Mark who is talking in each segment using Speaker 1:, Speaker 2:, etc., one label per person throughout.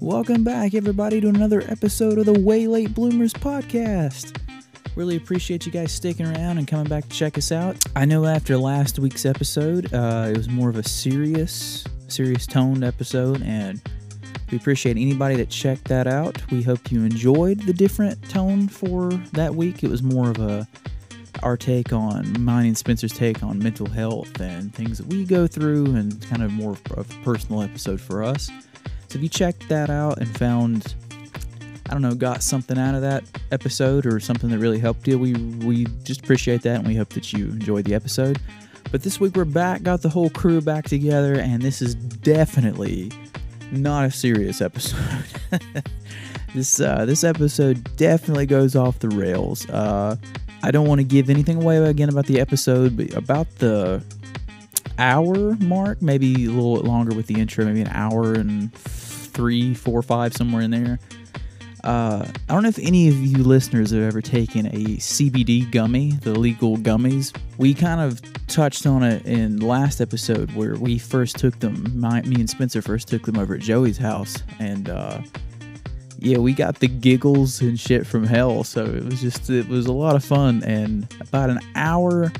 Speaker 1: Welcome back, everybody, to another episode of the Way Late Bloomers podcast. Really appreciate you guys sticking around and coming back to check us out. I know after last week's episode, uh, it was more of a serious, serious toned episode, and we appreciate anybody that checked that out. We hope you enjoyed the different tone for that week. It was more of a our take on mine and Spencer's take on mental health and things that we go through, and kind of more of a personal episode for us. So if you checked that out and found, I don't know, got something out of that episode or something that really helped you, we we just appreciate that, and we hope that you enjoyed the episode. But this week we're back, got the whole crew back together, and this is definitely not a serious episode. this uh, this episode definitely goes off the rails. Uh, I don't want to give anything away again about the episode, but about the hour mark, maybe a little bit longer with the intro, maybe an hour and three, four, five, somewhere in there. Uh, I don't know if any of you listeners have ever taken a CBD gummy, the legal gummies. We kind of touched on it in last episode where we first took them. My, me and Spencer first took them over at Joey's house, and uh, yeah, we got the giggles and shit from hell. So it was just, it was a lot of fun. And about an hour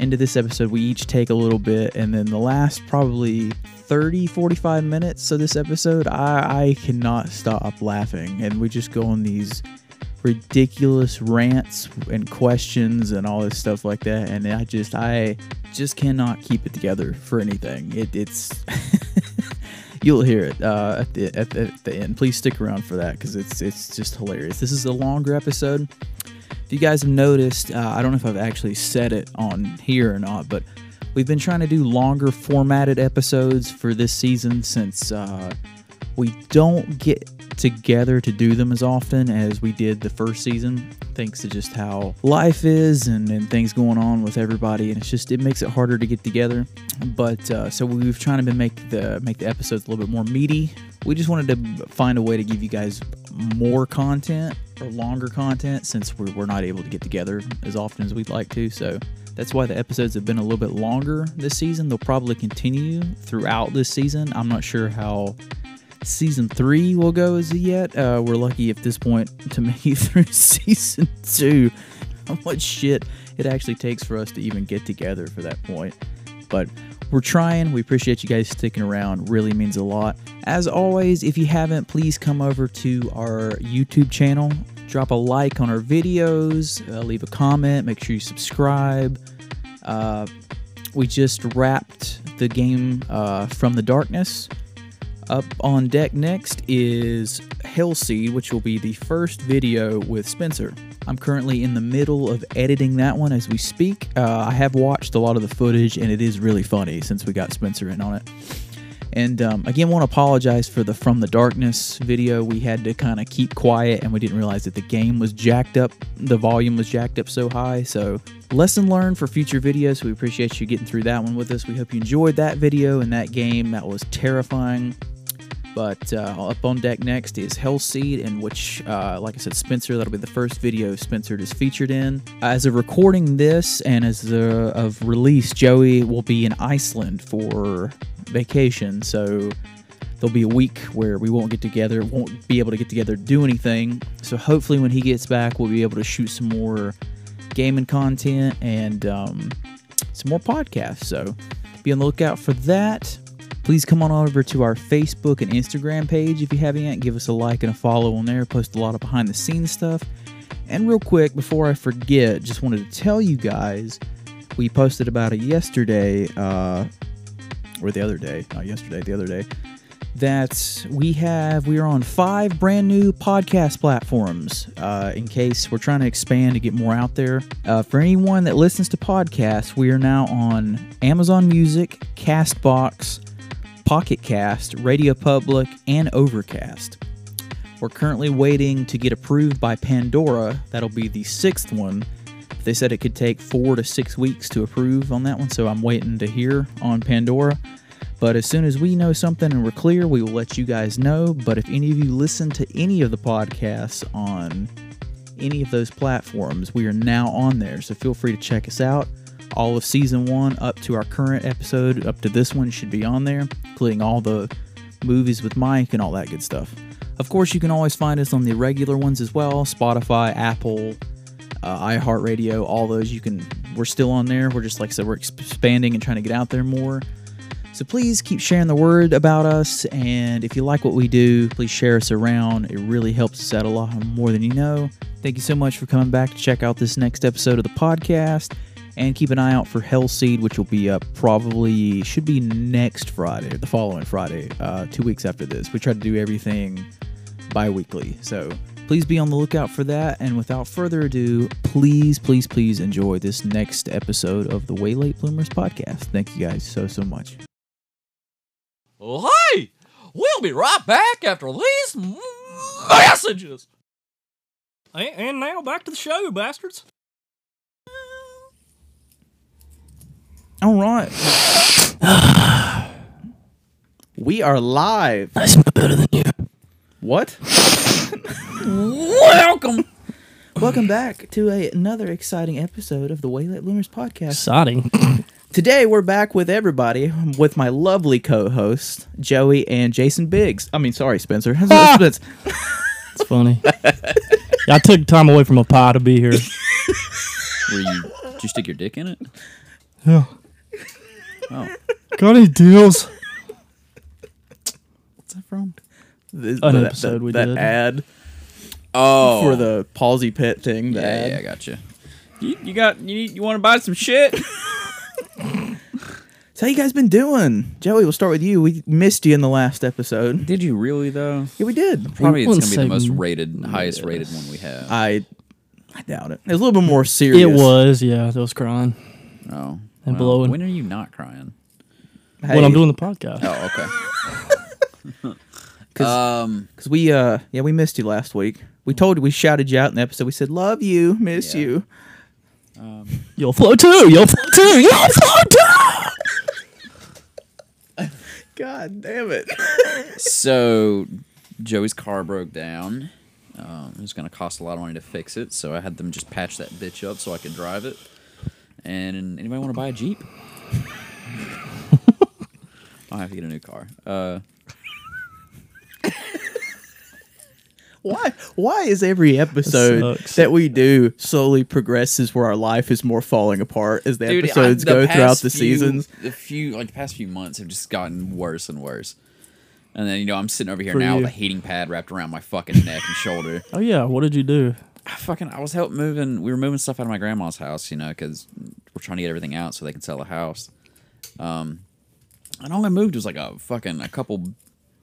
Speaker 1: into this episode, we each take a little bit. And then the last probably 30, 45 minutes of this episode, I, I cannot stop laughing. And we just go on these ridiculous rants and questions and all this stuff like that. And I just, I just cannot keep it together for anything. It, it's. you'll hear it uh, at, the, at, the, at the end. Please stick around for that because it's it's just hilarious. This is a longer episode. If you guys have noticed, uh, I don't know if I've actually said it on here or not, but we've been trying to do longer formatted episodes for this season since uh, we don't get together to do them as often as we did the first season, thanks to just how life is and, and things going on with everybody, and it's just it makes it harder to get together. But uh, so we've trying to been make the make the episodes a little bit more meaty. We just wanted to find a way to give you guys more content or longer content since we're, we're not able to get together as often as we'd like to. So that's why the episodes have been a little bit longer this season. They'll probably continue throughout this season. I'm not sure how season three will go as of yet. Uh, we're lucky at this point to make it through season two. How much shit it actually takes for us to even get together for that point. But we're trying. We appreciate you guys sticking around. Really means a lot. As always, if you haven't, please come over to our YouTube channel. Drop a like on our videos, uh, leave a comment, make sure you subscribe. Uh, we just wrapped the game uh, From the Darkness. Up on deck next is Hellseed, which will be the first video with Spencer. I'm currently in the middle of editing that one as we speak. Uh, I have watched a lot of the footage, and it is really funny since we got Spencer in on it. And um, again, want to apologize for the From the Darkness video. We had to kind of keep quiet, and we didn't realize that the game was jacked up. The volume was jacked up so high. So, lesson learned for future videos. We appreciate you getting through that one with us. We hope you enjoyed that video and that game. That was terrifying. But uh, up on deck next is Hellseed, in which, uh, like I said, Spencer, that'll be the first video Spencer is featured in. As of recording this and as the, of release, Joey will be in Iceland for vacation. So there'll be a week where we won't get together, won't be able to get together, do anything. So hopefully, when he gets back, we'll be able to shoot some more gaming content and um, some more podcasts. So be on the lookout for that please come on over to our Facebook and Instagram page if you haven't yet. Give us a like and a follow on there. Post a lot of behind the scenes stuff. And real quick, before I forget, just wanted to tell you guys we posted about it yesterday, uh, or the other day, not yesterday, the other day, that we have, we are on five brand new podcast platforms uh, in case we're trying to expand to get more out there. Uh, for anyone that listens to podcasts, we are now on Amazon Music, Castbox, Pocket Cast, Radio Public, and Overcast. We're currently waiting to get approved by Pandora. That'll be the sixth one. They said it could take four to six weeks to approve on that one, so I'm waiting to hear on Pandora. But as soon as we know something and we're clear, we will let you guys know. But if any of you listen to any of the podcasts on any of those platforms, we are now on there, so feel free to check us out all of season one up to our current episode up to this one should be on there including all the movies with Mike, and all that good stuff. Of course, you can always find us on the regular ones as well Spotify, Apple, uh, iHeartRadio, all those. You can, we're still on there. We're just like I said, we're expanding and trying to get out there more. So please keep sharing the word about us. And if you like what we do, please share us around. It really helps us out a lot more than you know. Thank you so much for coming back to check out this next episode of the podcast. And keep an eye out for Hellseed, which will be up probably, should be next Friday, the following Friday, uh, two weeks after this. We try to do everything bi weekly. So please be on the lookout for that. And without further ado, please, please, please enjoy this next episode of the Way Late Bloomers podcast. Thank you guys so, so much.
Speaker 2: Well, hey, we'll be right back after these m- messages.
Speaker 3: And, and now back to the show, bastards.
Speaker 1: All right. we are live. I smell better than you. What?
Speaker 3: Welcome.
Speaker 1: Welcome back to a, another exciting episode of the Way Late Bloomers podcast.
Speaker 3: Exciting.
Speaker 1: Today we're back with everybody with my lovely co-host Joey and Jason Biggs. I mean, sorry, Spencer. Spence.
Speaker 3: It's funny. I took time away from a pie to be here.
Speaker 4: Where you did you stick your dick in it?
Speaker 3: Yeah.
Speaker 4: Oh.
Speaker 3: Got any deals?
Speaker 1: What's that from? The,
Speaker 3: An episode we
Speaker 1: that
Speaker 3: did.
Speaker 1: ad
Speaker 4: Oh,
Speaker 1: for the palsy pet thing. The
Speaker 4: yeah,
Speaker 1: ad.
Speaker 4: yeah, I gotcha. You, you got you you want to buy some shit?
Speaker 1: So how you guys been doing? Joey, we'll start with you. We missed you in the last episode.
Speaker 4: Did you really though?
Speaker 1: Yeah, we did.
Speaker 4: Probably it's
Speaker 3: wouldn't
Speaker 4: gonna be the
Speaker 3: say
Speaker 4: most
Speaker 3: m-
Speaker 4: rated, highest rated one we have.
Speaker 1: I I doubt it. It was a little bit more serious.
Speaker 3: It was, yeah. I was crying
Speaker 4: oh,
Speaker 3: And blowing.
Speaker 4: When are you not crying?
Speaker 1: Hey,
Speaker 3: when I'm doing the podcast.
Speaker 4: Oh, okay.
Speaker 1: 'Cause-
Speaker 4: um,
Speaker 1: Cause we uh yeah we missed you last week. We told you we shouted you out in the episode. We said love you, miss
Speaker 4: Yeah.
Speaker 1: you.
Speaker 3: You'll flow too. You'll flow too. You'll flow too.
Speaker 1: God damn it!
Speaker 4: so Joey's car broke down. Um, it was gonna cost a lot of money to fix it, so I had them just patch that bitch up so I could drive it. And anybody want to buy a Jeep? I have to get a new car. Uh,
Speaker 1: Why why is every episode
Speaker 3: sucks.
Speaker 1: that we do slowly progresses where our life is more falling apart as the
Speaker 4: Dude, I-
Speaker 1: episodes
Speaker 4: the
Speaker 1: go throughout
Speaker 4: past
Speaker 1: the
Speaker 4: few-
Speaker 1: seasons?
Speaker 4: The few like the past few months have just gotten worse and worse. And then you know I'm sitting over here
Speaker 3: For
Speaker 4: now
Speaker 3: you.
Speaker 4: with a heating pad wrapped around my fucking neck and shoulder.
Speaker 3: Oh yeah. What did you do?
Speaker 4: I fucking I was helping moving. We were moving stuff out of my grandma's house, you know, because we're trying to get everything out so they can sell the house. Um, and all I moved was like a fucking a couple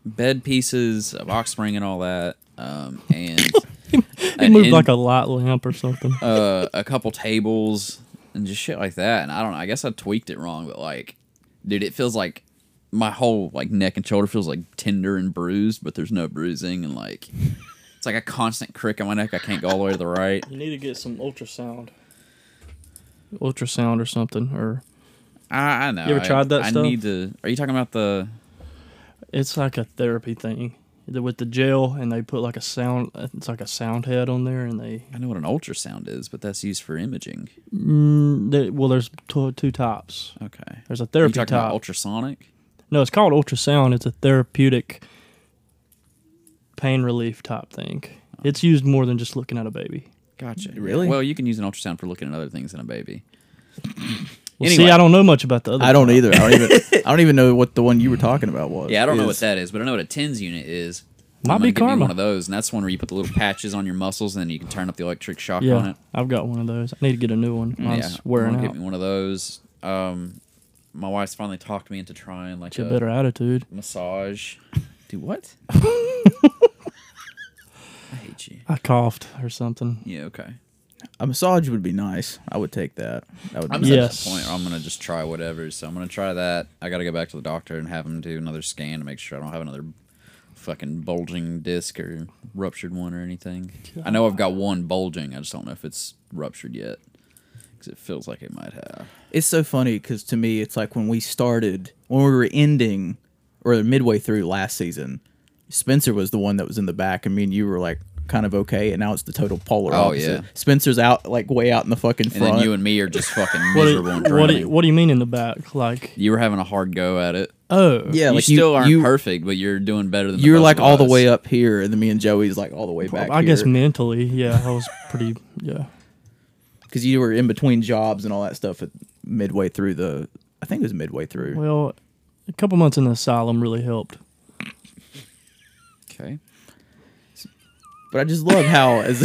Speaker 4: bed pieces, a box spring, and all that. Um, and
Speaker 3: You
Speaker 4: an
Speaker 3: moved
Speaker 4: in-
Speaker 3: like a light lamp or something.
Speaker 4: uh, a couple tables and just shit like that. And I don't know. I guess I tweaked it wrong, but like, dude, it feels like my whole like neck and shoulder feels like tender and bruised, but there's no bruising and like it's like a constant crick in my neck. I can't go all the way to the right.
Speaker 3: You need to get some ultrasound. Ultrasound or something, or
Speaker 4: I, I know.
Speaker 3: You ever
Speaker 4: I-
Speaker 3: tried that
Speaker 4: I
Speaker 3: stuff?
Speaker 4: need to. Are you talking about the?
Speaker 3: it's like a therapy thing The- with the gel, and they put like a sound. It's like a sound head on there, and they
Speaker 4: I know what an ultrasound is, but that's used for imaging.
Speaker 3: Mm, there, well, there's two, two types.
Speaker 4: Okay.
Speaker 3: There's a
Speaker 4: Are you
Speaker 3: therapy
Speaker 4: talking
Speaker 3: type.
Speaker 4: about ultrasonic?
Speaker 3: no, it's called ultrasound. It's a therapeutic pain relief type thing. It's used more than just looking at a baby.
Speaker 4: Gotcha.
Speaker 1: Really?
Speaker 4: Well, you can use an ultrasound for looking at other things in a baby.
Speaker 3: Well,
Speaker 4: Anyway.
Speaker 3: See, I don't know much about the other.
Speaker 1: I don't either. I don't even I don't even know what the one you were talking about was.
Speaker 4: Yeah, I don't know what
Speaker 1: is.
Speaker 4: that is, but I know what a tens unit is.
Speaker 3: Might
Speaker 4: I'm
Speaker 3: be
Speaker 4: gonna get me
Speaker 3: karma.
Speaker 4: One of those, and that's one where you put the little patches on your muscles, and then you can turn up the electric shock on
Speaker 3: Yeah,
Speaker 4: it.
Speaker 3: I've got one of those. I need to get a new one. Mine's
Speaker 4: yeah,
Speaker 3: wearing
Speaker 4: I'm gonna
Speaker 3: out.
Speaker 4: Get me one of those. Um, my wife's finally talked me into trying like
Speaker 3: Get
Speaker 4: a
Speaker 3: a better attitude.
Speaker 4: massage. Do what? I hate you.
Speaker 3: I coughed or something.
Speaker 4: Yeah. Okay.
Speaker 1: A massage would be nice. I would take that. That would
Speaker 4: I'm
Speaker 1: be nice.
Speaker 4: just at
Speaker 3: Yes.
Speaker 4: the point where I'm gonna just try whatever. So I'm gonna try that. I gotta go back to the doctor and have him do another scan to make sure I don't have another fucking bulging disc or ruptured one or anything. I know I've got one bulging. I just don't know if it's ruptured yet because it feels like it might have.
Speaker 1: It's so funny because to me, it's like when we started, when we were ending or midway through last season, Spencer was the one that was in the back, and me and you were like kind of okay, and now it's the total polar
Speaker 4: Oh,
Speaker 1: opposite.
Speaker 4: yeah.
Speaker 1: Spencer's out like way out in the fucking
Speaker 4: And
Speaker 1: front.
Speaker 4: then you and me are just fucking
Speaker 3: What do,
Speaker 4: miserable and
Speaker 3: you, what, do
Speaker 4: drowning.
Speaker 3: you, what do you mean in the back? Like
Speaker 4: you were having a hard go at it.
Speaker 3: Oh,
Speaker 1: Yeah,
Speaker 4: you
Speaker 1: like
Speaker 4: still
Speaker 1: you,
Speaker 4: aren't
Speaker 1: you,
Speaker 4: perfect, but you're doing better than.
Speaker 1: You're like all the way up here, and then me and Joey's like all the way back.
Speaker 3: I guess
Speaker 1: here.
Speaker 3: mentally, yeah, I was pretty, yeah.
Speaker 1: because you were in between jobs and all that stuff at midway through the. I think it was midway through.
Speaker 3: Well, a couple months in the asylum really helped.
Speaker 4: Okay.
Speaker 1: But I just love how as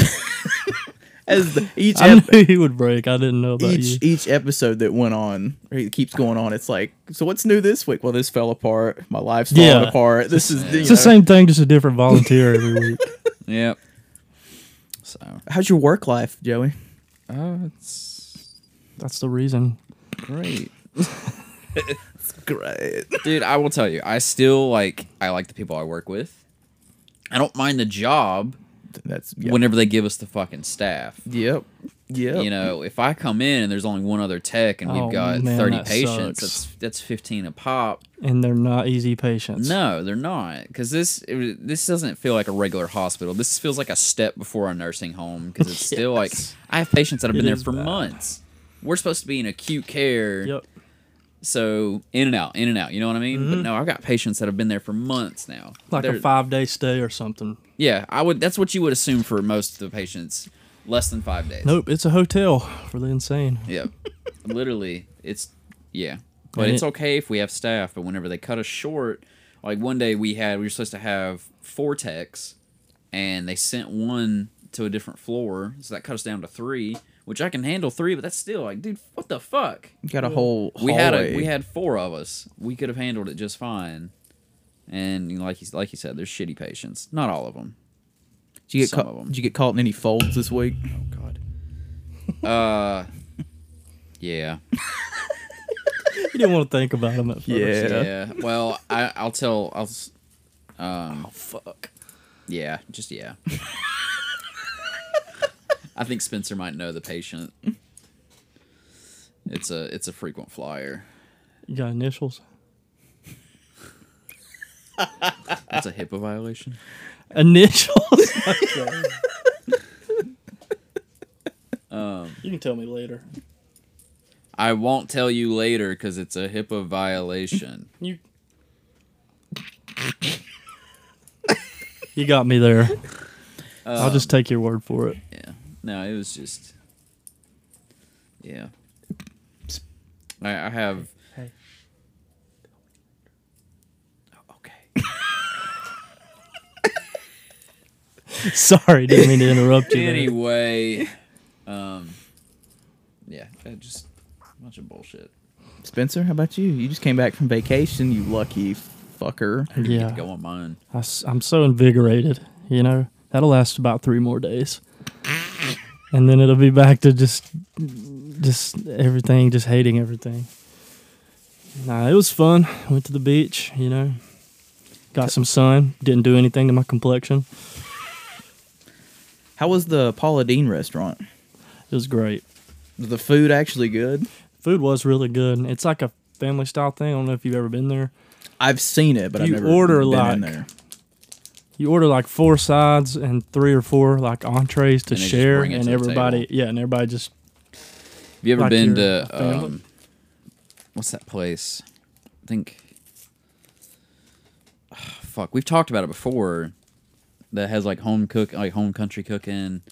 Speaker 1: as the, each
Speaker 3: I
Speaker 1: ep-
Speaker 3: knew he would break. I didn't know about
Speaker 1: each
Speaker 3: you.
Speaker 1: each episode that went on or it keeps going on. It's like, so what's new this week? Well, this fell apart. My life's falling
Speaker 3: Yeah.
Speaker 1: apart. This is you
Speaker 3: It's the
Speaker 1: know.
Speaker 3: same thing, just a different volunteer every week.
Speaker 4: Yep. So
Speaker 1: How's your work life, Joey?
Speaker 4: oh, it's
Speaker 3: That's the reason.
Speaker 4: great.
Speaker 1: Great.
Speaker 4: Dude, I will tell you, I still like I like the people I work with. I don't mind the job
Speaker 1: That's yep.
Speaker 4: whenever they give us the fucking staff.
Speaker 1: Yep. Yep.
Speaker 4: You know, if I come in and there's only one other tech and
Speaker 3: Oh,
Speaker 4: we've got
Speaker 3: man,
Speaker 4: 30
Speaker 3: that
Speaker 4: patients,
Speaker 3: sucks.
Speaker 4: that's that's 15 a pop.
Speaker 3: And they're not easy patients.
Speaker 4: No, they're not. Cuz this it, this doesn't feel like a regular hospital. This feels like a step before a nursing home cuz it's still like I have patients that have
Speaker 3: It
Speaker 4: been there
Speaker 3: is
Speaker 4: for
Speaker 3: bad.
Speaker 4: months. We're supposed to be in acute care.
Speaker 3: Yep. Mm-hmm.
Speaker 4: So in and out, in and out. You know what I mean? But no, I've got patients that have been there for months now.
Speaker 3: Like
Speaker 4: They're-
Speaker 3: a five day stay or something.
Speaker 4: Yeah, I would. That's what you would assume for most of the patients, less than five days.
Speaker 3: Nope, it's a hotel for the insane.
Speaker 4: Yeah, literally, it's yeah. But
Speaker 3: And
Speaker 4: it's
Speaker 3: it-
Speaker 4: okay if we have staff. But whenever they cut us short, like one day we had, we were supposed to have four techs, and they sent one to a different floor, so that cut us down to three. Which I can handle three, but that's still like, dude, what the fuck?
Speaker 1: Got a whole.
Speaker 4: we had a,
Speaker 1: hallway.
Speaker 4: we had four of us. We could have handled it just fine. And you know, like you like you said, there's shitty patients. Not all of them.
Speaker 1: Did you get
Speaker 4: some
Speaker 1: caught?
Speaker 4: of 'em.
Speaker 1: Did you get caught in any folds this week?
Speaker 4: Oh God. Uh, yeah,
Speaker 3: You didn't want to think about them at first.
Speaker 1: Yeah.
Speaker 4: yeah. Well, I, I'll tell. I'll. s- Um, oh fuck. Yeah, just yeah. I think Spencer might know the patient. It's a it's a frequent flyer.
Speaker 3: You got initials.
Speaker 4: That's a HIPAA violation.
Speaker 3: Initials? you can tell me later.
Speaker 4: I won't tell you later because it's a HIPAA violation.
Speaker 3: You. you got me there. I'll just take your word for it.
Speaker 4: Yeah. No, it was just. Yeah. I, I have.
Speaker 3: Hey.
Speaker 4: Oh, okay.
Speaker 3: Sorry, didn't mean to interrupt you. there.
Speaker 4: anyway. Um. Yeah. I just a bunch of bullshit.
Speaker 1: Spencer, how about you? You just came back from vacation. You lucky fucker.
Speaker 4: Get to
Speaker 3: Yeah,
Speaker 4: go on mine.
Speaker 3: I, am so invigorated. You know that'll last about three more days, and then it'll be back to just, just everything, just hating everything. Nah, it was fun. Went to the beach. You know, got some sun. Didn't do anything to my complexion.
Speaker 1: How was the Paula Dean restaurant?
Speaker 3: It was great.
Speaker 1: Was the food actually good?
Speaker 3: Food was really good. It's like a family style thing. I don't know if you've ever been there.
Speaker 1: I've seen it, but I've
Speaker 3: You
Speaker 1: never
Speaker 3: order
Speaker 1: been in
Speaker 3: like-
Speaker 1: there.
Speaker 3: you order like four sides and three or four like entrees to
Speaker 4: And they just
Speaker 3: share
Speaker 4: bring it
Speaker 3: and
Speaker 4: to the
Speaker 3: everybody
Speaker 4: table.
Speaker 3: yeah and everybody just
Speaker 4: Have you ever
Speaker 3: Like
Speaker 4: been
Speaker 3: your
Speaker 4: to
Speaker 3: family?
Speaker 4: um? What's that place? I think. Fuck, we've talked about it before. That has like home cook, like home country cooking.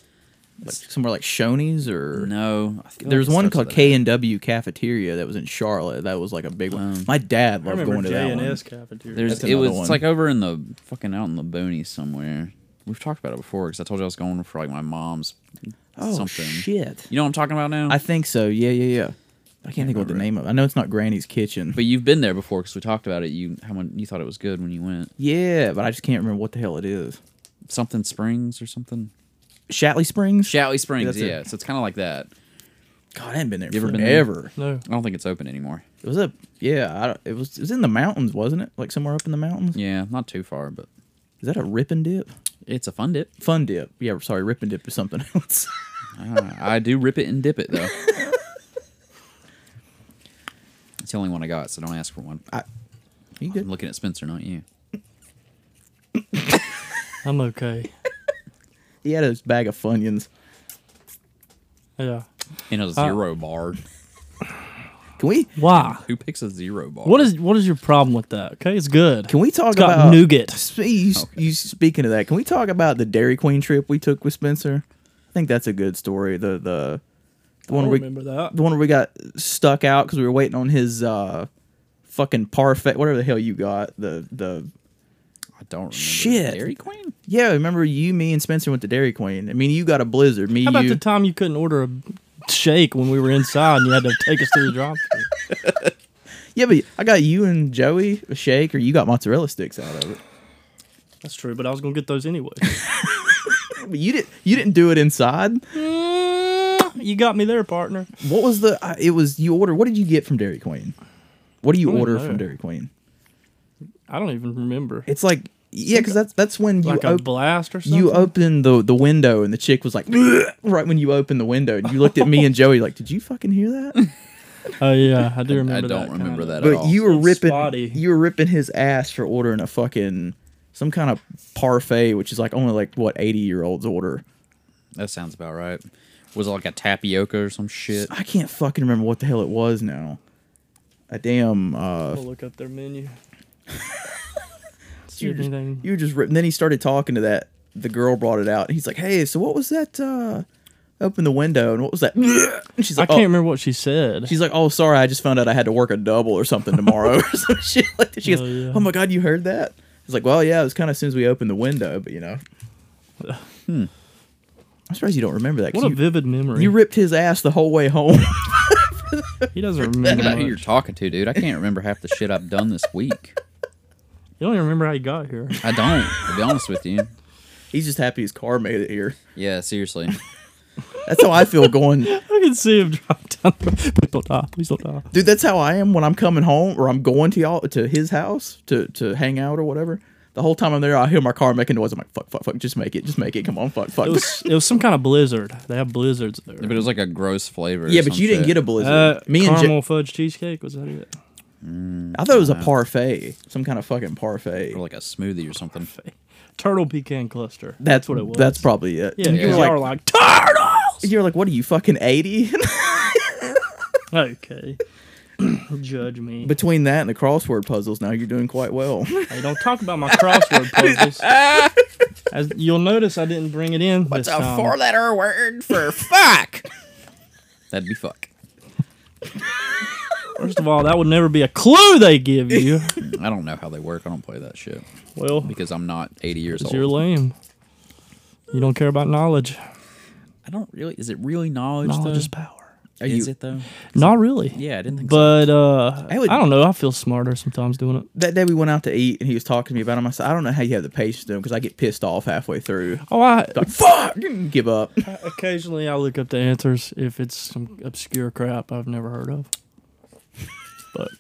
Speaker 1: Like somewhere like Shoney's or
Speaker 4: No, I feel
Speaker 1: there was
Speaker 4: like it
Speaker 1: one
Speaker 4: starts
Speaker 1: called
Speaker 4: with an
Speaker 1: K and W Cafeteria that was in Charlotte. That was like a big one.
Speaker 4: Um,
Speaker 1: My dad
Speaker 3: I
Speaker 1: loved
Speaker 3: remember
Speaker 1: going to that one.
Speaker 3: J&S cafeteria
Speaker 4: There's
Speaker 1: That's
Speaker 4: it was
Speaker 1: another
Speaker 4: it's
Speaker 1: one.
Speaker 4: like over in the fucking out in the boonies somewhere. We've talked about it before because I told you I was going for like my mom's
Speaker 1: Oh
Speaker 4: something.
Speaker 1: shit!
Speaker 4: You know what I'm talking about now?
Speaker 1: I think so. Yeah, yeah, yeah. I can't think of what the
Speaker 4: remember it.
Speaker 1: name of. it. I know it's not Granny's Kitchen.
Speaker 4: but you've been there before because we talked about it. You how when you thought it was good when you went
Speaker 1: yeah, but I just can't remember what the hell it is.
Speaker 4: something Springs or something.
Speaker 1: Shatley Springs.
Speaker 4: Shatley Springs,
Speaker 1: That's it.
Speaker 4: yeah. So it's kind of like that.
Speaker 1: God, I haven't been there
Speaker 4: You ever been there?
Speaker 1: forever.
Speaker 3: no
Speaker 4: I don't think it's open anymore.
Speaker 1: It was a yeah. I, don't- it was it was in the mountains, wasn't it? Like somewhere up in the mountains.
Speaker 4: Yeah, not too far, but
Speaker 1: Is that a rip and dip?
Speaker 4: it's a fun dip.
Speaker 1: Fun dip. Yeah, sorry, rip and dip is something else.
Speaker 4: Uh, I do rip it and dip it though. it's the only one I got, so don't ask for one.
Speaker 1: you
Speaker 4: I'm
Speaker 1: good?
Speaker 4: looking at Spencer, not you.
Speaker 3: i'm okay
Speaker 1: He had his bag of funyuns.
Speaker 3: yeah
Speaker 1: Uh,
Speaker 4: In a zero bar.
Speaker 1: Can we
Speaker 3: Why?
Speaker 4: Who picks a zero bar?
Speaker 3: What is what is your problem with that? Okay, it's good.
Speaker 1: can we talk
Speaker 3: It's got
Speaker 1: about
Speaker 3: nougat.
Speaker 1: Sp- You, you speaking of that? Can we talk about the Dairy Queen trip we took with Spencer? I think that's a good story. The the the
Speaker 3: I
Speaker 1: one
Speaker 3: don't
Speaker 1: where we
Speaker 3: remember that.
Speaker 1: the one where we got stuck out because we were waiting on his uh fucking parfait, whatever the hell you got. The the
Speaker 4: I don't remember.
Speaker 1: Shit.
Speaker 4: Dairy Queen?
Speaker 1: yeah. Remember you, me, and Spencer went to Dairy Queen. I mean, you got a blizzard. Me,
Speaker 3: How about
Speaker 1: you.
Speaker 3: the time you couldn't order a shake when we were inside and you had to take us through the drive thru
Speaker 1: yeah, but I got you and Joey a shake, or you got mozzarella sticks out of it.
Speaker 3: That's true, but I was gonna get those anyway.
Speaker 1: But you didn't. You didn't do it inside.
Speaker 3: Mm, you got me there, partner.
Speaker 1: What was the? I it was you order. What did you get from Dairy Queen? What do you
Speaker 3: I don't
Speaker 1: order
Speaker 3: know.
Speaker 1: from Dairy Queen?
Speaker 3: I don't even remember.
Speaker 1: It's like yeah, because that's that's when you
Speaker 3: like a
Speaker 1: op-
Speaker 3: blast or something.
Speaker 1: you open the the window and the chick was like "Bleh," right when you open the window and you looked at me and Joey like, did you fucking hear that?
Speaker 3: oh yeah, I do remember.
Speaker 4: I don't
Speaker 3: that
Speaker 4: remember
Speaker 3: kinda.
Speaker 4: that at
Speaker 1: But
Speaker 4: all.
Speaker 1: you were
Speaker 3: It's
Speaker 1: ripping
Speaker 3: spotty.
Speaker 1: you were ripping his ass for ordering a fucking some kind of parfait, which is like only like what eighty year olds order.
Speaker 4: That sounds about right. Was it like a tapioca or some shit?
Speaker 1: I can't fucking remember what the hell it was now. A damn uh,
Speaker 3: I'll look up their menu. See
Speaker 1: you were, just,
Speaker 3: anything.
Speaker 1: you were just ripping. Then he started talking to that. The girl brought it out, and he's like, "Hey, so what was that? uh Open the window, and what was that?" And she's
Speaker 3: I
Speaker 1: like,
Speaker 3: can't
Speaker 1: oh.
Speaker 3: remember what she said.
Speaker 1: She's like, "Oh, sorry, I just found out I had to work a double or something tomorrow or some shit." Like that. She goes,
Speaker 3: Oh,
Speaker 1: oh,
Speaker 3: yeah.
Speaker 1: my god, you heard that?" It's like, "Well, yeah, it was kind of as soon as we opened the window, but you know." I'm surprised you don't remember that. 'cause
Speaker 3: Hmm. What
Speaker 1: you,
Speaker 3: a vivid memory.
Speaker 1: you ripped his ass the whole way home.
Speaker 3: he doesn't
Speaker 4: Think
Speaker 3: remember.
Speaker 4: about
Speaker 3: Much.
Speaker 4: who you're
Speaker 3: You
Speaker 4: talking to, dude. I can't remember half the shit I've done this week.
Speaker 3: don't even remember how you got here.
Speaker 4: I don't, to be honest with you.
Speaker 1: He's just happy his car made it here.
Speaker 4: Yeah, seriously.
Speaker 1: That's how I feel going,
Speaker 3: I can see him drop down. The road. Please don't die. Please don't die.
Speaker 1: dude. That's how I am when I'm coming home or I'm going to y'all to his house to to hang out or whatever. The whole time I'm there, I hear my car making noise. I'm like, "Fuck, fuck, fuck! Just make it, just make it! Come on, fuck, fuck!"
Speaker 3: It was it was some kind of blizzard. They have blizzards there.
Speaker 4: But it was like a gross flavor. or
Speaker 1: yeah, but
Speaker 4: some
Speaker 1: you didn't
Speaker 4: shit.
Speaker 1: get a blizzard.
Speaker 3: uh,
Speaker 1: Me and
Speaker 3: caramel
Speaker 1: Ja-
Speaker 3: fudge cheesecake was that it?
Speaker 1: I thought it was a parfait, some kind of fucking parfait.
Speaker 4: Or like a smoothie or something.
Speaker 3: Turtle pecan cluster.
Speaker 1: That's
Speaker 3: what it was.
Speaker 1: That's probably it.
Speaker 3: yeah.
Speaker 1: And
Speaker 3: You
Speaker 1: You're
Speaker 3: are
Speaker 1: like,
Speaker 3: like turtles.
Speaker 1: you're like, what are you fucking eighty?
Speaker 3: okay. Judge me. But
Speaker 1: Between that and the crossword puzzles, now you're doing quite well.
Speaker 3: hey, don't talk about my crossword puzzles. As you'll notice, I didn't bring it in. What's
Speaker 1: Um,
Speaker 3: this time.
Speaker 4: letter word for fuck? That'd be fuck.
Speaker 3: First of all, that would never be a clue they give you.
Speaker 4: I don't know how they work. I don't play that shit
Speaker 3: Well,
Speaker 4: because I'm not 80 years
Speaker 3: because
Speaker 4: old.
Speaker 3: you're lame. You don't care about knowledge.
Speaker 4: I don't really. Is it really knowledge?
Speaker 3: Knowledge
Speaker 4: though?
Speaker 3: is power.
Speaker 1: Are
Speaker 4: is
Speaker 1: you?
Speaker 4: it though?
Speaker 3: Not really.
Speaker 4: Yeah, I didn't think.
Speaker 3: But uh, I,
Speaker 1: I would-
Speaker 3: don't know. I feel smarter sometimes doing it.
Speaker 1: That day we went out to eat, and he was talking to me about him. I said, I don't know how you have the patience to him because I get pissed off halfway through.
Speaker 3: Oh, I
Speaker 1: Like, fuck, give up.
Speaker 3: occasionally I look up the answers if it's some obscure crap I've never heard of. But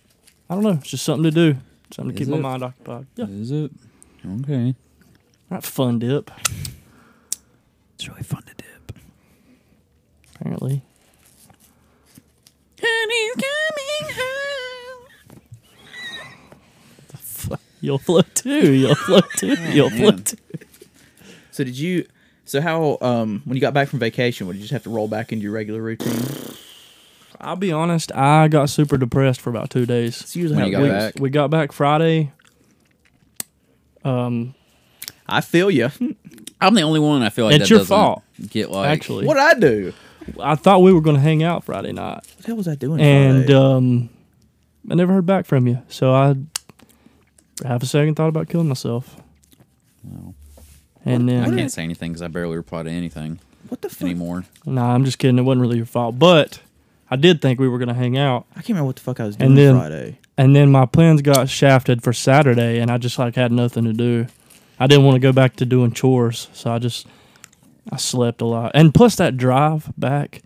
Speaker 3: I don't know. It's just something to do. Something to
Speaker 4: Is
Speaker 3: keep my
Speaker 4: it?
Speaker 3: mind occupied. Yeah,
Speaker 4: so. Is it? Okay.
Speaker 3: not fun dip.
Speaker 4: It's really fun to dip.
Speaker 3: Apparently,
Speaker 4: Honey's coming home.
Speaker 3: you'll float too. You'll float too. You'll
Speaker 4: Oh, man.
Speaker 3: float too.
Speaker 1: So did you? So how? Um, when you got back from vacation, would you just have to roll back into your regular routine?
Speaker 3: I'll be honest. I got super depressed for about two days.
Speaker 1: It's usually
Speaker 4: When
Speaker 1: how
Speaker 4: you
Speaker 1: it
Speaker 4: got
Speaker 1: goes.
Speaker 4: back?
Speaker 3: We got back Friday. Um,
Speaker 1: I feel you.
Speaker 4: I'm the only one I feel like
Speaker 3: It's
Speaker 4: that
Speaker 3: your
Speaker 4: doesn't
Speaker 3: fault,
Speaker 4: Get like
Speaker 3: actually,
Speaker 1: What would I do?
Speaker 3: I thought we were going to hang out Friday night.
Speaker 1: What the hell was I doing?
Speaker 3: and
Speaker 1: Friday?
Speaker 3: um, I never heard back from you. So I have a second thought about killing myself.
Speaker 4: Wow.
Speaker 3: And
Speaker 4: I
Speaker 3: then,
Speaker 4: can't say anything because I barely reply to anything
Speaker 1: what the fuck?
Speaker 4: anymore.
Speaker 3: nah, I'm just kidding. It wasn't really your fault, but I did think we were gonna hang out.
Speaker 1: I can't remember what the fuck I was doing
Speaker 3: And then-
Speaker 1: Friday.
Speaker 3: And then my plans got shafted for Saturday, and I just like had nothing to do. I didn't want to go back to doing chores, so I just I slept a lot. And plus that drive back,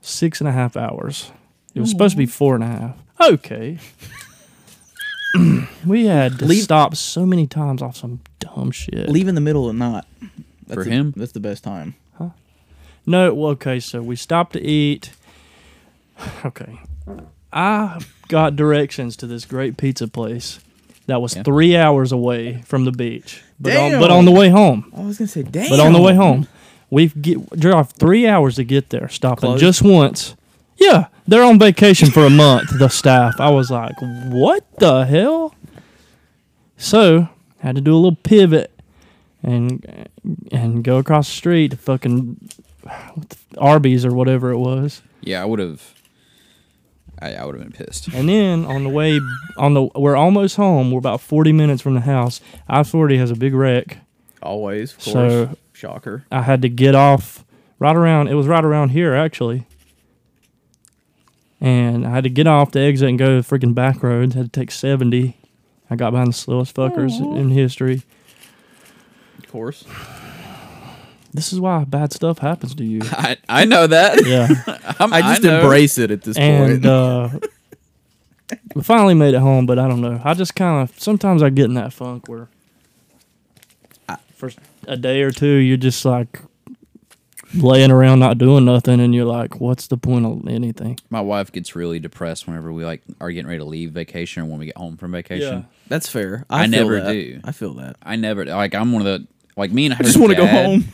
Speaker 3: six and a half hours. It was supposed to be four and a half. Okay. we had to
Speaker 1: Leave-
Speaker 3: stop so many times off some dumb shit.
Speaker 1: Leave in the middle of the night. That's
Speaker 4: For
Speaker 1: the-
Speaker 4: him?
Speaker 1: that's the best time.
Speaker 3: No, well, okay, so we stopped to eat. Okay. I got directions to this great pizza place that was
Speaker 4: Yeah.
Speaker 3: three hours away from the beach. But on, but
Speaker 1: Damn.
Speaker 3: on the way home.
Speaker 1: I was gonna say, damn.
Speaker 3: But on the way home. We've get, drove three hours to get there, stopping
Speaker 1: Close.
Speaker 3: just once Yeah, they're on vacation for a month, the staff. I was like, what the hell? So, had to do a little pivot and and go across the street to fucking Arby's or whatever it was.
Speaker 4: Yeah, I would have. I, I would have been pissed.
Speaker 3: And then on the way on the we're almost home, we're about 40 minutes from the house. I-40 has a big wreck.
Speaker 4: Always, of
Speaker 3: So-
Speaker 4: course. Shocker.
Speaker 3: I had to get off right around. It was right around here actually, and I had to get off the exit and go freaking back roads. Had to take seventy. I got behind the slowest fuckers in history.
Speaker 4: Of course.
Speaker 3: This is why bad stuff happens to you.
Speaker 4: I, I know that.
Speaker 3: yeah,
Speaker 4: I'm,
Speaker 1: I just
Speaker 4: know.
Speaker 1: embrace it at this
Speaker 3: and
Speaker 1: point.
Speaker 3: uh, we finally made it home. But I don't know. I just kind of sometimes I get in that funk where for a day or two you're just like laying around not doing nothing, and you're like, what's the point of anything?
Speaker 4: My wife gets really depressed whenever we like are getting ready to leave vacation or when we get home from vacation.
Speaker 3: Yeah.
Speaker 1: That's fair. I,
Speaker 4: I
Speaker 1: feel
Speaker 4: never
Speaker 1: that.
Speaker 4: do.
Speaker 1: I feel that.
Speaker 4: I never like. I'm one of the like me and I
Speaker 1: just wanna go home.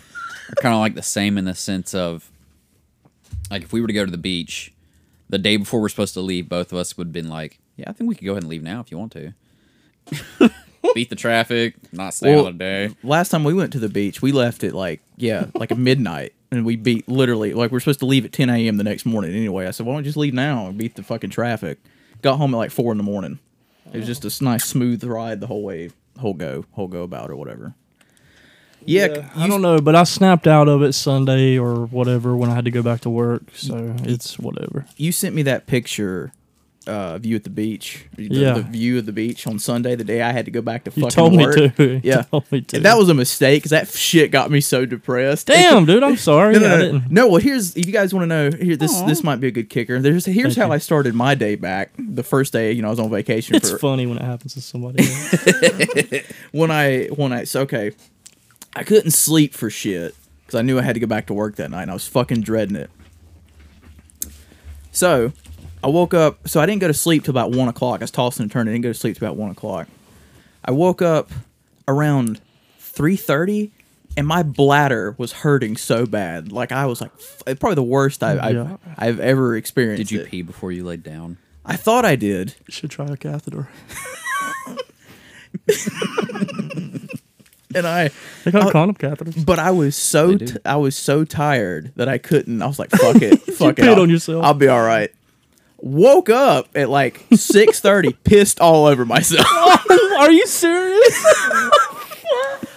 Speaker 4: Are kind of like the same in the sense of like if we were to go to the beach the day before we're supposed to leave, both of us would have been like, "Yeah, I think we could go ahead and leave now if you want to." Beat the traffic, not stay
Speaker 1: Well-
Speaker 4: all day.
Speaker 1: Last time we went to the beach, we left at like yeah, like midnight, and we beat literally like we're supposed to leave at 10 a.m. the next morning. Anyway, I said, why don't we just leave now and beat the fucking traffic? Got home at like four in the morning. It was just a s- nice smooth ride the whole way, whole go, whole go about or whatever. Yeah,
Speaker 3: Yeah,
Speaker 1: you
Speaker 3: I don't know, but I snapped out of it Sunday or whatever when I had to go back to work. So
Speaker 1: Mm.
Speaker 3: it's whatever.
Speaker 1: you sent me that picture uh view at the beach the,
Speaker 3: Yeah.
Speaker 1: the view of the beach on sunday the day i had to go back to
Speaker 3: You
Speaker 1: fucking
Speaker 3: told me
Speaker 1: work.
Speaker 3: to. You
Speaker 1: yeah
Speaker 3: told me to.
Speaker 1: And that was a mistake because that shit got me so depressed
Speaker 3: damn, dude. I'm sorry.
Speaker 1: no, no,
Speaker 3: I
Speaker 1: no, no.
Speaker 3: didn't.
Speaker 1: no. Well, here's if you guys want to know here this this might be a good kicker. There's here's how I started my day back. The first day, you know, I was on vacation
Speaker 3: It's
Speaker 1: for
Speaker 3: funny when it happens to somebody. else.
Speaker 1: when I when I so okay, I couldn't sleep for shit because I knew I had to go back to work that night, and I was fucking dreading it. So, I woke up. So I didn't go to sleep till about one o'clock. I was tossing and turning. I didn't go to sleep till about one o'clock. I woke up around three thirty, and my bladder was hurting so bad. Like I was like, f- probably the worst I've I've,
Speaker 3: Yeah.
Speaker 1: I've ever experienced.
Speaker 4: Did you
Speaker 1: it.
Speaker 4: pee before you laid down?
Speaker 1: I thought I did.
Speaker 3: Should try a catheter.
Speaker 1: And I,
Speaker 3: They
Speaker 1: Oh.
Speaker 3: got condom catheters.
Speaker 1: But I was so
Speaker 4: do.
Speaker 1: t- I was so tired that I couldn't. I was like, "Fuck it, fuck it,
Speaker 3: peed
Speaker 1: I'll-
Speaker 3: on yourself.
Speaker 1: I'll be all right." Woke up at like six thirty, pissed all over myself.
Speaker 3: Are you serious?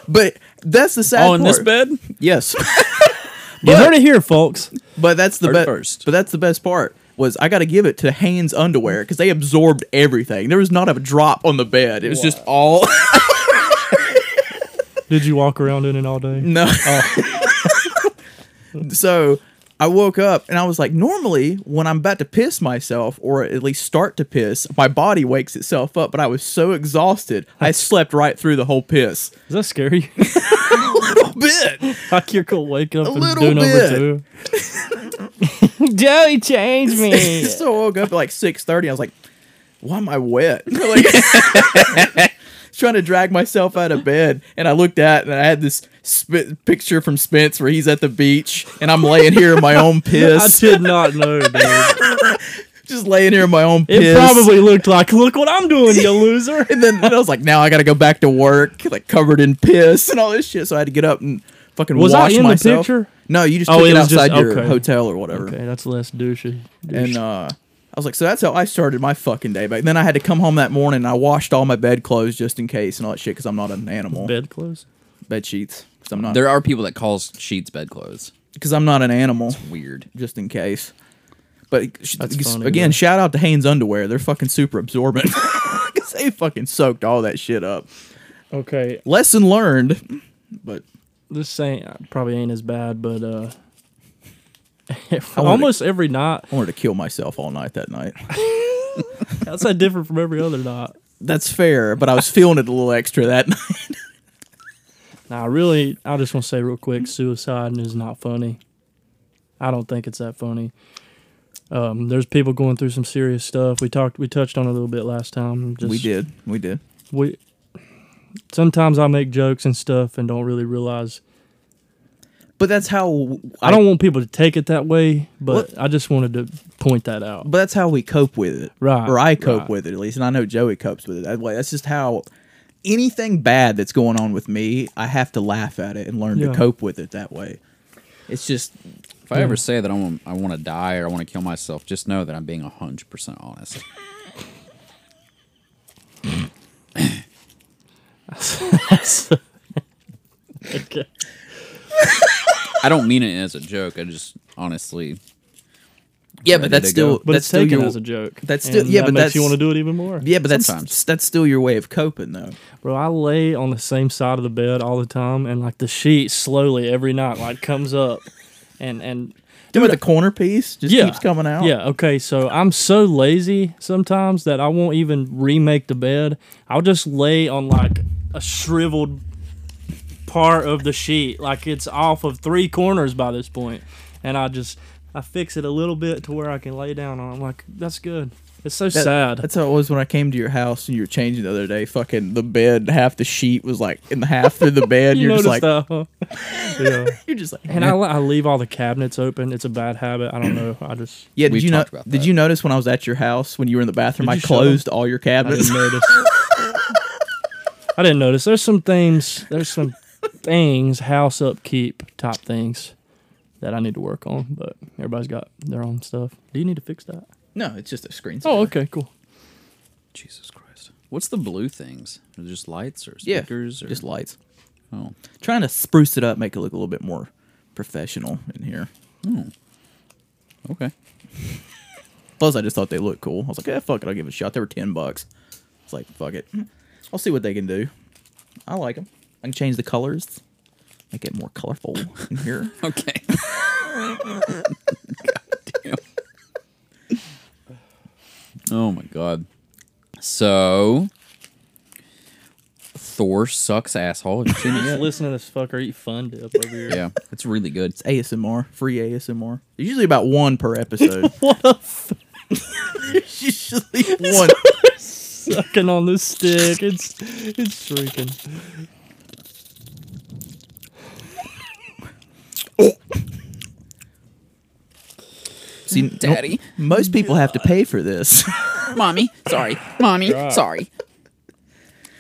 Speaker 1: But that's the sad.
Speaker 4: Oh, in this
Speaker 1: part.
Speaker 4: bed?
Speaker 1: Yes,
Speaker 3: you heard it here, folks.
Speaker 1: but that's the
Speaker 4: Heard it
Speaker 1: best.
Speaker 4: first.
Speaker 1: But that's the best part was I got to give it to Hanes underwear because they absorbed everything. There was not a drop on the bed. It was just all
Speaker 3: Did you walk around in it all day?
Speaker 1: no.
Speaker 3: Oh.
Speaker 1: so I woke up and I was like, normally when I'm about to piss myself or at least start to piss, my body wakes itself up, but I was so exhausted, I slept right through the whole piss.
Speaker 3: Is that scary?
Speaker 1: A bit.
Speaker 3: like you're gonna wake up and
Speaker 1: little
Speaker 3: do number
Speaker 1: bit.
Speaker 3: two. Joey changed me.
Speaker 1: so I woke up at like 6.30. I was like, why am I wet? Like, trying to drag myself out of bed. And I looked at and I had this sp- picture from Spence where he's at the beach and I'm laying here in my own
Speaker 3: I
Speaker 1: piss.
Speaker 3: did not know, dude.
Speaker 1: Just laying here in my own
Speaker 3: It
Speaker 1: piss.
Speaker 3: probably looked like, look what I'm doing, you loser.
Speaker 1: And then and I was like, now I gotta go back to work, like covered in piss and all this shit. So I had to get up and fucking
Speaker 3: Was I
Speaker 1: wash
Speaker 3: in the
Speaker 1: myself.
Speaker 3: picture?
Speaker 1: No, you just
Speaker 3: Oh,
Speaker 1: took
Speaker 3: it
Speaker 1: it,
Speaker 3: was just-
Speaker 1: outside your
Speaker 3: okay.
Speaker 1: hotel or whatever.
Speaker 3: Okay, that's less douchey.
Speaker 1: And uh, I was like, so that's how I started my fucking day. Back then, I had to come home that morning. and I washed all my bed clothes just in case and all that shit because I'm not an
Speaker 3: uh,
Speaker 1: animal. Bed,
Speaker 3: bedclothes.
Speaker 1: sheets because I'm not
Speaker 4: There are people that calls sheets bedclothes.
Speaker 1: because I'm not an animal.
Speaker 4: Weird.
Speaker 1: Just in case. But sh-
Speaker 3: That's
Speaker 1: s-
Speaker 3: funny,
Speaker 1: again,
Speaker 3: though.
Speaker 1: shout out to Hanes underwear. They're fucking super absorbent because they fucking soaked all that shit up.
Speaker 3: Okay,
Speaker 1: Lesson learned. But
Speaker 3: this ain't probably ain't as bad, but uh,
Speaker 1: wanna-
Speaker 3: almost every night.
Speaker 1: I wanted to kill myself all night that night.
Speaker 3: That's not different from every other night.
Speaker 1: That's fair, but I was feeling it a little extra that night.
Speaker 3: Now, really, I just want to say real quick, suicide is not funny. I don't think it's that funny. Um, there's people going through some serious stuff. We talked, we touched on it a little bit last time. Just,
Speaker 1: we did. We did.
Speaker 3: We sometimes I make jokes and stuff and don't really realize
Speaker 1: But that's how
Speaker 3: I don't want people to take it that way, but I just wanted to point that out.
Speaker 1: But that's how we cope with it,
Speaker 3: Right,
Speaker 1: Or I cope
Speaker 3: right.
Speaker 1: with it at least, and I know Joey copes with it. That way, that's just how anything bad that's going on with me, I have to laugh at it and learn
Speaker 3: Yeah.
Speaker 1: to cope with it that way. It's just
Speaker 4: If I ever
Speaker 1: Hmm.
Speaker 4: say that I want, I want to die or I want to kill myself, just know that I'm being 100% honest.
Speaker 3: Okay.
Speaker 4: I don't mean it as a joke. I just honestly.
Speaker 1: yeah,
Speaker 4: Ready
Speaker 1: but that's
Speaker 4: to go.
Speaker 1: still
Speaker 3: But
Speaker 1: that's
Speaker 3: it's
Speaker 1: still
Speaker 3: taken
Speaker 1: your
Speaker 3: as a joke.
Speaker 1: that's still-
Speaker 3: and
Speaker 1: yeah,
Speaker 3: that
Speaker 1: but
Speaker 3: makes
Speaker 1: that's-
Speaker 3: you want to do it even more.
Speaker 1: yeah, but that's
Speaker 4: Sometimes.
Speaker 1: that's still your way of coping though.
Speaker 3: Bro, I lay on the same side of the bed all the time, and like the sheet slowly every night like comes up, and and
Speaker 1: Remember the corner piece just
Speaker 3: yeah
Speaker 1: keeps coming out.
Speaker 3: Yeah. Okay. So I'm so lazy sometimes that I won't even remake the bed. I'll just lay on like a shriveled part of the sheet, like it's off of three corners by this point, and I just I fix it a little bit to where I can lay down on. it. I'm like, that's good. It's so
Speaker 1: That-
Speaker 3: sad.
Speaker 1: That's how it was when I came to your house and you were changing the other day. Fucking the bed, half the sheet was like in the half through the bed.
Speaker 3: you
Speaker 1: you're just
Speaker 3: notice
Speaker 1: like
Speaker 3: that? huh? yeah.
Speaker 1: you're just like.
Speaker 3: And I, I leave all the cabinets open. It's a bad habit. I don't know. I just
Speaker 1: yeah, did
Speaker 4: We've
Speaker 1: you know?
Speaker 4: talked about
Speaker 1: Did
Speaker 4: that.
Speaker 1: you notice when I was at your house when you were in the bathroom?
Speaker 3: Did
Speaker 1: I
Speaker 3: you shut 'em?
Speaker 1: closed all your
Speaker 3: I
Speaker 1: cabinets.
Speaker 3: didn't notice. I didn't notice. There's some things. There's some things house upkeep type things that I need to work on. But everybody's got their own stuff. Do you need to fix that?
Speaker 1: No, it's just a screen.
Speaker 3: Oh, okay, cool.
Speaker 4: Jesus Christ. What's the blue things? Are they just lights or
Speaker 1: yeah,
Speaker 4: speakers? or,
Speaker 1: just lights.
Speaker 4: Oh.
Speaker 1: Trying to spruce it up, make it look a little bit more professional in here.
Speaker 4: Hmm. Okay.
Speaker 1: Plus, I just thought they looked cool. I was like, yeah, fuck it, I'll give it a shot. They were ten bucks. It's like, fuck it, I'll see what they can do. I like them. I can change the colors, make it more colorful in here.
Speaker 4: Okay. God damn. Oh my god. So Thor sucks asshole. Have you seen it
Speaker 3: Just
Speaker 4: yet?
Speaker 3: listen to this fucker eat fun dip over here.
Speaker 4: Yeah, it's really good.
Speaker 1: It's ASMR, free ASMR. There's usually about one per episode. what a f- usually one.
Speaker 3: Sucking on this stick. It's it's freaking.
Speaker 1: See,
Speaker 4: Daddy.
Speaker 1: most people have to pay for this.
Speaker 4: Mommy, sorry. Mommy, sorry.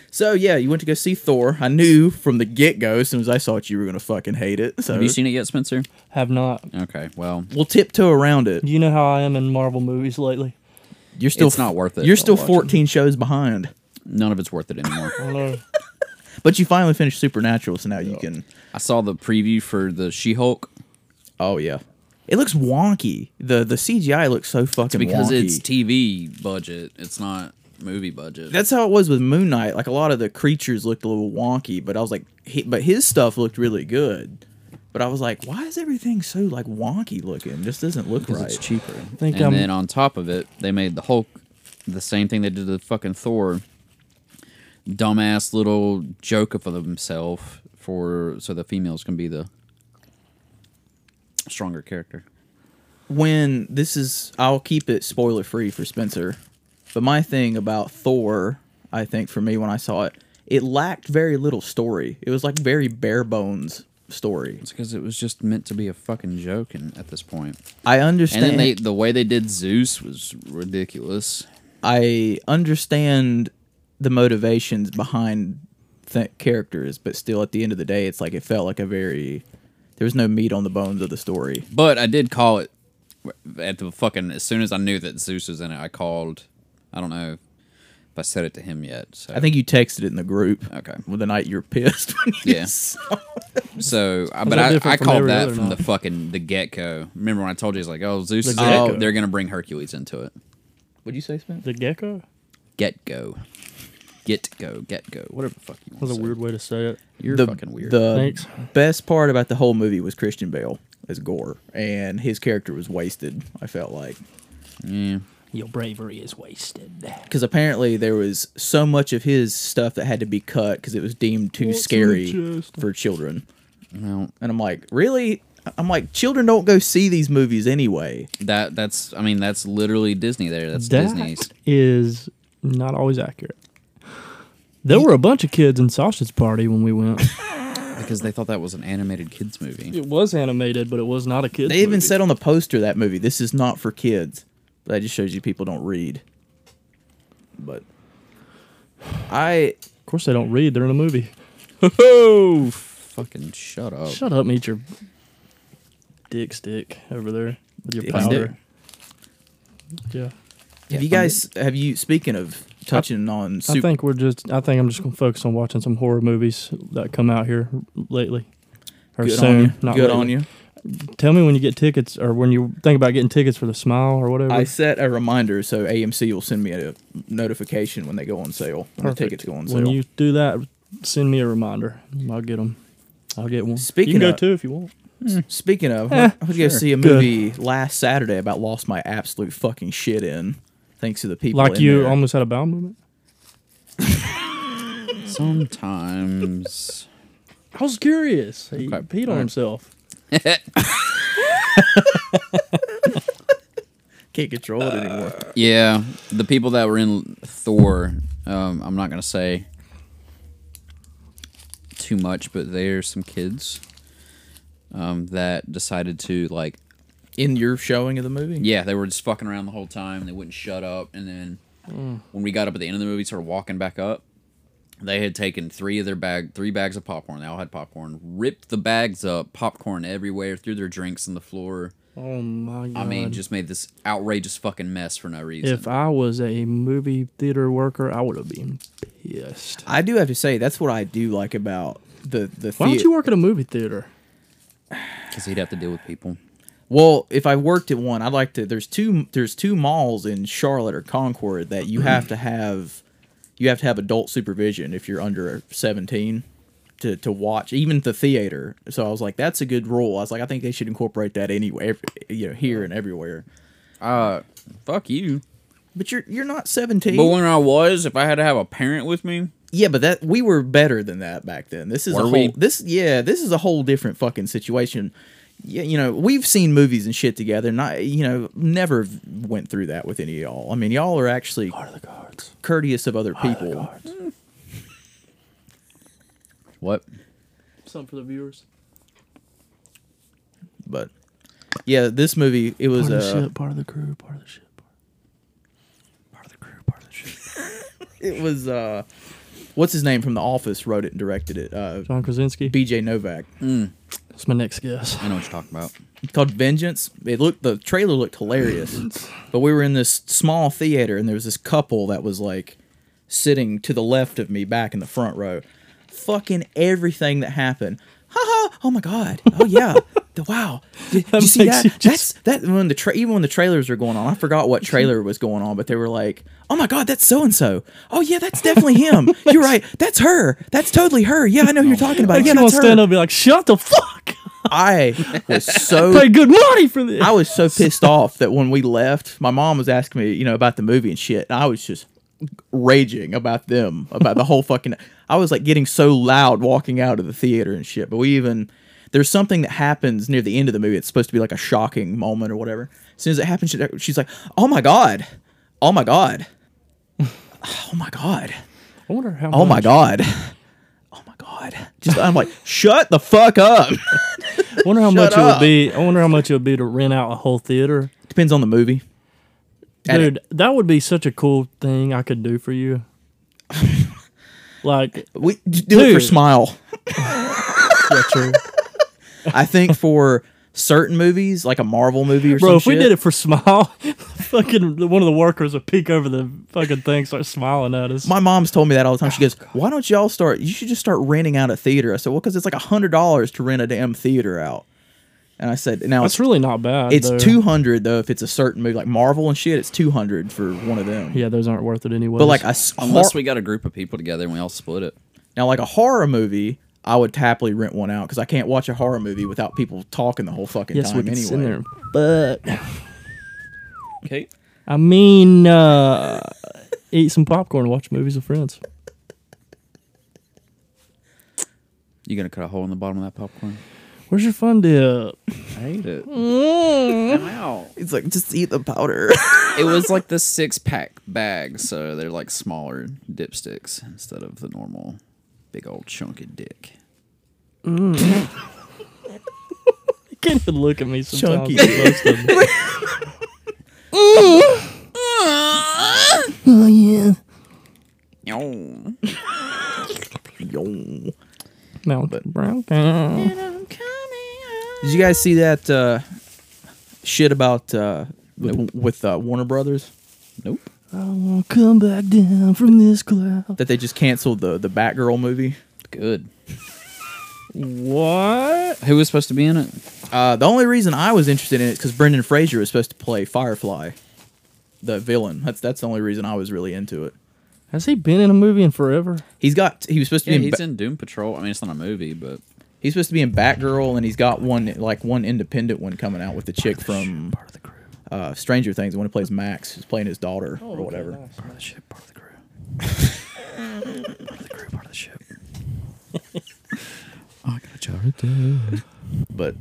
Speaker 1: so yeah, you went to go see Thor. I knew from the get go, as soon as I saw it, you were gonna fucking hate it. So
Speaker 4: Have you seen it yet, Spencer?
Speaker 3: Have not.
Speaker 4: Okay, well,
Speaker 1: we'll tiptoe around it.
Speaker 3: You know how I am in Marvel movies lately.
Speaker 1: You're still
Speaker 4: It's not worth it.
Speaker 1: You're still
Speaker 4: I'll watch
Speaker 1: 14
Speaker 4: it.
Speaker 1: shows behind,
Speaker 4: none of it's worth it anymore.
Speaker 3: I don't know.
Speaker 1: but you finally finished Supernatural, so now you can.
Speaker 4: I saw the preview for the She-Hulk.
Speaker 1: Oh yeah, it looks wonky. the The CGI looks so fucking
Speaker 4: It's because
Speaker 1: wonky.
Speaker 4: it's TV budget. It's not movie budget.
Speaker 1: That's how it was with Moon Knight. Like a lot of the creatures looked a little wonky, but I was like, he, but his stuff looked really good. But I was like, why is everything so like wonky looking? Just doesn't look
Speaker 4: because
Speaker 1: right.
Speaker 4: it's cheaper. um,
Speaker 3: think
Speaker 4: and
Speaker 3: I'm-
Speaker 4: then on top of it, they made the Hulk the same thing they did to the fucking Thor. Dumbass little joke for themselves for so the females can be the stronger character.
Speaker 1: when this is I'll keep it spoiler free for Spencer. But my thing about Thor, I think for me when I saw it, it lacked very little story. It was like very bare bones story.
Speaker 4: It's because it was just meant to be a fucking joke, and at this point,
Speaker 1: I
Speaker 4: and
Speaker 1: understand
Speaker 4: then they the way they did Zeus was ridiculous.
Speaker 1: I understand the motivations behind th- characters, but still at the end of the day it's like it felt like a very there was no meat on the bones of the story.
Speaker 4: But I did call it at the fucking as soon as I knew that Zeus was in it. I called. I don't know if I said it to him yet. So
Speaker 1: I think you texted it in the group.
Speaker 4: Okay.
Speaker 1: Well, the night you were pissed. When you
Speaker 4: Yeah.
Speaker 1: saw
Speaker 4: So, I, but
Speaker 3: that
Speaker 4: I,
Speaker 3: different
Speaker 4: I
Speaker 3: from
Speaker 4: called
Speaker 3: every
Speaker 4: that
Speaker 3: other
Speaker 4: from the
Speaker 3: novel?
Speaker 4: fucking the get go. Remember when I told you it's like, oh, Zeus
Speaker 3: The
Speaker 4: is in it,
Speaker 1: get-go.
Speaker 4: they're gonna bring Hercules into it.
Speaker 1: What'd you say, Spencer?
Speaker 3: The gecko
Speaker 4: Get go, get go, get go. Whatever the fuck you want.
Speaker 3: was a
Speaker 4: to
Speaker 3: weird way to say it.
Speaker 4: Say. You're
Speaker 1: the,
Speaker 4: fucking weird.
Speaker 1: The
Speaker 3: Thanks.
Speaker 1: best part about the whole movie was Christian Bale as Gore, and his character was wasted. I felt like
Speaker 4: yeah.
Speaker 3: Your bravery is wasted.
Speaker 1: because apparently there was so much of his stuff that had to be cut because it was deemed too scary
Speaker 3: chest?
Speaker 1: for children.
Speaker 4: No,
Speaker 1: And I'm like, really? I'm like, children don't go see these movies anyway.
Speaker 4: that that's. I mean, that's literally Disney. There, that's
Speaker 3: That is
Speaker 4: Disney's.
Speaker 3: not always accurate. There were a bunch of kids in Sausage Party when we went.
Speaker 4: because they thought that was an animated kids movie.
Speaker 3: It was animated, but it was not a kid.
Speaker 1: They even said on the poster of that movie, this is not for kids. But that just shows you people don't read. But I
Speaker 3: Of course, they don't read. They're in a movie.
Speaker 4: Oh, fucking shut
Speaker 1: Oh.
Speaker 4: up!
Speaker 3: Shut up, and eat your dick stick over there with your
Speaker 1: Dick
Speaker 3: powder. Yeah,
Speaker 1: have you guys have you speaking of touching on
Speaker 3: I
Speaker 1: super
Speaker 3: think we're just. I think I'm just gonna focus on watching some horror movies that come out here lately or
Speaker 1: good
Speaker 3: soon.
Speaker 1: on you.
Speaker 3: Not
Speaker 1: good
Speaker 3: lately.
Speaker 1: on you.
Speaker 3: Tell me when you get tickets, or when you think about getting tickets for the smile or whatever.
Speaker 1: I set a reminder so AMC will send me a notification when they go on sale. When the
Speaker 3: Perfect.
Speaker 1: tickets go on
Speaker 3: when
Speaker 1: sale.
Speaker 3: you do that, send me a reminder. I'll get them. I'll get one.
Speaker 1: Speaking
Speaker 3: you can
Speaker 1: of-
Speaker 3: go too if you want.
Speaker 1: Speaking of,
Speaker 3: Eh,
Speaker 1: I was going to
Speaker 4: sure.
Speaker 1: see a
Speaker 3: Good.
Speaker 1: movie last Saturday about lost my absolute fucking shit in. Thanks to the people.
Speaker 3: Like
Speaker 1: in
Speaker 3: you
Speaker 1: there.
Speaker 3: almost had a bowel movement.
Speaker 4: Sometimes
Speaker 3: I was curious. He
Speaker 4: Okay.
Speaker 3: peed on
Speaker 4: Alright.
Speaker 3: himself.
Speaker 1: can't control it anymore.
Speaker 3: Uh,
Speaker 4: Yeah, the people that were in Thor, um, I'm not gonna say too much, but they're some kids um, that decided to like,
Speaker 1: In your showing of the movie,
Speaker 4: yeah, they were just fucking around the whole time. They wouldn't shut up, and then when we got up at the end of the movie, started walking back up. They had taken three of their bag, three bags of popcorn. They all had popcorn. Ripped the bags up, popcorn everywhere, threw their drinks on the floor.
Speaker 3: Oh my god!
Speaker 4: I mean, just made this outrageous fucking mess for no reason.
Speaker 3: if I was a movie theater worker, I would have been pissed.
Speaker 1: I do have to say that's what I do like about the the.
Speaker 3: Why don't
Speaker 1: thea-
Speaker 3: you work at a movie theater?
Speaker 4: because he'd have to deal with people.
Speaker 1: Well, if I worked at one, I'd like to. There's two. There's two malls in Charlotte or Concord that you have to have. You have to have adult supervision if you're under 17 to to watch even the theater. So I was like, that's a good rule. I was like, I think they should incorporate that anywhere, you know, here and everywhere.
Speaker 4: Uh, fuck you.
Speaker 1: But you're you're not 17.
Speaker 4: But when I was, if I had to have a parent with me,
Speaker 1: Yeah, but that we were better than that back then. This is a
Speaker 4: Were
Speaker 1: whole
Speaker 4: we?
Speaker 1: this yeah, this is a whole different fucking situation. Yeah, you know, we've seen movies and shit together, and I, you know, never v- went through that with any of y'all. I mean, y'all are actually courteous of other people.
Speaker 4: what?
Speaker 3: Something for the viewers.
Speaker 1: But yeah, this movie it was
Speaker 3: Part of the
Speaker 1: uh,
Speaker 3: ship, part of the crew, part of the ship. Part of the crew, part of the ship.
Speaker 1: it was uh, what's his name from The Office wrote it and directed it. Uh,
Speaker 3: John Krasinski.
Speaker 1: B.J. Novak.
Speaker 3: That's my next guess.
Speaker 4: I know what you're talking about.
Speaker 1: It's called Vengeance. It looked the trailer looked hilarious, but we were in this small theater and there was this couple that was like sitting to the left of me back in the front row. Fucking everything that happened. Ha ha! Oh my god! Oh yeah! the, wow! Did, did
Speaker 3: That
Speaker 1: you see that?
Speaker 3: makes you just-
Speaker 1: That's that when the tra- even when the trailers were going on, I forgot what trailer was going on, but they were like, "Oh my god, that's so and so! Oh yeah, that's definitely him! You're right, that's her! That's totally her! Yeah, I know who you're talking about!
Speaker 3: Like
Speaker 1: Yeah,
Speaker 3: you gonna
Speaker 1: that's her!"
Speaker 3: stand up and be like, "Shut the fuck!
Speaker 1: I was
Speaker 3: I
Speaker 1: so
Speaker 3: paid good money for this."
Speaker 1: I was so pissed off that when we left, my mom was asking me, you know, about the movie and shit, and I was just raging about them, about the whole fucking. I was like getting so loud walking out of the theater and shit. But we even there's something that happens near the end of the movie. It's supposed to be like a shocking moment or whatever. As soon as it happens, she, she's like, "Oh my god, oh my god, oh my god."
Speaker 3: I wonder how.
Speaker 1: Oh my
Speaker 3: much-
Speaker 1: god. Oh my god. Just I'm like, "Shut the fuck up."
Speaker 3: I wonder how much
Speaker 1: Shut
Speaker 3: it
Speaker 1: up.
Speaker 3: would be. I wonder how much it would be to rent out a whole theater.
Speaker 1: Depends on the movie. And it-
Speaker 3: Dude, that would be such a cool thing I could do for you. like,
Speaker 1: We do it for
Speaker 3: Dude.
Speaker 1: smile.
Speaker 3: yeah, true.
Speaker 1: I think for certain movies, like a Marvel movie or
Speaker 3: Bro,
Speaker 1: some
Speaker 3: if we
Speaker 1: shit-
Speaker 3: did it for smile, fucking one of the workers would peek over the fucking thing, start smiling at us.
Speaker 1: my mom's told me that all the time.
Speaker 3: Oh,
Speaker 1: She goes, "Why don't y'all start? You should just start renting out a theater." I said, "Well, because it's like a hundred dollars to rent a damn theater out." And I said, "Now
Speaker 3: That's
Speaker 1: it's,
Speaker 3: really not bad.
Speaker 1: it's
Speaker 3: though.
Speaker 1: two hundred though if it's a certain movie like Marvel and shit. It's two hundred for one of them.
Speaker 3: Yeah, those aren't worth it anyway.
Speaker 1: But like a s-
Speaker 4: Unless
Speaker 1: hor-
Speaker 4: we got a group of people together and we all split it.
Speaker 1: now like a horror movie." I would happily rent one out because I can't watch a horror movie without people talking the whole fucking
Speaker 3: yes, we
Speaker 1: time
Speaker 3: can
Speaker 1: anyway.
Speaker 3: sit in there. But
Speaker 4: Okay.
Speaker 3: I mean, uh, eat some popcorn, and watch movies with friends.
Speaker 4: You gonna cut a hole in the bottom of that popcorn?
Speaker 3: Where's your fun dip?
Speaker 4: I hate it.
Speaker 3: Mm.
Speaker 4: Wow.
Speaker 1: It's like just eat the powder.
Speaker 4: It was like the six pack bag, so they're like smaller dipsticks instead of the normal big old chunky dick.
Speaker 3: You can't even look at me sometimes.
Speaker 1: Chunky.
Speaker 3: with most of them.
Speaker 1: Yo.
Speaker 3: No, but brown. cow.
Speaker 1: Did you guys see that uh, shit about uh, with, with uh, Warner Brothers?
Speaker 4: Nope.
Speaker 3: I won't come back down from this cloud.
Speaker 1: That they just canceled the the Batgirl movie.
Speaker 4: Good.
Speaker 3: What?
Speaker 4: Who was supposed to be in it?
Speaker 1: Uh, the only reason I was interested in it is because Brendan Fraser is supposed to play Firefly, the villain. That's that's the only reason I was really into it.
Speaker 3: Has he been in a movie in forever?
Speaker 1: He's got he was supposed to
Speaker 4: Yeah,
Speaker 1: be in,
Speaker 4: he's
Speaker 1: Ba-
Speaker 4: in Doom Patrol. I mean, it's not a movie, but
Speaker 1: he's supposed to be in Batgirl, and he's got one like one independent one coming out with the chick from
Speaker 3: Part of the crew.
Speaker 1: uh, Stranger Things. The one who plays Max, who's playing his
Speaker 4: Oh,
Speaker 1: daughter or whatever.
Speaker 3: Part of the ship. Part of the crew. part of the crew. Part of the ship.
Speaker 1: but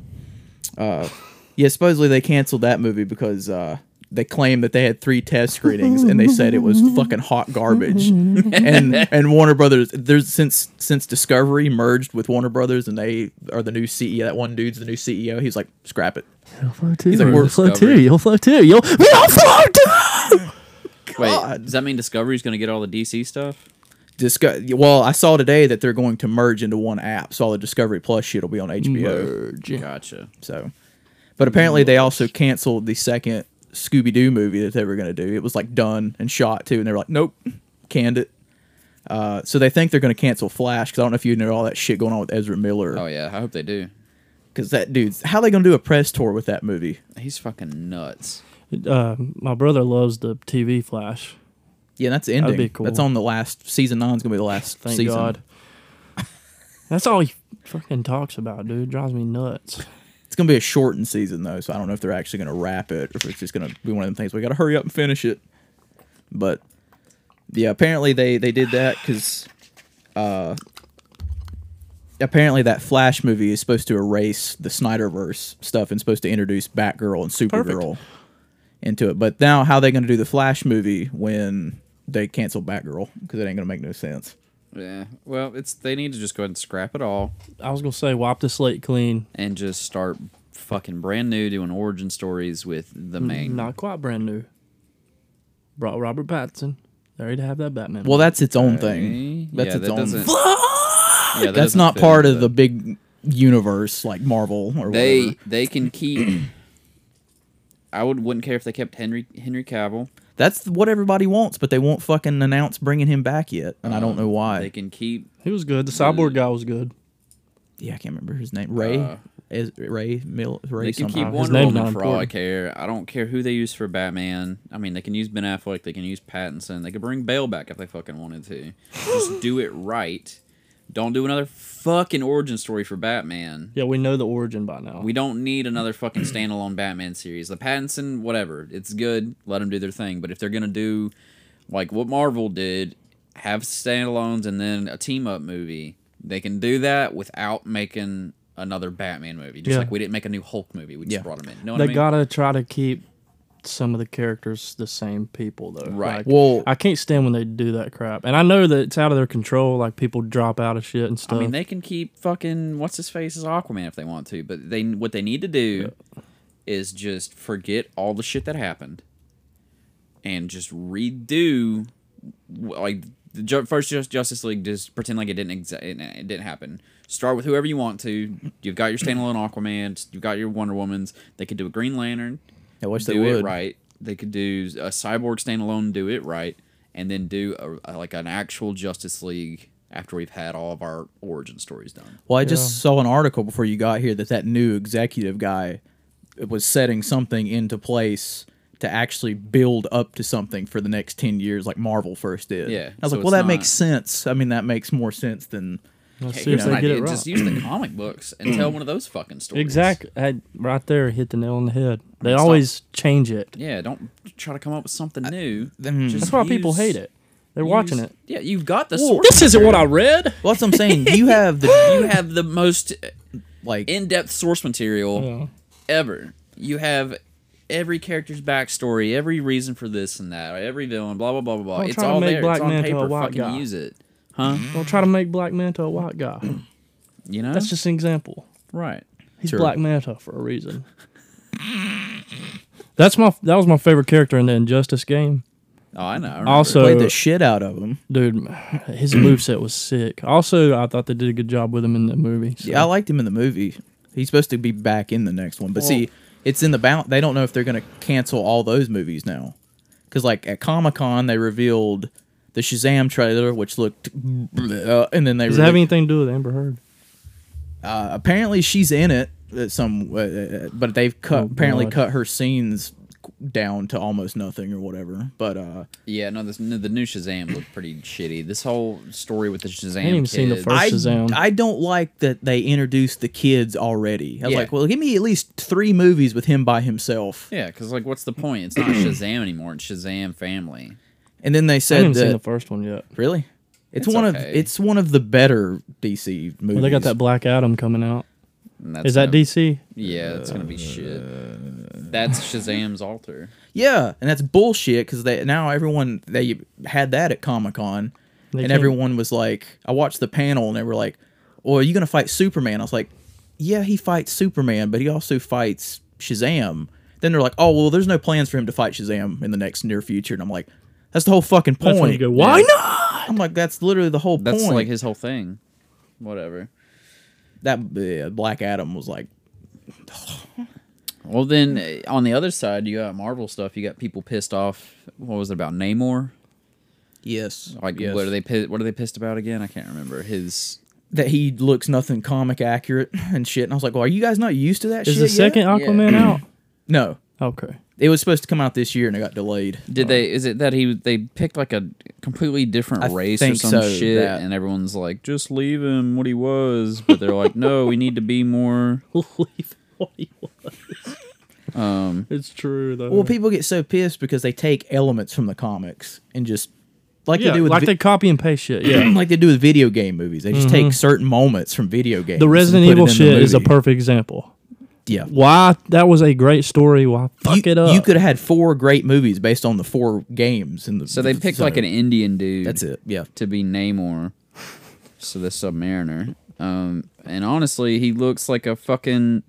Speaker 1: uh, yeah, supposedly they canceled that movie because uh, they claimed that they had three test screenings and they said it was fucking hot garbage. and and Warner Brothers, there's since since Discovery merged with Warner Brothers and they are the new CEO. That one dude's the new CEO. He's like, scrap it.
Speaker 3: You'll flow too.
Speaker 1: He's like,
Speaker 3: you'll
Speaker 1: we're
Speaker 3: flow
Speaker 4: discovered.
Speaker 3: too. You'll flow too. You'll we all flow too.
Speaker 4: wait, does that mean Discovery's going to get all the DC stuff?
Speaker 1: Disco- well, I saw today that they're going to merge into one app, so all the Discovery Plus shit will be on HBO.
Speaker 4: Gotcha.
Speaker 1: So, but apparently they also canceled the second Scooby Doo movie that they were going to do. It was like done and shot too, and they were like, nope, canned it. Uh, so they think they're going to cancel Flash because I don't know if you know all that shit going on with Ezra
Speaker 4: Oh
Speaker 1: Miller
Speaker 4: yeah, I hope they do.
Speaker 1: because that dude's how they going to do a press tour with that movie?
Speaker 4: He's fucking nuts.
Speaker 3: Uh, my brother loves the TV Flash.
Speaker 1: Yeah, that's the ending.
Speaker 3: be cool.
Speaker 1: That's on the last season nine's going to be the last
Speaker 3: Thank
Speaker 1: season.
Speaker 3: God. That's all he fucking talks about, dude. Drives me nuts.
Speaker 1: It's going to be a shortened season though, so I don't know if they're actually going to wrap it or if it's just going to be one of them things we got to hurry up and finish it. But yeah, apparently they they did that because uh, apparently that Flash movie is supposed to erase the Snyderverse stuff and supposed to introduce Batgirl and Supergirl into it. But now how are they going to do the Flash movie when they cancel Batgirl because it ain't going to make no sense.
Speaker 4: Yeah. Well, it's they need to just go ahead and scrap it all
Speaker 3: I was gonna say wipe the slate clean.
Speaker 4: and just start fucking brand new doing origin stories with
Speaker 1: Mm,
Speaker 4: the main.
Speaker 3: Not quite brand new. Brought Robert Pattinson. There he'd have that Batman.
Speaker 1: Well, that's its own
Speaker 4: Eh?
Speaker 1: thing. That's
Speaker 4: yeah,
Speaker 1: its
Speaker 4: that
Speaker 1: own.
Speaker 4: doesn't. Yeah, that
Speaker 1: That's
Speaker 4: doesn't
Speaker 1: not
Speaker 4: fit
Speaker 1: part
Speaker 4: into
Speaker 1: of the big universe like Marvel or
Speaker 4: They
Speaker 1: whatever.
Speaker 4: they can keep. I would wouldn't care if they kept Henry Henry Cavill.
Speaker 1: That's what everybody wants, but they won't fucking announce bringing him back yet, and I don't know
Speaker 4: Uh, They
Speaker 1: why.
Speaker 4: can keep
Speaker 3: he was good. The cyborg guy was good.
Speaker 1: Yeah, I can't remember his name. Ray
Speaker 4: Uh,
Speaker 1: is Ray Mill Ray
Speaker 4: They can
Speaker 1: something.
Speaker 4: keep
Speaker 3: His
Speaker 4: Wonder
Speaker 3: name's
Speaker 4: Woman
Speaker 3: not
Speaker 4: for all I
Speaker 3: important.
Speaker 4: care. I don't care who they use for Batman. I mean, they can use Ben Affleck. They can use Pattinson. They could bring Bale back if they fucking wanted to. Just do it right. Don't do another fucking origin story for Batman.
Speaker 3: Yeah, we know the origin by now.
Speaker 4: We don't need another fucking standalone Batman series. The Pattinson, whatever, it's good. Let them do their thing. But if they're gonna do like what Marvel did, have standalones and then a team up movie, they can do that without making another Batman movie. Just
Speaker 3: Yeah.
Speaker 4: like we didn't make a new Hulk movie. We just
Speaker 1: Yeah.
Speaker 4: brought him in. You know what
Speaker 3: they
Speaker 4: I mean?
Speaker 3: gotta try to keep some of the characters the same people though.
Speaker 4: Right.
Speaker 3: Like,
Speaker 1: Well-
Speaker 3: I can't stand when they do that crap. And I know that it's out of their control. Like people drop out of shit and
Speaker 4: I
Speaker 3: stuff.
Speaker 4: mean, they can keep fucking what's his face as Aquaman if they want to, but they what they need to do is just forget all the shit that happened and just redo like the ju- first Jus- Justice League. Just pretend like it didn't exa- it it didn't happen. Start with whoever you want to. You've got your standalone Aquaman. You've got your Wonder Woman's. They could do a Green Lantern.
Speaker 1: I wish they
Speaker 4: do it
Speaker 1: would.
Speaker 4: right. They could do a cyborg standalone, do it right, and then do a, like an actual Justice League after we've had all of our origin stories done.
Speaker 1: Well, I just saw an article before you got here that that new executive guy was setting something into place to actually build up to something for the next 10 years like Marvel first did. I
Speaker 4: Yeah,
Speaker 1: was
Speaker 4: so
Speaker 1: like,
Speaker 4: it's
Speaker 1: "Well, that
Speaker 4: not-
Speaker 1: makes sense. I mean, that makes more sense than
Speaker 3: Let's see
Speaker 4: Here's
Speaker 3: if
Speaker 4: an
Speaker 3: they get
Speaker 4: idea.
Speaker 3: it right.
Speaker 4: Just use the comic books and tell one of those fucking stories.
Speaker 3: Exactly. I- Right there, hit the nail on the head. They
Speaker 4: It's not-
Speaker 3: always change it.
Speaker 4: Yeah, don't try to come up with something new. Just
Speaker 3: That's why people
Speaker 4: use-
Speaker 3: hate it. They're watching
Speaker 4: use-
Speaker 3: it.
Speaker 4: Yeah, you've got the source.
Speaker 3: This isn't what I read.
Speaker 1: Well, that's what I'm saying. You have the
Speaker 4: You have the most
Speaker 1: like
Speaker 4: in-depth source material
Speaker 3: Yeah.
Speaker 4: ever. You have every character's backstory, every reason for this and that, every villain, blah blah blah blah blah.
Speaker 3: Don't
Speaker 4: It's
Speaker 3: try to
Speaker 4: all
Speaker 3: make
Speaker 4: there.
Speaker 3: Black
Speaker 4: it's on
Speaker 3: Manta a
Speaker 4: paper.
Speaker 3: white
Speaker 4: Fucking
Speaker 3: guy.
Speaker 4: use it, huh?
Speaker 3: Don't try to make Black Manta a white guy.
Speaker 4: You know?
Speaker 3: That's just an example.
Speaker 4: right.
Speaker 3: He's
Speaker 1: Sure.
Speaker 3: Black Manta for a reason. That's my that was my favorite character in the Injustice game.
Speaker 4: Oh, I know. I remember.
Speaker 3: Also,
Speaker 1: Played the shit out of him.
Speaker 3: dude, his moveset was sick. Also, I thought they did a good job with him in the movie. so-
Speaker 1: Yeah, I liked him in the movie. He's supposed to be back in the next one, but see, it's in the bound. They don't know if they're going to cancel all those movies now, because like at Comic Con they revealed the Shazam trailer, which looked, uh, and then they
Speaker 3: Does
Speaker 1: rele-
Speaker 3: it have anything to do with Amber Heard?
Speaker 1: uh, apparently she's in it at some, uh, uh, but they've cut
Speaker 3: Oh,
Speaker 1: apparently
Speaker 3: God.
Speaker 1: cut her scenes down to almost nothing or whatever. But uh,
Speaker 4: yeah, no, this, no, the new Shazam looked pretty shitty. This whole story with the Shazam.
Speaker 3: even seen the
Speaker 4: kid-
Speaker 3: first-
Speaker 1: I
Speaker 3: Shazam.
Speaker 1: I don't like that they introduced the kids already. I was
Speaker 4: Yeah.
Speaker 1: like, well, give me at least three movies with him by himself.
Speaker 4: Yeah, because like, what's the point? It's not Shazam anymore. It's Shazam Family.
Speaker 1: And then they
Speaker 3: I
Speaker 1: said
Speaker 3: haven't
Speaker 1: that
Speaker 3: seen the first one yet.
Speaker 1: Really? It's,
Speaker 4: It's
Speaker 1: one of
Speaker 4: okay.
Speaker 1: it's one of the better DC movies.
Speaker 3: Well, they got that Black Adam coming out.
Speaker 4: And that's
Speaker 3: Is that
Speaker 4: gonna-
Speaker 3: DC?
Speaker 4: Yeah, that's gonna be shit. That's Shazam's altar.
Speaker 1: yeah, and that's bullshit because they now everyone they had that at Comic Con,
Speaker 3: They
Speaker 1: and
Speaker 3: can't-
Speaker 1: everyone was like, I watched the panel and they were like, "Well, are you gonna fight Superman?" I was like, "Yeah, he fights Superman, but he also fights Shazam." Then they're like, "Oh, well, there's no plans for him to fight Shazam in the next near future," and I'm like, "That's the whole fucking
Speaker 3: That's when you
Speaker 1: point."
Speaker 3: go, why not?
Speaker 1: I'm like, "That's literally the whole
Speaker 4: That's
Speaker 1: point."
Speaker 4: like his whole thing. Whatever.
Speaker 1: that yeah, Black Adam was like,
Speaker 4: Well, then uh, on the other side, you got Marvel stuff. You got people pissed off. What was it about Namor?
Speaker 1: "Yes,
Speaker 4: Like,
Speaker 1: yes.
Speaker 4: what are they? pi- What are they pissed about again? I can't remember. His
Speaker 1: that he looks nothing comic accurate and shit. And I was like, well, are you guys not used to that
Speaker 3: Is
Speaker 1: shit?
Speaker 3: the
Speaker 1: yet?
Speaker 3: second Aquaman out?
Speaker 1: No.
Speaker 3: Okay.
Speaker 1: It was supposed to come out this year and it got delayed.
Speaker 4: did they? Is it that he? They picked like a completely different
Speaker 1: Uh, I
Speaker 4: race or
Speaker 1: think
Speaker 4: some
Speaker 1: so,
Speaker 4: shit,
Speaker 1: that.
Speaker 4: and everyone's like, just leave him what he was. But they're like, no, we need to be more.
Speaker 3: It's true though.
Speaker 1: Well, people get so pissed because they take elements from the comics and just like
Speaker 3: yeah,
Speaker 1: they do with
Speaker 3: like
Speaker 1: vi-
Speaker 3: they copy and paste shit. Yeah.
Speaker 1: like they do with video game movies. They just take certain moments from video games.
Speaker 3: Mm-hmm. the
Speaker 1: and
Speaker 3: Resident
Speaker 1: put it
Speaker 3: Evil
Speaker 1: in the
Speaker 3: shit is a
Speaker 1: movie.
Speaker 3: perfect example.
Speaker 1: yeah.
Speaker 3: Why that was a great story. Why fuck
Speaker 1: you,
Speaker 3: it up?
Speaker 1: You could have had four great movies based on the four games in the.
Speaker 4: So they picked like an Indian dude.
Speaker 1: That's it. Yeah.
Speaker 4: to be Namor, so the Submariner. Um, and honestly, he looks like a fucking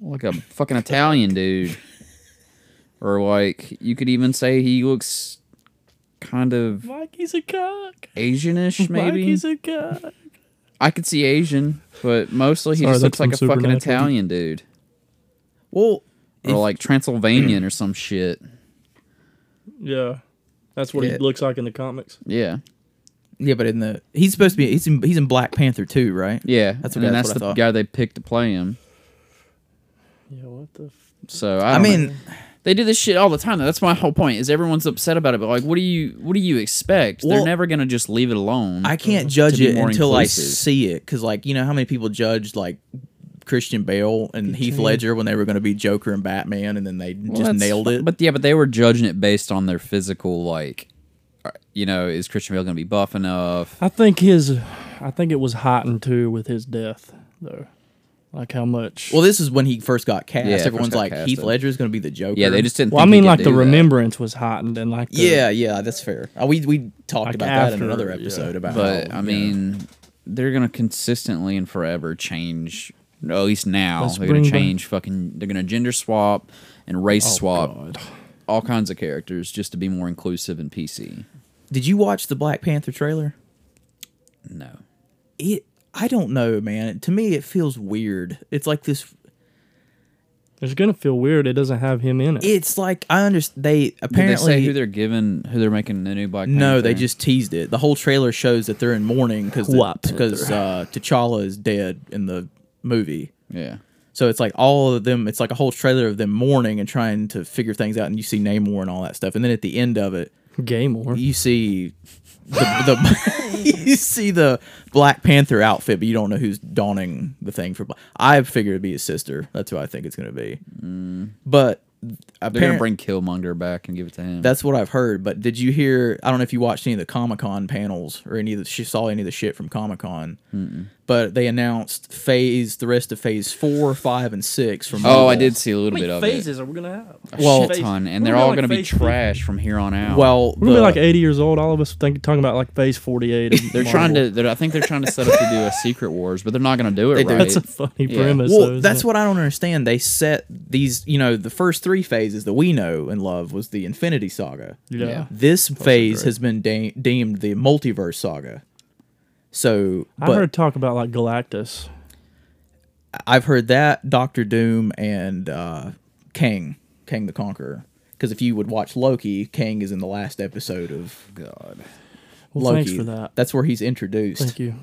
Speaker 4: like a fucking Italian dude, or like you could even say he looks kind of
Speaker 3: Mikey's a cock.
Speaker 4: Asianish, maybe.
Speaker 3: Mikey's a cock.
Speaker 4: I could see Asian, but mostly he
Speaker 3: Sorry,
Speaker 4: just
Speaker 3: that's
Speaker 4: looks like a
Speaker 3: from
Speaker 4: fucking
Speaker 3: Supernatural.
Speaker 4: Italian dude,
Speaker 1: Well,
Speaker 4: or like Transylvanian or some shit.
Speaker 3: Yeah, that's what
Speaker 1: Yeah.
Speaker 3: he looks like in the comics.
Speaker 4: Yeah,
Speaker 1: yeah, but in the he's supposed to be he's in he's in Black Panther too, right?
Speaker 4: yeah.
Speaker 1: That's
Speaker 4: and
Speaker 1: what-
Speaker 4: then
Speaker 1: that's
Speaker 4: that's,
Speaker 1: what I
Speaker 4: the
Speaker 1: thought.
Speaker 4: guy they picked to play him.
Speaker 3: Yeah, what the? F-
Speaker 4: So I,
Speaker 1: I
Speaker 4: don't know.
Speaker 1: mean,
Speaker 4: They do this shit all the time. though. That's my whole point. Is everyone's upset about it? But like, what do you what do you expect?
Speaker 1: Well,
Speaker 4: They're never gonna just leave it alone.
Speaker 1: I can't judge
Speaker 4: Mm-hmm. be
Speaker 1: it
Speaker 4: more
Speaker 1: until I
Speaker 4: inclusive.
Speaker 1: see it because, like, you know how many people judged like Christian Bale and Heath Ledger when they were going to be Joker and Batman, and then they
Speaker 4: Well,
Speaker 1: just
Speaker 4: that's-
Speaker 1: nailed it.
Speaker 4: But yeah, but they were judging it based on their physical. Like, uh, you know, is Christian Bale gonna be buff enough?
Speaker 3: I think his, I think it was heightened too with his death though, like how much.
Speaker 1: well, this is when he first got cast.
Speaker 4: Yeah, first
Speaker 1: Everyone's
Speaker 4: got
Speaker 1: like,
Speaker 4: cast,
Speaker 1: Heath
Speaker 4: though.
Speaker 1: Ledger's going to be the Joker.
Speaker 4: Yeah, they just didn't.
Speaker 3: Well, I
Speaker 4: think he
Speaker 3: mean,
Speaker 4: could
Speaker 3: like the
Speaker 4: do that.
Speaker 3: remembrance was heightened and like the,
Speaker 1: Yeah, yeah, that's fair. Uh, we we talked
Speaker 3: Like
Speaker 1: about that in
Speaker 3: after,
Speaker 1: another
Speaker 3: yeah.
Speaker 1: episode about.
Speaker 4: But
Speaker 1: how,
Speaker 4: I
Speaker 1: you know,
Speaker 4: mean, they're gonna consistently and forever change. At least now,
Speaker 3: Let's
Speaker 4: they're gonna
Speaker 3: bring back-
Speaker 4: change. Fucking, they're gonna gender swap and race
Speaker 1: Oh,
Speaker 4: swap. All kinds of characters just to be more inclusive and PC.
Speaker 1: did you watch the Black Panther trailer?
Speaker 4: No.
Speaker 1: It. I don't know, man. To me, it feels weird. It's like this.
Speaker 3: It's gonna feel weird. It doesn't have him in it.
Speaker 1: It's like I understand. They apparently
Speaker 4: Did they say who they're giving, who they're making the new Black Panther?
Speaker 1: No, they just teased it. The whole trailer shows that they're in mourning because
Speaker 3: Black
Speaker 1: because uh, T'Challa is dead in the movie.
Speaker 4: yeah.
Speaker 1: So it's like all of them. It's like a whole trailer of them mourning and trying to figure things out, and you see Namor and all that stuff. And then at the end of it,
Speaker 3: Gay more.
Speaker 1: you see the, the you see the Black Panther outfit, but you don't know who's donning the thing for. Bla- I figure it'd be his sister. That's who I think it's gonna be. But
Speaker 4: Mm. They're gonna
Speaker 1: apparently,
Speaker 4: bring Killmonger back and give it to him.
Speaker 1: that's what I've heard. But did you hear? I don't know if you watched any of the Comic Con panels or any of the. She saw any of the shit from Comic Con. but they announced phase the rest of phase four, five, and six from.
Speaker 4: Oh, I
Speaker 1: Marvel.
Speaker 4: did see a little bit of it.
Speaker 3: phases are we gonna have?
Speaker 4: A shit ton, and
Speaker 3: We're
Speaker 4: they're
Speaker 3: gonna
Speaker 4: all
Speaker 3: like
Speaker 4: going to be
Speaker 3: phase fifty.
Speaker 4: trash from here on out.
Speaker 1: Well,
Speaker 3: We're gonna
Speaker 1: the-
Speaker 3: be like 80 years old. All of us think, talking about like phase 48. Of
Speaker 4: they're trying to. They're, I think they're trying to set up to do a Secret Wars, but they're not going to do it
Speaker 1: They do.
Speaker 4: right.
Speaker 3: That's a funny
Speaker 4: Yeah.
Speaker 3: premise.
Speaker 1: well,
Speaker 3: though, isn't
Speaker 1: that's
Speaker 3: it?
Speaker 1: what I don't understand. They set these, you know, the first three phases that we know and love was the Infinity Saga.
Speaker 3: Yeah.
Speaker 4: yeah.
Speaker 1: This phase
Speaker 4: great.
Speaker 1: has been de- deemed the multiverse saga. So,
Speaker 3: I
Speaker 1: but
Speaker 3: heard talk about like Galactus.
Speaker 1: I've heard that Doctor Doom and uh, Kang, Kang the Conqueror. Because if you would watch Loki, Kang is in the last episode of
Speaker 4: God,
Speaker 3: Well,
Speaker 1: Loki.
Speaker 3: thanks for that.
Speaker 1: That's where he's introduced.
Speaker 3: Thank you.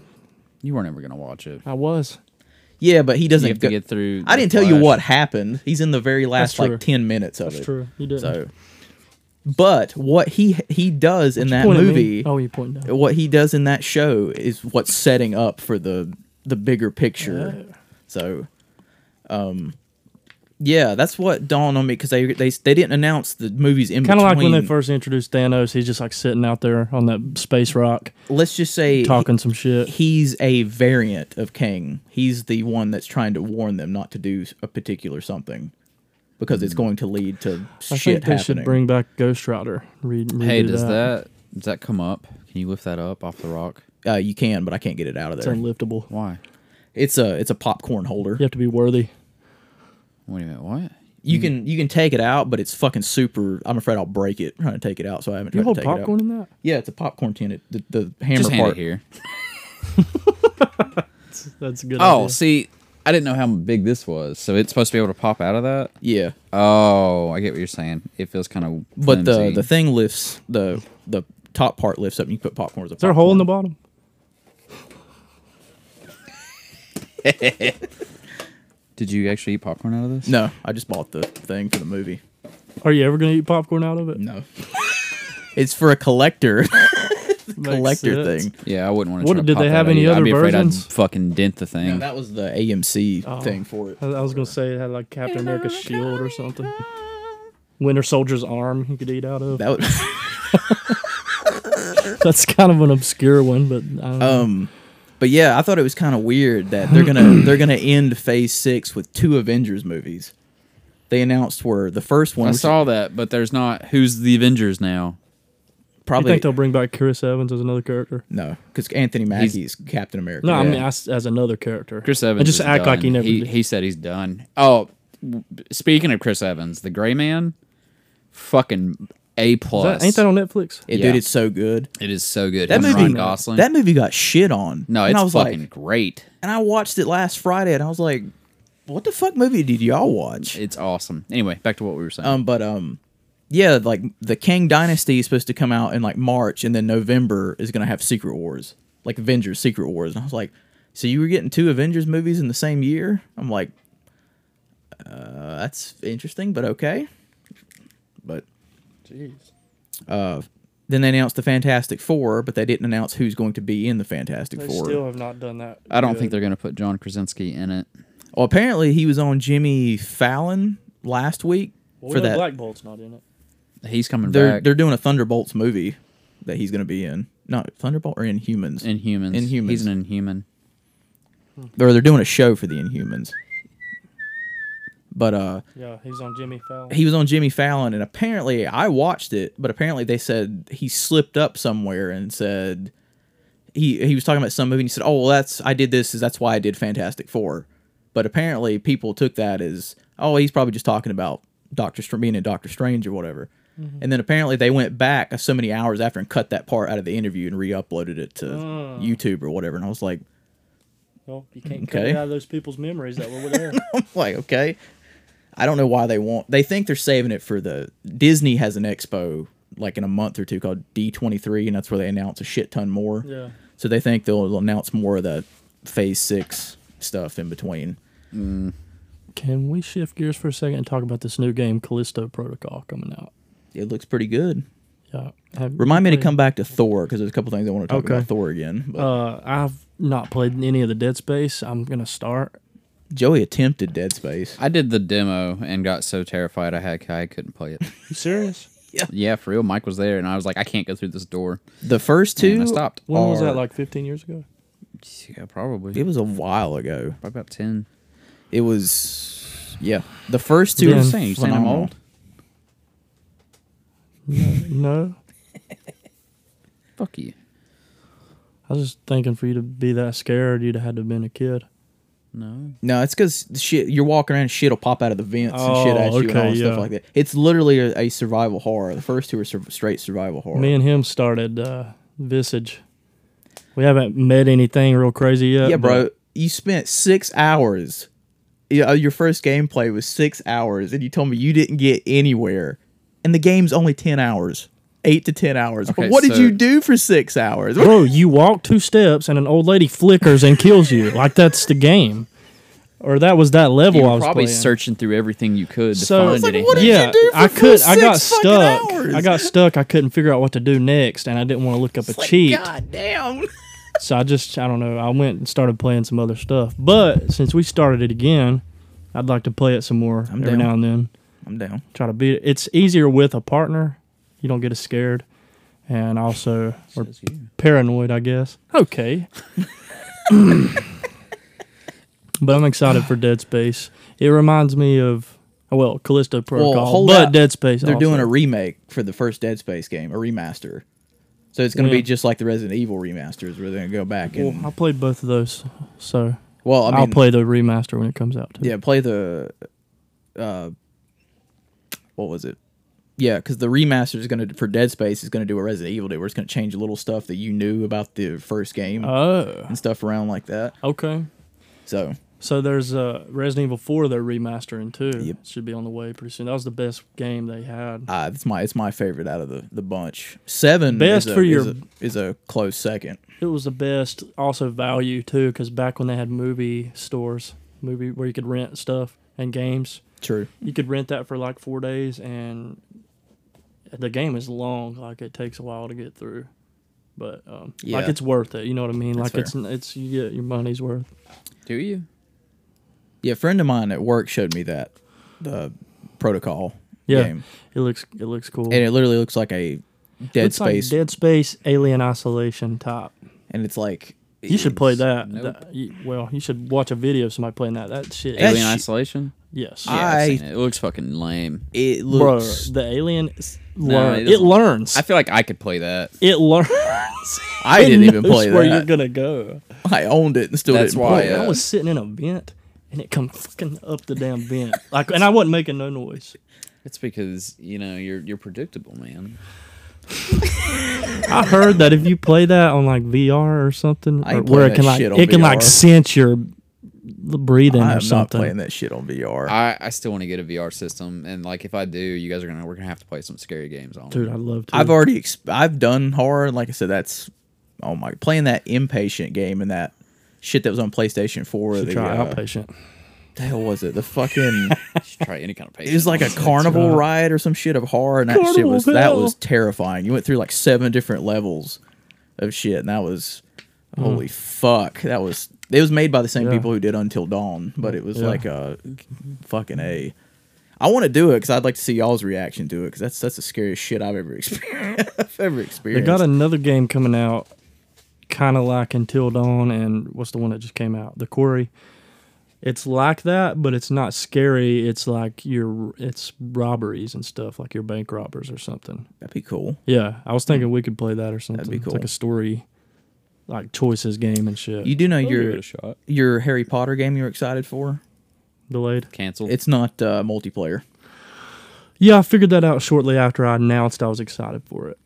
Speaker 4: you weren't ever going to watch it.
Speaker 3: I was.
Speaker 1: Yeah, but he doesn't
Speaker 4: You have
Speaker 1: go-
Speaker 4: to get through.
Speaker 1: I
Speaker 4: the
Speaker 1: didn't tell you
Speaker 4: Flash.
Speaker 1: what happened. He's in the very last
Speaker 3: true.
Speaker 1: like ten minutes of
Speaker 3: That's
Speaker 1: it.
Speaker 3: true. You did.
Speaker 1: So, but what he he does in
Speaker 3: You
Speaker 1: that
Speaker 3: pointed at me.
Speaker 1: movie,
Speaker 3: Oh, you pointed out.
Speaker 1: what he does in that show is what's setting up for the the bigger picture. So, um, yeah, that's what dawned on me because they they they didn't announce the movies in
Speaker 3: Kind of
Speaker 1: between.
Speaker 3: like when they first introduced Thanos. He's just like sitting out there on that space rock
Speaker 1: Let's just say
Speaker 3: talking some shit.
Speaker 1: He's a variant of King. He's the one that's trying to warn them not to do a particular something because it's going to lead to
Speaker 3: Hmm. I
Speaker 1: shit
Speaker 3: think they
Speaker 1: happening.
Speaker 3: should bring back Ghost Rider. Read,
Speaker 4: Hey,
Speaker 3: redo
Speaker 4: does
Speaker 3: that.
Speaker 4: that does that come up? Can you lift that up off the rock?
Speaker 1: uh, you can, but I can't get it out of
Speaker 3: It's
Speaker 1: there.
Speaker 3: unliftable.
Speaker 4: Why?
Speaker 1: It's a it's a popcorn holder.
Speaker 3: You have to be worthy.
Speaker 4: Wait a minute. What?
Speaker 3: Mm.
Speaker 1: You can you can take it out, but it's fucking super. I'm afraid I'll break it trying to take it out, so I haven't
Speaker 3: Do you
Speaker 1: tried
Speaker 3: hold
Speaker 1: to take
Speaker 3: popcorn
Speaker 1: it out.
Speaker 3: in that?
Speaker 1: Yeah, it's a popcorn tin. It, the, the hammer
Speaker 4: Just hand
Speaker 1: part
Speaker 4: it here.
Speaker 3: That's a good.
Speaker 4: Oh,
Speaker 3: idea.
Speaker 4: see, I didn't know how big this was, so it's supposed to be able to pop out of that.
Speaker 1: Yeah,
Speaker 4: Oh, I get what you're saying. It feels kind of.
Speaker 1: but the the thing lifts the the top part lifts up, and you can put popcorn. As a
Speaker 3: is there a hole in the bottom?
Speaker 4: Did you actually eat popcorn out of this?
Speaker 1: No, I just bought the thing for the movie.
Speaker 3: Are you ever gonna eat popcorn out of it?
Speaker 1: No, it's for a collector
Speaker 3: Makes
Speaker 1: Mm, collector
Speaker 3: sense.
Speaker 1: thing.
Speaker 4: Yeah, I wouldn't want to.
Speaker 3: What-
Speaker 4: try to
Speaker 3: did
Speaker 4: pop
Speaker 3: they
Speaker 4: that
Speaker 3: have
Speaker 4: out
Speaker 3: any
Speaker 4: either.
Speaker 3: other
Speaker 4: I'd be afraid
Speaker 3: versions?
Speaker 4: I'd fucking dent the thing.
Speaker 1: No, that was the AMC
Speaker 3: Oh.
Speaker 1: thing for it.
Speaker 3: I, I was gonna say it had like Captain America's shield or something. Winter Soldier's arm he could eat out of.
Speaker 1: That was.
Speaker 3: That's kind of an obscure one, but I don't know.
Speaker 1: Um, but yeah, I thought it was kind of weird that they're gonna they're gonna end Phase Six with two Avengers movies. They announced were the first one
Speaker 4: I
Speaker 1: which
Speaker 4: saw that, but there's not. Who's the Avengers now?
Speaker 3: you
Speaker 1: probably
Speaker 3: think they'll bring back Chris Evans as another character?
Speaker 1: no because Anthony Mackie's Captain America.
Speaker 3: No, I
Speaker 4: Yeah.
Speaker 3: mean as, as another character.
Speaker 4: Chris Evans.
Speaker 3: And just
Speaker 4: is
Speaker 3: act like
Speaker 4: done.
Speaker 3: he never.
Speaker 4: He,
Speaker 3: did.
Speaker 4: he said he's done. Oh, w- speaking of Chris Evans, the Gray Man, fucking a
Speaker 3: Is
Speaker 4: plus.
Speaker 3: that, ain't that on Netflix?
Speaker 1: It,
Speaker 4: Yeah.
Speaker 1: dude, it's so good.
Speaker 4: it is so good.
Speaker 1: That
Speaker 4: Him and
Speaker 1: movie,
Speaker 4: Ryan Gosling.
Speaker 1: that movie got shit on.
Speaker 4: no,
Speaker 1: and I
Speaker 4: it's
Speaker 1: was
Speaker 4: fucking
Speaker 1: Like,
Speaker 4: great.
Speaker 1: and I watched it last Friday, and I was like, "What the fuck movie did y'all watch?"
Speaker 4: It's awesome. Anyway, back to what we were saying.
Speaker 1: Um, but um, yeah, like the Kang Dynasty is supposed to come out in like March, and then November is gonna have Secret Wars, like Avengers Secret Wars, and I was like, so you were getting two Avengers movies in the same year? I'm like, uh, that's interesting, but okay. But jeez, uh, then they announced the Fantastic Four, but they didn't announce who's going to be in the Fantastic Four.
Speaker 3: have not done that.
Speaker 4: I don't think they're gonna put John Krasinski in it.
Speaker 1: well, apparently he was on Jimmy Fallon last week for that.
Speaker 3: Black Bolt's not in it.
Speaker 4: He's coming
Speaker 1: They're
Speaker 4: back.
Speaker 1: they're doing a Thunderbolts movie that he's going to be in. Not Thunderbolt or Inhumans.
Speaker 4: Inhumans.
Speaker 1: Inhumans.
Speaker 4: He's an Inhuman.
Speaker 1: or they're doing a show for the Inhumans. But uh
Speaker 3: Yeah, he's on Jimmy Fallon.
Speaker 1: he was on Jimmy Fallon and apparently I watched it, but apparently they said he slipped up somewhere and said he he was talking about some movie and he said, "Oh, well that's I did this is that's why I did Fantastic Four. But apparently people took that as, "Oh, he's probably just talking about Doctor Str- being in Doctor Strange or whatever." And then apparently they went back so many hours after and cut that part out of the interview and re-uploaded it to YouTube or whatever. And I was like,
Speaker 3: well, you can't
Speaker 1: cut Okay. it out
Speaker 3: of those people's memories that were there.
Speaker 1: like okay i don't know why they want they think they're saving it for the disney has an expo like in a month or two called d23 and that's where they announce a shit ton more
Speaker 3: yeah.
Speaker 1: so they think they'll announce more of the phase six stuff in between
Speaker 3: Can we shift gears for a second and talk about this new game, Callisto Protocol, coming out?
Speaker 1: it looks pretty good
Speaker 3: Yeah. Have-
Speaker 1: remind me to come back to thor because there's a couple things i want to talk
Speaker 3: Okay.
Speaker 1: about thor again but
Speaker 3: Uh, I've not played any of the Dead Space. I'm gonna start.
Speaker 1: joey attempted dead space
Speaker 4: I did the demo and got so terrified I had I couldn't play it.
Speaker 3: You serious?
Speaker 4: yeah, for real. Mike was there and I was like, I can't go through this door.
Speaker 1: the first
Speaker 4: And
Speaker 1: two
Speaker 4: I stopped.
Speaker 3: When was
Speaker 1: Or-
Speaker 3: that? Like 15 years ago?
Speaker 4: Yeah, probably.
Speaker 1: It was a while ago.
Speaker 4: probably about 10.
Speaker 1: It was, yeah. The first two
Speaker 3: Yeah.
Speaker 1: are
Speaker 3: Saying-
Speaker 4: you're saying I'm
Speaker 1: phenomenal.
Speaker 4: old?
Speaker 3: No,
Speaker 4: Fuck you.
Speaker 3: I was just thinking for you to be that scared, you'd have had to have been a kid.
Speaker 4: No.
Speaker 1: No, it's because shit. You're walking around, shit will pop out of the vents and shit
Speaker 3: Oh,
Speaker 1: at you and all
Speaker 3: okay,
Speaker 1: that stuff
Speaker 3: yeah.
Speaker 1: like that. It's literally a, a survival horror. The first two are sur- straight survival horror.
Speaker 3: Me and him started uh, Visage. We haven't met anything real crazy yet.
Speaker 1: yeah, bro.
Speaker 3: but
Speaker 1: You spent six hours. Yeah, uh, your first gameplay was six hours, and you told me you didn't get anywhere. And the game's only ten hours, eight to ten hours.
Speaker 4: Okay,
Speaker 1: what did
Speaker 4: so-
Speaker 1: you do for six hours?
Speaker 3: Bro, you walk two steps and an old lady flickers and kills you. Like that's the game, or that was that level
Speaker 4: You
Speaker 3: I
Speaker 4: were
Speaker 3: was
Speaker 4: probably
Speaker 3: playing.
Speaker 4: searching through everything you could to
Speaker 3: So- I was like,
Speaker 4: find anything.
Speaker 1: what did
Speaker 3: yeah,
Speaker 1: you do for
Speaker 3: I could.
Speaker 1: full
Speaker 3: I got
Speaker 1: six fucking
Speaker 3: stuck.
Speaker 1: hours?
Speaker 3: I got stuck. I couldn't figure out what to do next, and I didn't want to look up a cheat.
Speaker 1: God damn.
Speaker 3: So I just, I don't know. I went and started playing some other stuff. But since we started it again, I'd like to play it some more
Speaker 1: I'm
Speaker 3: every
Speaker 1: down.
Speaker 3: now and then.
Speaker 1: I'm down.
Speaker 3: Try to beat it. It's easier with a partner. You don't get as scared, and also we're paranoid, I guess. Okay. but I'm excited for Dead Space. It reminds me of well, Callisto Protocol,
Speaker 1: hold
Speaker 3: but
Speaker 1: out.
Speaker 3: Dead Space.
Speaker 1: They're
Speaker 3: also.
Speaker 1: doing a remake for the first Dead Space game, a remaster. So it's going to
Speaker 3: Yeah.
Speaker 1: be just like the Resident Evil remasters, where they're going to go back
Speaker 3: Well,
Speaker 1: and
Speaker 3: I
Speaker 1: well,
Speaker 3: played both of those, so
Speaker 1: I
Speaker 3: I
Speaker 1: mean,
Speaker 3: will play the remaster when it comes out. Too.
Speaker 1: yeah, play the, uh, what was it? Yeah, because the remaster is going to for Dead Space is going to do what Resident Evil did, where it's going to change little stuff that you knew about the first game
Speaker 3: Oh,
Speaker 1: and stuff around like that.
Speaker 3: okay.
Speaker 1: So
Speaker 3: So there's uh, Resident Evil 4 they're remastering too.
Speaker 1: Yep.
Speaker 3: Should be on the way pretty soon. That was the best game they had.
Speaker 1: uh, it's my it's my favorite out of the the bunch. Seven
Speaker 3: Best
Speaker 1: is a,
Speaker 3: for your-
Speaker 1: is a, is a close second.
Speaker 3: It was the best, also value too, because back when they had movie stores, movie where you could rent stuff and games,
Speaker 1: True.
Speaker 3: you could rent that for like four days, and the game is long. Like it takes a while to get through, but um, like
Speaker 1: Yeah.
Speaker 3: it's worth it. You know what I mean?
Speaker 1: That's
Speaker 3: like it's it's you get your money's worth.
Speaker 4: Do you?
Speaker 1: Yeah, a friend of mine at work showed me that the protocol
Speaker 3: Yeah,
Speaker 1: game,
Speaker 3: it looks it looks cool.
Speaker 1: and it literally looks like a Dead
Speaker 3: Looks like
Speaker 1: Space,
Speaker 3: Dead Space, Alien Isolation top.
Speaker 1: and it's like
Speaker 3: You should play that.
Speaker 4: Nope.
Speaker 3: That- you- well, you should watch a video of somebody playing that. That shit.
Speaker 4: Alien
Speaker 1: shi-
Speaker 4: Isolation?
Speaker 3: yes.
Speaker 1: I-
Speaker 4: Yeah, I've seen it. It looks fucking lame.
Speaker 1: it
Speaker 3: Bro,
Speaker 1: looks.
Speaker 3: the alien is
Speaker 4: No,
Speaker 3: learn-
Speaker 4: it
Speaker 3: it,
Speaker 4: doesn't-
Speaker 3: learns.
Speaker 4: I feel like I could play that.
Speaker 3: it learns.
Speaker 1: I didn't even play
Speaker 3: where you're
Speaker 1: that. Oh,
Speaker 3: gonna go.
Speaker 1: I owned it and still
Speaker 4: That's
Speaker 1: didn't
Speaker 4: why,
Speaker 1: play
Speaker 4: uh,
Speaker 1: it.
Speaker 3: I was sitting in a vent and it come fucking up the damn vent. Like and I wasn't making no noise.
Speaker 4: It's because, you know, you're you're predictable, man.
Speaker 3: I heard that if you play that on like VR or something
Speaker 1: I
Speaker 3: or
Speaker 1: ain't playing
Speaker 3: where it
Speaker 1: that
Speaker 3: can like
Speaker 1: shit on
Speaker 3: it can like
Speaker 1: VR.
Speaker 3: sense your breathing
Speaker 1: I'm
Speaker 3: or
Speaker 1: not
Speaker 3: something.
Speaker 1: playing that shit on VR.
Speaker 4: I, I still want to get a VR system and like if I do, you guys are gonna we're gonna have to play some scary games on.
Speaker 3: Dude, I'd love to.
Speaker 1: I've already exp- I've done horror. and Like I said, that's oh my playing that impatient game and that shit that was on PlayStation Four.
Speaker 3: should
Speaker 1: The,
Speaker 3: try
Speaker 1: uh,
Speaker 3: outpatient.
Speaker 1: the hell was it? The fucking.
Speaker 4: Just try any kind of patient.
Speaker 1: It was like a carnival ride or some shit of horror, and that shit
Speaker 3: Carnival
Speaker 1: was that
Speaker 3: hell.
Speaker 1: was terrifying. You went through like seven different levels of shit, and that was holy fuck. That was it was made by the same
Speaker 3: Mm. Yeah.
Speaker 1: people who did Until Dawn, but it was
Speaker 3: Yeah.
Speaker 1: like a fucking a. I want to do it because I'd like to see y'all's reaction to it because that's that's the scariest shit I've ever experienced. I've ever
Speaker 3: They
Speaker 1: experienced.
Speaker 3: got another game coming out, kind of like Until Dawn, and what's the one that just came out? The Quarry. It's like that, but it's not scary. It's like your it's robberies and stuff, like your bank robbers or something.
Speaker 1: That'd be cool.
Speaker 3: Yeah, I was thinking we could play that or something.
Speaker 1: That'd be
Speaker 3: It's like
Speaker 1: cool.
Speaker 3: a story, like choices game and shit.
Speaker 1: You do know
Speaker 4: Give it
Speaker 1: your
Speaker 4: a shot.
Speaker 1: your Harry Potter game you're excited for?
Speaker 3: Delayed.
Speaker 4: Cancel.
Speaker 1: It's not uh, multiplayer.
Speaker 3: Yeah, I figured that out shortly after I announced I was excited for it.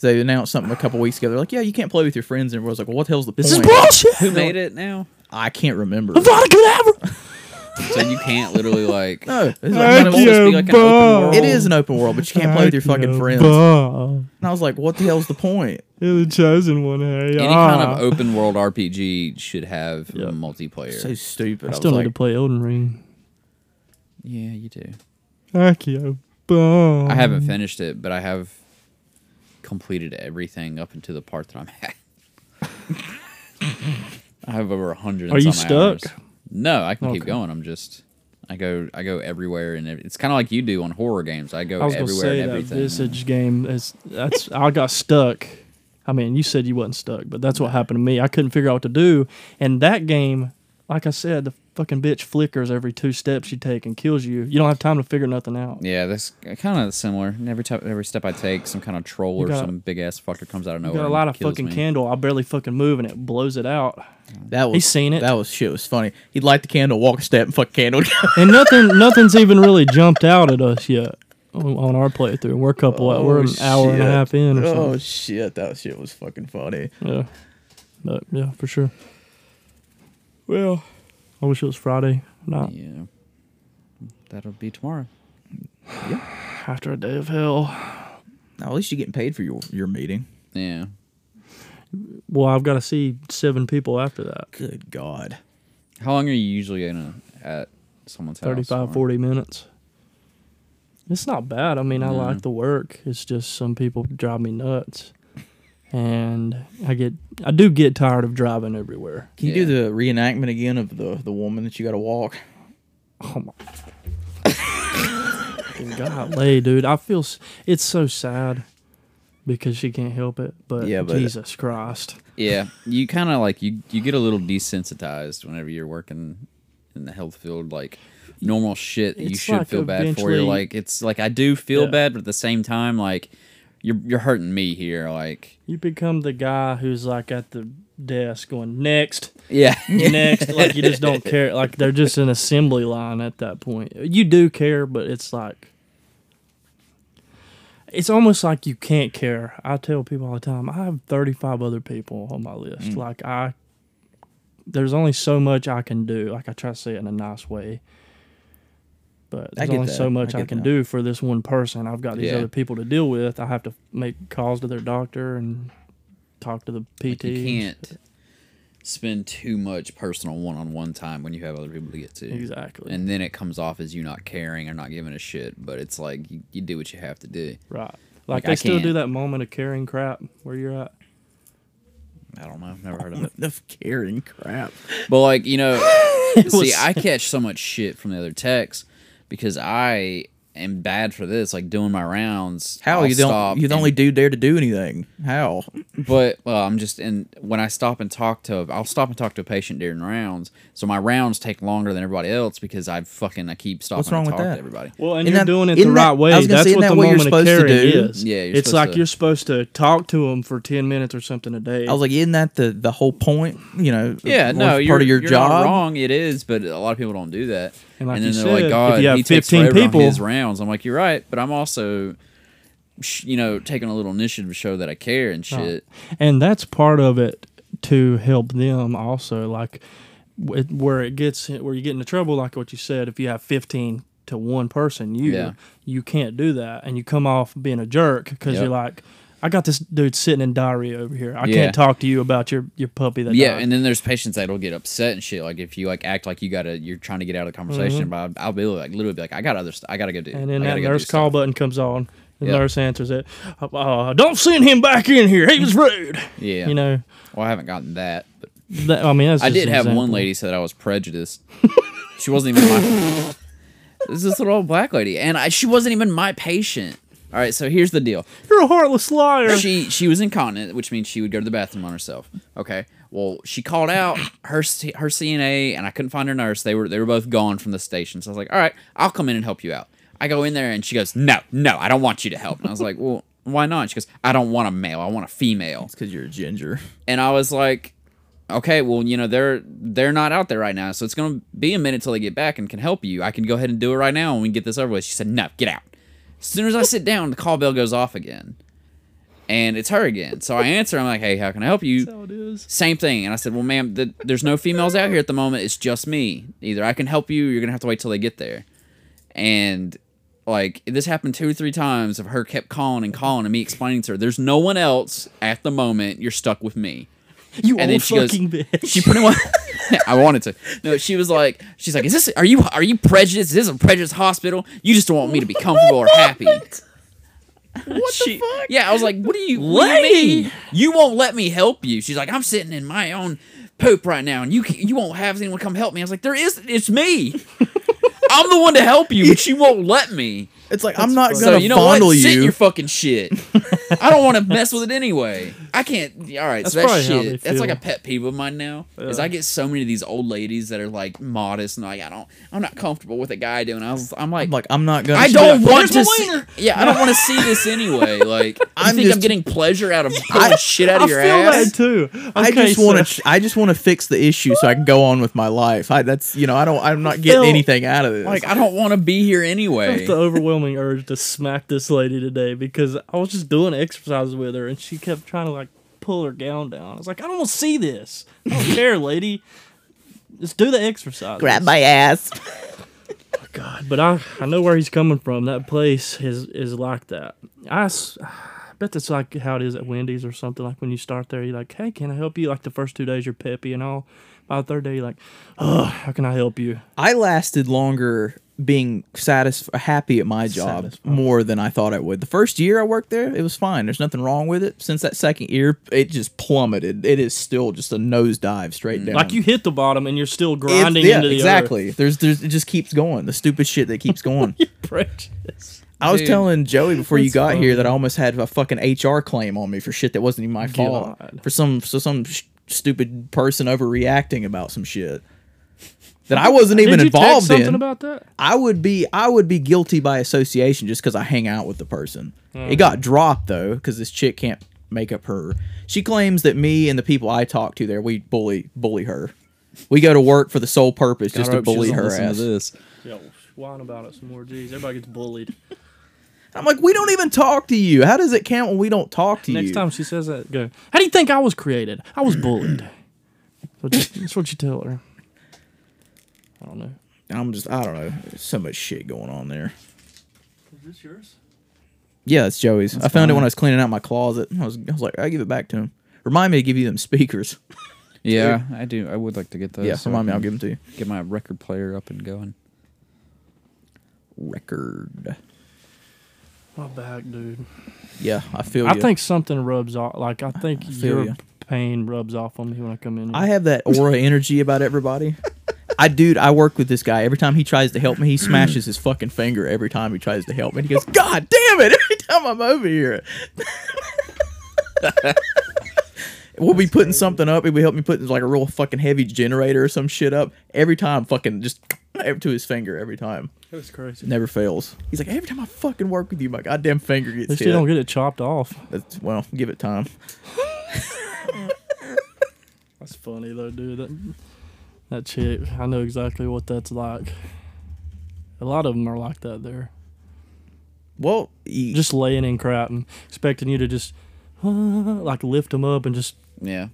Speaker 1: They announced something a couple weeks ago. They're like, "Yeah, you can't play with your friends." And everyone's like, "Well, what the hell's the
Speaker 3: This
Speaker 1: point?"
Speaker 3: is bullshit.
Speaker 4: Who made it now?
Speaker 1: I can't remember.
Speaker 3: Avada Kedavra.
Speaker 4: So you can't literally like
Speaker 1: No, it's like- it's
Speaker 3: Thank
Speaker 4: supposed to
Speaker 3: you,
Speaker 4: be like an open world.
Speaker 1: It is an open world, but you can't play with your fucking friends. And
Speaker 3: Bah.
Speaker 1: I was like, what the hell's the point?
Speaker 3: You're the chosen one, Harry.
Speaker 4: Any
Speaker 3: Ah.
Speaker 4: kind of open world RPG should have
Speaker 3: Yeah.
Speaker 4: multiplayer.
Speaker 1: So stupid. I,
Speaker 3: I still
Speaker 1: was
Speaker 3: need to
Speaker 1: like,
Speaker 3: play Elden Ring.
Speaker 4: yeah, you do.
Speaker 3: Akio. Um,
Speaker 4: I haven't finished it, but I have completed everything up until the part that I'm at. I have over a hundred. and
Speaker 3: Are you
Speaker 4: some hours.
Speaker 3: stuck?
Speaker 4: No, I can keep
Speaker 3: Okay.
Speaker 4: going. I'm just, I go, I go everywhere, and ev- it's kind of like you do on horror games. I go
Speaker 3: I was gonna
Speaker 4: everywhere
Speaker 3: say
Speaker 4: and
Speaker 3: that
Speaker 4: everything.
Speaker 3: Visage game is that's I got stuck. I mean, you said you wasn't stuck, but that's what happened to me. I couldn't figure out what to do. And that game, like I said, the fucking bitch flickers every two steps you take and kills you. You don't have time to figure nothing out.
Speaker 4: Yeah, that's kind of similar. Every time, every step I take, some kind of troll or
Speaker 3: got-
Speaker 4: some big ass fucker comes out of
Speaker 3: You
Speaker 4: nowhere.
Speaker 3: got a
Speaker 4: and
Speaker 3: lot of
Speaker 4: kills
Speaker 3: fucking
Speaker 4: me.
Speaker 3: candle. I barely fucking move and it blows it out.
Speaker 1: That was
Speaker 3: He's seen it.
Speaker 1: That was shit. Was funny. He'd light the candle, walk a step, and fuck candle.
Speaker 3: And nothing nothing's even really jumped out at us yet on on our playthrough. We're a couple
Speaker 1: Oh,
Speaker 3: we're an hour and a
Speaker 1: shit.
Speaker 3: half in or
Speaker 1: oh
Speaker 3: something.
Speaker 1: shit, that shit was fucking funny.
Speaker 3: Yeah. But yeah, for sure. Well, I wish it was Friday night
Speaker 4: Yeah, that'll be tomorrow.
Speaker 3: after a day of hell.
Speaker 1: Now, at least you're getting paid for your your meeting.
Speaker 4: Yeah,
Speaker 3: Well, I've got to see seven people after that.
Speaker 1: Good God.
Speaker 4: how long are you usually in a, at someone's house?
Speaker 3: 35,
Speaker 4: for?
Speaker 3: 40 minutes. It's not bad. I mean, I like the work. It's just some people drive me nuts. And I get I do get tired of driving everywhere.
Speaker 1: Can you
Speaker 4: Yeah.
Speaker 1: do the reenactment again of the the woman that you got to walk?
Speaker 3: Oh my golly, dude! I feel s- it's so sad because she can't help it. But,
Speaker 1: Yeah, but-
Speaker 3: Jesus Christ,
Speaker 4: Yeah, you kind of like you you get a little desensitized whenever you're working in the health field. Like normal shit, that you
Speaker 3: It's
Speaker 4: should
Speaker 3: like
Speaker 4: feel bad for. You're
Speaker 3: eventually-
Speaker 4: like it's like I do feel
Speaker 3: Yeah.
Speaker 4: bad, but at the same time, like you're you're hurting me here. Like
Speaker 3: you become the guy who's like at the desk going next,
Speaker 4: yeah,
Speaker 3: next. like you just don't care. Like they're just an assembly line at that point. You do care, but it's like it's almost like you can't care. I tell people all the time, I have 35 other people on my list.
Speaker 1: Mm.
Speaker 3: Like I there's only so much I can do. Like I try to say it in a nice way. But there's
Speaker 1: get
Speaker 3: only
Speaker 1: that.
Speaker 3: so much
Speaker 1: I
Speaker 3: I,
Speaker 1: get
Speaker 3: can
Speaker 1: that.
Speaker 3: do for this one person. I've got these
Speaker 4: Yeah.
Speaker 3: other people to deal with. I have to make calls to their doctor and talk to the PT.
Speaker 4: you can't spend too much personal one-on-one time when you have other people to get to.
Speaker 3: Exactly.
Speaker 4: And then it comes off as you not caring or not giving a shit. But it's like you, you do what you have to do.
Speaker 3: Right. Like,
Speaker 4: Like,
Speaker 3: they
Speaker 4: I
Speaker 3: still do
Speaker 4: can't.
Speaker 3: that moment of caring crap where you're at.
Speaker 4: I don't know. Never heard of it.
Speaker 1: Enough caring crap.
Speaker 4: But like you know, see,
Speaker 3: was-
Speaker 4: I catch so much shit from the other techs because I am bad for this. Like doing my rounds,
Speaker 1: How
Speaker 4: I'll
Speaker 1: you don't
Speaker 4: stop
Speaker 1: you the
Speaker 4: and-
Speaker 1: only dude there to do anything? How?
Speaker 4: But well, I'm just and when I stop and talk to, I'll stop and talk to a patient during rounds. So my rounds take longer than everybody else because I fucking I keep stopping
Speaker 1: wrong
Speaker 4: and
Speaker 1: with
Speaker 4: talking
Speaker 1: that?
Speaker 4: to everybody.
Speaker 3: Well, and
Speaker 1: Isn't
Speaker 3: you're
Speaker 1: that-
Speaker 3: doing it the
Speaker 1: isn't that-
Speaker 3: right way.
Speaker 1: I was gonna
Speaker 3: That's
Speaker 1: say, isn't
Speaker 3: what
Speaker 1: that
Speaker 3: the
Speaker 1: what you're
Speaker 3: moment of
Speaker 1: supposed
Speaker 3: caring
Speaker 1: to do?
Speaker 3: is.
Speaker 4: Yeah, you're
Speaker 3: it's
Speaker 4: supposed
Speaker 3: like
Speaker 4: to-
Speaker 3: you're supposed to talk to them for ten minutes or something a day.
Speaker 1: I was like, isn't that the the whole point? You know,
Speaker 4: Yeah,
Speaker 1: of-
Speaker 4: no,
Speaker 1: of
Speaker 4: you're,
Speaker 1: part of your
Speaker 4: you're
Speaker 1: job.
Speaker 4: not wrong. It is, but a lot of people don't do that.
Speaker 3: And
Speaker 4: And,
Speaker 3: like
Speaker 4: then
Speaker 3: you
Speaker 4: they're
Speaker 3: said, if
Speaker 4: like, "God,
Speaker 3: you have
Speaker 4: he takes
Speaker 3: 15
Speaker 4: forever
Speaker 3: people-
Speaker 4: on his rounds." I'm like, "You're right," but I'm also, sh- you know, taking a little initiative to show that I care and shit.
Speaker 3: and that's part of it to help them also. Like wh- where it gets where you get into trouble, like what you said. If you have fifteen to one person, you
Speaker 4: Yeah.
Speaker 3: you can't do that, and you come off being a jerk because
Speaker 4: Yep.
Speaker 3: you're like. I got this dude sitting in diarrhea over here. I
Speaker 4: Yeah.
Speaker 3: can't talk to you about your, your puppy that
Speaker 4: Yeah,
Speaker 3: died."
Speaker 4: and then there's patients that'll get upset and shit. Like if you like act like you gotta, you're trying to get out of the conversation, but I'll, I'll be like, literally, be like, "I got other, st- I gotta go do."
Speaker 3: Mm-hmm. And
Speaker 4: I
Speaker 3: then that
Speaker 4: gotta go do
Speaker 3: nurse
Speaker 4: stuff."
Speaker 3: call button comes on. The
Speaker 4: Yep.
Speaker 3: nurse answers it. Uh, don't send him back in here. He was rude.
Speaker 4: Mm-hmm. Yeah,
Speaker 3: You know,
Speaker 4: Well, I haven't gotten that, but
Speaker 3: that, I mean, that's
Speaker 4: I
Speaker 3: just
Speaker 4: did
Speaker 3: an
Speaker 4: have one
Speaker 3: example.
Speaker 4: lady said I was prejudiced. she wasn't even my. This is this little old black lady, and I, she wasn't even my patient. All right, so here's the deal.
Speaker 3: You're a heartless liar.
Speaker 4: She she was incontinent, which means she would go to the bathroom on herself. Okay. Well, she called out her C- her CNA, and I couldn't find her nurse. They were they were both gone from the station. So I was like, all right, I'll come in and help you out. I go in there, and she goes, no, no, I don't want you to help. And I was like, well, why not? She goes, I don't want a male. I want a female
Speaker 1: It's because you're a ginger.
Speaker 4: and I was like, okay, well, you know, they're they're not out there right now, so it's gonna be a minute till they get back and can help you. I can go ahead and do it right now and we can get this over with. She said, no, get out. As soon as I sit down, the call bell goes off again, and it's her again. So I answer, I'm like, hey, how can I help you?
Speaker 3: That's how it is.
Speaker 4: Same thing. And I said, well, ma'am, th- there's no females out here at the moment. It's just me. Either I can help you, or you're gonna have to wait till they get there. And like this happened two or three times of her kept calling and calling and me explaining to her, there's no one else at the moment. You're stuck with me
Speaker 3: You
Speaker 4: and then
Speaker 3: old
Speaker 4: she goes,
Speaker 3: fucking bitch.
Speaker 4: she pretty much. I wanted to. No, she was like, she's like, is this? Are you are you prejudiced? Is this a prejudiced hospital? You just don't want me to be comfortable or happy.
Speaker 3: What the fuck?
Speaker 4: Yeah, I was like, what do you, what do you mean? You won't let me help you? She's like, I'm sitting in my own poop right now, and you can, you won't have anyone come help me. I was like, there is, it's me. I'm the one to help you, but you won't let me.
Speaker 1: It's like I'm not
Speaker 4: So
Speaker 1: gonna
Speaker 4: you know what?
Speaker 1: fondle
Speaker 4: Sit in
Speaker 1: you.
Speaker 4: your fucking shit. I don't want to mess with it anyway. I can't. All right,
Speaker 3: That's
Speaker 4: so that
Speaker 3: probably how they
Speaker 4: shit. That's like
Speaker 3: feel.
Speaker 4: a pet peeve of mine now. Is I get so many of these old ladies that are like modest and like I don't. I'm not comfortable with a guy doing. I was. I'm like.
Speaker 1: Like I'm not gonna.
Speaker 4: I
Speaker 1: shit.
Speaker 4: don't want
Speaker 5: "Where's my
Speaker 4: to. See,
Speaker 5: wiener?"
Speaker 4: yeah, I don't want to see this anyway. Like, I
Speaker 1: I'm
Speaker 4: think I'm
Speaker 1: just-
Speaker 4: getting pleasure out of pulling shit out of your
Speaker 3: feel
Speaker 4: ass.
Speaker 3: that too.
Speaker 1: I
Speaker 3: Okay,
Speaker 1: just want
Speaker 3: so-
Speaker 1: to. I just want to fix the issue so I can go on with my life. I, that's you know. I don't. I'm not getting
Speaker 3: Phil,
Speaker 1: anything out of this.
Speaker 4: Like, I don't want to be here
Speaker 3: I
Speaker 4: anyway.
Speaker 3: felt the overwhelming urge to smack this lady today because I was just doing exercise with her and she kept trying to like pull her gown down. I was like, I don't want to see this. I don't care, lady. Just do the exercise.
Speaker 1: ass.
Speaker 3: God, but I I know where he's coming from. That place is is like that. I, s- I bet that's like how it is at Wendy's or something. Like when you start there, you're like, hey, can I help you? Like the first two days, you're peppy and all. By the third day, you're like, oh, how can I help you?
Speaker 1: I lasted longer being satisf- happy at my job
Speaker 3: Satisfied.
Speaker 1: more than I thought I would. The first year I worked there, it was fine. There's nothing wrong with it. Since that second year, it just plummeted. It is still just a nosedive straight down.
Speaker 3: Mm. Like you hit the bottom and you're still
Speaker 1: It's-
Speaker 3: grinding
Speaker 1: yeah,
Speaker 3: into the
Speaker 1: exactly. There's, there's, it just keeps going. The stupid shit that keeps going.
Speaker 3: prejudice.
Speaker 1: I was
Speaker 4: Dude.
Speaker 1: telling Joey before you
Speaker 3: That's
Speaker 1: got
Speaker 3: funny.
Speaker 1: here that I almost had a fucking HR claim on me for shit that wasn't even my fault.
Speaker 3: God.
Speaker 1: For some so some sh- stupid person overreacting about some shit that I wasn't even
Speaker 3: Did you text
Speaker 1: involved
Speaker 3: something
Speaker 1: in.
Speaker 3: about that?
Speaker 1: I would be I would be guilty by association just because I hang out with the person. It
Speaker 3: Mm.
Speaker 1: got dropped though because this chick can't make up her. She claims that me and the people I talk to there we bully bully her. We go to work for the sole purpose just
Speaker 4: I
Speaker 1: to
Speaker 4: hope she
Speaker 1: bully
Speaker 4: doesn't
Speaker 1: her
Speaker 4: listen to
Speaker 1: ass.
Speaker 4: this.
Speaker 3: Yeah, well, whine about it some more. Jeez, everybody gets bullied.
Speaker 1: I'm like, we don't even talk to you. How does it count when we don't talk to you?
Speaker 3: Next time she says that, go. How do you think I was created? I was bullied. So just- That's what you tell her. I don't know.
Speaker 1: I'm just I don't know. There's so much shit going on there.
Speaker 3: Is this yours?
Speaker 1: Yeah, it's Joey's. I found it when I was cleaning out my closet. I was I was like, I give it back to him. Remind me to give you them speakers.
Speaker 4: Yeah, I do. I would like to get those.
Speaker 1: yeah,
Speaker 4: so I
Speaker 1: remind me. I'll
Speaker 4: can
Speaker 1: give them to you.
Speaker 4: get my record player up and going.
Speaker 1: Record.
Speaker 3: My back, dude.
Speaker 1: Yeah, I feel.
Speaker 3: I
Speaker 1: ya.
Speaker 3: think something rubs off. Like I think
Speaker 1: feel
Speaker 3: your
Speaker 1: ya.
Speaker 3: pain rubs off on me when I come in. Here.
Speaker 1: I have that aura energy about everybody. I dude, I work with this guy. Every time he tries to help me, he smashes his fucking finger every time he tries to help me. He goes, God damn it, every time I'm over here. we'll be putting something up, he'll be helping me put like a real fucking heavy generator or some shit up. Every time fucking just to his finger every time.
Speaker 3: That was crazy.
Speaker 1: Never fails. He's like, every time I fucking work with you, my goddamn finger
Speaker 3: At
Speaker 1: gets
Speaker 3: least you don't
Speaker 1: hit.
Speaker 3: get it chopped off.
Speaker 1: That's, well, give it time.
Speaker 3: That's funny though, dude. That that chick. I know exactly what that's like. A lot of them are like that there.
Speaker 1: Well, he,
Speaker 3: just laying in crap and expecting you to just uh, like lift them up and just
Speaker 4: Yeah.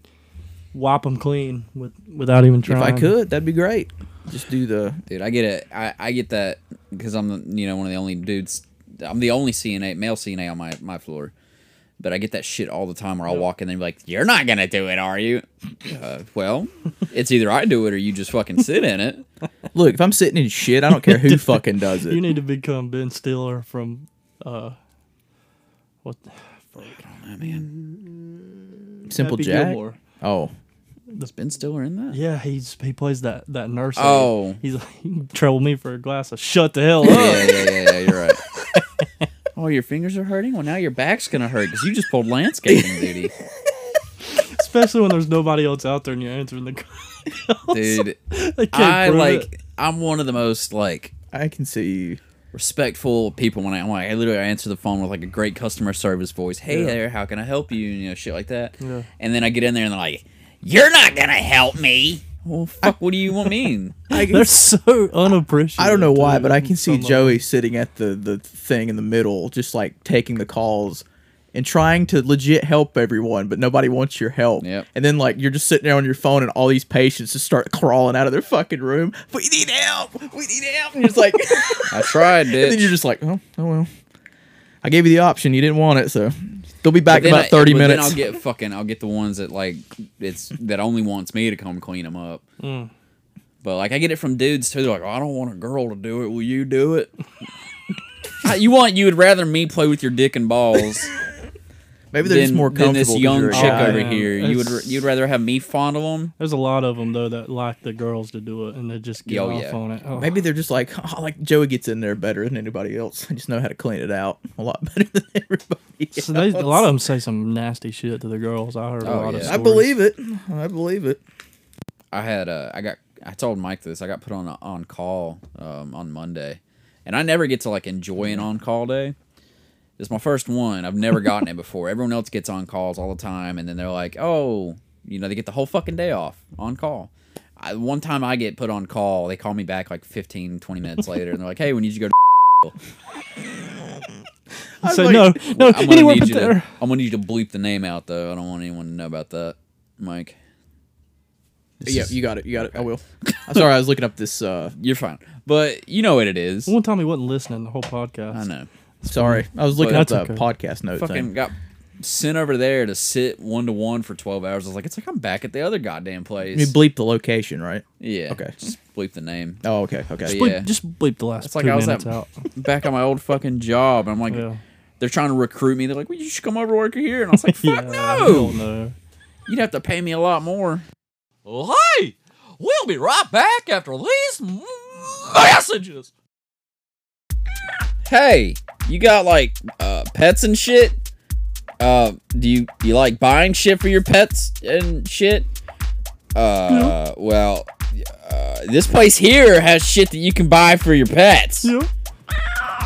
Speaker 3: wipe them clean with, without even
Speaker 1: if
Speaker 3: trying.
Speaker 1: I could, that'd be great. Just do the
Speaker 4: Dude, I get it. I, I get that because I'm the, you know one of the only dudes. I'm the only CNA male CNA on my my floor, but I get that shit all the time. Where I'll walk in and be like, "You're not gonna do it, are you?" Uh, well, it's either I do it or you just fucking sit in it.
Speaker 1: Look, if I'm sitting in shit, I don't care who fucking does
Speaker 3: you
Speaker 1: it.
Speaker 3: need to become Ben Stiller from uh, what? Fuck. Oh,
Speaker 1: Simple
Speaker 3: Happy
Speaker 1: Jack.
Speaker 3: Gilmore.
Speaker 1: Oh,
Speaker 4: Ben Stiller in that.
Speaker 3: Yeah, he's he plays that that nurse. lady.
Speaker 4: Oh.
Speaker 3: he's like "You can trouble me for a glass of shut the hell up.
Speaker 4: Yeah, yeah, yeah, yeah, you're right. Oh, your fingers are hurting. Well, now your back's gonna hurt because you just pulled landscaping duty,
Speaker 3: Especially when there's nobody else out there and you're answering the.
Speaker 4: dude.
Speaker 3: They can't
Speaker 4: I
Speaker 3: prove
Speaker 4: like.
Speaker 3: it.
Speaker 4: I'm one of the most like
Speaker 1: I can see you.
Speaker 4: respectful people when I, when I literally answer the phone with like a great customer service voice. Hey there, how can I help you? And, you know, shit like that.
Speaker 3: Yeah.
Speaker 4: And then I get in there and they're like, "You're not gonna help me." Well, fuck. What do you want mean?
Speaker 1: I, can,
Speaker 3: They're so unappreciative.
Speaker 1: I don't know why,
Speaker 3: dude,
Speaker 1: but I
Speaker 3: in
Speaker 1: can see
Speaker 3: some of
Speaker 1: Joey sitting at the the thing in the middle, just like taking the calls and trying to legit help everyone, but nobody wants your help.
Speaker 4: Yep.
Speaker 1: And then like you're just sitting there on your phone, and all these patients just start crawling out of their fucking room. We need help. We need help. And you're just like,
Speaker 4: I tried,
Speaker 1: and then you're just like, oh, oh well. I gave you the option. You didn't want it, so they'll be back in about thirty
Speaker 4: but
Speaker 1: minutes.
Speaker 4: Then I'll get fucking. I'll get the ones that like it's that only wants me to come clean them up.
Speaker 1: Mm.
Speaker 4: But like I get it from dudes too. They're like, oh, "I don't want a girl to do it. Will you do it?" I- you want you would rather me play with your dick and balls
Speaker 1: Maybe they're just
Speaker 4: than-
Speaker 1: more
Speaker 4: than
Speaker 1: comfortable.
Speaker 4: this
Speaker 1: 'cause
Speaker 4: young
Speaker 1: you're a
Speaker 4: chick
Speaker 1: guy.
Speaker 4: over
Speaker 3: Yeah,
Speaker 4: here. You would
Speaker 3: it's-
Speaker 4: you'd rather have me fondle him?
Speaker 3: There's a lot of them though that like the girls to do it and they just get
Speaker 4: Oh,
Speaker 3: off
Speaker 4: yeah.
Speaker 3: on it. Oh,
Speaker 1: Maybe they're just like, oh, like Joey gets in there better than anybody else. I just know how to clean it out a lot better than everybody.
Speaker 3: so they, a lot of them say some nasty shit to the girls. I heard a
Speaker 4: Oh,
Speaker 3: lot of
Speaker 4: yeah.
Speaker 1: I
Speaker 3: stories.
Speaker 1: believe it. I believe it.
Speaker 4: I had uh, I got I told Mike this. I got put on a, on call um, on Monday, and I never get to like enjoy an on call day. It's my first one. I've never gotten it before. Everyone else gets on calls all the time, and then they're like, "Oh, you know, they get the whole fucking day off on call." I, one time I get put on call, they call me back like 15, 20 minutes later, and they're like, "Hey, we need you to go." To
Speaker 1: I was
Speaker 3: So
Speaker 1: like,
Speaker 3: no, no,
Speaker 4: I'm gonna
Speaker 3: anywhere
Speaker 4: need
Speaker 3: but
Speaker 4: you to-
Speaker 3: there.
Speaker 4: I'm gonna need you to bleep the name out though. I don't want anyone to know about that, Mike.
Speaker 1: Yeah, you got it. You got it. I will. I'm sorry, I was looking up this. uh
Speaker 4: You're fine, but you know what it is.
Speaker 3: One time he wasn't listening the whole podcast.
Speaker 4: I know.
Speaker 1: Sorry, I was looking
Speaker 4: But
Speaker 1: up the
Speaker 3: that's okay.
Speaker 1: podcast note
Speaker 4: fucking
Speaker 1: thing.
Speaker 4: got sent over there to sit one to one for twelve hours. I was like, it's like I'm back at the other goddamn place.
Speaker 1: You bleep the location, right?
Speaker 4: yeah.
Speaker 1: okay.
Speaker 4: Just bleep the name.
Speaker 1: Oh, okay, okay.
Speaker 4: But
Speaker 3: Bleep-
Speaker 4: yeah.
Speaker 3: Just bleep the last
Speaker 4: It's
Speaker 3: two
Speaker 4: like I was
Speaker 3: minutes
Speaker 4: at-
Speaker 3: out.
Speaker 4: back at my old fucking job. And I'm like,
Speaker 3: Yeah.
Speaker 4: they're trying to recruit me. They're like, well, you should come over to work here. And I was like, fuck
Speaker 3: I
Speaker 4: no.
Speaker 3: don't know.
Speaker 4: You'd have to pay me a lot more.
Speaker 5: Oh, hey, we'll be right back after these messages.
Speaker 4: Hey, you got like uh, pets and shit? Uh, do you you like buying shit for your pets and shit? Uh, well, uh, this place here has shit that you can buy for your pets.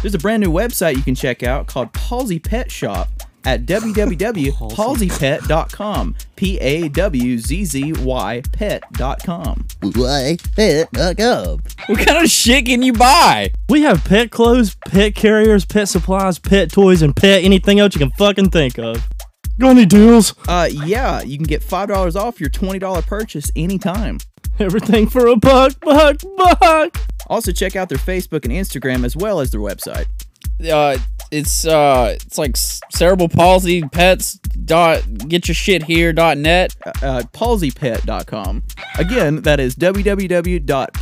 Speaker 1: There's a brand new website you can check out called Palsy Pet Shop at www.palsypet.com. P A W Z Z Y pet.com.
Speaker 4: What kind of shit can you buy?
Speaker 3: We have pet clothes, pet carriers, pet supplies, pet toys, and pet anything else you can fucking think of. Got any deals?
Speaker 1: Uh, yeah, you can get $5 off your $20 purchase anytime.
Speaker 3: Everything for a buck, buck, buck.
Speaker 1: Also, check out their Facebook and Instagram as well as their website.
Speaker 4: Uh, it's uh, it's like s- cerebral palsy pets dot get your shit here dot net.
Speaker 1: Uh, palsypet.com. Again, that is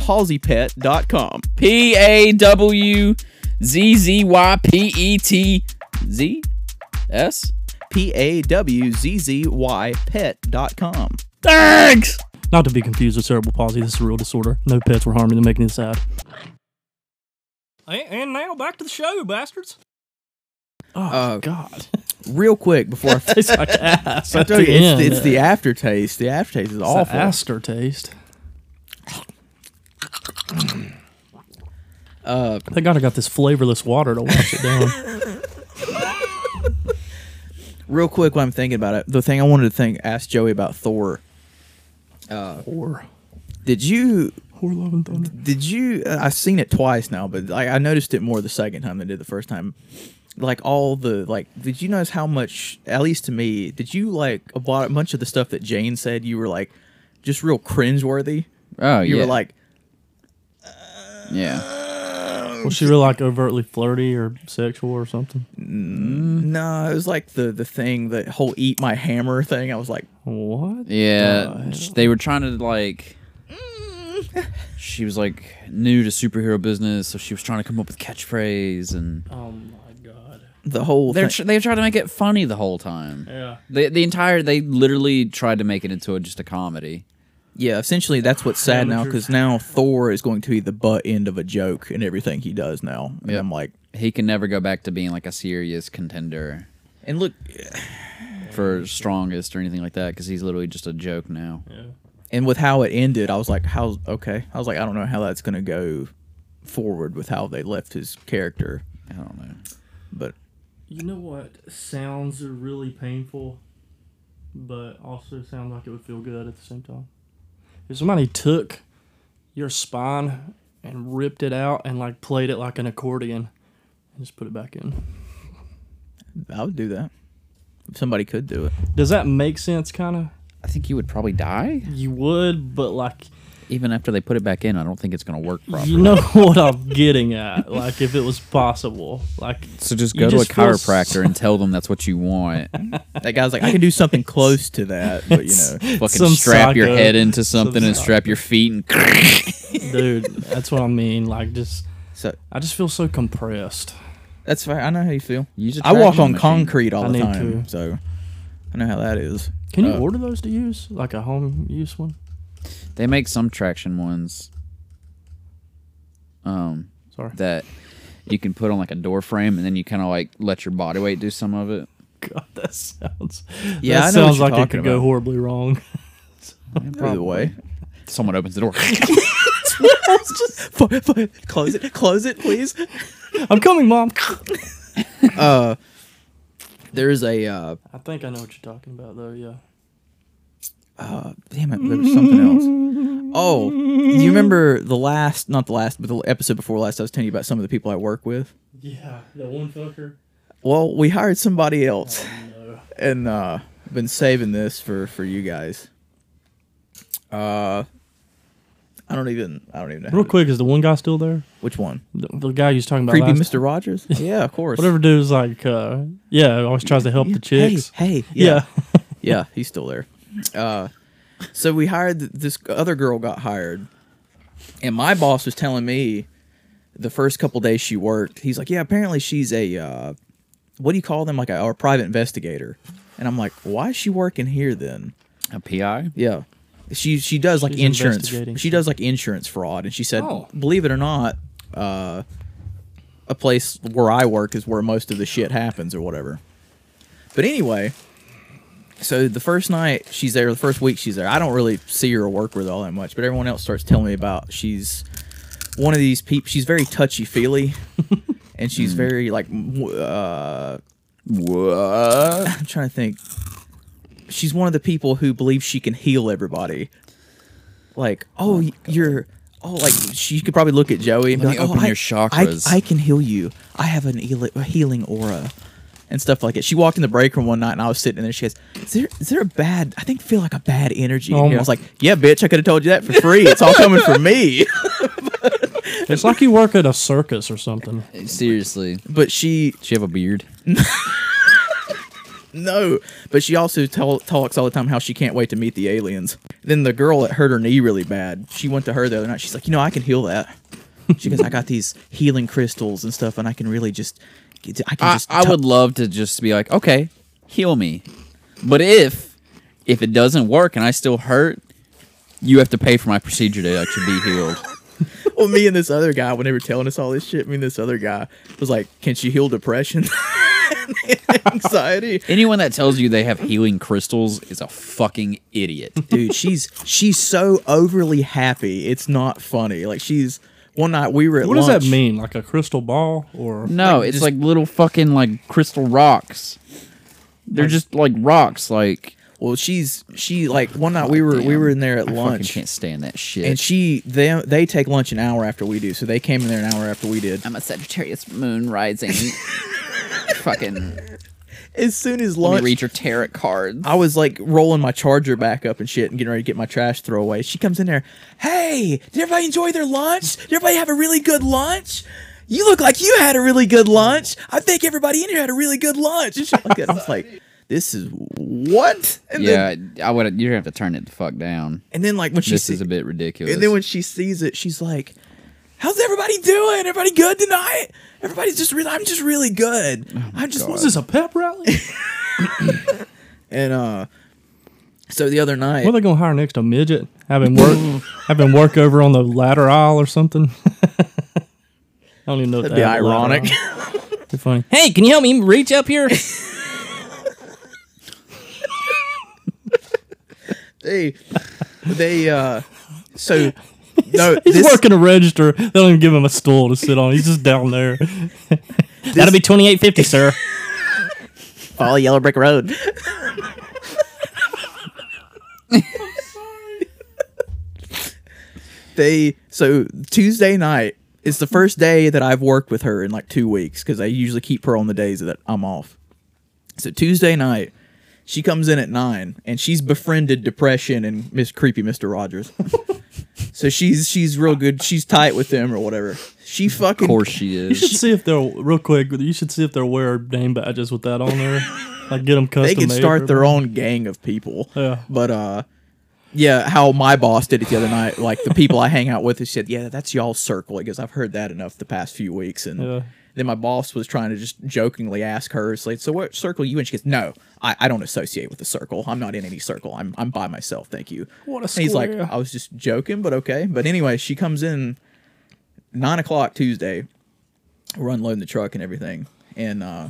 Speaker 1: www.palsypet.com.
Speaker 4: P A W Z Z Y P E T Z S.
Speaker 1: P A W Z Z Y pet.com.
Speaker 4: Thanks.
Speaker 3: Not to be confused with cerebral palsy. This is a real disorder. No pets were harmed in making this ad. And, and now back to the show, bastards. Oh
Speaker 1: Uh,
Speaker 3: God!
Speaker 1: Real quick before I
Speaker 3: It's like ass.
Speaker 1: I
Speaker 3: at
Speaker 1: tell you,
Speaker 3: the
Speaker 1: it's,
Speaker 3: end.
Speaker 1: it's the aftertaste. The aftertaste is
Speaker 3: uh, It's the
Speaker 1: awful.
Speaker 3: aster taste.
Speaker 1: Uh,
Speaker 3: Thank God I got this flavorless water to wash it down.
Speaker 1: real quick, while I'm thinking about it, the thing I wanted to think, ask Joey about Thor.
Speaker 3: Whore,
Speaker 1: Did you?
Speaker 3: whore, love and thunder.
Speaker 1: Did you? Uh, I've seen it twice now, but like I noticed it more the second time than I did the first time. Like all the like, did you notice how much? At least to me, did you like a lot, bunch of the stuff that Jane said? You were like, just real cringeworthy.
Speaker 4: Oh,
Speaker 1: You were like,
Speaker 4: yeah.
Speaker 3: Was she real like overtly flirty or sexual or something?
Speaker 1: no, it was like the the thing, the whole eat my hammer thing. I was like,
Speaker 3: What?
Speaker 4: Yeah, sh- they were trying to like.
Speaker 1: Mm.
Speaker 4: She was like new to superhero business, so she was trying to come up with catchphrase, and
Speaker 3: Oh my god.
Speaker 1: the whole.
Speaker 4: they
Speaker 1: Thing.
Speaker 4: tr- they tried to make it funny the whole time.
Speaker 3: Yeah.
Speaker 4: The the entire they literally tried to make it into a, just a comedy.
Speaker 1: Yeah, essentially that's what's sad now
Speaker 3: Managers.
Speaker 1: because now Thor is going to be the butt end of a joke in everything he does now. And
Speaker 4: Yep.
Speaker 1: I'm like,
Speaker 4: He can never go back to being like a serious contender
Speaker 1: and look,
Speaker 4: for strongest or anything like that because he's literally just a joke now.
Speaker 1: and with how it ended, I was like, how's okay? I was like, I don't know how that's going to go forward with how they left his character,
Speaker 4: I don't know.
Speaker 1: but
Speaker 3: You know what sounds really painful, but also sounds like it would feel good at the same time? If somebody took your spine and ripped it out and like played it like an accordion and just put it back in.
Speaker 1: I would do that. If somebody could do it.
Speaker 3: Does that make sense, kind of?
Speaker 4: I think he would probably die
Speaker 3: You would, but like,
Speaker 4: even after they put it back in. I don't think it's gonna work properly.
Speaker 3: you know what I'm getting at. Like, if it was possible, like,
Speaker 4: So just
Speaker 3: You
Speaker 4: go
Speaker 3: just
Speaker 4: to a
Speaker 3: feel
Speaker 4: chiropractor and tell them that's what you want.
Speaker 1: That guy's like, I can do something close to that, but you know,
Speaker 4: Fucking
Speaker 3: Some
Speaker 4: strap your
Speaker 3: psycho.
Speaker 4: head into something and
Speaker 3: psycho.
Speaker 4: strap your feet and
Speaker 3: dude, that's what I mean. Like, just,
Speaker 1: so
Speaker 3: I just feel so compressed.
Speaker 1: that's fine. I know how you feel.
Speaker 4: use a
Speaker 1: I walk
Speaker 4: tracking
Speaker 1: on
Speaker 4: machine.
Speaker 1: concrete all
Speaker 3: I
Speaker 1: the
Speaker 3: need
Speaker 1: time,
Speaker 3: to.
Speaker 1: so I know how that is.
Speaker 3: Can you
Speaker 4: Uh,
Speaker 3: order those to use, like a home use one?
Speaker 4: They make some traction ones. Um,
Speaker 3: Sorry.
Speaker 4: that you can put on like a door frame, and then you kind of like let your body weight do some of it.
Speaker 3: God, that sounds.
Speaker 1: Yeah,
Speaker 3: that
Speaker 1: I know what
Speaker 3: sounds
Speaker 1: you're
Speaker 3: like it
Speaker 1: talking
Speaker 3: could go
Speaker 1: about.
Speaker 3: horribly wrong.
Speaker 1: Either way,
Speaker 4: Someone opens the door.
Speaker 1: Fu- fu- close it, close it, please.
Speaker 3: I'm coming, mom.
Speaker 1: Uh, there's a uh,
Speaker 3: I think I know what you're talking about, though. Yeah.
Speaker 1: uh, damn it, there's something else. Oh, you remember the last, not the last, but the episode before last, I was telling you about some of the people I work with.
Speaker 3: Yeah, the one fucker.
Speaker 1: Well, we hired somebody else,
Speaker 3: No.
Speaker 1: and uh, I've been saving this for for you guys. Uh, I don't even, I don't even know how
Speaker 3: Real
Speaker 1: to-
Speaker 3: quick, is the one guy still there?
Speaker 1: which one.
Speaker 3: The, the guy you was talking about.
Speaker 1: Creepy
Speaker 3: last-
Speaker 1: Mr. Rogers. Yeah, of course.
Speaker 3: Whatever dude was like, uh, yeah, always tries to help the chicks.
Speaker 1: Hey, hey,
Speaker 3: yeah.
Speaker 1: yeah, he's still there. Uh, so we hired th- this other girl got hired, and my boss was telling me the first couple days she worked, he's like, "Yeah, apparently she's a uh, what do you call them? Like a, or a private investigator." And I'm like, "Why is she working here then?"
Speaker 4: a PI.
Speaker 1: Yeah. She she does like
Speaker 3: She's investigating
Speaker 1: insurance. She
Speaker 3: shit.
Speaker 1: does like insurance fraud, and she said,
Speaker 5: Oh.
Speaker 1: believe it or not, uh, a place where I work is where most of the shit happens, or whatever. But anyway, so the first night she's there, the first week she's there, I don't really see her or work with her all that much, but everyone else starts telling me about she's one of these people. She's very touchy feely, and
Speaker 4: Hmm.
Speaker 1: she's very like w- uh,
Speaker 4: What?
Speaker 1: I'm trying to think. She's one of the people who believes she can heal everybody. Like, oh, you're, oh, like she could probably look at Joey and
Speaker 4: Let
Speaker 1: be
Speaker 4: me
Speaker 1: like,
Speaker 4: open
Speaker 1: oh,
Speaker 4: your
Speaker 1: I,
Speaker 4: chakras."
Speaker 1: I, I can heal you. I have an heal- a healing aura and stuff like it. She walked in the break room one night and I was sitting there. She goes, is there, is there a bad? I think feel like a bad energy. in
Speaker 3: Oh
Speaker 1: here. I
Speaker 3: my-
Speaker 1: was like, yeah, bitch, I could have told you that for free. It's all coming from me.
Speaker 3: It's like you work at a circus or something.
Speaker 4: Seriously, does
Speaker 1: But she
Speaker 4: she have a beard?
Speaker 1: No, but she also tell, talks all the time how she can't wait to meet the aliens. Then the girl that hurt her knee really bad, she went to her the other night. She's like, you know, I can heal that. She goes, I got these healing crystals and stuff, and I can really just, I can
Speaker 4: I,
Speaker 1: just.
Speaker 4: I
Speaker 1: tou-
Speaker 4: would love to just be like, okay, heal me. But if if it doesn't work and I still hurt, you have to pay for my procedure to actually be healed.
Speaker 1: Well, me and this other guy, when they were telling us all this shit, me and this other guy was like, can she heal depression, and anxiety?
Speaker 4: Anyone that tells you they have healing crystals is a fucking idiot.
Speaker 1: dude she's she's so overly happy it's not funny like she's one night we were at
Speaker 3: What does that
Speaker 1: lunch-
Speaker 3: mean? Like a crystal ball or
Speaker 4: No, it's like little fucking like crystal rocks. They're just like rocks. Like
Speaker 1: well she's she like one night we were we
Speaker 4: Damn,
Speaker 1: were in there at
Speaker 4: I fucking
Speaker 1: lunch
Speaker 4: can't stand that shit.
Speaker 1: and she they they take lunch an hour after we do so they came in there an hour after we did
Speaker 4: I'm a Sagittarius moon rising. fucking
Speaker 1: as soon as
Speaker 4: let
Speaker 1: lunch
Speaker 4: me read your tarot cards.
Speaker 1: i was like rolling my charger back up and shit and getting ready to get my trash throwaway she comes in there hey did everybody enjoy their lunch did everybody have a really good lunch you look like you had a really good lunch i think everybody in here had a really good lunch and shit like that i was like this is what and
Speaker 4: yeah,
Speaker 1: then,
Speaker 4: I would. You're gonna have to turn it the fuck down.
Speaker 1: and then like when she
Speaker 4: This
Speaker 1: see-
Speaker 4: is a bit ridiculous.
Speaker 1: And then when she sees it, she's like, "How's everybody doing? Everybody good tonight? Everybody's just really. I'm just really good.
Speaker 3: Oh
Speaker 1: I'm just
Speaker 3: was this a pep rally?
Speaker 1: and uh." So the other night,
Speaker 3: What are they gonna hire next? A midget? Having work, having work over on the ladder aisle or something. I don't even know.
Speaker 1: that'd be ironic.
Speaker 3: Be funny.
Speaker 5: Hey, can you help me reach up here?
Speaker 1: they, they, uh, so no,
Speaker 3: He's
Speaker 1: this,
Speaker 3: working a register. They don't even give him a stool to sit on. He's just down there.
Speaker 5: That'll be twenty eight fifty, sir.
Speaker 1: follow Yellow Brick Road. they so Tuesday night is the first day that I've worked with her in like two weeks because I usually keep her on the days that I'm off. So Tuesday night, she comes in at nine and she's befriended depression and Miss Creepy Mister Rogers. so she's she's real good. She's tight with them or whatever. She fucking
Speaker 4: of course she
Speaker 3: You
Speaker 4: is.
Speaker 3: should see if they're real quick. You should see if they're wearing name badges with that on there. Like get them custom.
Speaker 1: they can
Speaker 3: made
Speaker 1: start
Speaker 3: or-
Speaker 1: their own gang of people.
Speaker 3: Yeah.
Speaker 1: But uh yeah, how my boss did it the other night. Like the people I hang out with, he said, "Yeah, that's y'all's circle." Because I've heard that enough the past few weeks. And
Speaker 3: Yeah.
Speaker 1: then my boss was trying to just jokingly ask her, it's like, "So what circle you?" in?" she goes, "No, I, I don't associate with the circle. I'm not in any circle. I'm I'm by myself. Thank you."
Speaker 3: What a
Speaker 1: And he's like,
Speaker 3: square.
Speaker 1: "I was just joking, but okay." But anyway, she comes in nine o'clock Tuesday. We're unloading the truck and everything, and uh,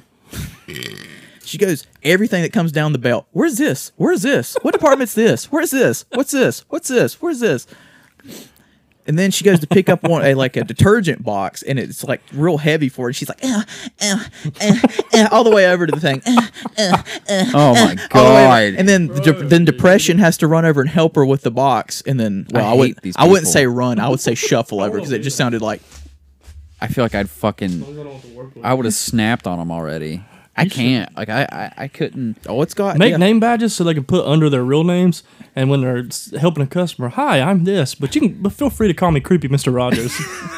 Speaker 1: she goes, everything that comes down the belt. Where's this? Where's this? What department's this? Where's this? What's this? What's this? Where's this? And then she goes to pick up one a like a detergent box, and it's like real heavy for her. And she's like, eh, eh, eh, eh," all the way over to the thing. "Eh, eh, eh,
Speaker 4: Oh my
Speaker 1: eh," all the way over.
Speaker 4: God.
Speaker 1: And then the de- then depression has to run over and help her with the box, and then well, I,
Speaker 4: hate
Speaker 1: would
Speaker 4: these
Speaker 1: I wouldn't
Speaker 4: people.
Speaker 1: say run, I would say shuffle over because it just sounded like
Speaker 4: I feel like I'd fucking, I would have snapped on them already. I can't. Like I, I, I couldn't.
Speaker 1: oh, it's got
Speaker 3: Make
Speaker 1: yeah.
Speaker 3: name badges so they can put under their real names, and when they're s- helping a customer, hi, I'm this, but you can but feel free to call me creepy Mister Rogers.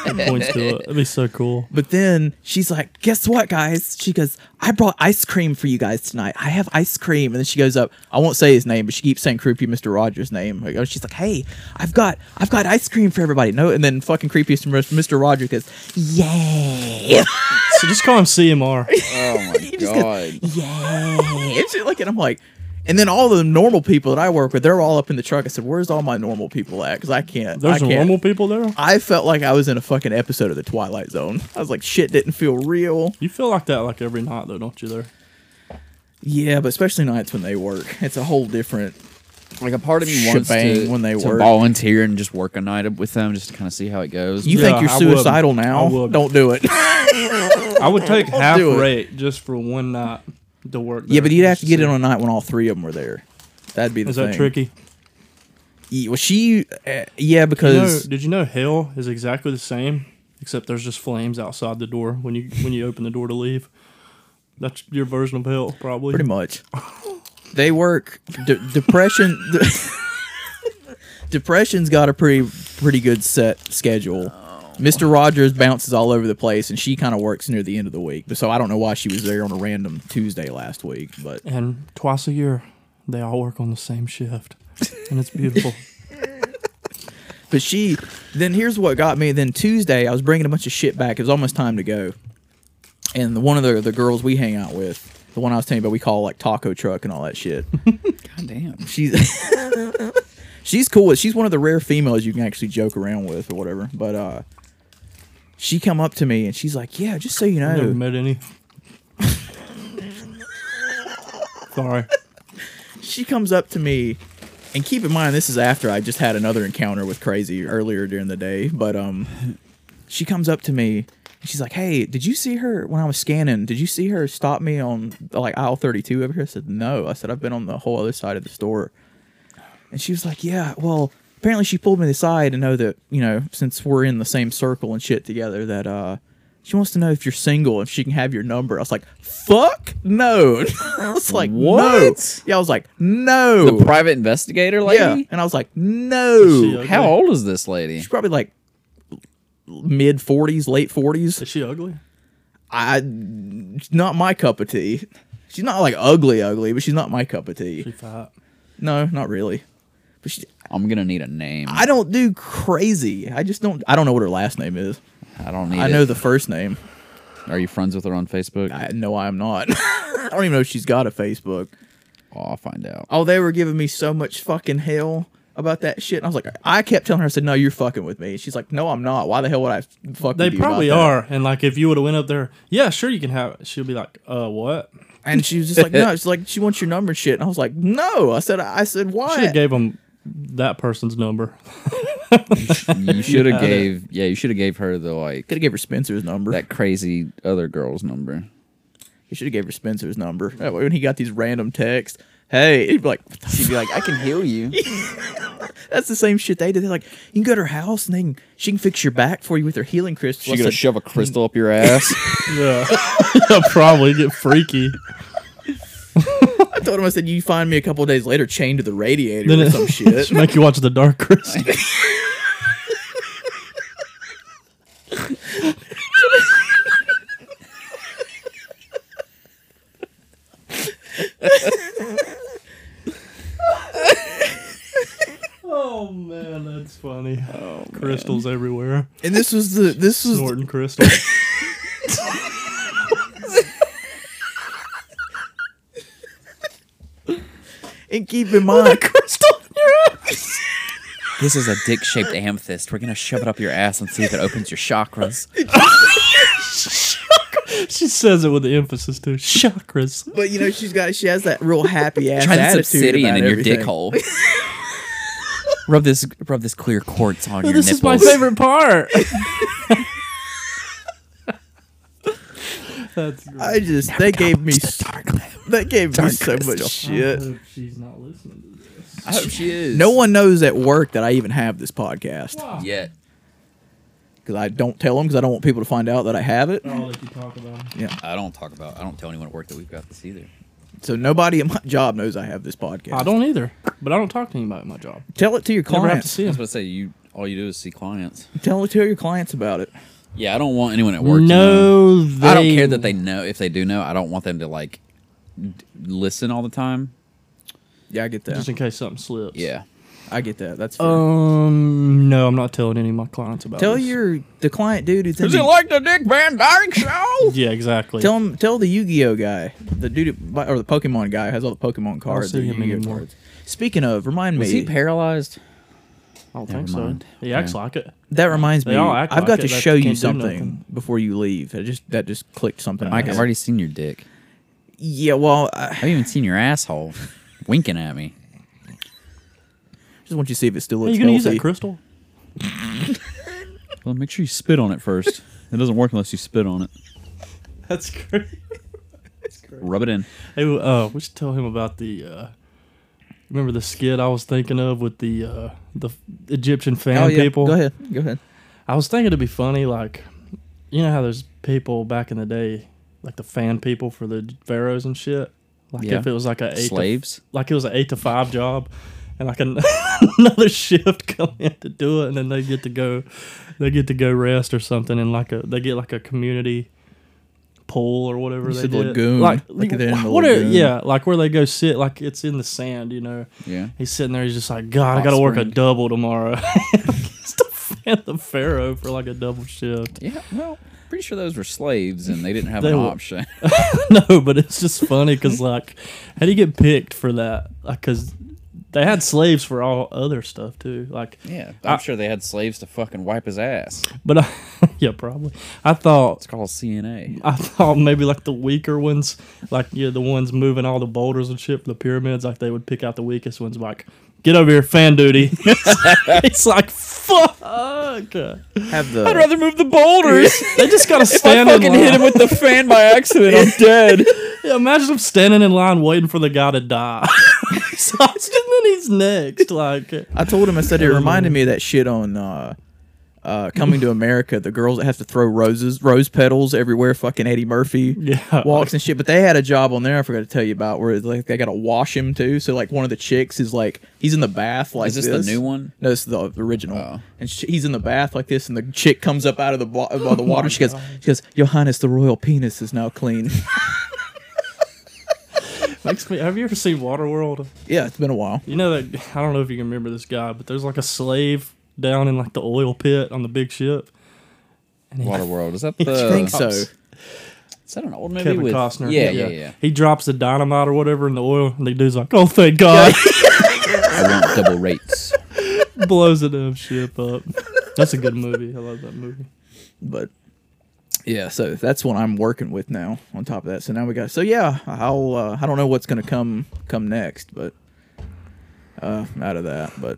Speaker 3: That points to it. That'd be so cool.
Speaker 1: But then she's like, "Guess what, guys?" She goes, "I brought ice cream for you guys tonight. I have ice cream." And then she goes up. I won't say his name, but she keeps saying creepy Mr. Rogers' name. Like, oh, She's like, "Hey, I've got, I've got ice cream for everybody." No, and then fucking creepy Mr. Rogers goes, "Yay!"
Speaker 3: So just call him CMR.
Speaker 4: Oh my god.
Speaker 1: and shit like, and I'm like, and then all the normal people that I work with, they're all up in the truck. I said, "Where's all my normal people at?" Because I can't. I
Speaker 3: There's
Speaker 1: can't.
Speaker 3: normal people there.
Speaker 1: I felt like I was in a fucking episode of the Twilight Zone. I was like, shit didn't feel real.
Speaker 3: You feel like that like every night though, don't you? There.
Speaker 1: Yeah, but especially nights when they work. It's a whole different.
Speaker 4: Like a part of me wants
Speaker 1: Shebang
Speaker 4: to,
Speaker 1: when they
Speaker 4: to
Speaker 1: work.
Speaker 4: volunteer and just work a night with them just to kind of see how it goes.
Speaker 1: You
Speaker 3: Yeah,
Speaker 1: think
Speaker 3: I
Speaker 1: you're
Speaker 3: wouldn't.
Speaker 1: suicidal
Speaker 3: I
Speaker 1: now?
Speaker 3: wouldn't.
Speaker 1: Don't do it.
Speaker 3: I would take half
Speaker 1: do it.
Speaker 3: rate just for one night to work.
Speaker 1: yeah,
Speaker 3: there,
Speaker 1: but you'd have
Speaker 3: just
Speaker 1: to get
Speaker 3: see.
Speaker 1: in on a night when all three of them were there. That'd be the
Speaker 3: Is that
Speaker 1: thing.
Speaker 3: tricky?
Speaker 1: Yeah, Well, she, uh, yeah,
Speaker 3: You know,
Speaker 1: because
Speaker 3: did you know hell is exactly the same, except there's just flames outside the door when you when you open the door to leave. That's your version of hell, probably.
Speaker 1: pretty much they work. De- depression. Depression's got a pretty pretty good set schedule. Mr. Rogers bounces all over the place, and she kind of works near the end of the week. So I don't know why she was there on a random Tuesday last week, but
Speaker 3: And twice a year, they all work on the same shift, and it's beautiful.
Speaker 1: But she, then here's what got me. Then Tuesday, I was bringing a bunch of shit back. It was almost time to go. And the, one of the, the girls we hang out with, the one I was telling you about, we call like taco truck and all that shit.
Speaker 4: God damn.
Speaker 1: She's she's cool. with- She's one of the rare females you can actually joke around with or whatever. But uh, she come up to me and she's like, "Yeah, just so you
Speaker 3: I never
Speaker 1: know."
Speaker 3: met any. Sorry.
Speaker 1: She comes up to me, and keep in mind this is after I just had another encounter with crazy earlier during the day. But um, she comes up to me and she's like, Hey, did you see her when I was scanning? Did you see her stop me on like aisle 32 over here? I said, No. I said, I've been on the whole other side of the store. And she was like, Yeah, well, apparently she pulled me aside to know that, you know, since we're in the same circle and shit together, that uh, she wants to know if you're single, if she can have your number. I was like, Fuck no. I was like,
Speaker 4: What?
Speaker 1: No. Yeah, I was like, No.
Speaker 4: The private investigator lady.
Speaker 1: yeah. And I was like, No.
Speaker 3: She, uh,
Speaker 4: How old is this lady?
Speaker 1: She's probably like mid 40s, late 40s.
Speaker 3: Is she ugly?
Speaker 1: I not my cup of tea. She's not like ugly, ugly, but she's not my cup of
Speaker 3: She
Speaker 1: tea.
Speaker 3: fat.
Speaker 1: No, not really. But she,
Speaker 4: I'm gonna need a name.
Speaker 1: I don't do crazy. I just don't. I don't know what her last name is.
Speaker 4: I don't need.
Speaker 1: I
Speaker 4: it.
Speaker 1: know the first name.
Speaker 4: Are you friends with her on Facebook?
Speaker 1: I no, I'm not. I don't even know if she's got a Facebook.
Speaker 4: oh, I'll find out.
Speaker 1: Oh, they were giving me so much fucking hell about that shit. And I was like, I kept telling her, I said, "No, you're fucking with me." And she's like, "No, I'm not. Why the hell would I fuck?"
Speaker 3: They
Speaker 1: with you about
Speaker 3: probably
Speaker 1: that?"
Speaker 3: are. And like, if you would have went up there, yeah, sure, you can have it. She'll be like, uh, what?
Speaker 1: And she was just like, "No." She's like, "She wants your number, and shit." And I was like, "No." I said, "I said why?"
Speaker 3: Should have gave him that person's number.
Speaker 4: You should have gave. Yeah, you should have gave her the like
Speaker 1: Could have gave her Spencer's number.
Speaker 4: that crazy other girl's number.
Speaker 1: He should have gave her Spencer's number. That way when he got these random texts, hey, he'd be like,
Speaker 4: She'd be like, I can heal you.
Speaker 1: that's the same shit they did. They're like, you can go to her house and then she can fix your back for you with her healing crystal.
Speaker 4: She gonna
Speaker 1: I said,
Speaker 4: shove a crystal up your ass.
Speaker 3: Yeah. probably get freaky.
Speaker 1: I told him, I said, you find me a couple of days later chained to the radiator
Speaker 3: Then
Speaker 1: or
Speaker 3: it-
Speaker 1: some shit.
Speaker 3: Should make you watch The Dark Crystal. Oh, crystals everywhere.
Speaker 1: And this was the this was
Speaker 3: Snorting crystals.
Speaker 1: and keep in mind crystal.
Speaker 4: This is a dick shaped amethyst. We're gonna shove it up your ass and see if it opens your chakras.
Speaker 3: she says it with the emphasis too. Chakras.
Speaker 1: But you know she's got she has that real happy ass
Speaker 4: Try this
Speaker 1: attitude
Speaker 4: obsidian
Speaker 1: about
Speaker 4: in your dick
Speaker 1: everything.
Speaker 4: hole. rub this rub this clear quartz on your
Speaker 3: this
Speaker 4: nipples.
Speaker 3: is my favorite part. That's great.
Speaker 1: I just they gave me s- they gave me so much shit.
Speaker 3: she's not listening to this.
Speaker 4: I hope she is.
Speaker 1: No one knows at work that I even have this podcast
Speaker 4: yet.
Speaker 1: because I don't tell them because I don't want people to find out that I have it.
Speaker 3: I'll let you talk about it.
Speaker 4: I don't talk about. I don't tell anyone at work that we've got this either.
Speaker 1: So nobody at my job knows I have this podcast.
Speaker 3: I don't either, but I don't talk to anybody at my job.
Speaker 1: tell it to your
Speaker 3: Never have to
Speaker 1: clients.
Speaker 3: see
Speaker 4: I was
Speaker 3: him.
Speaker 4: about to say you. All you do is see clients.
Speaker 1: Tell it to your clients about it.
Speaker 4: Yeah, I don't want anyone at work. to know.
Speaker 3: No, they,
Speaker 4: I don't care that they know. If they do know, I don't want them to like d- listen all the time.
Speaker 1: Yeah, I get
Speaker 3: just
Speaker 1: that.
Speaker 3: in case something slips.
Speaker 4: Yeah,
Speaker 1: I get that. That's fair.
Speaker 3: Um. No, I'm not telling any of my clients about.
Speaker 1: tell
Speaker 3: this.
Speaker 1: your the client dude who's in the,
Speaker 4: the Dick Van Dyke Show?
Speaker 3: Yeah, exactly.
Speaker 1: tell him tell the Yu-Gi-Oh guy, the dude that- or the Pokemon guy who has all the Pokemon cards.
Speaker 3: see
Speaker 1: the
Speaker 3: him
Speaker 1: Yu-Gi-Oh
Speaker 3: anymore.
Speaker 1: cards. Speaking of, remind
Speaker 4: Was
Speaker 1: me
Speaker 4: he paralyzed?
Speaker 3: I don't
Speaker 4: Never
Speaker 3: think
Speaker 4: mind.
Speaker 3: so. He acts
Speaker 4: Yeah.
Speaker 3: like it.
Speaker 1: that reminds me.
Speaker 3: They all act
Speaker 1: I've
Speaker 3: like
Speaker 1: got
Speaker 3: it,
Speaker 1: to
Speaker 3: they
Speaker 1: show you
Speaker 3: can't do
Speaker 1: something
Speaker 3: nothing.
Speaker 1: before you leave. I just that just clicked something. in my
Speaker 4: Mike, I've
Speaker 1: head.
Speaker 4: already seen your dick.
Speaker 1: Yeah, well, I
Speaker 4: I haven't even seen your asshole winking at me.
Speaker 1: just want you to see if it still
Speaker 3: Are
Speaker 1: looks
Speaker 3: you gonna use
Speaker 1: healthy.
Speaker 3: that crystal?
Speaker 4: Well, make sure you spit on it first. it doesn't work unless you spit on it.
Speaker 3: That's great.
Speaker 4: Rub it in.
Speaker 3: Hey, uh, we should tell him about the. Uh, remember the skit I was thinking of with the uh, the Egyptian fan
Speaker 1: Oh, yeah.
Speaker 3: people.
Speaker 1: Go ahead. Go ahead.
Speaker 3: I was thinking it'd be funny, like, you know how there's people back in the day, like the fan people for the pharaohs and shit. Like
Speaker 4: Yeah.
Speaker 3: if it was like a eight to,
Speaker 4: Slaves.
Speaker 3: like it was an eight to five job, and like an, another shift come in to do it, and then they get to go, they get to go rest or something, and like a they get like a community pool or whatever
Speaker 1: You
Speaker 3: they
Speaker 1: said
Speaker 3: did.
Speaker 1: lagoon.
Speaker 3: Like,
Speaker 1: Like they're in the
Speaker 3: what are,
Speaker 1: lagoon.
Speaker 3: yeah, like where they go sit, like it's in the sand, you know.
Speaker 4: Yeah.
Speaker 3: He's sitting there. He's just like, God, I
Speaker 4: Hot
Speaker 3: got to work a
Speaker 4: spring.
Speaker 3: double tomorrow. He's the fan- the pharaoh for like a double shift.
Speaker 4: Yeah. Well, pretty sure those were slaves and they didn't have
Speaker 3: They
Speaker 4: an
Speaker 3: were-
Speaker 4: option.
Speaker 3: no, but it's just funny because like, how do you get picked for that? Because they had slaves for all other stuff too. Like,
Speaker 4: yeah. I'm
Speaker 3: I-
Speaker 4: sure they had slaves to fucking wipe his ass.
Speaker 3: but I, yeah, probably. I thought
Speaker 4: It's called CNA.
Speaker 3: I thought maybe like the weaker ones, like yeah, the ones moving all the boulders and shit for the pyramids, like they would pick out the weakest ones. Like, get over here, fan duty. it's like fuck.
Speaker 1: Have the
Speaker 4: I'd rather move the boulders.
Speaker 3: They just gotta
Speaker 4: if I
Speaker 3: stand in
Speaker 4: fucking
Speaker 3: line.
Speaker 4: hit him with the fan by accident, I'm dead.
Speaker 3: Yeah, imagine him standing in line waiting for the guy to die. so and then he's next. Like,
Speaker 1: I told him I said it reminded me of that shit on uh, uh, Coming to America. The girls that have to throw roses, rose petals everywhere. Fucking Eddie Murphy
Speaker 3: Yeah.
Speaker 1: walks and shit. But they had a job on there. I forgot to tell you about where like they got to wash him too. So like one of the chicks is like he's in the bath like
Speaker 4: Is this the new one?
Speaker 1: No, this is the original.
Speaker 4: Oh.
Speaker 1: And sh he's in the bath like this, and the chick comes up out of the wa- of the water. she goes, she goes, Your Highness, the royal penis is now clean.
Speaker 3: makes me. Have you ever seen Waterworld?
Speaker 1: yeah, it's been a while.
Speaker 3: You know that I don't know if you can remember this guy, but there's like a slave down in like the oil pit on the big ship.
Speaker 4: Waterworld. Is that
Speaker 3: I
Speaker 4: the?
Speaker 1: I think so.
Speaker 4: Is that an old movie
Speaker 3: Kevin
Speaker 4: with
Speaker 3: Costner.
Speaker 4: Yeah, yeah, yeah.
Speaker 3: He drops the dynamite or whatever in the oil, and the dude's like, "Oh, thank God!"
Speaker 4: I want double rates.
Speaker 3: Blows the damn ship up. That's a good movie. I love that movie.
Speaker 1: but yeah, so that's what I'm working with now. On top of that, so now we got so yeah. I'll uh, I don't know what's gonna come come next, but uh, out of that, but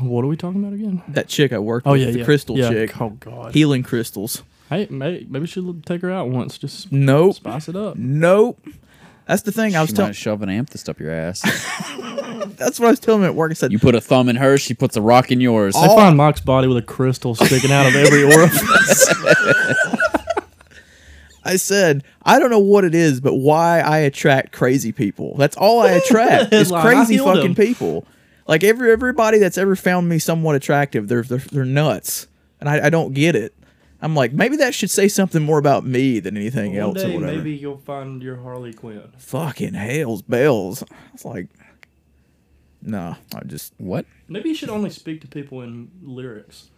Speaker 3: What are we talking about again?
Speaker 1: that chick I worked
Speaker 3: Oh
Speaker 1: with,
Speaker 3: yeah,
Speaker 1: the
Speaker 3: yeah,
Speaker 1: crystal
Speaker 3: yeah.
Speaker 1: chick,
Speaker 3: Oh God.
Speaker 1: healing crystals.
Speaker 3: hey, may, maybe she'll take her out once. Just
Speaker 1: Nope,
Speaker 3: spice it up.
Speaker 1: nope. That's the thing I was
Speaker 4: she
Speaker 1: telling.
Speaker 4: might shove an amethyst up your ass.
Speaker 1: That's what I was telling him at work. I said,
Speaker 4: you put a thumb in hers, she puts a rock in
Speaker 1: Oh.
Speaker 4: yours.
Speaker 3: They find Mike's body with a crystal sticking out of every orifice.
Speaker 1: I said, I don't know what it is, but why I attract crazy people. That's all I attract is
Speaker 3: Headline, I
Speaker 1: crazy
Speaker 3: healed
Speaker 1: fucking
Speaker 3: him.
Speaker 1: people. Like every everybody that's ever found me somewhat attractive, they're they're, they're nuts, and I, I don't get it. I'm like, maybe that should say something more about me than anything
Speaker 3: One
Speaker 1: else or
Speaker 3: day,
Speaker 1: whatever.
Speaker 3: maybe you'll find your Harley Quinn.
Speaker 1: Fucking hell's bells. It's like, nah, I just
Speaker 4: What?
Speaker 3: Maybe you should only speak to people in lyrics.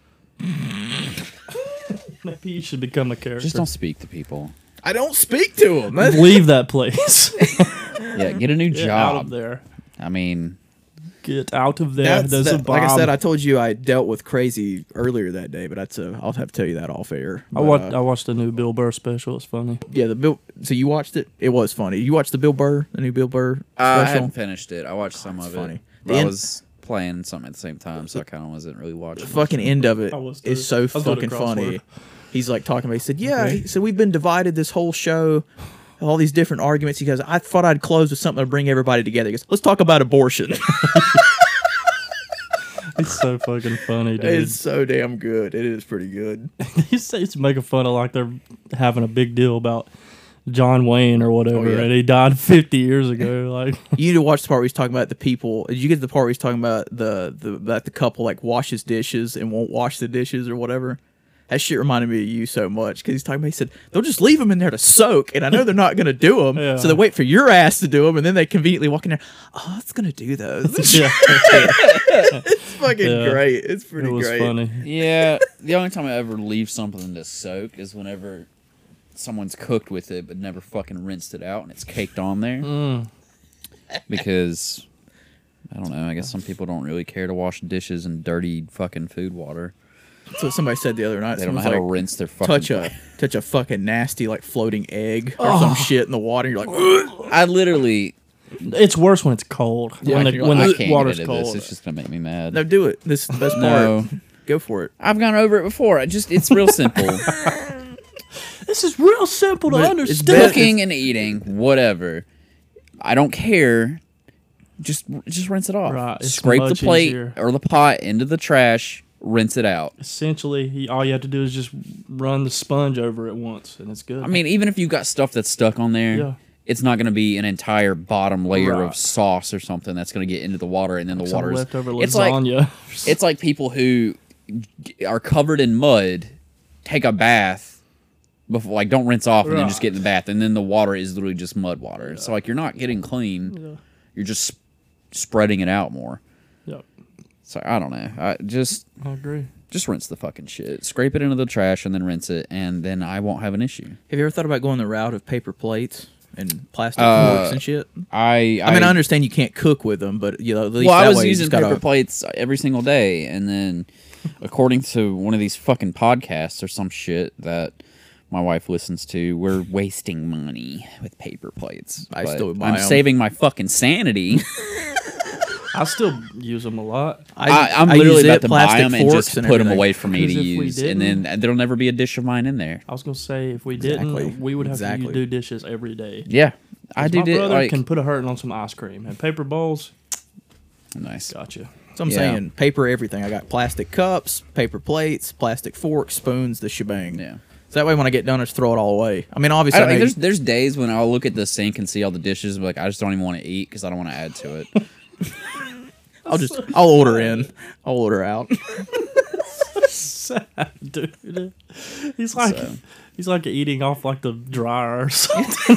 Speaker 3: Maybe you should become a character.
Speaker 4: Just don't speak to people.
Speaker 1: I don't speak to him.
Speaker 3: leave that place.
Speaker 4: Yeah, get a new
Speaker 3: Get
Speaker 4: job.
Speaker 3: out of there.
Speaker 4: I mean,
Speaker 3: Get out of there.
Speaker 1: That's
Speaker 3: There's a
Speaker 1: that-
Speaker 3: bomb.
Speaker 1: like I said, I told you I dealt with crazy earlier that day, but that's a, I'll have to tell you that off air.
Speaker 3: I
Speaker 1: But,
Speaker 3: watched,
Speaker 1: uh,
Speaker 3: I watched the new Bill Burr special. It's funny.
Speaker 1: yeah, the Bill. So you watched it? It was funny. You watched the Bill Burr, the new Bill Burr
Speaker 4: I
Speaker 1: special.
Speaker 4: hadn't finished it. I watched some
Speaker 1: it's
Speaker 4: of
Speaker 1: funny.
Speaker 4: it.
Speaker 1: The
Speaker 4: But I
Speaker 1: end-
Speaker 4: was playing something at the same time, so I kind of wasn't really watching.
Speaker 1: the fucking end of it
Speaker 3: I was
Speaker 1: is
Speaker 3: too. I
Speaker 1: so
Speaker 3: was doing a
Speaker 1: fucking
Speaker 3: crossword.
Speaker 1: funny. He's like talking about. He said, "Yeah." He said, "We've been divided this whole show, all these different arguments." He goes, "I thought I'd close with something to bring everybody together." He goes, "Let's talk about abortion."
Speaker 3: It's so fucking funny, dude.
Speaker 1: it's so damn good. It is pretty good.
Speaker 3: He he's making fun of like they're having a big deal about John Wayne or whatever,
Speaker 1: Oh, yeah.
Speaker 3: and he died 50 years ago. Like,
Speaker 1: You need to watch the part where he's talking about the people. Did you get to the part where he's talking about the the that the couple like washes dishes and won't wash the dishes or whatever? That shit reminded me of you so much because he's talking about. He said they'll just leave them in there to soak, and I know they're not gonna do them,
Speaker 3: Yeah.
Speaker 1: so they wait for your ass to do them, and then they conveniently walk in there. Oh, it's gonna do those. It's
Speaker 3: yeah,
Speaker 1: fucking
Speaker 3: Yeah.
Speaker 1: great. It's pretty
Speaker 3: it was
Speaker 1: great.
Speaker 3: funny.
Speaker 4: Yeah, the only time I ever leave something to soak is whenever someone's cooked with it but never fucking rinsed it out and it's caked on there. Because I don't know, I guess some people don't really care to wash dishes in dirty fucking food water.
Speaker 1: That's what somebody said the other night.
Speaker 4: They don't know
Speaker 1: Someone's
Speaker 4: how to
Speaker 1: like,
Speaker 4: rinse their fucking
Speaker 1: touch a touch a fucking nasty like floating egg
Speaker 3: Oh.
Speaker 1: or some shit in the water. And you're like, "Ugh."
Speaker 4: I literally
Speaker 3: It's worse when it's cold. when
Speaker 4: I
Speaker 3: the, when
Speaker 4: I
Speaker 3: the
Speaker 4: can't
Speaker 3: water's
Speaker 4: get into
Speaker 3: cold.
Speaker 4: this. It's just gonna make me mad.
Speaker 1: no, do it. This is the best
Speaker 4: No.
Speaker 1: part. Go for it.
Speaker 4: I've gone over it before. I just it's real simple.
Speaker 3: this is real simple to
Speaker 1: But it's
Speaker 3: understand.
Speaker 1: better-
Speaker 4: cooking and eating, whatever. I don't care. Just just rinse it off.
Speaker 3: Right, it's
Speaker 4: Scrape the
Speaker 3: much
Speaker 4: plate
Speaker 3: easier.
Speaker 4: or the pot into the trash. Rinse it out.
Speaker 3: Essentially, he- all you have to do is just run the sponge over it once, and it's good.
Speaker 4: I mean, even if you got stuff that's stuck on there,
Speaker 3: Yeah.
Speaker 4: it's not going to be an entire bottom layer
Speaker 3: Right.
Speaker 4: of sauce or something that's going to get into the water, and then the
Speaker 3: Some
Speaker 4: water is.
Speaker 3: leftover
Speaker 4: It's like
Speaker 3: lasagna.
Speaker 4: it's like people who g- are covered in mud take a bath before like don't rinse off and then just
Speaker 3: Right.
Speaker 4: get in the bath and then the water is literally just mud water so like you're not getting clean you're just sp- spreading it out more
Speaker 3: yep,
Speaker 4: so i don't know i just
Speaker 3: I agree.
Speaker 4: just rinse the fucking shit scrape it into the trash and then rinse it and then i won't have an issue
Speaker 1: Have you ever thought about going the route of paper plates and plastic
Speaker 4: Uh,
Speaker 1: forks and shit?
Speaker 4: i
Speaker 1: I, mean, I understand you can't cook with them, but you know, at least
Speaker 4: well i
Speaker 1: that
Speaker 4: was
Speaker 1: way you
Speaker 4: using
Speaker 1: just gotta-
Speaker 4: paper plates every single day and then according to one of these fucking podcasts or some shit that my wife listens to we're wasting money with paper plates
Speaker 1: I
Speaker 4: But
Speaker 1: still buy
Speaker 4: i'm
Speaker 1: 'em.
Speaker 4: saving my fucking sanity
Speaker 3: I still use them a lot.
Speaker 4: I, i'm literally
Speaker 1: use
Speaker 4: about
Speaker 1: it,
Speaker 4: to buy
Speaker 1: plastic
Speaker 4: them and
Speaker 1: forks
Speaker 4: just put them
Speaker 1: everything.
Speaker 4: away for me to
Speaker 3: Because if we
Speaker 4: use and then there'll never be a dish of mine in there
Speaker 3: I was gonna say if we
Speaker 1: Exactly.
Speaker 3: didn't, we would have
Speaker 1: Exactly.
Speaker 3: to do dishes every day.
Speaker 4: yeah i do
Speaker 3: My
Speaker 4: di-
Speaker 3: brother
Speaker 4: like
Speaker 3: can put a hurting on some ice cream and paper bowls.
Speaker 4: nice
Speaker 3: Gotcha.
Speaker 1: That's what I'm
Speaker 4: Yeah.
Speaker 1: saying. Paper everything. I got plastic cups, paper plates, plastic forks, spoons, the shebang.
Speaker 4: Yeah.
Speaker 1: So that way, when I get done, I just throw it all away. I mean,
Speaker 4: I
Speaker 1: obviously,
Speaker 4: don't,
Speaker 1: I know
Speaker 4: like, there's
Speaker 1: you-
Speaker 4: there's days when I'll look at the sink and see all the dishes, but like I just don't even want to eat because I don't want to add to it.
Speaker 1: I'll just I'll order in, I'll order out.
Speaker 3: sad, dude. He's like
Speaker 4: So-
Speaker 3: he's like eating off like the dryer or something.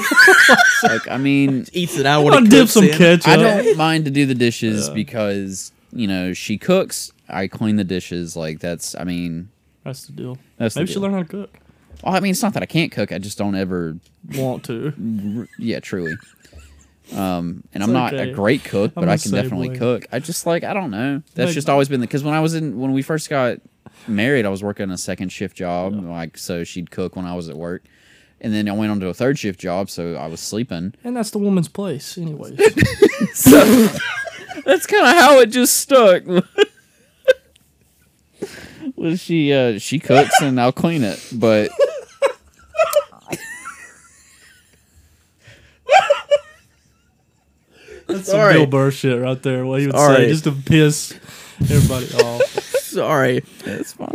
Speaker 4: like I mean,
Speaker 1: Eats it out when
Speaker 3: I
Speaker 1: it
Speaker 3: dip
Speaker 1: cooks
Speaker 3: some
Speaker 1: in.
Speaker 3: ketchup.
Speaker 4: I don't mind to do the dishes because you know she cooks. I clean the dishes. Like that's. I mean,
Speaker 3: That's the deal.
Speaker 4: That's the
Speaker 3: Maybe she
Speaker 4: deal.
Speaker 3: learned how to cook.
Speaker 4: well, I mean, it's not that I can't cook. I just don't ever.
Speaker 3: Want
Speaker 4: Mm.
Speaker 3: to?
Speaker 4: Yeah, truly. Um, and
Speaker 3: It's
Speaker 4: I'm not
Speaker 3: okay.
Speaker 4: a great cook,
Speaker 3: I'm
Speaker 4: but I
Speaker 3: the
Speaker 4: can
Speaker 3: same
Speaker 4: definitely
Speaker 3: way.
Speaker 4: cook. I just like I don't know. That's
Speaker 3: Like-
Speaker 4: just always been the because when I was in when we first got married, I was working a second shift job. Like so, she'd cook when I was at work, and then I went on to a third shift job, so I was sleeping.
Speaker 3: And that's the woman's place, anyways.
Speaker 4: That's kind of how it just stuck. well, she uh, she cooks and I'll clean it, but
Speaker 3: That's some
Speaker 1: Sorry.
Speaker 3: Bill Burr shit right there. What he would
Speaker 1: Sorry.
Speaker 3: say just to piss everybody off.
Speaker 1: Sorry.
Speaker 4: it's fine.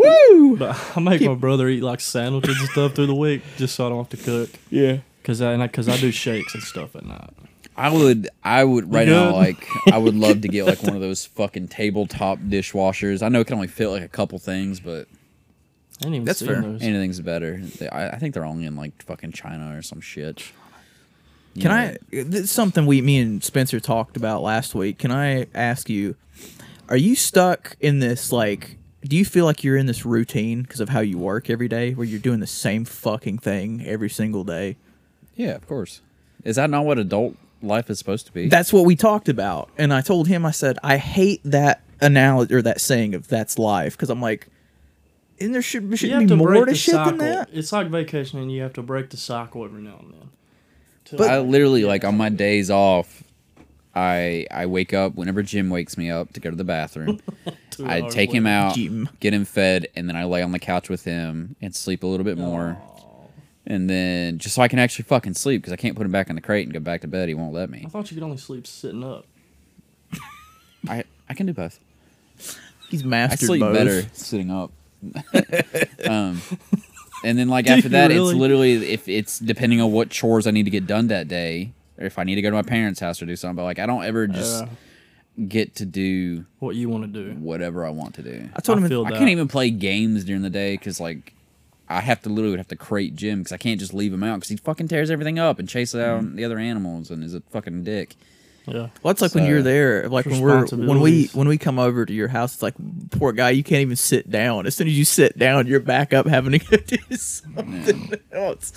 Speaker 3: But I make my brother eat like sandwiches and stuff through the week just so I don't have to cook.
Speaker 1: Yeah.
Speaker 3: Cause I and I- cause I do shakes and stuff at night.
Speaker 4: I would I would right
Speaker 3: good?
Speaker 4: now like I would love to get like one of those fucking tabletop dishwashers. I know it can only fit like a couple things, but
Speaker 3: I didn't even
Speaker 1: That's
Speaker 3: see
Speaker 1: fair.
Speaker 3: those.
Speaker 4: anything's better. They- I, I think they're only in like fucking China or some shit. You
Speaker 1: Can
Speaker 4: know,
Speaker 1: I? This is something we, me and Spencer talked about last week. Can I ask you? Are you stuck in this like do you feel like you're in this routine because of how you work every day, where you're doing the same fucking thing every single day?
Speaker 4: Yeah, of course. Is that not what adult life is supposed to be?
Speaker 1: That's what we talked about. And I told him, I said, I hate that analogy or that saying of that's life because I'm like, and there should,
Speaker 3: You
Speaker 1: should
Speaker 3: have
Speaker 1: be
Speaker 3: to
Speaker 1: more
Speaker 3: break
Speaker 1: to
Speaker 3: the
Speaker 1: shit
Speaker 3: cycle.
Speaker 1: than that.
Speaker 3: It's like vacationing. You have to break the cycle every now and then. To-
Speaker 1: But-
Speaker 4: I literally like on my days off, I I wake up whenever Jim wakes me up to go to the bathroom.
Speaker 3: to
Speaker 4: I
Speaker 3: our
Speaker 4: take him
Speaker 3: way.
Speaker 4: out,
Speaker 1: Jim.
Speaker 4: get him fed, and then I lay on the couch with him and sleep a little bit more. And then just so I can actually fucking sleep because I can't put him back in the crate and go back to bed. He won't let me.
Speaker 3: I thought you could only sleep sitting up.
Speaker 4: I I can do both.
Speaker 1: He's
Speaker 4: I
Speaker 1: mastered
Speaker 4: sleep
Speaker 1: both.
Speaker 4: better sitting up. um, and then like after
Speaker 3: you
Speaker 4: that,
Speaker 3: really?
Speaker 4: it's literally if it's depending on what chores I need to get done that day, or if I need to go to my parents' house or do something. But like I don't ever just
Speaker 3: Yeah.
Speaker 4: get to do
Speaker 3: What you want to do?
Speaker 4: whatever I want to do.
Speaker 1: I told him,
Speaker 3: I feel
Speaker 4: I
Speaker 3: that.
Speaker 4: can't even play games during the day because like I have to literally would have to crate Jim because I can't just leave him out because he fucking tears everything up and chases
Speaker 3: Mm.
Speaker 4: out the other animals and is a fucking dick.
Speaker 3: Yeah.
Speaker 1: well, it's like when
Speaker 4: So-
Speaker 1: you're there, like when we're when we
Speaker 3: Responsibilities.
Speaker 1: when we come over to your house, it's like poor guy, you can't even sit down. As soon as you sit down, you're back up having to go do something else.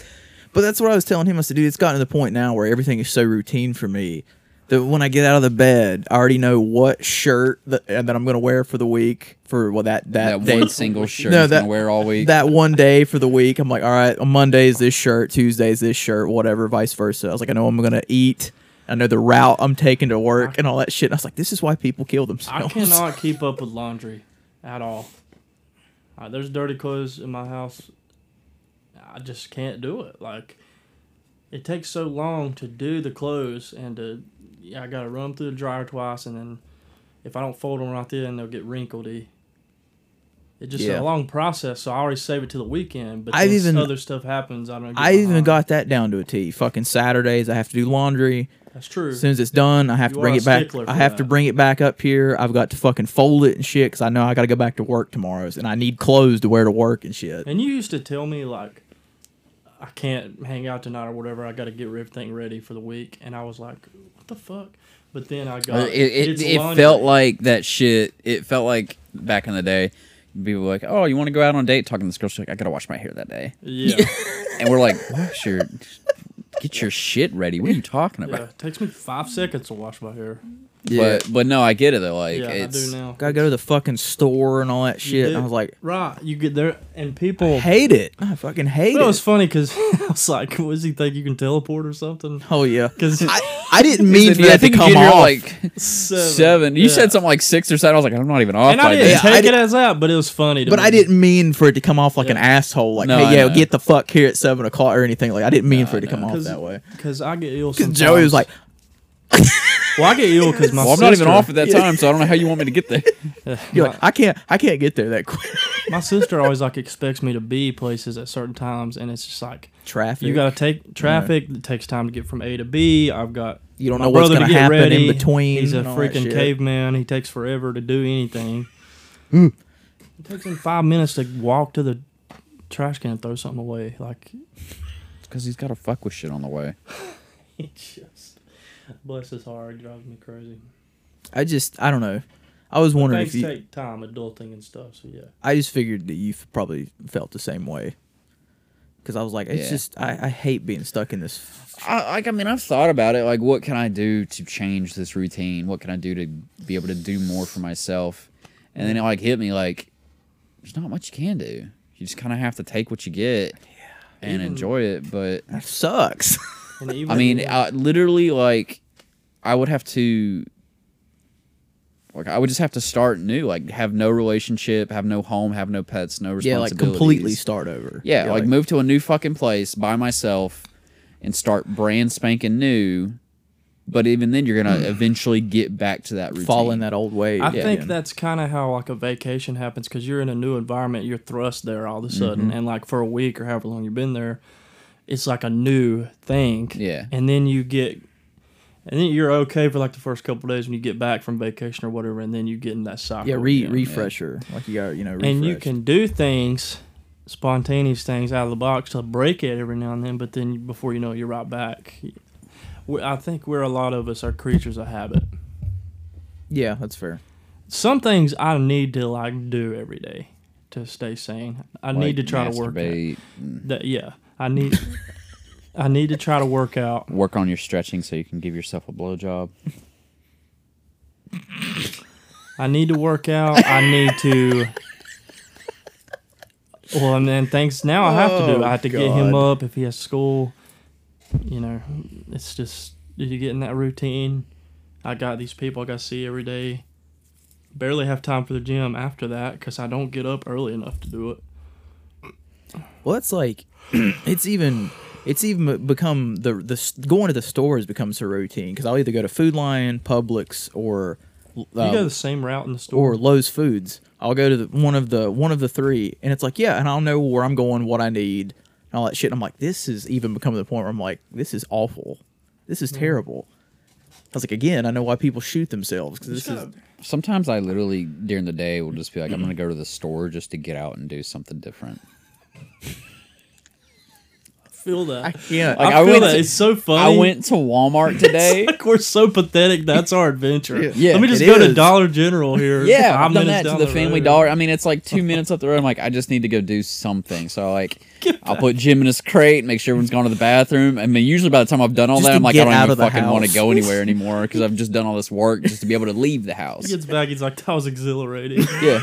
Speaker 1: But that's what I was telling him. I said, dude, it's gotten to the point now where everything is so routine for me that when I get out of the bed, I already know what shirt that, that I'm going to wear for the week for well that that,
Speaker 4: That,
Speaker 1: day.
Speaker 4: one single shirt
Speaker 1: No,
Speaker 4: he's
Speaker 1: that-
Speaker 4: gonna wear all week.
Speaker 1: that one day for the week, I'm like, all right, on Monday's this shirt, Tuesday's this shirt, whatever, vice versa. I was like, I know I'm gonna eat. I know the route I'm taking to work and all that shit. And I was like, this is why people kill
Speaker 3: I
Speaker 1: themselves.
Speaker 3: cannot keep up with laundry at all. Uh, there's dirty clothes in my house. I just can't do it. Like, it takes so long to do the clothes and to, yeah, I gotta run 'em through the dryer twice, and then if I don't fold them right then, they'll get wrinkledy. It's just
Speaker 1: Yeah.
Speaker 3: a long process, so I always save it to the weekend. But
Speaker 1: I've
Speaker 3: then
Speaker 1: even-
Speaker 3: other stuff happens. I don't. Get
Speaker 1: I even
Speaker 3: behind.
Speaker 1: got that down to a T. Fucking Saturdays, I have to do laundry.
Speaker 3: that's true.
Speaker 1: As soon as it's done, I have
Speaker 3: You
Speaker 1: to
Speaker 3: are
Speaker 1: bring
Speaker 3: a
Speaker 1: it back.
Speaker 3: stickler for
Speaker 1: I have to
Speaker 3: that.
Speaker 1: bring it back up here. I've got to fucking fold it and shit because I know I got to go back to work tomorrow's and I need clothes to wear to work and shit.
Speaker 3: And you used to tell me like, I can't hang out tonight or whatever. I got to get everything ready for the week, and I was like, what the fuck? But then I got
Speaker 4: Uh, it
Speaker 3: it's
Speaker 4: it, it
Speaker 3: laundry.
Speaker 4: felt like that shit. It felt like back in the day, people were like, "Oh, you want to go out on a date?" Talking to this girl, she's like, "I gotta wash my hair that day,"
Speaker 3: yeah,
Speaker 4: and we're like, "Wash your, get your shit ready." What are you talking
Speaker 3: yeah.
Speaker 4: about?
Speaker 3: It takes me five seconds to wash my hair.
Speaker 4: But but no, I get it though. Like
Speaker 3: yeah, I
Speaker 4: it's
Speaker 3: do now.
Speaker 1: Gotta go to the fucking store and all that shit. And I
Speaker 3: do.
Speaker 1: was like,
Speaker 3: Right, you get there and
Speaker 1: I
Speaker 3: people.
Speaker 1: hate it. I fucking hate
Speaker 3: But it
Speaker 1: it.
Speaker 3: was funny because I was like, "What does he think you can teleport or something?"
Speaker 1: Oh yeah.
Speaker 3: Because
Speaker 1: I, I didn't
Speaker 4: He
Speaker 1: mean
Speaker 4: said,
Speaker 1: for
Speaker 4: "Yeah, I
Speaker 1: that to
Speaker 4: think you
Speaker 1: come
Speaker 4: did, you're
Speaker 1: off.
Speaker 4: like
Speaker 3: seven,
Speaker 4: seven. You
Speaker 3: yeah.
Speaker 4: said something like six or seven. I was like, I'm not even off.
Speaker 3: and I
Speaker 4: by
Speaker 3: didn't
Speaker 4: that.
Speaker 1: Yeah, I
Speaker 3: take
Speaker 1: did-
Speaker 3: it as that, but it was funny. To
Speaker 1: but
Speaker 3: me.
Speaker 1: I didn't mean for it to come off like an asshole. Like,
Speaker 4: No, I
Speaker 1: hey, yeah,
Speaker 4: know.
Speaker 1: get the fuck here at seven o'clock or anything. Like, I didn't mean for it to come off
Speaker 3: Cause-
Speaker 1: that way.
Speaker 3: because I get ill.
Speaker 1: Because Joey was like,
Speaker 3: "Well, I get ill because my
Speaker 4: Well, I'm not even
Speaker 3: sister-
Speaker 4: off at that time, so I don't know how you want me to get there.
Speaker 1: you're like, I can't, I can't get there that quick.
Speaker 3: my sister always like expects me to be places at certain times and it's just like
Speaker 1: Traffic.
Speaker 3: you gotta take traffic it takes time to get from a to b i've got
Speaker 1: You don't
Speaker 3: my
Speaker 1: know what's
Speaker 3: brother to
Speaker 1: gonna
Speaker 3: get
Speaker 1: happen in between
Speaker 3: he's a
Speaker 1: and all that
Speaker 3: freaking
Speaker 1: shit.
Speaker 3: caveman he takes forever to do anything
Speaker 1: Mm.
Speaker 3: it takes him five minutes to walk to the trash can and throw something away like
Speaker 4: Because he's got to fuck with shit on the way.
Speaker 3: it just bless his heart it drives me crazy
Speaker 1: I just, I don't know. I was wondering
Speaker 3: things
Speaker 1: if you.
Speaker 3: take time adulting and stuff so yeah
Speaker 1: I just figured that you probably felt the same way. Because I was like, it's
Speaker 4: Yeah.
Speaker 1: just, I, I hate being stuck in this. f-
Speaker 4: I, like I mean, I've thought about it. Like, what can I do to change this routine? What can I do to be able to do more for myself? And then it like hit me like, there's not much you can do. You just kind of have to take what you get and
Speaker 3: Even-
Speaker 4: enjoy it. But
Speaker 1: That sucks.
Speaker 3: and even
Speaker 4: I mean, uh, literally, like, I would have to, like, I would just have to start new. Like, have no relationship, have no home, have no pets, no
Speaker 1: yeah,
Speaker 4: responsibilities.
Speaker 1: like completely start over.
Speaker 4: Yeah, like, move to a new fucking place by myself and start brand spanking new. But even then, you're gonna eventually get back to that routine.
Speaker 1: fall in that old way.
Speaker 3: I
Speaker 1: again.
Speaker 3: think that's kind of how like a vacation happens because you're in a new environment, you're thrust there all of a
Speaker 1: Mm-hmm.
Speaker 3: sudden, and like for a week or however long you've been there, it's like a new thing.
Speaker 4: Yeah.
Speaker 3: and then you get, and then you're okay for like the first couple days when you get back from vacation or whatever, and then you get in that cycle.
Speaker 1: Yeah, re-
Speaker 3: again.
Speaker 1: refresher. Like you got, you know, refresh.
Speaker 3: and you can do things, spontaneous things out of the box to break it every now and then, but then before you know, it, you're right back. We- I think we're a lot of us are creatures of habit.
Speaker 1: Yeah, that's fair.
Speaker 3: some things I need to like do every day to stay sane. I need to try to work. Out.
Speaker 4: masturbate,
Speaker 3: That yeah, I need. I need to try to work out.
Speaker 4: Work on your stretching so you can give yourself a blowjob.
Speaker 3: I need to work out. I need to. Well, and then things now I have to do. I have to get him up if he has school. You know, it's just you get in that routine. I got these people I got to see every day. Barely have time for the gym after that because I don't get up early enough to do it.
Speaker 1: Well, it's like it's even it's even become the the s- going to the store has become so routine because I'll either go to Food Lion, Publix, or
Speaker 3: You go
Speaker 1: um,
Speaker 3: the same route in the store.
Speaker 1: or Lowe's Foods. I'll go to the, one of the one of the three, and it's like yeah, and I'll know where I'm going, what I need, and all that shit. And I'm like, this is even becoming the point where I'm like, this is awful, this is terrible. I was like, again, I know why people shoot themselves because this is
Speaker 4: Sometimes I literally during the day will just be like, I'm gonna go to the store just to get out and do something different.
Speaker 3: feel that. I,
Speaker 1: yeah.
Speaker 4: Like, I
Speaker 3: feel
Speaker 4: went
Speaker 3: that.
Speaker 4: to-
Speaker 3: it's so
Speaker 4: I
Speaker 3: funny.
Speaker 4: went to Walmart today.
Speaker 3: Like we're so pathetic. That's our adventure.
Speaker 4: Yeah,
Speaker 3: Let me just
Speaker 1: it
Speaker 3: go to
Speaker 1: is.
Speaker 3: Dollar General here.
Speaker 4: yeah,
Speaker 3: five
Speaker 4: I've done
Speaker 3: minutes
Speaker 4: that to
Speaker 3: down
Speaker 4: the, Family
Speaker 3: road.
Speaker 4: Dollar. I mean, it's like two minutes up the road. I'm like, I just need to go do something. So like, I'll put Jim in his crate, make sure everyone's gone to the bathroom. I mean, usually by the time I've done all
Speaker 1: Just
Speaker 4: that,
Speaker 1: to
Speaker 4: I'm like,
Speaker 1: get
Speaker 4: I
Speaker 1: out
Speaker 4: don't
Speaker 1: of
Speaker 4: even
Speaker 1: the
Speaker 4: fucking want to
Speaker 1: house.
Speaker 4: go anywhere anymore because I've just done all this work just to be able to leave the
Speaker 3: He
Speaker 4: house.
Speaker 3: gets back. He's like, that was exhilarating.
Speaker 4: Yeah.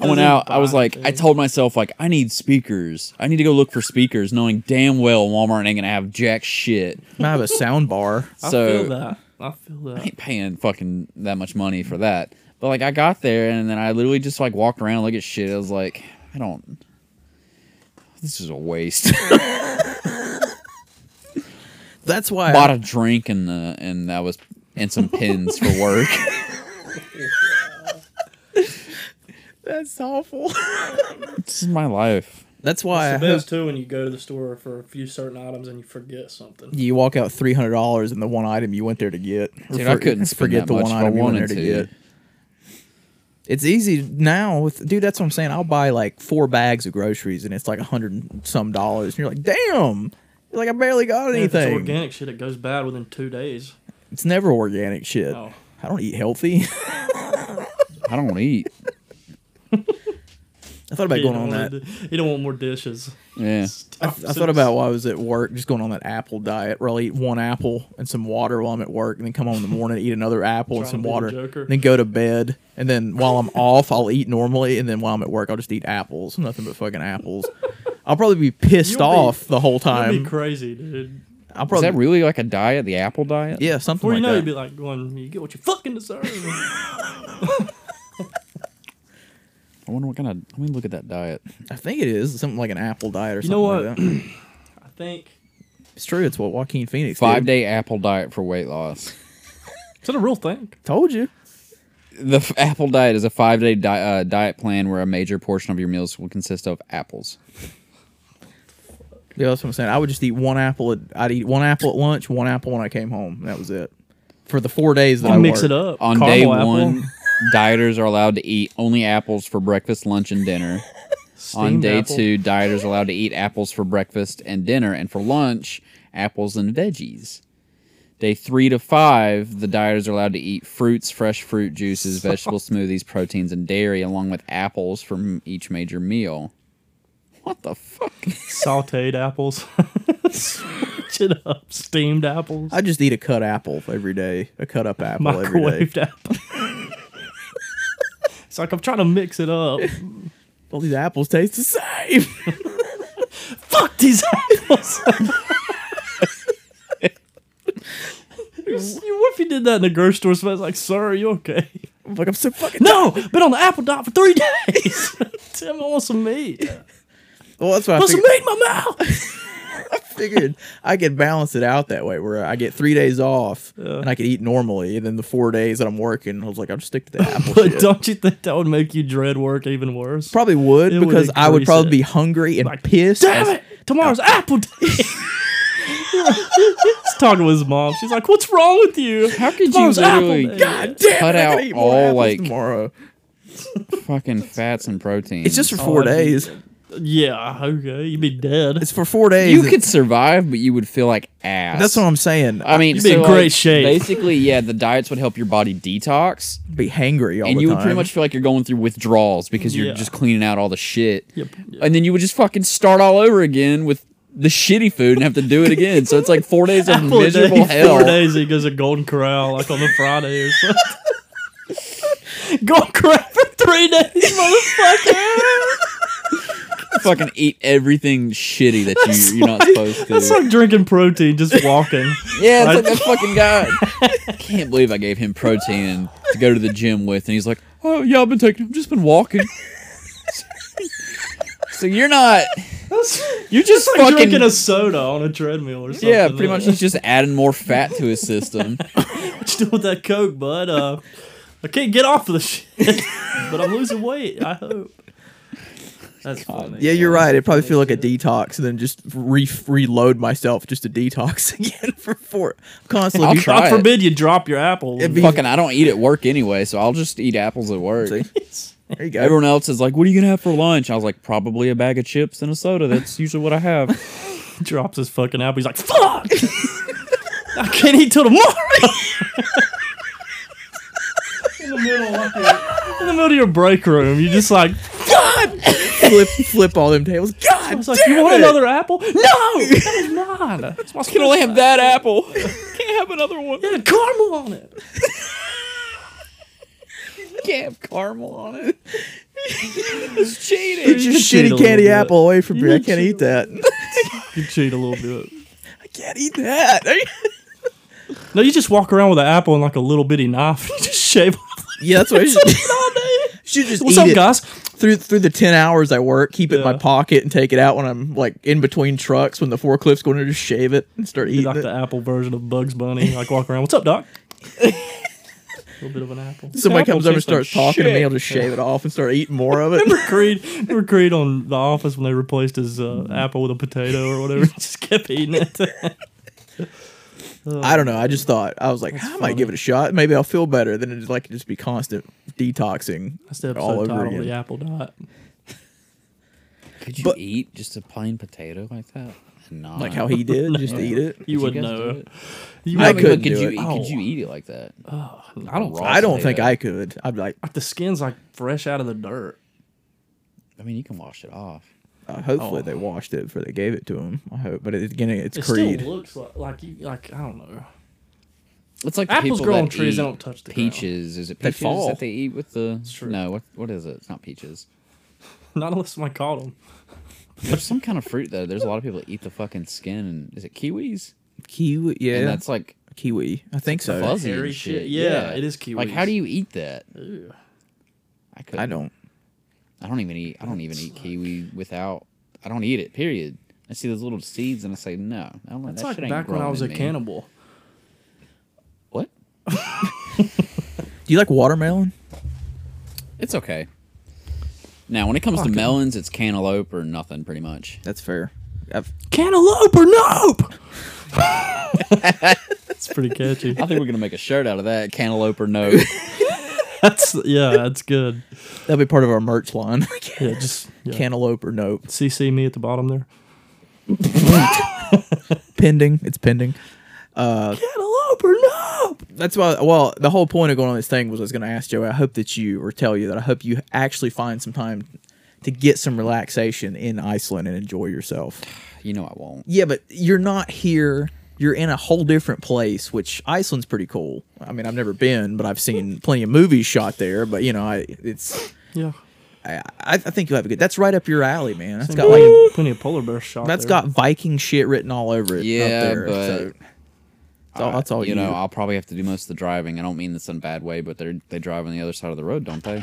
Speaker 4: I went
Speaker 3: Doesn't
Speaker 4: out. I was
Speaker 3: buy
Speaker 4: like, I
Speaker 3: things.
Speaker 4: told myself, like, I need speakers. I need to go look for speakers, knowing damn well Walmart ain't gonna have jack shit.
Speaker 1: I have a sound bar.
Speaker 3: I
Speaker 4: so
Speaker 3: feel that. I feel
Speaker 4: I
Speaker 3: that.
Speaker 4: ain't paying fucking that much money for that. But like I got there and then I literally just like walked around, look at shit. I was like, I don't. This is a waste.
Speaker 1: That's why
Speaker 4: Bought a drink and the and that was and some pins for work.
Speaker 1: that's awful.
Speaker 4: this is my life.
Speaker 1: That's why I hope
Speaker 3: too when you go to the store for a few certain items and you forget something.
Speaker 1: you walk out three hundred dollars in the one item you went there to get. Or
Speaker 4: Dude, I
Speaker 1: for-
Speaker 4: couldn't spend that much if I
Speaker 1: you went there
Speaker 4: wanted to.
Speaker 1: It's easy now with dude. That's what I'm saying. I'll buy like four bags of groceries and it's like a hundred and some dollars, and you're like, damn. You're like I barely got
Speaker 3: If it's
Speaker 1: anything. It's,
Speaker 3: organic shit, it goes bad within two days.
Speaker 1: never organic shit.
Speaker 3: Oh.
Speaker 1: I don't eat healthy.
Speaker 4: I don't eat.
Speaker 1: I thought about
Speaker 3: You
Speaker 1: going
Speaker 3: don't
Speaker 1: on
Speaker 3: wanna
Speaker 1: that.
Speaker 3: do- you don't want more dishes.
Speaker 4: Yeah.
Speaker 1: I, I thought about while I was at work, just going on that apple diet, where I'll eat one apple and some water while I'm at work, and then come home in the morning, eat another apple and some
Speaker 3: Trying to be the
Speaker 1: water,
Speaker 3: Joker.
Speaker 1: and then go to bed. And then while I'm off, I'll eat normally, and then while I'm at work, I'll just eat apples, nothing but fucking apples. I'll probably be pissed
Speaker 3: You'll be-
Speaker 1: off the whole
Speaker 3: That'd
Speaker 1: time.
Speaker 3: be crazy, dude.
Speaker 1: I'll
Speaker 4: Is
Speaker 1: probably
Speaker 4: that really like a diet? The apple diet?
Speaker 1: yeah something
Speaker 3: Before
Speaker 1: like
Speaker 3: you know,
Speaker 1: that.
Speaker 3: you'd be like, going, you get what you fucking deserve.
Speaker 4: I wonder what kind of. Let me look at that diet.
Speaker 1: I think it is something like an apple diet or
Speaker 3: You
Speaker 1: something.
Speaker 3: know
Speaker 1: like that.
Speaker 3: I think.
Speaker 1: it's true. It's what Joaquin Phoenix
Speaker 4: Five
Speaker 1: did.
Speaker 4: day apple diet for weight loss.
Speaker 3: Is that a real thing?
Speaker 1: Told you.
Speaker 4: The f- apple diet is a five day di- uh, diet plan where a major portion of your meals will consist of apples.
Speaker 1: Yeah, that's what I'm saying. I would just eat one apple. At, I'd eat one apple at lunch, one apple when I came home. and That was it. For the four days that
Speaker 3: You
Speaker 1: I
Speaker 3: mix
Speaker 1: worked.
Speaker 3: it up.
Speaker 4: On
Speaker 3: Caramel
Speaker 4: day
Speaker 3: apple,
Speaker 4: one, dieters are allowed to eat only apples for breakfast, lunch, and dinner. On
Speaker 3: steamed
Speaker 4: day
Speaker 3: apple.
Speaker 4: two, dieters are allowed to eat apples for breakfast and dinner, and for lunch, apples and veggies. Day three to five, the dieters are allowed to eat fruits, fresh fruit juices, vegetable smoothies, proteins, and dairy, along with apples from each major meal. What the fuck?
Speaker 3: sauteed apples, switch it up, steamed apples,
Speaker 1: I just eat a cut apple every day, a cut up apple every day.
Speaker 3: microwaved apples. it's like I'm trying to mix it up.
Speaker 1: All these apples taste the same.
Speaker 3: Fuck these apples. You- What if you did that in the grocery store? Somebody's like, "Sir, are you okay?"
Speaker 1: I'm like I'm so fucking.
Speaker 3: No, been on the apple diet for three days. Tim, I want some meat.
Speaker 1: Well, that's why I
Speaker 3: Put some
Speaker 1: figured,
Speaker 3: meat in my mouth.
Speaker 1: figured I could balance it out that way, where I get three days off and I could eat normally, and then the four days that I'm working, I was like, I'll just stick to the apple.
Speaker 3: But
Speaker 1: shit.
Speaker 3: don't you think that would make you dread work even worse?
Speaker 1: Probably would
Speaker 3: It would
Speaker 1: because I would
Speaker 3: increase
Speaker 1: probably
Speaker 3: it.
Speaker 1: be hungry and
Speaker 3: Like,
Speaker 1: pissed.
Speaker 3: damn it, tomorrow's apple day. He's talking with his mom. She's like, what's wrong with you?
Speaker 4: How could you
Speaker 3: Tomorrow's apple
Speaker 4: literally
Speaker 3: day.
Speaker 1: God damn
Speaker 4: Cut
Speaker 1: it, I'm
Speaker 4: out
Speaker 1: gonna eat more
Speaker 4: all,
Speaker 1: apples
Speaker 4: like-
Speaker 1: tomorrow.
Speaker 4: fucking fats and proteins?
Speaker 1: It's just for
Speaker 3: Oh,
Speaker 1: four
Speaker 3: that'd be-
Speaker 1: days.
Speaker 3: Yeah, okay. You'd be dead.
Speaker 6: It's for four days.
Speaker 4: You
Speaker 6: It-
Speaker 4: could survive, but you would feel like ass.
Speaker 6: That's what I'm saying.
Speaker 4: I mean,
Speaker 3: You'd be
Speaker 4: so,
Speaker 3: in great
Speaker 4: like,
Speaker 3: shape.
Speaker 4: Basically, yeah, the diets would help your body detox,
Speaker 1: be hangry all
Speaker 4: and
Speaker 1: the
Speaker 4: you
Speaker 1: time.
Speaker 4: would pretty much feel like you're going through withdrawals because you're
Speaker 3: Yeah.
Speaker 4: just cleaning out all the shit.
Speaker 3: Yep.
Speaker 4: And then you would just fucking start all over again with the shitty food and have to do it again. So it's like four days of
Speaker 3: Apple a day,
Speaker 4: miserable hell.
Speaker 3: Four days he goes to Golden Corral like on the Friday or something. Golden Corral for three days, motherfucker.
Speaker 4: fucking eat everything shitty that you, you're not supposed to.
Speaker 3: That's like drinking protein, just walking.
Speaker 4: yeah, it's
Speaker 3: I-
Speaker 4: like that fucking guy. I can't believe I gave him protein to go to the gym with, and he's like, "Oh yeah, I've been taking. I've just been walking." so you're not. You're just
Speaker 3: Like
Speaker 4: fucking.
Speaker 3: drinking a soda on a treadmill or something.
Speaker 4: yeah, pretty much. He's just adding more fat to his system.
Speaker 3: Still with that Coke, bud. Uh, I can't get off of the shit, but I'm losing weight. I hope. That's funny.
Speaker 1: yeah, you're right. It'd probably feel like a detox, and then just re- reload myself just to detox again for four constantly.
Speaker 4: I'll
Speaker 1: be-
Speaker 4: try
Speaker 3: God
Speaker 4: it.
Speaker 3: forbid you drop your apple.
Speaker 1: It'd be-
Speaker 4: fucking, I don't eat at work anyway, so I'll just eat apples at work.
Speaker 1: See? There you go.
Speaker 4: Everyone else is like, "What are you gonna have for lunch?" I was like, "Probably a bag of chips and a soda. That's usually what I have."
Speaker 3: drops his fucking apple. He's like, "Fuck! I can't eat till tomorrow." in the middle, like, in the middle of your break room, you're just like,
Speaker 1: flip, flip all them tables.
Speaker 3: "I
Speaker 1: God,
Speaker 3: was like, you want
Speaker 1: it.
Speaker 3: another apple? No, that is mine. That's my
Speaker 4: can only have that apple. Can't have another one.
Speaker 3: It had caramel on it.
Speaker 4: Can't have caramel on it. it's
Speaker 1: it's
Speaker 4: cheating.
Speaker 1: your
Speaker 3: should cheat a
Speaker 1: shitty
Speaker 3: little
Speaker 1: candy
Speaker 3: bit.
Speaker 1: apple away from me. I
Speaker 3: should
Speaker 1: can't eat that.
Speaker 3: You cheat a little bit.
Speaker 1: I can't eat that.
Speaker 3: No, you just walk around with an apple and like a little bitty knife. You just shave off.
Speaker 1: yeah, that's what I should. should just
Speaker 3: What's
Speaker 1: eat
Speaker 3: up,
Speaker 1: it.
Speaker 3: guys?
Speaker 1: through through the ten hours I work, keep it in my
Speaker 3: Yeah.
Speaker 1: pocket and take it out when I'm like in between trucks when the forklift's going to just shave it and start
Speaker 3: Be
Speaker 1: eating
Speaker 3: like
Speaker 1: it.
Speaker 3: the apple version of Bugs Bunny. Like walk around. What's up, Doc? a little bit of an apple.
Speaker 1: Somebody
Speaker 4: apple
Speaker 1: comes over and
Speaker 4: tastes like
Speaker 1: starts talking to me,
Speaker 4: shit.
Speaker 1: I'll just shave it off and start eating more of it.
Speaker 3: Remember Creed? Remember Creed on The Office when they replaced his uh, apple with a potato or whatever? He just kept eating it.
Speaker 1: I don't know. I just thought I was like, I might give it a shot. Maybe I'll feel better than it's like just be constant detoxing
Speaker 3: That's the episode
Speaker 1: all over
Speaker 3: title of
Speaker 1: again.
Speaker 3: the apple diet.
Speaker 4: Could you
Speaker 1: But-
Speaker 4: eat just a plain potato like that? No.
Speaker 1: Like how he did, just eat it.
Speaker 3: You wouldn't
Speaker 4: guys do
Speaker 3: know.
Speaker 4: it?
Speaker 3: You
Speaker 1: I
Speaker 3: wouldn't- Oh.
Speaker 1: couldn't
Speaker 4: could
Speaker 1: do
Speaker 4: you
Speaker 1: it.
Speaker 4: could you eat it like that?
Speaker 3: I don't.
Speaker 4: Raw
Speaker 1: I don't think
Speaker 4: potato.
Speaker 1: I could. I'd be like,
Speaker 3: The skin's like fresh out of the dirt.
Speaker 4: I mean, you can wash it off.
Speaker 1: uh, hopefully they washed it before they gave it to him. I hope. But it, again, it's
Speaker 3: Oh. It
Speaker 1: Creed.
Speaker 3: still looks like like you like I don't know.
Speaker 4: It's like the
Speaker 3: Apples
Speaker 4: people
Speaker 3: grow
Speaker 4: that
Speaker 3: on trees; they
Speaker 4: eat
Speaker 3: don't touch the ground.
Speaker 4: peaches. Is it
Speaker 1: They
Speaker 4: peaches
Speaker 1: fall.
Speaker 4: that they eat with the?
Speaker 3: true.
Speaker 4: No, what what is it? It's not peaches.
Speaker 3: Not unless someone caught them.
Speaker 4: There's some kind of fruit though. There's a lot of people that eat the fucking skin. And is it kiwis?
Speaker 1: kiwi, yeah,
Speaker 4: And that's like
Speaker 1: kiwi. I think so.
Speaker 4: fuzzy and
Speaker 3: hairy
Speaker 4: shit.
Speaker 3: shit. Yeah, it is
Speaker 4: Like, how
Speaker 3: kiwis.
Speaker 4: do you eat that? I could.
Speaker 1: I don't.
Speaker 4: I don't even eat. I don't even eat kiwi without. I don't eat it. Period. I see those little seeds and I say no. I don't like
Speaker 3: That's
Speaker 4: that
Speaker 3: like
Speaker 4: shit ain't
Speaker 3: back when
Speaker 4: growing
Speaker 3: I was a
Speaker 4: in me.
Speaker 3: cannibal.
Speaker 4: What?
Speaker 1: Do you like watermelon?
Speaker 4: It's okay. Now, when it comes to melons, it's cantaloupe or nothing, pretty much.
Speaker 1: That's fair. I've,
Speaker 3: Cantaloupe or nope? That's pretty catchy.
Speaker 4: I think we're gonna make a shirt out of that. Cantaloupe or no?
Speaker 3: That's yeah, that's good.
Speaker 1: that'll be part of our merch line.
Speaker 3: Yeah, just yeah.
Speaker 1: Cantaloupe or nope.
Speaker 3: CC me at the bottom there.
Speaker 1: Pending. It's pending.
Speaker 3: Cantaloupe or nope?
Speaker 1: That's why. Well, the whole point of going on this thing was I was going to ask Joey. I hope that you or tell you that I hope you actually find some time to get some relaxation in Iceland and enjoy yourself.
Speaker 4: you know I won't.
Speaker 1: Yeah, but you're not here. You're in a whole different place, which Iceland's pretty cool. I mean, I've never been, but I've seen plenty of movies shot there. But you know, I it's
Speaker 3: Yeah.
Speaker 1: I, I I think you'll have a good. That's right up your alley, man. That's got
Speaker 3: Plenty
Speaker 1: like
Speaker 3: of- plenty of polar bear shot.
Speaker 1: that's
Speaker 3: there.
Speaker 1: got Viking shit written all over it.
Speaker 4: Yeah,
Speaker 1: up there,
Speaker 4: but-
Speaker 1: so. That's
Speaker 3: Oh,
Speaker 1: all, that's all
Speaker 4: you know, I'll probably have to do most of the driving. I don't mean this in a bad way, but they they drive on the other side of the road, don't they?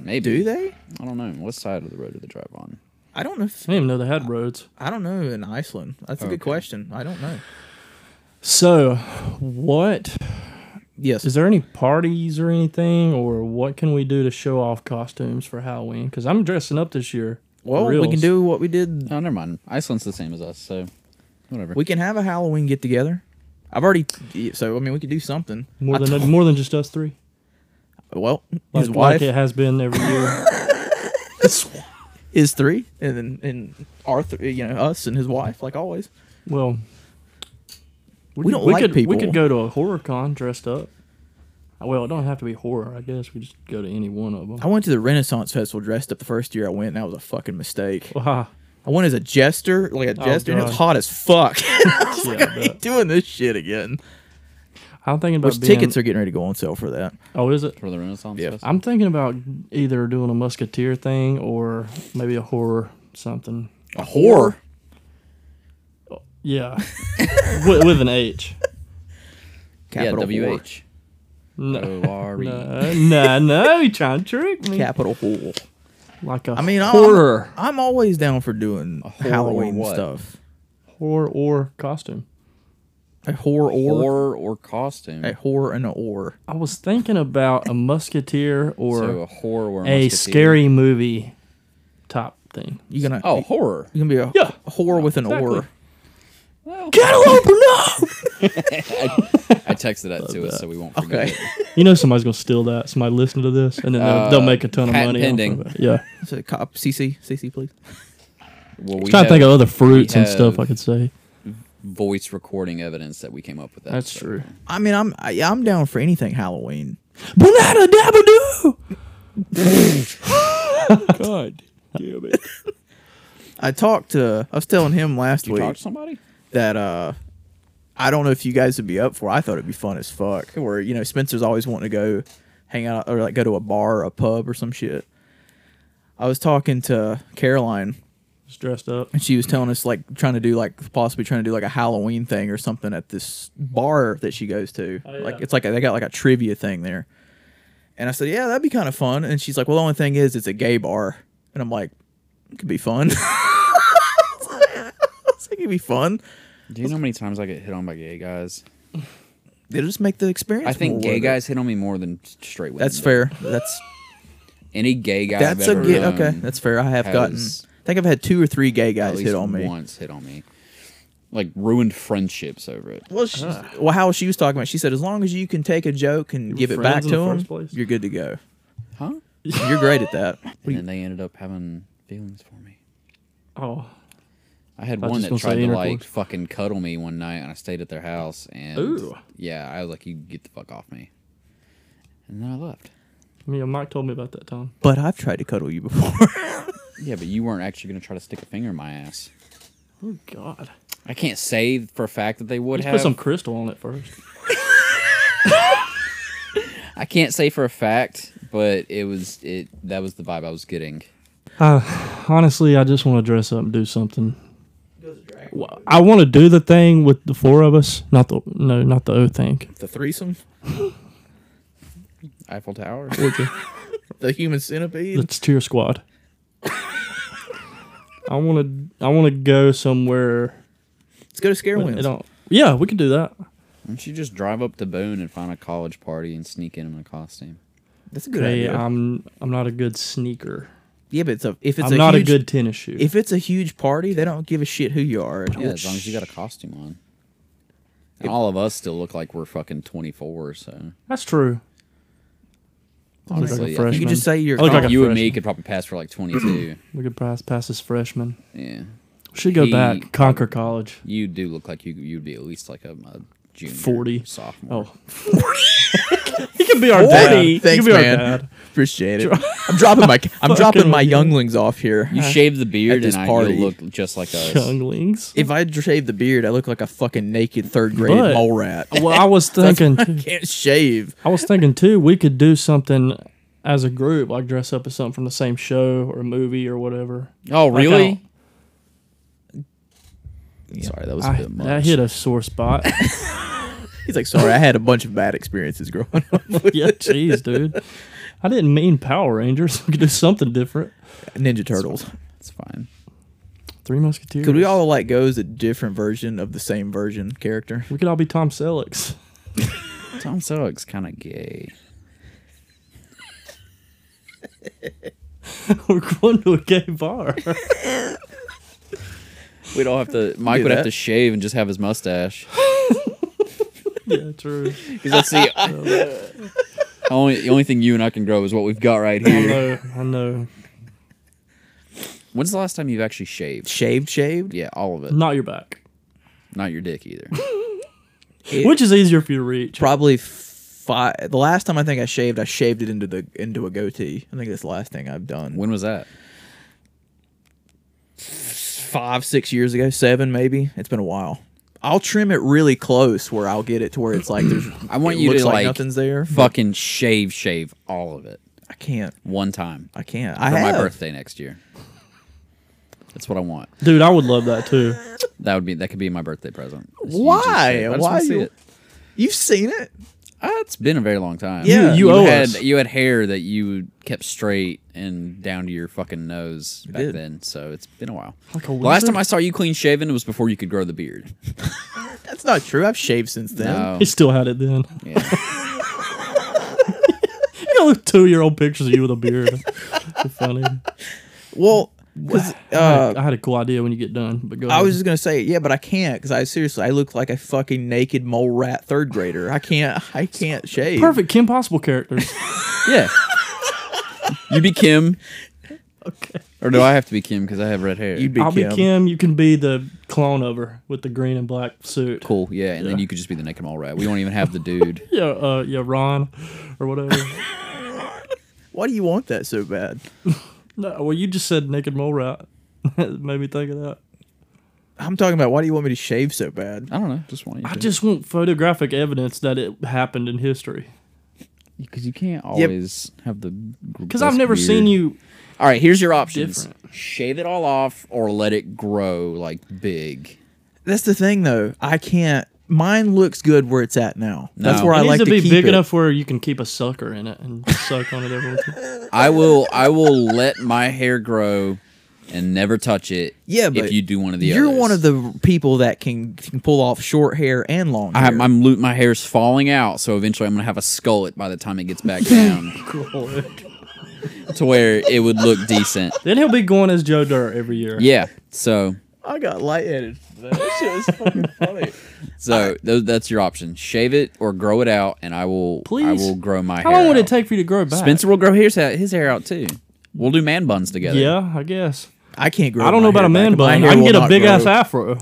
Speaker 4: Maybe.
Speaker 1: do they?
Speaker 4: I don't know. What side of the road do they drive on?
Speaker 1: I don't know. If,
Speaker 3: I didn't even know they had roads.
Speaker 1: I don't know in Iceland. That's a good question. I don't know.
Speaker 3: So, what
Speaker 1: Yes,
Speaker 3: is there any parties or anything, or what can we do to show off costumes for Halloween? Because I'm dressing up this year. for
Speaker 1: well, we can
Speaker 3: reals.
Speaker 1: do what we did.
Speaker 4: Oh, never mind. Iceland's the same as us, so whatever.
Speaker 1: We can have a Halloween get together. I've already so I mean we could do something.
Speaker 3: more
Speaker 1: I
Speaker 3: than more than just us three.
Speaker 1: Well,
Speaker 3: Like,
Speaker 1: his
Speaker 3: like
Speaker 1: wife.
Speaker 3: it has been every year.
Speaker 1: is three, and then and Arthur, you know, us and his wife, like always.
Speaker 3: Well,
Speaker 1: We don't like
Speaker 3: could,
Speaker 1: people.
Speaker 3: We could go to a horror con dressed up. Well, it don't have to be horror. I guess we just go to any one of them.
Speaker 1: I went to the Renaissance Festival dressed up the first year I went, and that was a fucking mistake.
Speaker 3: Wow.
Speaker 1: I went as a jester, like
Speaker 3: Oh,
Speaker 1: a jester, and it was hot
Speaker 3: God.
Speaker 1: as fuck. I was
Speaker 3: Yeah,
Speaker 1: like,
Speaker 3: I
Speaker 1: I ain't
Speaker 3: bet.
Speaker 1: doing this shit again.
Speaker 3: I'm thinking about
Speaker 1: Which
Speaker 3: being,
Speaker 1: tickets are getting ready to go on sale for that.
Speaker 3: Oh, is it?
Speaker 4: for the Renaissance
Speaker 1: Yeah.
Speaker 4: Festival.
Speaker 3: I'm thinking about either doing a musketeer thing or maybe a horror something.
Speaker 1: A whore.
Speaker 3: Yeah, with, with an H.
Speaker 4: Yeah,
Speaker 1: Capital
Speaker 4: W
Speaker 1: whore.
Speaker 4: H
Speaker 3: No,
Speaker 4: O R E.
Speaker 3: no, no, no, you trying to trick me?
Speaker 1: Capital whore.
Speaker 3: Like a
Speaker 1: I mean, I'm-
Speaker 3: horror,
Speaker 1: I'm always down for doing
Speaker 4: whore
Speaker 1: Halloween
Speaker 4: or what?
Speaker 1: stuff.
Speaker 3: horror or costume.
Speaker 1: A whore or
Speaker 4: Or or costume.
Speaker 1: a whore and a or.
Speaker 3: I was thinking about a musketeer or
Speaker 4: so a horror. Or
Speaker 3: a
Speaker 4: musketeer.
Speaker 3: scary movie top thing.
Speaker 1: You gonna
Speaker 4: Oh, horror.
Speaker 1: You gonna be a,
Speaker 3: Yeah.
Speaker 1: a whore with an
Speaker 3: Exactly.
Speaker 1: or.
Speaker 3: Cantaloupe, no!
Speaker 4: I texted that to us, so we won't forget.
Speaker 1: Okay.
Speaker 4: it.
Speaker 3: You know somebody's gonna steal that. Somebody listen to this, and then they'll,
Speaker 4: Uh,
Speaker 3: they'll make a ton of
Speaker 4: patent
Speaker 3: money. off
Speaker 4: pending.
Speaker 3: of it. Yeah,
Speaker 1: So cop CC CC please.
Speaker 4: Well,
Speaker 3: I'm
Speaker 4: we
Speaker 3: trying to think of
Speaker 4: have
Speaker 3: other fruits and stuff I
Speaker 4: have-
Speaker 3: could say.
Speaker 4: voice recording evidence that we came up with. That,
Speaker 3: That's
Speaker 4: so-
Speaker 3: true.
Speaker 1: I mean, I'm I, I'm down for anything Halloween.
Speaker 3: Banana dabadoo. God damn it!
Speaker 1: I talked to I was telling him last
Speaker 4: Did you
Speaker 1: week
Speaker 4: talk to somebody?
Speaker 1: that uh I don't know if you guys would be up for. it. I thought it'd be fun as fuck. Where you know Spencer's always wanting to go hang out or like go to a bar, or a pub, or some shit. I was talking to Caroline,
Speaker 3: Just dressed up.
Speaker 1: and she was telling us like trying to do like possibly trying to do like a Halloween thing or something at this bar that she goes to.
Speaker 3: Oh, yeah.
Speaker 1: Like it's like a, they got like a trivia thing there. And I said, yeah, that'd be kind of fun. And she's like, well, the only thing is, it's a gay bar. And I'm like, it could be fun. I was like, it'd be fun.
Speaker 4: Do you know how many times I get hit on by gay guys?
Speaker 1: It'll just make the experience.
Speaker 4: I think
Speaker 1: more
Speaker 4: gay
Speaker 1: worth it.
Speaker 4: guys hit on me more than straight women.
Speaker 1: That's
Speaker 4: do.
Speaker 1: fair. That's
Speaker 4: Any gay guy
Speaker 1: that's
Speaker 4: I've
Speaker 1: a
Speaker 4: ever
Speaker 1: gay,
Speaker 4: known
Speaker 1: okay. That's fair. I have gotten.
Speaker 4: has
Speaker 1: I think I've had two or three gay
Speaker 4: at
Speaker 1: guys
Speaker 4: least
Speaker 1: hit on me.
Speaker 4: once hit on me. Like ruined friendships over it.
Speaker 1: Well, she's, well, how she was talking about. She said, as long as you can take a joke and
Speaker 3: Ah. were
Speaker 1: give it back
Speaker 3: friends in
Speaker 1: to
Speaker 3: the
Speaker 1: him,
Speaker 3: first place?
Speaker 1: you're good to go.
Speaker 4: Huh?
Speaker 1: You're great at that.
Speaker 4: And then they ended up having feelings for me.
Speaker 3: Oh,
Speaker 4: I had
Speaker 3: I was
Speaker 4: one
Speaker 3: just
Speaker 4: that
Speaker 3: gonna
Speaker 4: tried
Speaker 3: say
Speaker 4: to like
Speaker 3: intercourse.
Speaker 4: fucking cuddle me one night, and I stayed at their house. And
Speaker 3: Ooh.
Speaker 4: yeah, I was like, "You get the fuck off me," and then I left.
Speaker 3: yeah. Mike told me about that time.
Speaker 1: But I've tried to cuddle you before.
Speaker 4: Yeah, but you weren't actually gonna try to stick a finger in my ass.
Speaker 3: Oh God.
Speaker 4: I can't say for a fact that they would
Speaker 3: Let's
Speaker 4: have.
Speaker 3: put some crystal on it first.
Speaker 4: I can't say for a fact, but it was it. That was the vibe I was getting.
Speaker 3: Honestly, I just want to dress up and do something. Well, I want to do the thing with the four of us, not the no, not the O thing.
Speaker 1: the threesome,
Speaker 4: Eiffel Tower.
Speaker 1: the human centipede.
Speaker 3: It's tier squad. I want to I want to go somewhere.
Speaker 1: Let's go to Scare
Speaker 3: but It
Speaker 1: Winds.
Speaker 3: don't, yeah, we could do that.
Speaker 4: Don't you just drive up to Boone and find a college party and sneak in in a costume?
Speaker 1: That's a good
Speaker 3: Hey,
Speaker 1: idea.
Speaker 3: I'm I'm not a good sneaker.
Speaker 1: yeah, but it's a, if it's
Speaker 3: I'm
Speaker 1: a
Speaker 3: not
Speaker 1: huge,
Speaker 3: a good tennis shoe.
Speaker 1: If it's a huge party, they don't give a shit who you are.
Speaker 4: Yeah, as long as you got a costume on. And all of us still look like we're fucking 24, so
Speaker 3: That's true. I look like a
Speaker 4: honestly, I think
Speaker 1: you
Speaker 3: freshman.
Speaker 1: can just say you're.
Speaker 3: I look like a
Speaker 4: you and me
Speaker 3: freshman.
Speaker 4: could probably pass for like 22.
Speaker 3: We could pass pass as freshmen.
Speaker 4: yeah,
Speaker 3: We should go
Speaker 4: He-
Speaker 3: back conquer college.
Speaker 4: you do look like you you'd be at least like a, a junior,
Speaker 3: 40.
Speaker 4: sophomore.
Speaker 3: Oh, he could be our dad. He could
Speaker 1: Thanks,
Speaker 3: be our
Speaker 1: man.
Speaker 3: dad.
Speaker 1: Appreciate it. I'm dropping my I'm dropping my younglings off here. Uh,
Speaker 4: you shave the beard
Speaker 1: this
Speaker 4: and I
Speaker 1: party.
Speaker 4: you look just like us.
Speaker 3: Younglings.
Speaker 1: if I shave the beard, I look like a fucking naked third grade
Speaker 3: But-
Speaker 1: mole rat. I
Speaker 3: Well, I was thinking. too-
Speaker 1: can't shave.
Speaker 3: I was thinking too. We could do something as a group, like dress up as something from the same show or a movie or whatever.
Speaker 4: Oh,
Speaker 3: Like, I
Speaker 4: really?
Speaker 3: don't-
Speaker 4: Sorry, that was a
Speaker 3: I,
Speaker 4: bit much.
Speaker 3: that hit a sore spot. Oh,
Speaker 1: He's like, sorry, I had a bunch of bad experiences growing up.
Speaker 3: yeah, jeez, dude. I didn't mean Power Rangers. We could do something different.
Speaker 1: Ninja Turtles.
Speaker 4: It's fine.
Speaker 3: Three Musketeers.
Speaker 1: Could we all like go as a different version of the same version character?
Speaker 3: We could all be Tom Selleck's.
Speaker 4: Tom Selleck's kind of gay.
Speaker 3: We're going to a gay bar.
Speaker 4: We'd all have to. Mike
Speaker 1: do
Speaker 4: would
Speaker 1: that.
Speaker 4: have to shave and just have his mustache.
Speaker 3: yeah, true.
Speaker 4: Because that's the only the only thing you and I can grow is what we've got right
Speaker 3: I
Speaker 4: here.
Speaker 3: know. I know.
Speaker 4: When's the last time you've actually shaved?
Speaker 1: Shaved, shaved.
Speaker 4: Yeah, all of it.
Speaker 3: Not your back.
Speaker 4: Not your dick either.
Speaker 1: It-
Speaker 3: Which is easier for you to reach?
Speaker 1: Probably five. The last time I think I shaved, I shaved it into the into a goatee. I think that's the last thing I've done.
Speaker 4: when was that?
Speaker 1: five, six years ago, seven maybe. It's been a while. I'll trim it really close where I'll get it to where it's like there's.
Speaker 4: I want
Speaker 1: it
Speaker 4: you to,
Speaker 1: looks
Speaker 4: like,
Speaker 1: nothing's there.
Speaker 4: Fucking shave, shave all of it
Speaker 1: I can't.
Speaker 4: one time
Speaker 1: I can't. I
Speaker 4: for
Speaker 1: have.
Speaker 4: my birthday next year. That's what I want.
Speaker 3: Dude, I would love that too.
Speaker 4: That would be that could be my birthday present. It's- you just
Speaker 1: Why?
Speaker 4: shave. I just
Speaker 1: Why
Speaker 4: wanna see
Speaker 1: you-
Speaker 4: it.
Speaker 1: You've seen it.
Speaker 4: Uh, it's been a very long time.
Speaker 1: Yeah. You-
Speaker 3: you owe
Speaker 4: had
Speaker 3: us.
Speaker 4: you had hair that you kept straight and down to your fucking nose back
Speaker 1: did.
Speaker 4: then. So it's been a while.
Speaker 3: Like a
Speaker 4: the last
Speaker 3: wizard.
Speaker 4: time I saw you clean shaven was before you could grow the beard.
Speaker 1: That's not true. I've shaved since then.
Speaker 4: No.
Speaker 3: He still had it then.
Speaker 4: Oh. Yeah.
Speaker 3: You know, two year old pictures of you with a beard. So funny.
Speaker 1: Well, 'cause, uh,
Speaker 3: I had a cool idea when you get done, but go
Speaker 1: I
Speaker 3: ahead.
Speaker 1: was just gonna say, yeah, but I can't because I seriously, I look like a fucking naked mole rat third grader. I can't. I can't shave.
Speaker 3: perfect Kim Possible characters.
Speaker 4: yeah. you be Kim. Okay. Or do I have to be Kim because I have red hair?
Speaker 1: You'd be,
Speaker 3: I'll
Speaker 1: Kim.
Speaker 3: be Kim. You can be the clone of her with the green and black suit.
Speaker 4: cool. Yeah, and then you could just be the naked mole rat. We don't even have the dude.
Speaker 3: Yeah, uh, yeah, Ron, or whatever.
Speaker 1: Why do you want that so bad?
Speaker 3: no, well, you just said naked mole rat. That made me think of that.
Speaker 1: I'm talking about why do you want me to shave so bad?
Speaker 4: I don't know. Just want you.
Speaker 3: I
Speaker 4: to.
Speaker 3: just want photographic evidence that it happened in history.
Speaker 4: because you can't always have the.
Speaker 3: Because I've never seen you.
Speaker 4: All right, here's your options:
Speaker 3: Different.
Speaker 4: shave it all off or let it grow like big.
Speaker 1: That's the thing, though. I can't. Mine looks good where it's at now. That's
Speaker 4: No.
Speaker 1: where
Speaker 3: It
Speaker 1: I
Speaker 3: needs
Speaker 1: like
Speaker 3: to
Speaker 1: to,
Speaker 3: be
Speaker 1: keep
Speaker 3: big
Speaker 1: it.
Speaker 3: enough where you can keep a sucker in it and suck on it every once in a while.
Speaker 4: I will. I will let my hair grow and never touch it.
Speaker 1: Yeah, but
Speaker 4: if you do one of the,
Speaker 1: You're
Speaker 4: others.
Speaker 1: one of the people that can, can pull off short hair and long
Speaker 4: I
Speaker 1: hair.
Speaker 4: have, I'm lo- my hair's falling out, so eventually I'm gonna have a skullet by the time it gets back down to where it would look decent.
Speaker 3: Then he'll be going as Joe Dirt every year.
Speaker 4: Yeah. So,
Speaker 1: I got lightheaded. That shit was fucking funny.
Speaker 4: so those, that's your option: shave it or grow it out, and I will. I
Speaker 3: Please?
Speaker 4: will grow my.
Speaker 3: How
Speaker 4: hair
Speaker 3: long would
Speaker 4: out.
Speaker 3: it take for you to grow it back?
Speaker 4: Spencer will grow his hair, his hair out too. We'll do man buns together.
Speaker 3: Yeah, I guess.
Speaker 1: I can't grow.
Speaker 3: I don't know
Speaker 1: my
Speaker 3: about
Speaker 1: hair
Speaker 3: a man
Speaker 1: back. My
Speaker 3: bun.
Speaker 1: hair
Speaker 3: I can
Speaker 1: will
Speaker 3: get a
Speaker 1: not
Speaker 3: big
Speaker 1: grow.
Speaker 3: ass afro.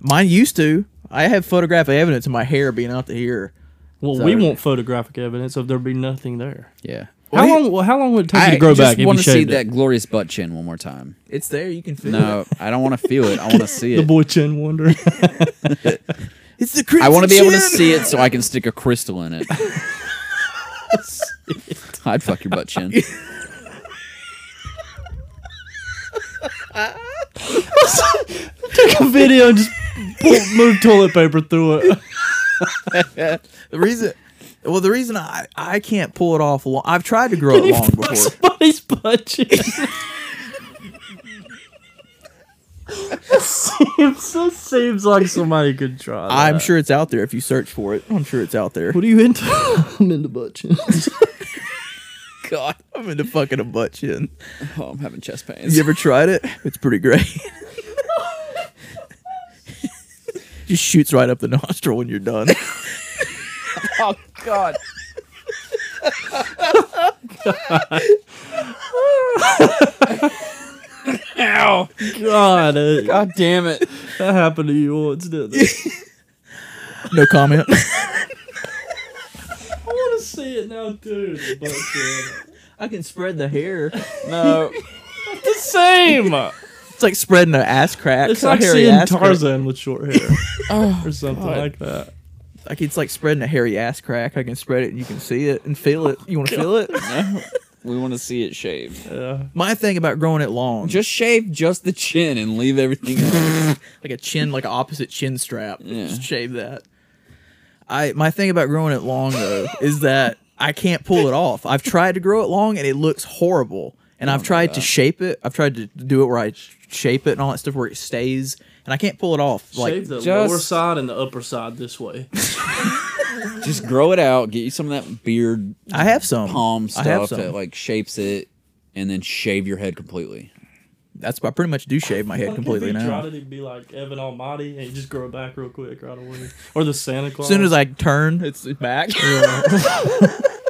Speaker 1: Mine used to. I have photographic evidence of my hair being out to here.
Speaker 3: Well,
Speaker 1: So-
Speaker 3: we want photographic evidence of there be nothing there.
Speaker 4: Yeah.
Speaker 3: How
Speaker 1: Wait.
Speaker 3: long? Well, how long would it take you
Speaker 4: I
Speaker 3: to grow
Speaker 4: just
Speaker 3: back if you
Speaker 4: want to see
Speaker 3: shaved
Speaker 4: that
Speaker 3: it?
Speaker 4: glorious butt chin one more time.
Speaker 1: It's there. You can feel
Speaker 4: No, I don't want to feel it. I want to see
Speaker 3: The
Speaker 4: it.
Speaker 3: boy chin wonder.
Speaker 1: It's the crimson
Speaker 4: I want to be able to
Speaker 1: chin.
Speaker 4: see it so I can stick a crystal in it. I'd fuck your butt chin.
Speaker 3: Take a video and just pull, move toilet paper through it.
Speaker 1: The reason. Well, the reason I, I can't pull it off long. I've tried to grow it
Speaker 3: You
Speaker 1: long
Speaker 3: fuck
Speaker 1: before.
Speaker 3: Somebody's butt chin. seems, that seems like somebody could try. That.
Speaker 1: I'm sure it's out there if you search for it. I'm sure it's out there.
Speaker 3: What are you into? I'm into butt chins.
Speaker 1: God, I'm into fucking a butt chin.
Speaker 4: Oh, I'm having chest pains.
Speaker 1: You ever tried it? It's pretty great. Just shoots right up the nostril when you're done.
Speaker 4: oh God.
Speaker 3: Ow! God, uh,
Speaker 4: God damn it.
Speaker 3: that happened to you once, didn't it?
Speaker 1: No comment.
Speaker 3: I want to see it now, too. the butt chin.
Speaker 1: I can spread the hair.
Speaker 4: No.
Speaker 3: the same.
Speaker 1: It's like spreading an ass crack.
Speaker 3: It's
Speaker 1: a
Speaker 3: like
Speaker 1: hairy
Speaker 3: seeing
Speaker 1: ass crack.
Speaker 3: Tarzan with short hair,
Speaker 1: Oh,
Speaker 3: or something like that.
Speaker 1: Like it's like spreading a hairy ass crack. I can spread it and you can see it and feel it. You want to feel it?
Speaker 4: No. We want to see it shaved.
Speaker 3: Yeah.
Speaker 1: My thing about growing it long,
Speaker 4: Just shave just the chin and leave everything else.
Speaker 1: like a chin, like an opposite chin strap.
Speaker 4: Yeah.
Speaker 1: Just shave that. I my thing about growing it long though is that I can't pull it off. I've tried to grow it long and it looks horrible. And
Speaker 4: Oh
Speaker 1: I've tried to shape it. I've tried to do it where I sh- shape it and all that stuff where it stays, and I can't pull it off. Like
Speaker 3: Shave the
Speaker 4: just-
Speaker 3: lower side and the upper side this way.
Speaker 4: Just grow it out. Get you some of that beard
Speaker 1: I have some
Speaker 4: palm
Speaker 1: I have
Speaker 4: stuff
Speaker 1: some.
Speaker 4: that like shapes it, and then shave your head completely.
Speaker 1: That's I pretty much do shave my head completely
Speaker 3: if he
Speaker 1: now.
Speaker 3: Tried it, he'd be like Evan Almighty and just grow it back real quick right away, or the Santa Claus.
Speaker 1: As soon as I turn, it's it's back.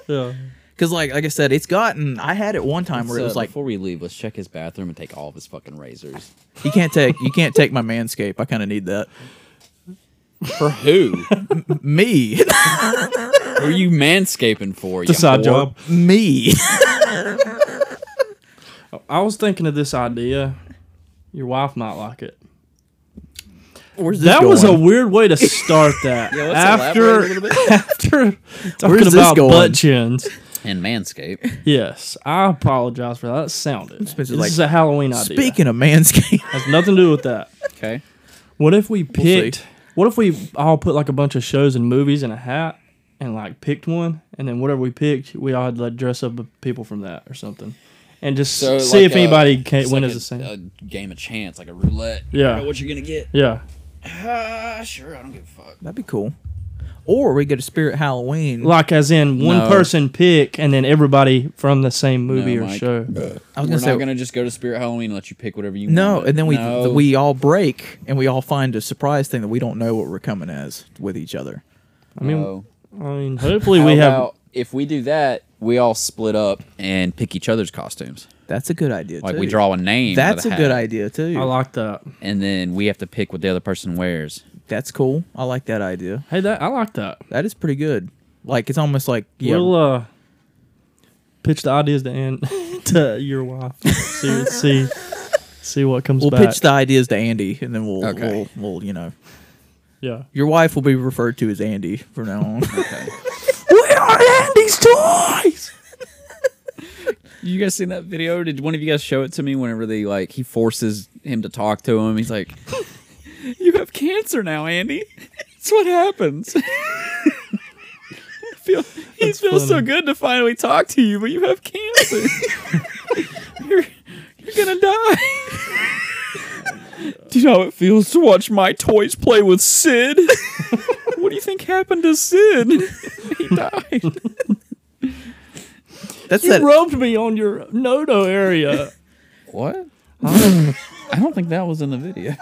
Speaker 3: yeah,
Speaker 1: Because like like I said, it's gotten. I had it one time where it
Speaker 4: So,
Speaker 1: was like
Speaker 4: before we leave, let's check his bathroom and take all of his fucking razors.
Speaker 1: you can't take you can't take my manscape. I kind of need that.
Speaker 4: For who?
Speaker 1: Me,
Speaker 4: Who are you manscaping for?
Speaker 3: It's a
Speaker 4: you
Speaker 3: side
Speaker 4: whore?
Speaker 3: job.
Speaker 1: me.
Speaker 3: I was thinking of this idea. Your wife might like it.
Speaker 1: Where's
Speaker 3: That was a
Speaker 1: going?
Speaker 3: weird way to start that.
Speaker 4: Yeah, let's
Speaker 3: after
Speaker 4: elaborate a little bit.
Speaker 3: after talking
Speaker 1: Where's this
Speaker 3: about
Speaker 1: going?
Speaker 3: butt chins.
Speaker 4: And manscape.
Speaker 3: Yes, I apologize for that. That sounded.
Speaker 1: Spencer's
Speaker 3: This
Speaker 1: like,
Speaker 3: is a Halloween idea.
Speaker 1: Speaking of manscape,
Speaker 3: has nothing to do with that.
Speaker 4: Okay.
Speaker 3: What if we
Speaker 1: see.
Speaker 3: picked? what if we all put like a bunch of shows and movies in a hat and like picked one, and then whatever we picked, we all had to like dress up with people from that or something, and just
Speaker 4: So,
Speaker 3: see
Speaker 4: like,
Speaker 3: if
Speaker 4: uh,
Speaker 3: anybody
Speaker 4: it's
Speaker 3: can win
Speaker 4: like
Speaker 3: as
Speaker 4: a- uh,
Speaker 3: the same.
Speaker 4: A game of chance, like a roulette. You
Speaker 3: Yeah.
Speaker 4: don't know what you're gonna get?
Speaker 3: yeah,
Speaker 4: Ah, sure. I don't give a fuck.
Speaker 1: that'd be cool. Or we get a spirit Halloween.
Speaker 3: like as in one
Speaker 4: No.
Speaker 3: person pick, and then everybody from the same movie or
Speaker 4: No, Mike.
Speaker 3: show.
Speaker 1: I was
Speaker 4: We're
Speaker 1: gonna say
Speaker 4: not gonna just go to Spirit Halloween and let you pick whatever you
Speaker 1: no,
Speaker 4: want.
Speaker 1: and then we
Speaker 4: No.
Speaker 1: we all break and we all find a surprise thing that we don't know what we're coming as with each other.
Speaker 3: I mean,
Speaker 4: No.
Speaker 3: I mean, hopefully
Speaker 4: How
Speaker 3: we have.
Speaker 4: about if we do that, we all split up and pick each other's costumes.
Speaker 1: That's a good idea.
Speaker 4: Like
Speaker 1: too.
Speaker 4: we draw a name. out of
Speaker 1: That's
Speaker 4: the
Speaker 1: a good
Speaker 4: hat,
Speaker 1: idea too.
Speaker 3: I like that.
Speaker 4: And then we have to pick what the other person wears.
Speaker 1: That's cool. I like that idea.
Speaker 3: Hey, that I like that.
Speaker 1: That is pretty good. Like it's almost like yeah,
Speaker 3: We'll uh, pitch the ideas to Ann to your wife. see, see, see what comes
Speaker 1: we'll
Speaker 3: back.
Speaker 1: pitch the ideas to Andy, and then we'll,
Speaker 4: Okay.
Speaker 1: we'll we'll you know
Speaker 3: yeah.
Speaker 1: your wife will be referred to as Andy from now on.
Speaker 3: Where are Andy's toys?
Speaker 4: You guys seen that video? Did one of you guys show it to me? Whenever they like, he forces him to talk to him. He's like, "You have cancer now, Andy. It's what happens." Feel, it feels so
Speaker 3: funny.
Speaker 4: good to finally talk to you, but you have cancer. you're, you're gonna die. do you know how it feels to watch my toys play with Sid? what do you think happened to Sid? he died.
Speaker 1: That's
Speaker 3: You
Speaker 1: that.
Speaker 3: rubbed me on your no-no area.
Speaker 4: What? I don't think that was in the video.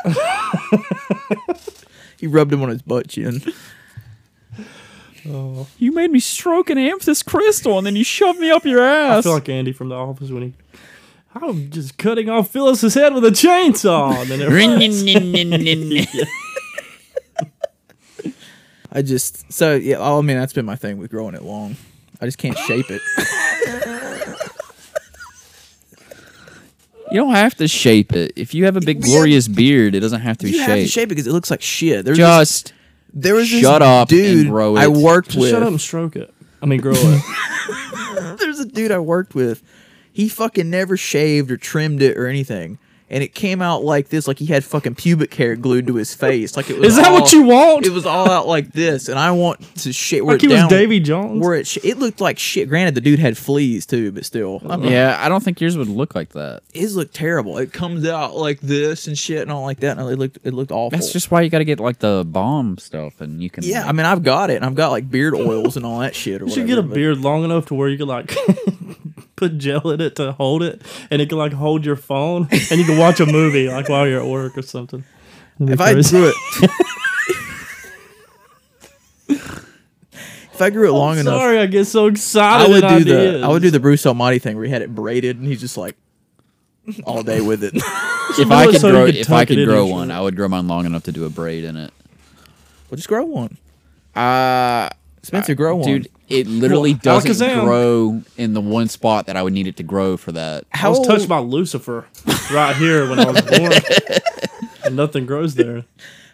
Speaker 1: he rubbed him on his butt chin.
Speaker 4: You made me stroke an amethyst crystal and then you shoved me up your
Speaker 3: I
Speaker 4: ass.
Speaker 3: feel like Andy from The Office when he. I'm just cutting off Phyllis's head with a chainsaw. And then it
Speaker 1: I just so yeah. Oh, I mean, that's been my thing with growing it long. I just can't shape it.
Speaker 4: you don't have to shape it. If you have a big glorious beard, it doesn't have to be
Speaker 1: you
Speaker 4: shaped.
Speaker 1: have to shape it because it looks like shit. There's
Speaker 4: Just
Speaker 1: there was this
Speaker 4: shut up and
Speaker 1: dude
Speaker 4: grow
Speaker 1: I
Speaker 4: it.
Speaker 1: worked
Speaker 3: Just
Speaker 1: with.
Speaker 3: shut up and stroke it. I mean, grow it.
Speaker 1: There's a dude I worked with. He fucking never shaved or trimmed it or anything. And it came out like this, like he had fucking pubic hair glued to his face. Like it was
Speaker 3: Is that what
Speaker 1: all-
Speaker 3: you want?
Speaker 1: It was all out like this, and I want to shit. where
Speaker 3: Like
Speaker 1: it
Speaker 3: he was
Speaker 1: down-
Speaker 3: Davy Jones?
Speaker 1: Where it sh- it looked like shit. Granted, the dude had fleas too, but still, I mean,
Speaker 4: Yeah, I don't think yours would look like that.
Speaker 1: his looked terrible. It comes out like this and shit and all like that. And it looked it looked awful.
Speaker 4: That's just why you got to get like the bomb stuff and you can
Speaker 1: yeah. I mean, I've got it, and I've got like beard oils and all that shit. Or
Speaker 3: You should get a
Speaker 1: whatever, but-
Speaker 3: beard long enough to where you could like put gel in it to hold it, and it can like hold your phone, and you can watch a movie like while you're at work or something. That'd be
Speaker 1: If I
Speaker 3: crazy.
Speaker 1: grew it, if I grew it long enough,
Speaker 3: sorry, I get so excited.
Speaker 1: I would do
Speaker 3: at ideas.
Speaker 1: the I would do the Bruce Almighty thing where he had it braided and he's just like all day with it. we'll
Speaker 4: if I
Speaker 3: do it
Speaker 4: could
Speaker 3: so you
Speaker 4: grow
Speaker 3: could
Speaker 4: if I
Speaker 3: tuck it
Speaker 4: could
Speaker 3: in
Speaker 4: grow
Speaker 3: and
Speaker 4: one, I would grow mine long enough to do a braid in it.
Speaker 1: just grow one,
Speaker 4: Uh
Speaker 1: Spencer. Grow one,
Speaker 4: Dude, it literally
Speaker 3: Well,
Speaker 4: doesn't
Speaker 3: Alakazam.
Speaker 4: grow in the one spot that I would need it to grow for that.
Speaker 3: I
Speaker 1: How
Speaker 3: was touched
Speaker 1: old,
Speaker 3: by Lucifer right here when I was born. and nothing grows there.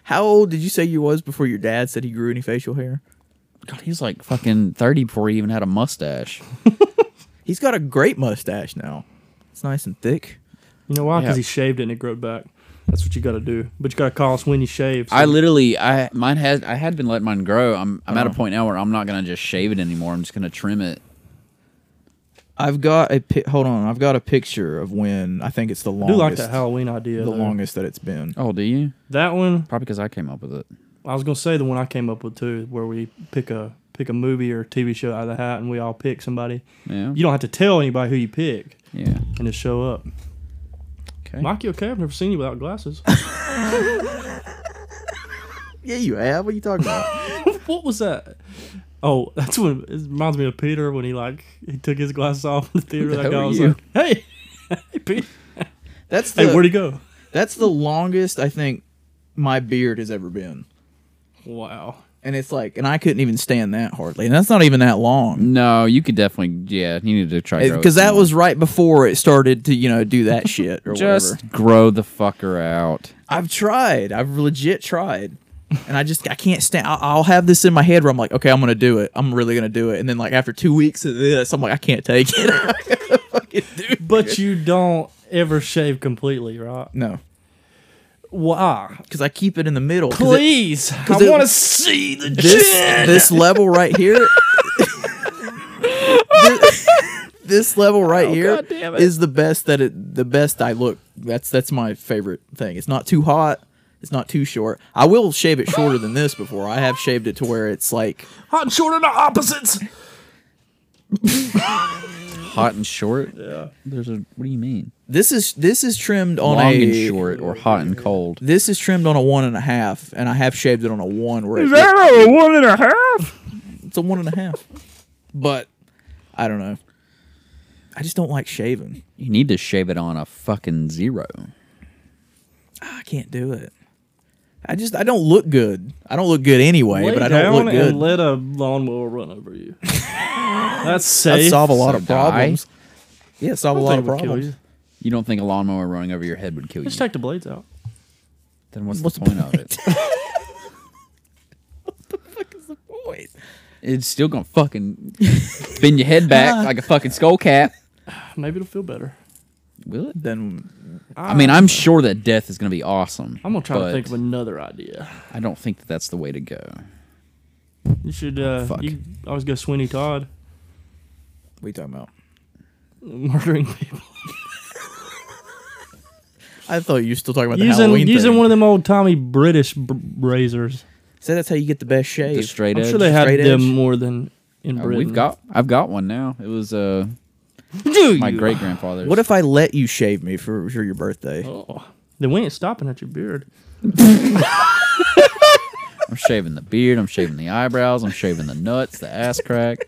Speaker 1: how old did you say you was before your dad said he grew any facial hair?
Speaker 4: God, he was like fucking 30 before he even had a mustache.
Speaker 1: He's got a great mustache now. It's nice and thick.
Speaker 3: You know why? Because
Speaker 4: Yeah.
Speaker 3: he shaved it and it grew back. That's what you got to do. But you got to call us when you shave. so-
Speaker 4: I literally, I mine had, I had been letting mine grow. I'm, I'm at a point now where I'm not gonna just shave it anymore. I'm just gonna trim it.
Speaker 1: I've got a pi- hold on. I've got a picture of when I think it's the
Speaker 3: I do
Speaker 1: longest.
Speaker 3: like that Halloween idea.
Speaker 1: the
Speaker 3: though.
Speaker 1: longest that it's been.
Speaker 4: Oh, do you?
Speaker 3: That one,
Speaker 4: Probably because I came up with it.
Speaker 3: I was gonna say the one I came up with too, where we pick a pick a movie or TV show out of the hat, and we all pick somebody.
Speaker 4: Yeah.
Speaker 3: You don't have to tell anybody who you pick
Speaker 4: yeah.
Speaker 3: and just show up.
Speaker 4: Okay.
Speaker 3: Mikey, okay, I've never seen you without glasses.
Speaker 1: Yeah, you have. What are you talking about?
Speaker 3: what was that? Oh, that's when it reminds me of Peter when he like he took his glasses off in the theater.
Speaker 4: hell
Speaker 3: That guy
Speaker 4: are
Speaker 3: was
Speaker 4: you?
Speaker 3: like, "Hey, hey, Peter,
Speaker 1: That's the
Speaker 3: hey, where'd he go?"
Speaker 1: that's the longest I think my beard has ever been,
Speaker 3: Wow.
Speaker 1: and it's like, and I couldn't even stand that hardly, and that's not even that long.
Speaker 4: No, you could definitely. Yeah, you need to try grow it
Speaker 1: Because that
Speaker 4: some
Speaker 1: was right before it started to, you know, do that shit or
Speaker 4: more. just
Speaker 1: whatever.
Speaker 4: grow the fucker out.
Speaker 1: I've tried. I've legit tried, and I just I can't stand. I'll, I'll have this in my head where I'm like, okay, I'm gonna do it. I'm really gonna do it, and then like after two weeks of this, I'm like, I can't take it.
Speaker 3: But you don't ever shave completely, right?
Speaker 1: no,
Speaker 3: Why?
Speaker 1: because I keep it in the middle. 'cause it-
Speaker 3: Please, I
Speaker 1: it-
Speaker 3: want to see the
Speaker 1: this
Speaker 3: chin.
Speaker 1: this level right here this, this level right here
Speaker 3: goddamn it.
Speaker 1: is the best that it the best I look that's that's my favorite thing it's not too hot it's not too short I will shave it shorter than this before I have shaved it to where it's like
Speaker 3: Hot and short are not opposites.
Speaker 4: Hot and short. Yeah. There's a. What do you mean?
Speaker 1: this is this is trimmed on
Speaker 4: Long
Speaker 1: a
Speaker 4: and short, or hot and cold.
Speaker 1: this is trimmed on a one and a half and I have shaved it on a one where it,
Speaker 3: a one and a half?
Speaker 1: it's a one and a half but I don't know I just don't like shaving
Speaker 4: You need to shave it on a fucking zero.
Speaker 1: I can't do it. I just I don't look good. I don't look good anyway,
Speaker 3: Lay
Speaker 1: but I
Speaker 3: down
Speaker 1: don't look good.
Speaker 3: and let a lawnmower run over you. That's
Speaker 1: I
Speaker 3: safe.
Speaker 1: solve a lot
Speaker 4: So
Speaker 1: of
Speaker 4: die.
Speaker 1: problems. Yeah, solve a
Speaker 3: That
Speaker 1: lot of
Speaker 3: would kill
Speaker 1: problems.
Speaker 3: you.
Speaker 4: You don't think a lawnmower running over your head would kill you?
Speaker 3: Just take the blades out.
Speaker 4: then what's,
Speaker 1: what's
Speaker 4: the
Speaker 1: the
Speaker 4: point of it? It's still gonna fucking bend your head back like a fucking skull cap.
Speaker 3: Maybe it'll feel better.
Speaker 4: Will it?
Speaker 1: Then
Speaker 4: I mean, I'm sure that death is gonna be awesome.
Speaker 3: I'm gonna try
Speaker 4: but
Speaker 3: to think of another idea.
Speaker 4: I don't think that that's the way to go.
Speaker 3: You should. Uh,
Speaker 4: Fuck.
Speaker 3: You always go Sweeney Todd,
Speaker 1: what you talking about?
Speaker 3: murdering people,
Speaker 1: I thought you were still talking about the
Speaker 3: using
Speaker 1: Halloween
Speaker 3: using
Speaker 1: thing.
Speaker 3: one of them old Tommy British br- razors.
Speaker 1: so that's how you get the best
Speaker 4: The
Speaker 1: shave.
Speaker 4: straight
Speaker 3: I'm
Speaker 4: edge.
Speaker 3: sure they had
Speaker 1: straight
Speaker 3: them
Speaker 1: edge?
Speaker 3: more than in
Speaker 4: Uh,
Speaker 3: Britain.
Speaker 4: we've got. I've got one now. It was uh my great grandfather's.
Speaker 1: what if I let you shave me for, for your birthday?
Speaker 3: Oh, then we ain't stopping at your beard.
Speaker 4: I'm shaving the beard. I'm shaving the eyebrows. I'm shaving the nuts, the ass crack,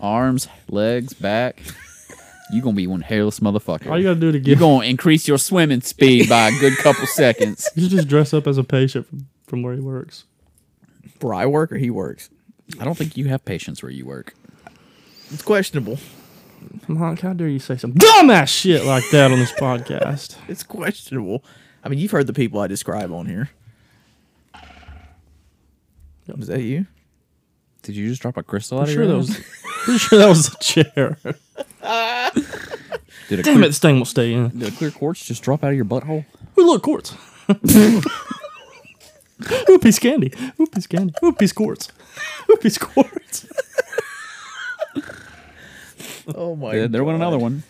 Speaker 4: arms, legs, back. You gonna be one hairless motherfucker.
Speaker 3: All you gotta do to
Speaker 4: You're
Speaker 3: get
Speaker 4: gonna increase your swimming speed by a good couple seconds.
Speaker 3: you should just dress up as a patient from, from where he works.
Speaker 1: Where I work or he works?
Speaker 4: I don't think you have patience where you work.
Speaker 1: It's questionable.
Speaker 3: Mike, how dare you say some dumbass shit like that on this podcast?
Speaker 1: It's questionable. I mean, you've heard the people I describe on here. Was that you?
Speaker 4: Did you just drop a crystal out
Speaker 3: I'm
Speaker 4: of
Speaker 3: sure
Speaker 4: your
Speaker 3: that
Speaker 4: ass?
Speaker 3: was pretty sure that was a chair.
Speaker 4: Did a,
Speaker 3: Damn it,
Speaker 4: clear,
Speaker 3: this thing will stay in.
Speaker 4: did a clear quartz just drop out of your butthole?
Speaker 3: We love quartz. Whoopies candy. Whoopies candy. Whoopies quartz. Whoopies quartz.
Speaker 1: Oh my
Speaker 4: There, there went another
Speaker 1: God.
Speaker 4: one.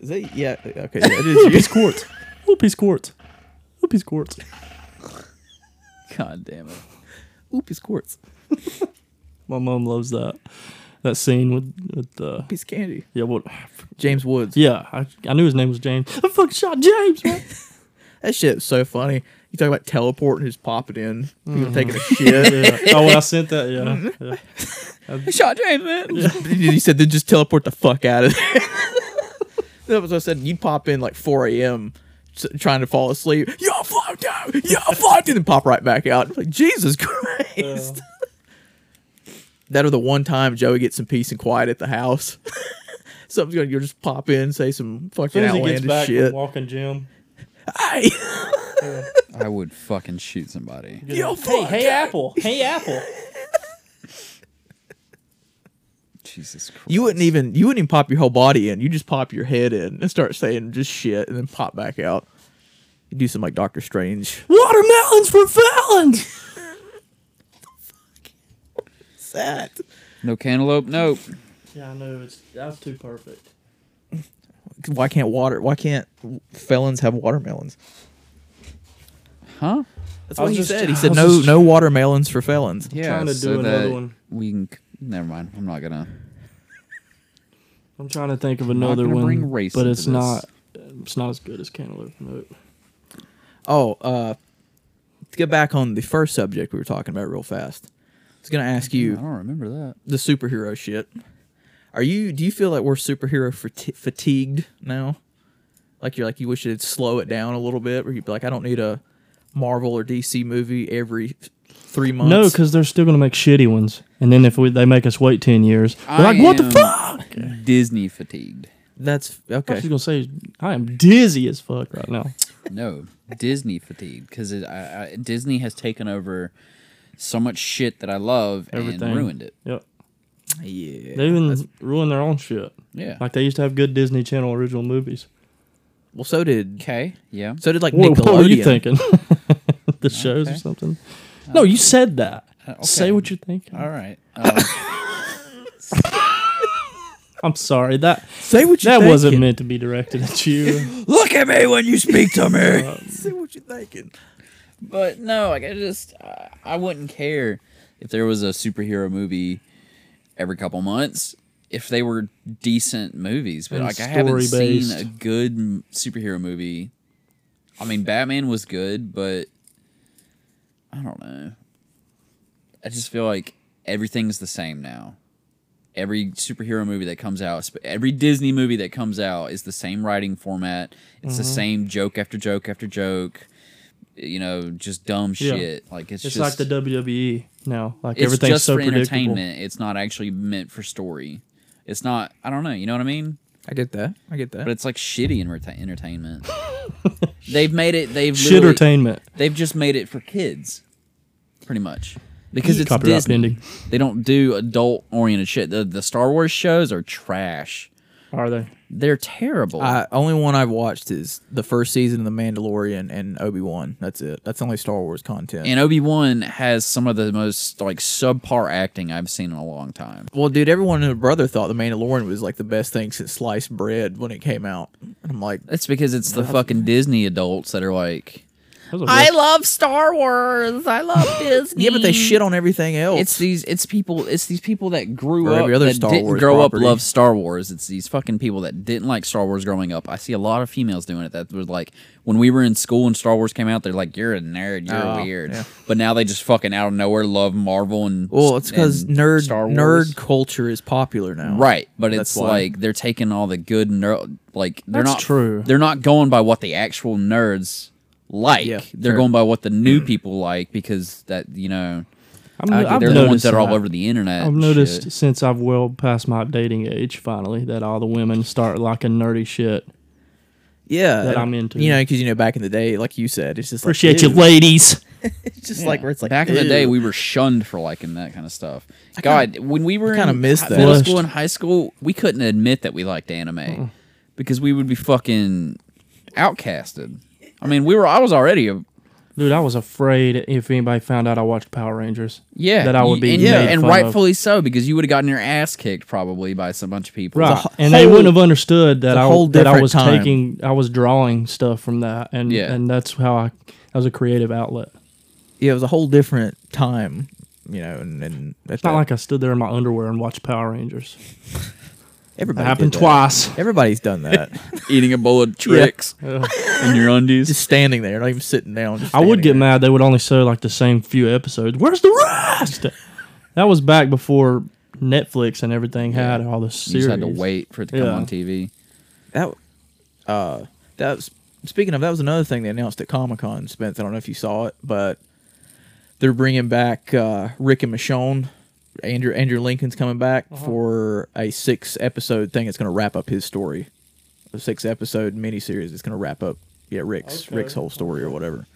Speaker 1: Is that yeah? Okay, yeah, it is you.
Speaker 3: Whoopies quartz. Whoopies quartz. Whoopies quartz.
Speaker 4: God damn it.
Speaker 1: Oop, it's quartz.
Speaker 3: My mom loves that that scene with with uh
Speaker 1: Piece of candy.
Speaker 3: yeah what
Speaker 1: James Woods.
Speaker 3: yeah I, I knew his name was James. I fucking shot James. Man.
Speaker 1: That shit's so funny. You talk about teleporting, just popping in, people taking a shit.
Speaker 3: Yeah. Oh, when I sent that, yeah. yeah.
Speaker 1: Shot James, man. you said then just teleport the fuck out of there. that was what I said. You pop in like 4 a.m. s- trying to fall asleep. Y'all flopped out. Y'all flopped in and pop right back out. Like Jesus Christ. that or the one time Joey gets some peace and quiet at the house. Something's gonna you just pop in, say some
Speaker 3: As soon
Speaker 1: fucking
Speaker 3: as he gets
Speaker 1: outlandish
Speaker 3: back from
Speaker 1: shit.
Speaker 3: walking Jim.
Speaker 1: Hey,
Speaker 4: I would fucking shoot somebody.
Speaker 1: Yo,
Speaker 3: Hey,
Speaker 1: fuck.
Speaker 3: hey, Apple. Hey, Apple.
Speaker 4: Jesus Christ.
Speaker 1: You wouldn't even you wouldn't even pop your whole body in. You just pop your head in and start saying just shit, and then pop back out. You do some like Doctor Strange.
Speaker 3: Watermelons for felons.
Speaker 1: What's that?
Speaker 4: No cantaloupe? Nope.
Speaker 3: Yeah, I know. It's that's too perfect.
Speaker 1: Why can't water? Why can't felons have watermelons?
Speaker 4: Huh?
Speaker 1: That's
Speaker 3: I
Speaker 1: what he
Speaker 3: was just-
Speaker 1: said. He
Speaker 3: I
Speaker 1: said
Speaker 3: was
Speaker 1: no
Speaker 3: just-
Speaker 1: no watermelons for felons.
Speaker 4: Yeah.
Speaker 3: trying to do
Speaker 4: so
Speaker 3: another
Speaker 4: that
Speaker 3: one.
Speaker 4: We can. c- Never mind. I'm not gonna.
Speaker 3: I'm trying to think of another
Speaker 4: gonna
Speaker 3: one,
Speaker 4: bring race
Speaker 3: but
Speaker 4: into
Speaker 3: it's
Speaker 4: this.
Speaker 3: not. It's not as good as cantaloupe. Nope.
Speaker 1: Oh, uh, to get back on the first subject we were talking about real fast. was gonna ask
Speaker 4: I
Speaker 1: you
Speaker 4: don't remember that.
Speaker 1: the superhero shit. Are you? Do you feel that we're superhero fati- fatigued now? Like you're like you wish it'd slow it down a little bit, where you'd be like, I don't need a Marvel or DC movie every three months.
Speaker 3: No, because they're still gonna make shitty ones, and then if we, they make us wait ten years, we're like, what the fuck?
Speaker 4: fuck? Disney fatigued.
Speaker 1: that's
Speaker 3: I was
Speaker 1: okay.
Speaker 3: just gonna say, I am dizzy as fuck right now.
Speaker 4: No, Disney fatigued because I, I, Disney has taken over so much shit that I love
Speaker 3: Everything.
Speaker 4: and ruined it.
Speaker 3: Yep,
Speaker 1: Yeah,
Speaker 3: they even ruin their own shit.
Speaker 4: Yeah.
Speaker 3: Like they used to have good Disney Channel original movies.
Speaker 1: Well, so did
Speaker 4: okay. Yeah.
Speaker 1: so did like
Speaker 3: What,
Speaker 1: Nickelodeon.
Speaker 3: what were you thinking? the shows or
Speaker 4: Okay. Uh,
Speaker 3: something? No, you said that.
Speaker 4: okay.
Speaker 3: Say what you're thinking.
Speaker 4: All right. Um,
Speaker 3: I'm sorry that
Speaker 1: Say what you
Speaker 3: that
Speaker 1: thinking.
Speaker 3: wasn't meant to be directed at you.
Speaker 4: Look at me when you speak to me.
Speaker 1: Say what you thinking.
Speaker 4: but no, like I just I, I wouldn't care if there was a superhero movie every couple months if they were decent movies. But
Speaker 3: And
Speaker 4: like I haven't seen
Speaker 3: story-based.
Speaker 4: a good m- superhero movie. I mean, Batman was good, but I don't know. I just feel like everything's the same now. Every superhero movie that comes out, sp- every Disney movie that comes out is the same writing format. It's
Speaker 3: Mm-hmm.
Speaker 4: the same joke after joke after joke. You know, just dumb
Speaker 3: Yeah.
Speaker 4: shit. Like it's,
Speaker 3: It's like
Speaker 4: just
Speaker 3: the WWE now. Like
Speaker 4: it's
Speaker 3: everything's
Speaker 4: just
Speaker 3: so
Speaker 4: for
Speaker 3: predictable.
Speaker 4: entertainment. It's not actually meant for story. It's not. I don't know. You know what I mean?
Speaker 1: I get that. I get that.
Speaker 4: But it's like shitty enterta- entertainment. they've made it. They've
Speaker 3: Shit
Speaker 4: literally-
Speaker 3: entertainment.
Speaker 4: They've just made it for kids, pretty much. Because it's
Speaker 3: Copyright
Speaker 4: Disney.
Speaker 3: pending.
Speaker 4: They don't do adult oriented shit. The, the Star Wars shows are trash.
Speaker 3: Are they?
Speaker 4: They're terrible.
Speaker 1: I, only one I've watched is the first season of The Mandalorian and Obi Wan. That's it. That's the only Star Wars content.
Speaker 4: and Obi Wan has some of the most like subpar acting I've seen in a long time.
Speaker 1: well, dude, everyone and her brother thought The Mandalorian was like the best thing since sliced bread when it came out. And I'm like,
Speaker 4: That's because it's the fucking Disney adults that are like,
Speaker 3: That was a
Speaker 4: I
Speaker 3: rough-
Speaker 4: love Star Wars. I love Disney.
Speaker 1: yeah, but they shit on everything else.
Speaker 4: Mm, It's these. It's people. It's these people that grew
Speaker 1: Or
Speaker 4: up
Speaker 1: every other
Speaker 4: that
Speaker 1: Star
Speaker 4: didn't
Speaker 1: Wars
Speaker 4: grow
Speaker 1: property.
Speaker 4: up love Star Wars. It's these fucking people that didn't like Star Wars growing up. I see a lot of females doing it. That was like when we were in school and Star Wars came out. They're like, "You're a nerd. You're
Speaker 1: Oh,
Speaker 4: weird."
Speaker 1: yeah.
Speaker 4: But now they just fucking out of nowhere love Marvel and
Speaker 1: well, it's because
Speaker 4: and
Speaker 1: nerd
Speaker 4: Star Wars.
Speaker 1: nerd culture is popular now.
Speaker 4: Right, but
Speaker 1: That's
Speaker 4: it's
Speaker 1: why.
Speaker 4: like they're taking all the good nerd. Like they're
Speaker 3: That's
Speaker 4: not
Speaker 3: true.
Speaker 4: They're not going by what the actual nerds like.
Speaker 1: Yeah,
Speaker 4: they're
Speaker 1: fair.
Speaker 4: going by what the new people like because that you know
Speaker 3: I'm,
Speaker 4: I-
Speaker 3: I've
Speaker 4: they're the ones
Speaker 3: noticed
Speaker 4: that are all
Speaker 3: that.
Speaker 4: over the internet.
Speaker 3: I've
Speaker 4: and
Speaker 3: noticed
Speaker 4: shit.
Speaker 3: since I've well past my dating age, finally, that all the women start liking nerdy shit.
Speaker 1: Yeah,
Speaker 3: That
Speaker 1: and,
Speaker 3: I'm into.
Speaker 1: You know, because you know back in the day, like you said, it's just
Speaker 3: Appreciate
Speaker 1: like,
Speaker 3: you,
Speaker 1: ew.
Speaker 3: ladies.
Speaker 1: It's just like where it's like
Speaker 4: back in the day
Speaker 1: ew.
Speaker 4: we were shunned for liking that kind of stuff. God, when we were
Speaker 1: kinda
Speaker 4: in
Speaker 1: miss
Speaker 4: hi-
Speaker 1: that.
Speaker 4: middle
Speaker 3: Flushed.
Speaker 4: school and high school, we couldn't admit that we liked anime because we would be fucking outcasted. I mean, we were. I was already a
Speaker 3: Dude, I was afraid if anybody found out I watched Power Rangers.
Speaker 4: Yeah,
Speaker 3: That I would
Speaker 4: you-
Speaker 3: be
Speaker 4: and,
Speaker 3: made
Speaker 4: and
Speaker 3: fun of.
Speaker 4: rightfully so because you would have gotten your ass kicked probably by some bunch of people.
Speaker 3: Right.
Speaker 1: whole-
Speaker 3: and they wouldn't have understood that
Speaker 1: a
Speaker 3: I
Speaker 1: whole
Speaker 3: that I
Speaker 1: different
Speaker 3: was
Speaker 1: time.
Speaker 3: taking I was drawing stuff from that and
Speaker 4: Yeah.
Speaker 3: and that's how I that was a creative outlet.
Speaker 1: Yeah, it was a whole different time. You know, and, and
Speaker 3: It's not like I stood there in my underwear and watched Power Rangers. It
Speaker 1: everybody
Speaker 3: happened
Speaker 1: did that.
Speaker 3: twice.
Speaker 1: Everybody's done that.
Speaker 4: Eating a bowl of tricks
Speaker 3: Ugh.
Speaker 4: in your undies.
Speaker 1: just standing there, not even sitting down. just
Speaker 3: I would
Speaker 1: standing
Speaker 3: get
Speaker 1: there.
Speaker 3: mad. They would only show like the same few episodes. Where's the rest? that was back before Netflix and everything had all the
Speaker 4: you
Speaker 3: series.
Speaker 4: just had to wait for it to come
Speaker 3: Yeah.
Speaker 4: on TV.
Speaker 1: That, uh, that was, speaking of, that was another thing they announced at Comic Con, Spence. I don't know if you saw it, but they're bringing back uh, Rick and Michonne. Andrew Andrew Lincoln's coming back for a six episode thing. It's going to wrap up his story, a six episode miniseries. It's going to wrap up yeah Rick's
Speaker 3: Okay.
Speaker 1: Rick's whole story or whatever.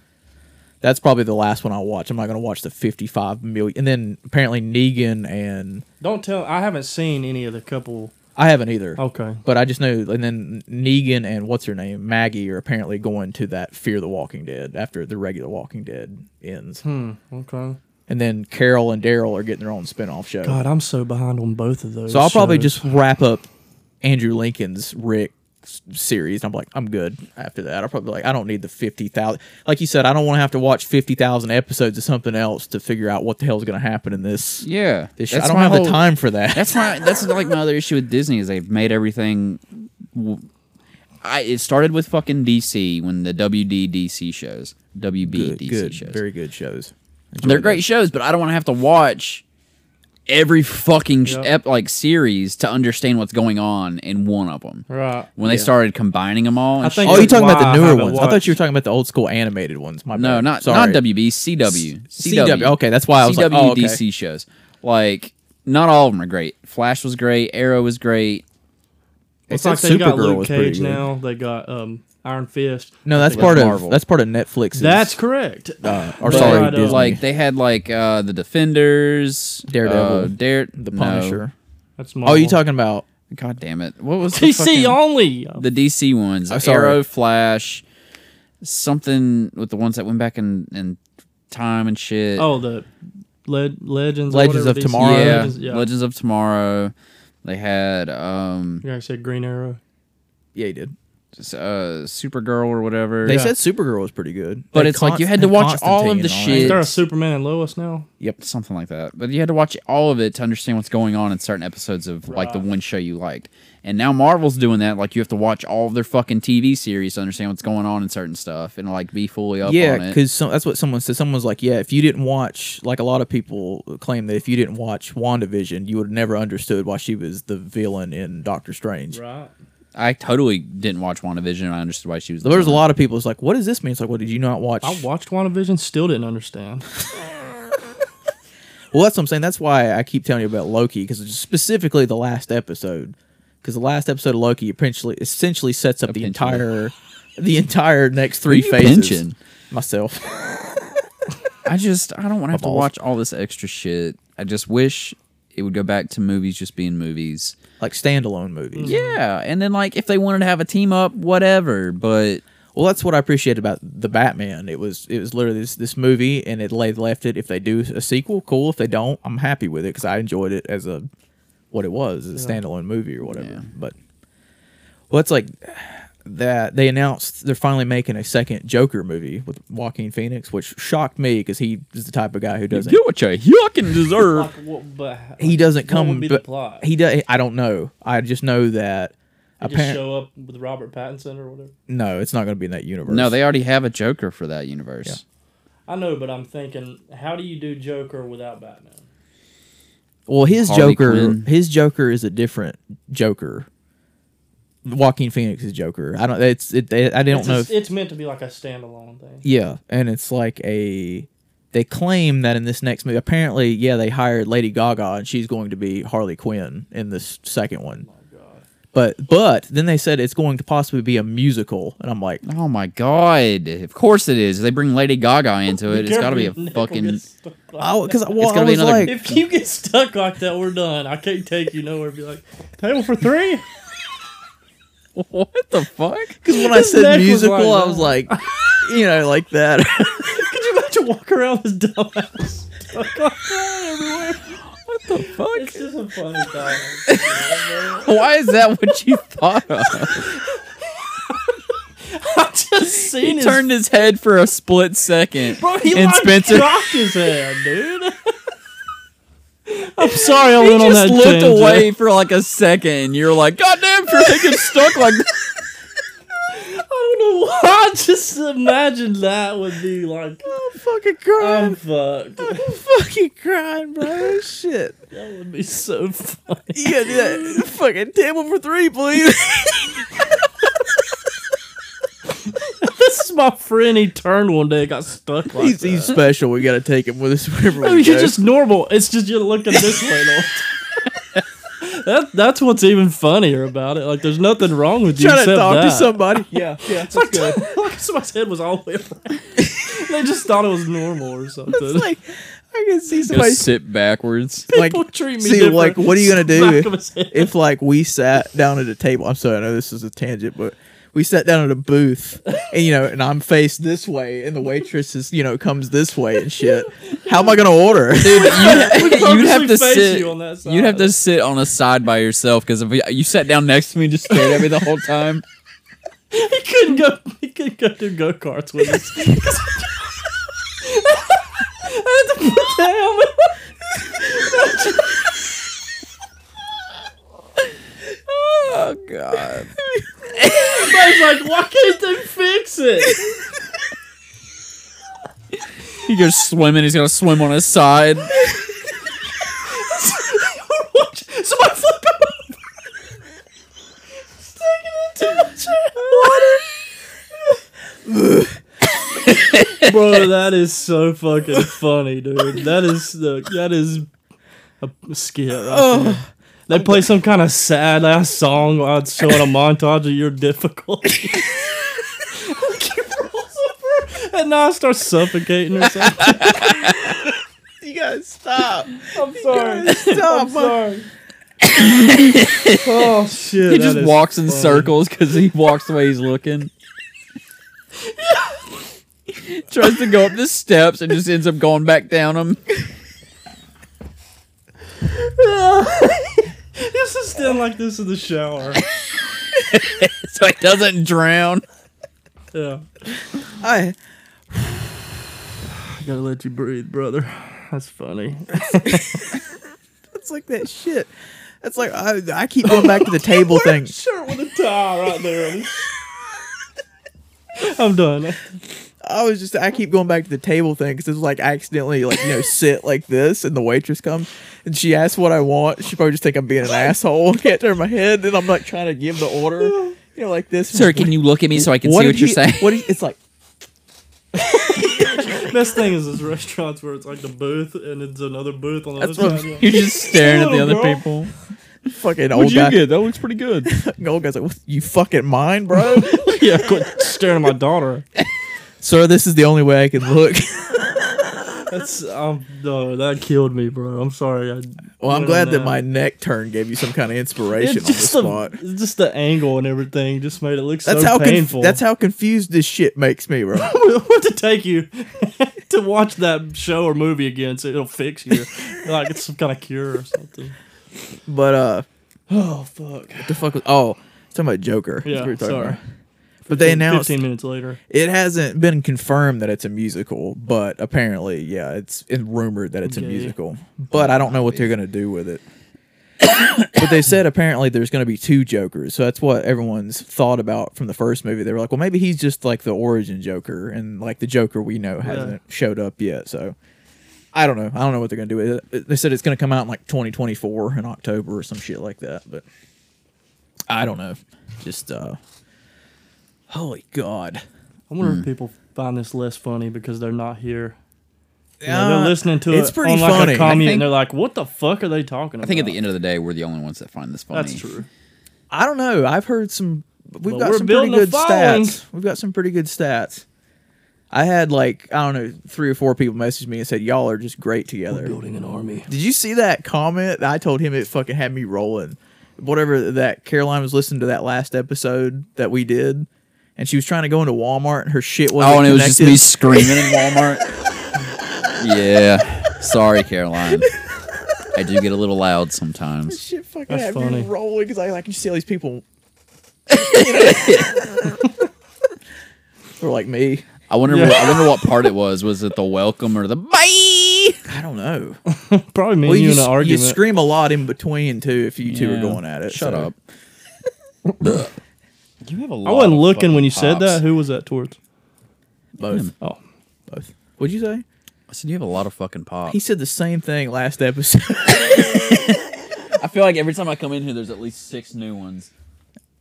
Speaker 1: That's probably the last one I'll watch. I'm not going to watch the 55 million. And then apparently Negan and
Speaker 3: Don't tell. I haven't seen any of the couple.
Speaker 1: I haven't either.
Speaker 3: Okay.
Speaker 1: But I just know, and then Negan and what's her name, Maggie, are apparently going to that Fear the Walking Dead after the regular Walking Dead ends,
Speaker 3: Hmm. Okay.
Speaker 1: and then Carol and Daryl are getting their own spinoff show.
Speaker 3: God, I'm so behind on both of those.
Speaker 1: so I'll probably
Speaker 3: shows.
Speaker 1: just wrap up Andrew Lincoln's Rick s- series. And I'm like, I'm good after that. I'll probably like, I don't need the fifty thousand. Like you said, I don't want to have to watch fifty thousand episodes of something else to figure out what the hell's going to happen in this.
Speaker 4: Yeah,
Speaker 1: This
Speaker 4: that's
Speaker 1: I don't
Speaker 4: my
Speaker 1: have
Speaker 4: whole-
Speaker 1: the time for that.
Speaker 4: That's my. That's like my other issue with Disney is they've made everything. w- I it started with fucking DC when the WDDC shows, WBDC
Speaker 1: good, good,
Speaker 4: shows.
Speaker 1: very good shows.
Speaker 4: They're great shows, but I don't want to have to watch every fucking sh
Speaker 3: Yep.
Speaker 4: ep- like series to understand what's going on in one of them.
Speaker 3: Right.
Speaker 4: When they
Speaker 1: Yeah.
Speaker 4: started combining them all, and
Speaker 1: I
Speaker 4: shit.
Speaker 1: think oh, you're
Speaker 3: that's
Speaker 1: talking about
Speaker 3: why I
Speaker 1: the newer
Speaker 3: haven't
Speaker 1: ones. I thought you were
Speaker 3: watched-
Speaker 1: talking about the old school animated ones. My
Speaker 4: no,
Speaker 1: bad.
Speaker 4: not E.
Speaker 1: Sorry.
Speaker 4: not WB, CW,
Speaker 1: CW. Okay, that's why I was
Speaker 4: CW
Speaker 1: like, oh, okay.
Speaker 4: DC E shows. Like, not all of them are great. Flash was great. Arrow was great.
Speaker 3: It's like
Speaker 1: Except
Speaker 3: they got
Speaker 1: Supergirl
Speaker 3: Luke
Speaker 1: was pretty
Speaker 3: Cage
Speaker 1: good.
Speaker 3: now. They got um, Iron Fist.
Speaker 1: No, that's
Speaker 4: That's
Speaker 1: part of
Speaker 4: Marvel.
Speaker 1: that's part of Netflix's.
Speaker 3: That's correct.
Speaker 1: uh, or
Speaker 3: They
Speaker 1: sorry,
Speaker 3: got, uh,
Speaker 1: Disney.
Speaker 4: Like they had like uh the Defenders,
Speaker 1: Daredevil,
Speaker 4: uh, Dare,
Speaker 1: the
Speaker 4: no.
Speaker 1: Punisher.
Speaker 3: That's
Speaker 1: Oh,
Speaker 3: Marvel.
Speaker 1: you talking about?
Speaker 4: God damn it! What was the
Speaker 3: DC
Speaker 4: fucking-
Speaker 3: only?
Speaker 4: the DC ones?
Speaker 1: I'm
Speaker 4: Like
Speaker 1: Oh, sorry.
Speaker 4: Arrow, Flash, something with the ones that went back in in time and shit.
Speaker 3: oh, the le- Legends. or
Speaker 1: Legends
Speaker 3: whatever
Speaker 1: of
Speaker 3: DC
Speaker 1: Tomorrow.
Speaker 4: yeah.
Speaker 3: Legends, yeah.
Speaker 4: Legends of Tomorrow. They had um
Speaker 3: You actually said Green Arrow.
Speaker 1: Yeah, he did.
Speaker 4: s- uh Supergirl or whatever.
Speaker 1: They
Speaker 3: Yeah.
Speaker 1: said Supergirl was pretty good,
Speaker 4: But
Speaker 1: And
Speaker 4: it's like you had to
Speaker 1: and
Speaker 4: watch all
Speaker 1: Constantine
Speaker 4: of the
Speaker 1: and all
Speaker 4: shit.
Speaker 3: Is
Speaker 1: that.
Speaker 3: there a
Speaker 4: It's-
Speaker 3: Superman and Lois now?
Speaker 4: something like that. But you had to watch all of it to understand what's going on in certain episodes of like the
Speaker 3: Right.
Speaker 4: one show you liked. And now Marvel's doing that. Like you have to watch all of their fucking TV series to understand what's going on in certain stuff and like be fully up
Speaker 1: Yeah,
Speaker 4: on it.
Speaker 1: because that's what someone said. Someone was like, "Yeah, if you didn't watch, like a lot of people claim that if you didn't watch WandaVision, you would have never understood why she was the villain in Doctor Strange."
Speaker 3: Right.
Speaker 4: I totally didn't watch WandaVision. And I understood why she was.
Speaker 1: There was a lot of people was like, "What does this mean?" It's like, "Well, did you not watch?"
Speaker 3: I watched WandaVision, still didn't understand.
Speaker 1: Well, that's what I'm saying. That's why I keep telling you about Loki because specifically the last episode, because the last episode of Loki essentially essentially sets up the
Speaker 4: Eventually.
Speaker 1: entire the entire next three
Speaker 4: you
Speaker 1: phases.
Speaker 4: pinching?
Speaker 1: Myself.
Speaker 4: I just I don't want to have to
Speaker 1: balls.
Speaker 4: watch all this extra shit. I just wish it would go back to movies just being movies.
Speaker 1: like standalone movies.
Speaker 3: Mm-hmm.
Speaker 4: Yeah, and then like if they wanted to have a team up, whatever. But
Speaker 1: Well, that's what I appreciate about the Batman. It was it was literally this this movie, and it laid left it. If they do a sequel, cool. If they don't, I'm happy with it because I enjoyed it as a what it was, as a standalone movie or whatever. But well, it's like that they announced they're finally making a second Joker movie with Joaquin Phoenix, which shocked me because he is the type of guy who doesn't
Speaker 4: what you fucking deserve.
Speaker 3: Like, what- but
Speaker 1: he doesn't come.
Speaker 3: What would be the
Speaker 1: but
Speaker 3: plot?
Speaker 1: He does. I don't know. I just know that.
Speaker 3: They just
Speaker 1: Apparent,
Speaker 3: show up with Robert Pattinson or whatever.
Speaker 1: no, it's not going to be in that universe.
Speaker 4: No, they already have a Joker for that universe.
Speaker 3: I know, but I'm thinking, how do you do Joker without Batman?
Speaker 1: Well, his
Speaker 4: Harley
Speaker 1: Joker,
Speaker 4: Quinn.
Speaker 1: his Joker is a different Joker. Joaquin Phoenix is Joker. I don't. It's. It, they- I don't
Speaker 3: it's,
Speaker 1: know.
Speaker 3: a-
Speaker 1: if-
Speaker 3: it's meant to be like a standalone thing.
Speaker 1: yeah, and it's like a. They claim that in this next movie, apparently, yeah, they hired Lady Gaga, and she's going to be Harley Quinn in this second one. But but then they said it's going to possibly be a musical, and I'm like,
Speaker 4: Oh my god! Of course it is. They bring Lady Gaga into it. It's got to be a
Speaker 3: Careful, Nick will
Speaker 4: fucking.
Speaker 3: get stuck like
Speaker 1: oh,
Speaker 3: that.
Speaker 1: because
Speaker 4: It's
Speaker 1: well, I
Speaker 4: gonna be
Speaker 1: was
Speaker 4: another-
Speaker 1: like,
Speaker 3: If you get stuck like that, we're done. I can't take you nowhere. Be like, table for three.
Speaker 4: What the fuck?
Speaker 1: because when I
Speaker 3: his neck
Speaker 1: said
Speaker 3: was
Speaker 1: musical,
Speaker 3: wide
Speaker 1: I was like, you know, like that.
Speaker 3: Could you imagine walking around this dumbass stuck like that everywhere? What the fuck? It's just a funny time.
Speaker 4: Why is that what you thought of?
Speaker 3: I just seen
Speaker 4: He
Speaker 3: his
Speaker 4: turned his head for a split second.
Speaker 3: bro. He
Speaker 4: and
Speaker 3: like
Speaker 4: Spencer-
Speaker 3: dropped his hand, dude. I'm sorry I
Speaker 4: He
Speaker 3: went on
Speaker 4: just
Speaker 3: that
Speaker 4: looked
Speaker 3: tangent.
Speaker 4: away for like a second, and you're like, "God damn, for thinking stuck like." that."
Speaker 3: I don't know why. I just imagined that would be like,
Speaker 1: I'm Oh, fucking crying.
Speaker 3: I'm fucked. That
Speaker 1: I'm fucking crying, bro. Shit.
Speaker 3: would be so funny.
Speaker 1: You gotta do that. fucking table for three, please.
Speaker 3: This is my friend. He turned one day, got stuck like
Speaker 1: he's,
Speaker 3: that.
Speaker 1: he's special. We gotta take him with us wherever
Speaker 3: I
Speaker 1: we
Speaker 3: mean,
Speaker 1: go.
Speaker 3: you're just normal. It's just you're looking this way. The whole time. that that's what's even funnier about it. Like, there's nothing wrong with you
Speaker 1: trying
Speaker 3: except
Speaker 1: to talk
Speaker 3: that.
Speaker 1: to somebody. Yeah, yeah, that's
Speaker 3: Like, like somebody's head was all the way around. they just thought it was normal or something.
Speaker 1: It's like I can see somebody
Speaker 4: Just sit backwards.
Speaker 1: like
Speaker 3: People treat me
Speaker 1: see
Speaker 3: different.
Speaker 1: like what are you gonna do
Speaker 3: Back
Speaker 1: if,
Speaker 3: of his head.
Speaker 1: if like we sat down at a table? I'm sorry, I know this is a tangent, but. We sat down at a booth, and you know, and I'm faced this way, and the waitress is, you know, comes this way and shit. How am I gonna order?
Speaker 4: You'd, you'd have
Speaker 3: purposely
Speaker 4: to
Speaker 3: face
Speaker 4: sit.
Speaker 3: you on that
Speaker 4: would have
Speaker 3: side.
Speaker 4: to sit on a side by yourself because if you sat down next to me, and just stared at me the whole time.
Speaker 3: he couldn't go. He couldn't go do go karts with us. I had to put the helmet. on.
Speaker 4: Oh god.
Speaker 3: Everybody's like, why can't they fix it?
Speaker 4: He goes swimming. He's gonna swim on his side.
Speaker 3: Bro, that is so fucking funny, dude. That is the that is a skit right there. They play some kind of sad ass song while it's showing a montage of your difficulty. and now I start suffocating or something.
Speaker 1: You gotta stop.
Speaker 3: I'm sorry.
Speaker 1: Stop.
Speaker 3: sorry. oh shit.
Speaker 4: He
Speaker 3: that
Speaker 4: just
Speaker 3: is
Speaker 4: walks in
Speaker 3: funny.
Speaker 4: circles because he walks the way he's looking. Tries to go up the steps and just ends up going back down them.
Speaker 3: This is stand like this in the shower.
Speaker 4: so he doesn't drown.
Speaker 3: Yeah.
Speaker 1: I,
Speaker 3: I gotta let you breathe, brother. That's funny.
Speaker 1: it's like that shit. It's like I, I keep going back to the table thing.
Speaker 3: Shirt with a tie right there. I'm done.
Speaker 1: I was just I keep going back to the table thing because it's like I accidentally like you know sit like this and the waitress comes and she asks what I want. She probably just think I'm being an asshole. Can't turn my head. Then I'm like trying to give the order, you know, like this.
Speaker 4: Sir, can you look at me so I can see
Speaker 1: did
Speaker 4: what you're
Speaker 1: you-
Speaker 4: saying?
Speaker 1: What did- it's like?
Speaker 3: Best thing is this restaurants where it's like the booth and it's another booth on the
Speaker 1: That's
Speaker 3: other
Speaker 1: what-
Speaker 3: side.
Speaker 4: You're just staring at the other
Speaker 3: Little girl.
Speaker 4: people.
Speaker 1: Fucking old guy.
Speaker 4: That looks pretty good.
Speaker 1: Old guy's like, what, you fucking mind, bro?
Speaker 3: yeah, quit staring at my daughter.
Speaker 1: Sir, this is the only way I can look.
Speaker 3: That's um no, that killed me, bro. I'm sorry. I,
Speaker 1: well, I'm
Speaker 3: Good
Speaker 1: glad
Speaker 3: on
Speaker 1: that
Speaker 3: that.
Speaker 1: my neck turn gave you some kind of inspiration
Speaker 3: it's
Speaker 1: on this
Speaker 3: just the
Speaker 1: spot.
Speaker 3: it's just the angle and everything just made it look
Speaker 1: That's
Speaker 3: so
Speaker 1: how conf-
Speaker 3: painful.
Speaker 1: that's how confused this shit makes me, bro.
Speaker 3: what to take you to watch that show or movie again so it'll fix you. like it's some kind of cure or something.
Speaker 1: but uh,
Speaker 3: Oh fuck.
Speaker 1: the fuck was oh, talking about Joker. That's what
Speaker 3: Yeah,
Speaker 1: we were talking
Speaker 3: sorry.
Speaker 1: about. But they announced
Speaker 3: fifteen minutes later.
Speaker 1: it hasn't been confirmed that it's a musical, but apparently, yeah, it's, it's rumored that it's a
Speaker 3: Yeah, yeah.
Speaker 1: musical. But I don't know what they're gonna do with it. but they said apparently there's gonna be two Jokers, so that's what everyone's thought about from the first movie. They were like, well, maybe he's just like the origin Joker, and like the Joker we know hasn't showed up yet. So I don't know. I don't know what they're gonna do with it. They said it's gonna come out in like 2024 in October or some shit like that. But I don't know. Just uh, holy god.
Speaker 3: I wonder
Speaker 1: Hmm.
Speaker 3: if people find this less funny because they're not here. You know,
Speaker 1: Uh,
Speaker 3: they're listening to
Speaker 1: it's
Speaker 3: it
Speaker 1: pretty
Speaker 3: on like
Speaker 1: funny. I
Speaker 3: a commie
Speaker 4: think-
Speaker 3: and they're like, "What the fuck are they talking about?"
Speaker 4: I think at the end of the day, we're the only ones that find this funny.
Speaker 3: that's true.
Speaker 1: I don't know. I've heard some. We've
Speaker 3: But
Speaker 1: got
Speaker 3: we're
Speaker 1: some pretty
Speaker 3: building a
Speaker 1: good
Speaker 3: following.
Speaker 1: stats. We've got some pretty good stats. I had like I don't know three or four people message me and said y'all are just great together.
Speaker 3: Building an army.
Speaker 1: Did you see that comment? I told him it fucking had me rolling. Whatever that Caroline was listening to that last episode that we did, and she was trying to go into Walmart and her shit wasn't
Speaker 4: Oh, and it was just me
Speaker 1: connected.
Speaker 4: screaming in Walmart. yeah. Sorry, Caroline. I do get a little loud sometimes.
Speaker 1: Shit fucking
Speaker 3: That's
Speaker 1: had
Speaker 3: funny.
Speaker 1: me rolling because I, I can see all these people. They're like me.
Speaker 4: I wonder.
Speaker 3: Yeah.
Speaker 4: What, I wonder what part it was. Was it the welcome or the bye?
Speaker 1: I don't know.
Speaker 3: Probably me
Speaker 1: Well,
Speaker 3: and
Speaker 1: you,
Speaker 3: you in
Speaker 1: s-
Speaker 3: an
Speaker 1: you
Speaker 3: argument.
Speaker 1: scream a lot in between too if you two are
Speaker 4: Yeah.
Speaker 1: going at it.
Speaker 4: Shut
Speaker 1: so.
Speaker 4: up. you have a
Speaker 3: I
Speaker 4: lot
Speaker 3: wasn't
Speaker 4: of
Speaker 3: looking when you
Speaker 4: fucking
Speaker 3: said that.
Speaker 4: pops.
Speaker 3: Who was that towards?
Speaker 1: Both.
Speaker 3: Oh,
Speaker 1: Both. What'd you say?
Speaker 4: I said you have a lot of fucking pop.
Speaker 1: He said the same thing last episode.
Speaker 4: I feel like every time I come in here, there's at least six new ones.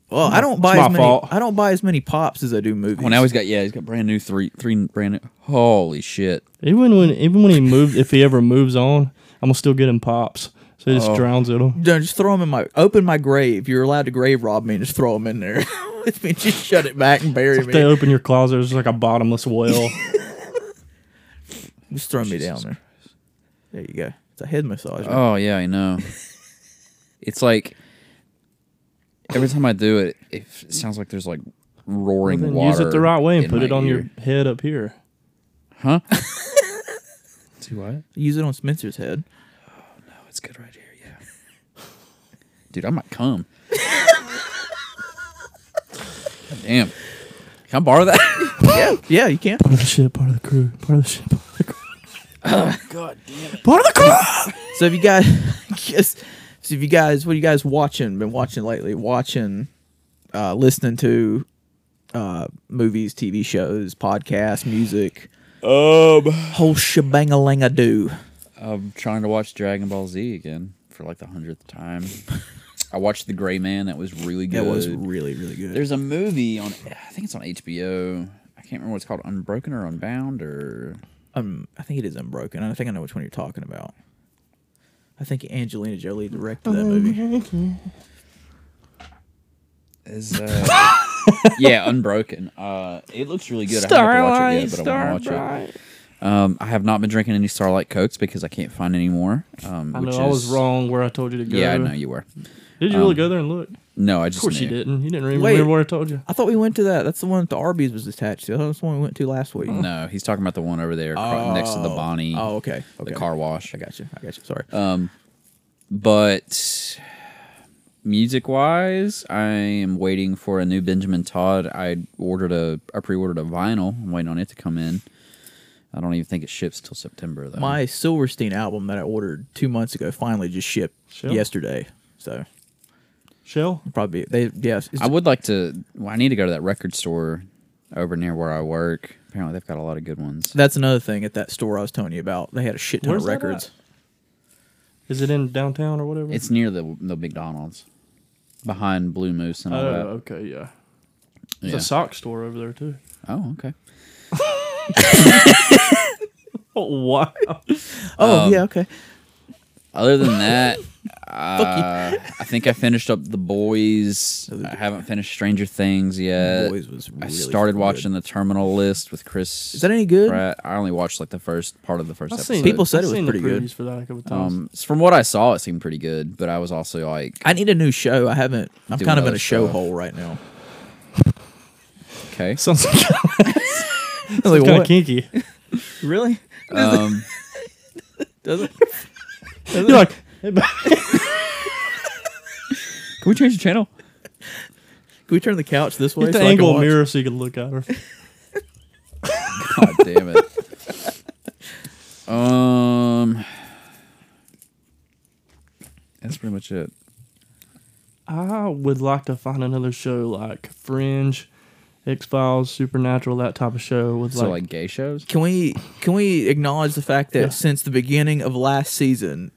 Speaker 1: well, I don't buy
Speaker 3: my
Speaker 1: as many.
Speaker 3: fault.
Speaker 1: I don't buy as many pops as I do movies.
Speaker 4: Well, now he's got yeah, he's got brand new three, three brand new. Holy shit!
Speaker 3: even when even when he moved, if he ever moves on, I'm gonna still get him pops. So he
Speaker 4: Oh.
Speaker 3: just drowns it him.
Speaker 1: No, just throw them in my open my grave. You're allowed to grave rob me and just throw them in there. Let me just shut it back and bury me.
Speaker 3: They open your closet. It's like a bottomless well.
Speaker 1: Just throw me down there. There you go. It's a head massage. right?
Speaker 4: Oh yeah, I know. it's like every time I do it, it sounds like there's like roaring
Speaker 3: then
Speaker 4: water.
Speaker 3: use it the right way and
Speaker 4: in
Speaker 3: put
Speaker 4: my
Speaker 3: it on
Speaker 4: ear.
Speaker 3: your head up here.
Speaker 4: huh? See what?
Speaker 1: Use it on Spencer's head.
Speaker 4: Oh, it's good right here. Yeah, dude, I might come. God damn, can I borrow that?
Speaker 1: yeah, yeah, you can.
Speaker 3: Part of the ship, part of the crew, part of the ship. Part of the crew.
Speaker 4: God damn it!
Speaker 3: Part of the crew.
Speaker 1: So if you guys, yes, so if you guys, what are you guys watching? Been watching lately? Watching, uh, listening to, uh, movies, TV shows, podcasts, music, um, whole shebang a lang a do.
Speaker 4: I'm trying to watch Dragon Ball Z again for like the hundredth time. I watched The Gray Man. That was really good.
Speaker 1: That was really really good.
Speaker 4: There's a movie on, I think it's on HBO. I can't can't remember what it's called, Unbroken or Unbound or
Speaker 1: Um, I think it is Unbroken. I think I know which one you're talking about. I think Angelina Jolie directed that movie.
Speaker 4: is uh, yeah, Unbroken. Uh, it looks really good. I haven't watched it yet, but I want to watch it. Um, I have not been drinking any Starlight Cokes because I can't find any more. Um,
Speaker 3: I
Speaker 4: which
Speaker 3: know I was
Speaker 4: is-
Speaker 3: wrong where I told you to go.
Speaker 4: Yeah, I know Um, you were.
Speaker 3: Did you really go there and look? Of
Speaker 4: No, I just
Speaker 3: course you
Speaker 4: knew.
Speaker 3: didn't. You didn't remember
Speaker 1: Wait.
Speaker 3: where I told you.
Speaker 1: I thought we went to that. That's the one that the Arby's was attached to. That's the one we went to last week.
Speaker 4: No, he's talking about the one over there acro- next to the
Speaker 1: Oh.
Speaker 4: Bonnie,
Speaker 1: Oh, okay. okay.
Speaker 4: the car wash.
Speaker 1: I got you. I got you. Sorry.
Speaker 4: But music wise, I am waiting for a new Benjamin Todd. I ordered a, I pre ordered a vinyl. I'm waiting on it to come in. I don't even think it ships till September though.
Speaker 1: My Silverstein album that I ordered two months ago finally just shipped
Speaker 3: Sure.
Speaker 1: yesterday. So
Speaker 3: Shell?
Speaker 1: probably they yes. it's-
Speaker 4: I would like to. Well, I need to go to that record store over near where I work. Apparently, they've got a lot of good ones.
Speaker 1: that's another thing at that store I was telling you about. They had a shit ton
Speaker 3: Where's
Speaker 1: of
Speaker 3: that
Speaker 1: records.
Speaker 3: Is it in downtown or whatever?
Speaker 4: It's near the the McDonald's, behind Blue Moose and
Speaker 3: Oh,
Speaker 4: all that.
Speaker 3: okay, yeah. There's
Speaker 4: Yeah.
Speaker 3: a sock store over there too.
Speaker 4: oh, okay.
Speaker 3: Oh wow.
Speaker 1: Oh
Speaker 4: Um,
Speaker 1: yeah, okay.
Speaker 4: Other than that, uh, I think I finished up The Boys. I haven't finished Stranger Things yet.
Speaker 1: Boys was
Speaker 4: uh, I
Speaker 1: really
Speaker 4: started
Speaker 1: good.
Speaker 4: watching The Terminal List with Chris.
Speaker 1: Is that any good?
Speaker 4: Pratt. I only watched like the first part of the 1st
Speaker 3: I've
Speaker 4: episode.
Speaker 3: seen
Speaker 1: People
Speaker 3: the-
Speaker 1: said
Speaker 3: I've
Speaker 1: it was
Speaker 3: seen the
Speaker 1: pretty good.
Speaker 3: previews for that a couple times.
Speaker 4: Um, s- from what I saw, it seemed pretty good, but I was also like,
Speaker 1: I need a new show. I haven't. I'm
Speaker 4: Doing
Speaker 1: kind of in
Speaker 4: other
Speaker 1: a show
Speaker 4: stuff.
Speaker 1: hole right now.
Speaker 4: okay.
Speaker 3: Sounds kind
Speaker 1: Like,
Speaker 3: of
Speaker 1: what?
Speaker 3: kinky.
Speaker 1: Really?
Speaker 4: Um,
Speaker 1: Does it?
Speaker 3: You're like,
Speaker 4: Can we change the channel?
Speaker 1: Can we turn the couch this way?
Speaker 3: get the
Speaker 1: so I can
Speaker 3: angle
Speaker 1: watch?
Speaker 3: mirror so you can look at her.
Speaker 4: God damn it. Um, that's pretty much it.
Speaker 3: I would like to find another show like Fringe, X Files, Supernatural, that type of show with
Speaker 4: So
Speaker 3: like,
Speaker 4: like gay shows.
Speaker 1: Can we can we acknowledge the fact that
Speaker 3: Yeah.
Speaker 1: since the beginning of last season,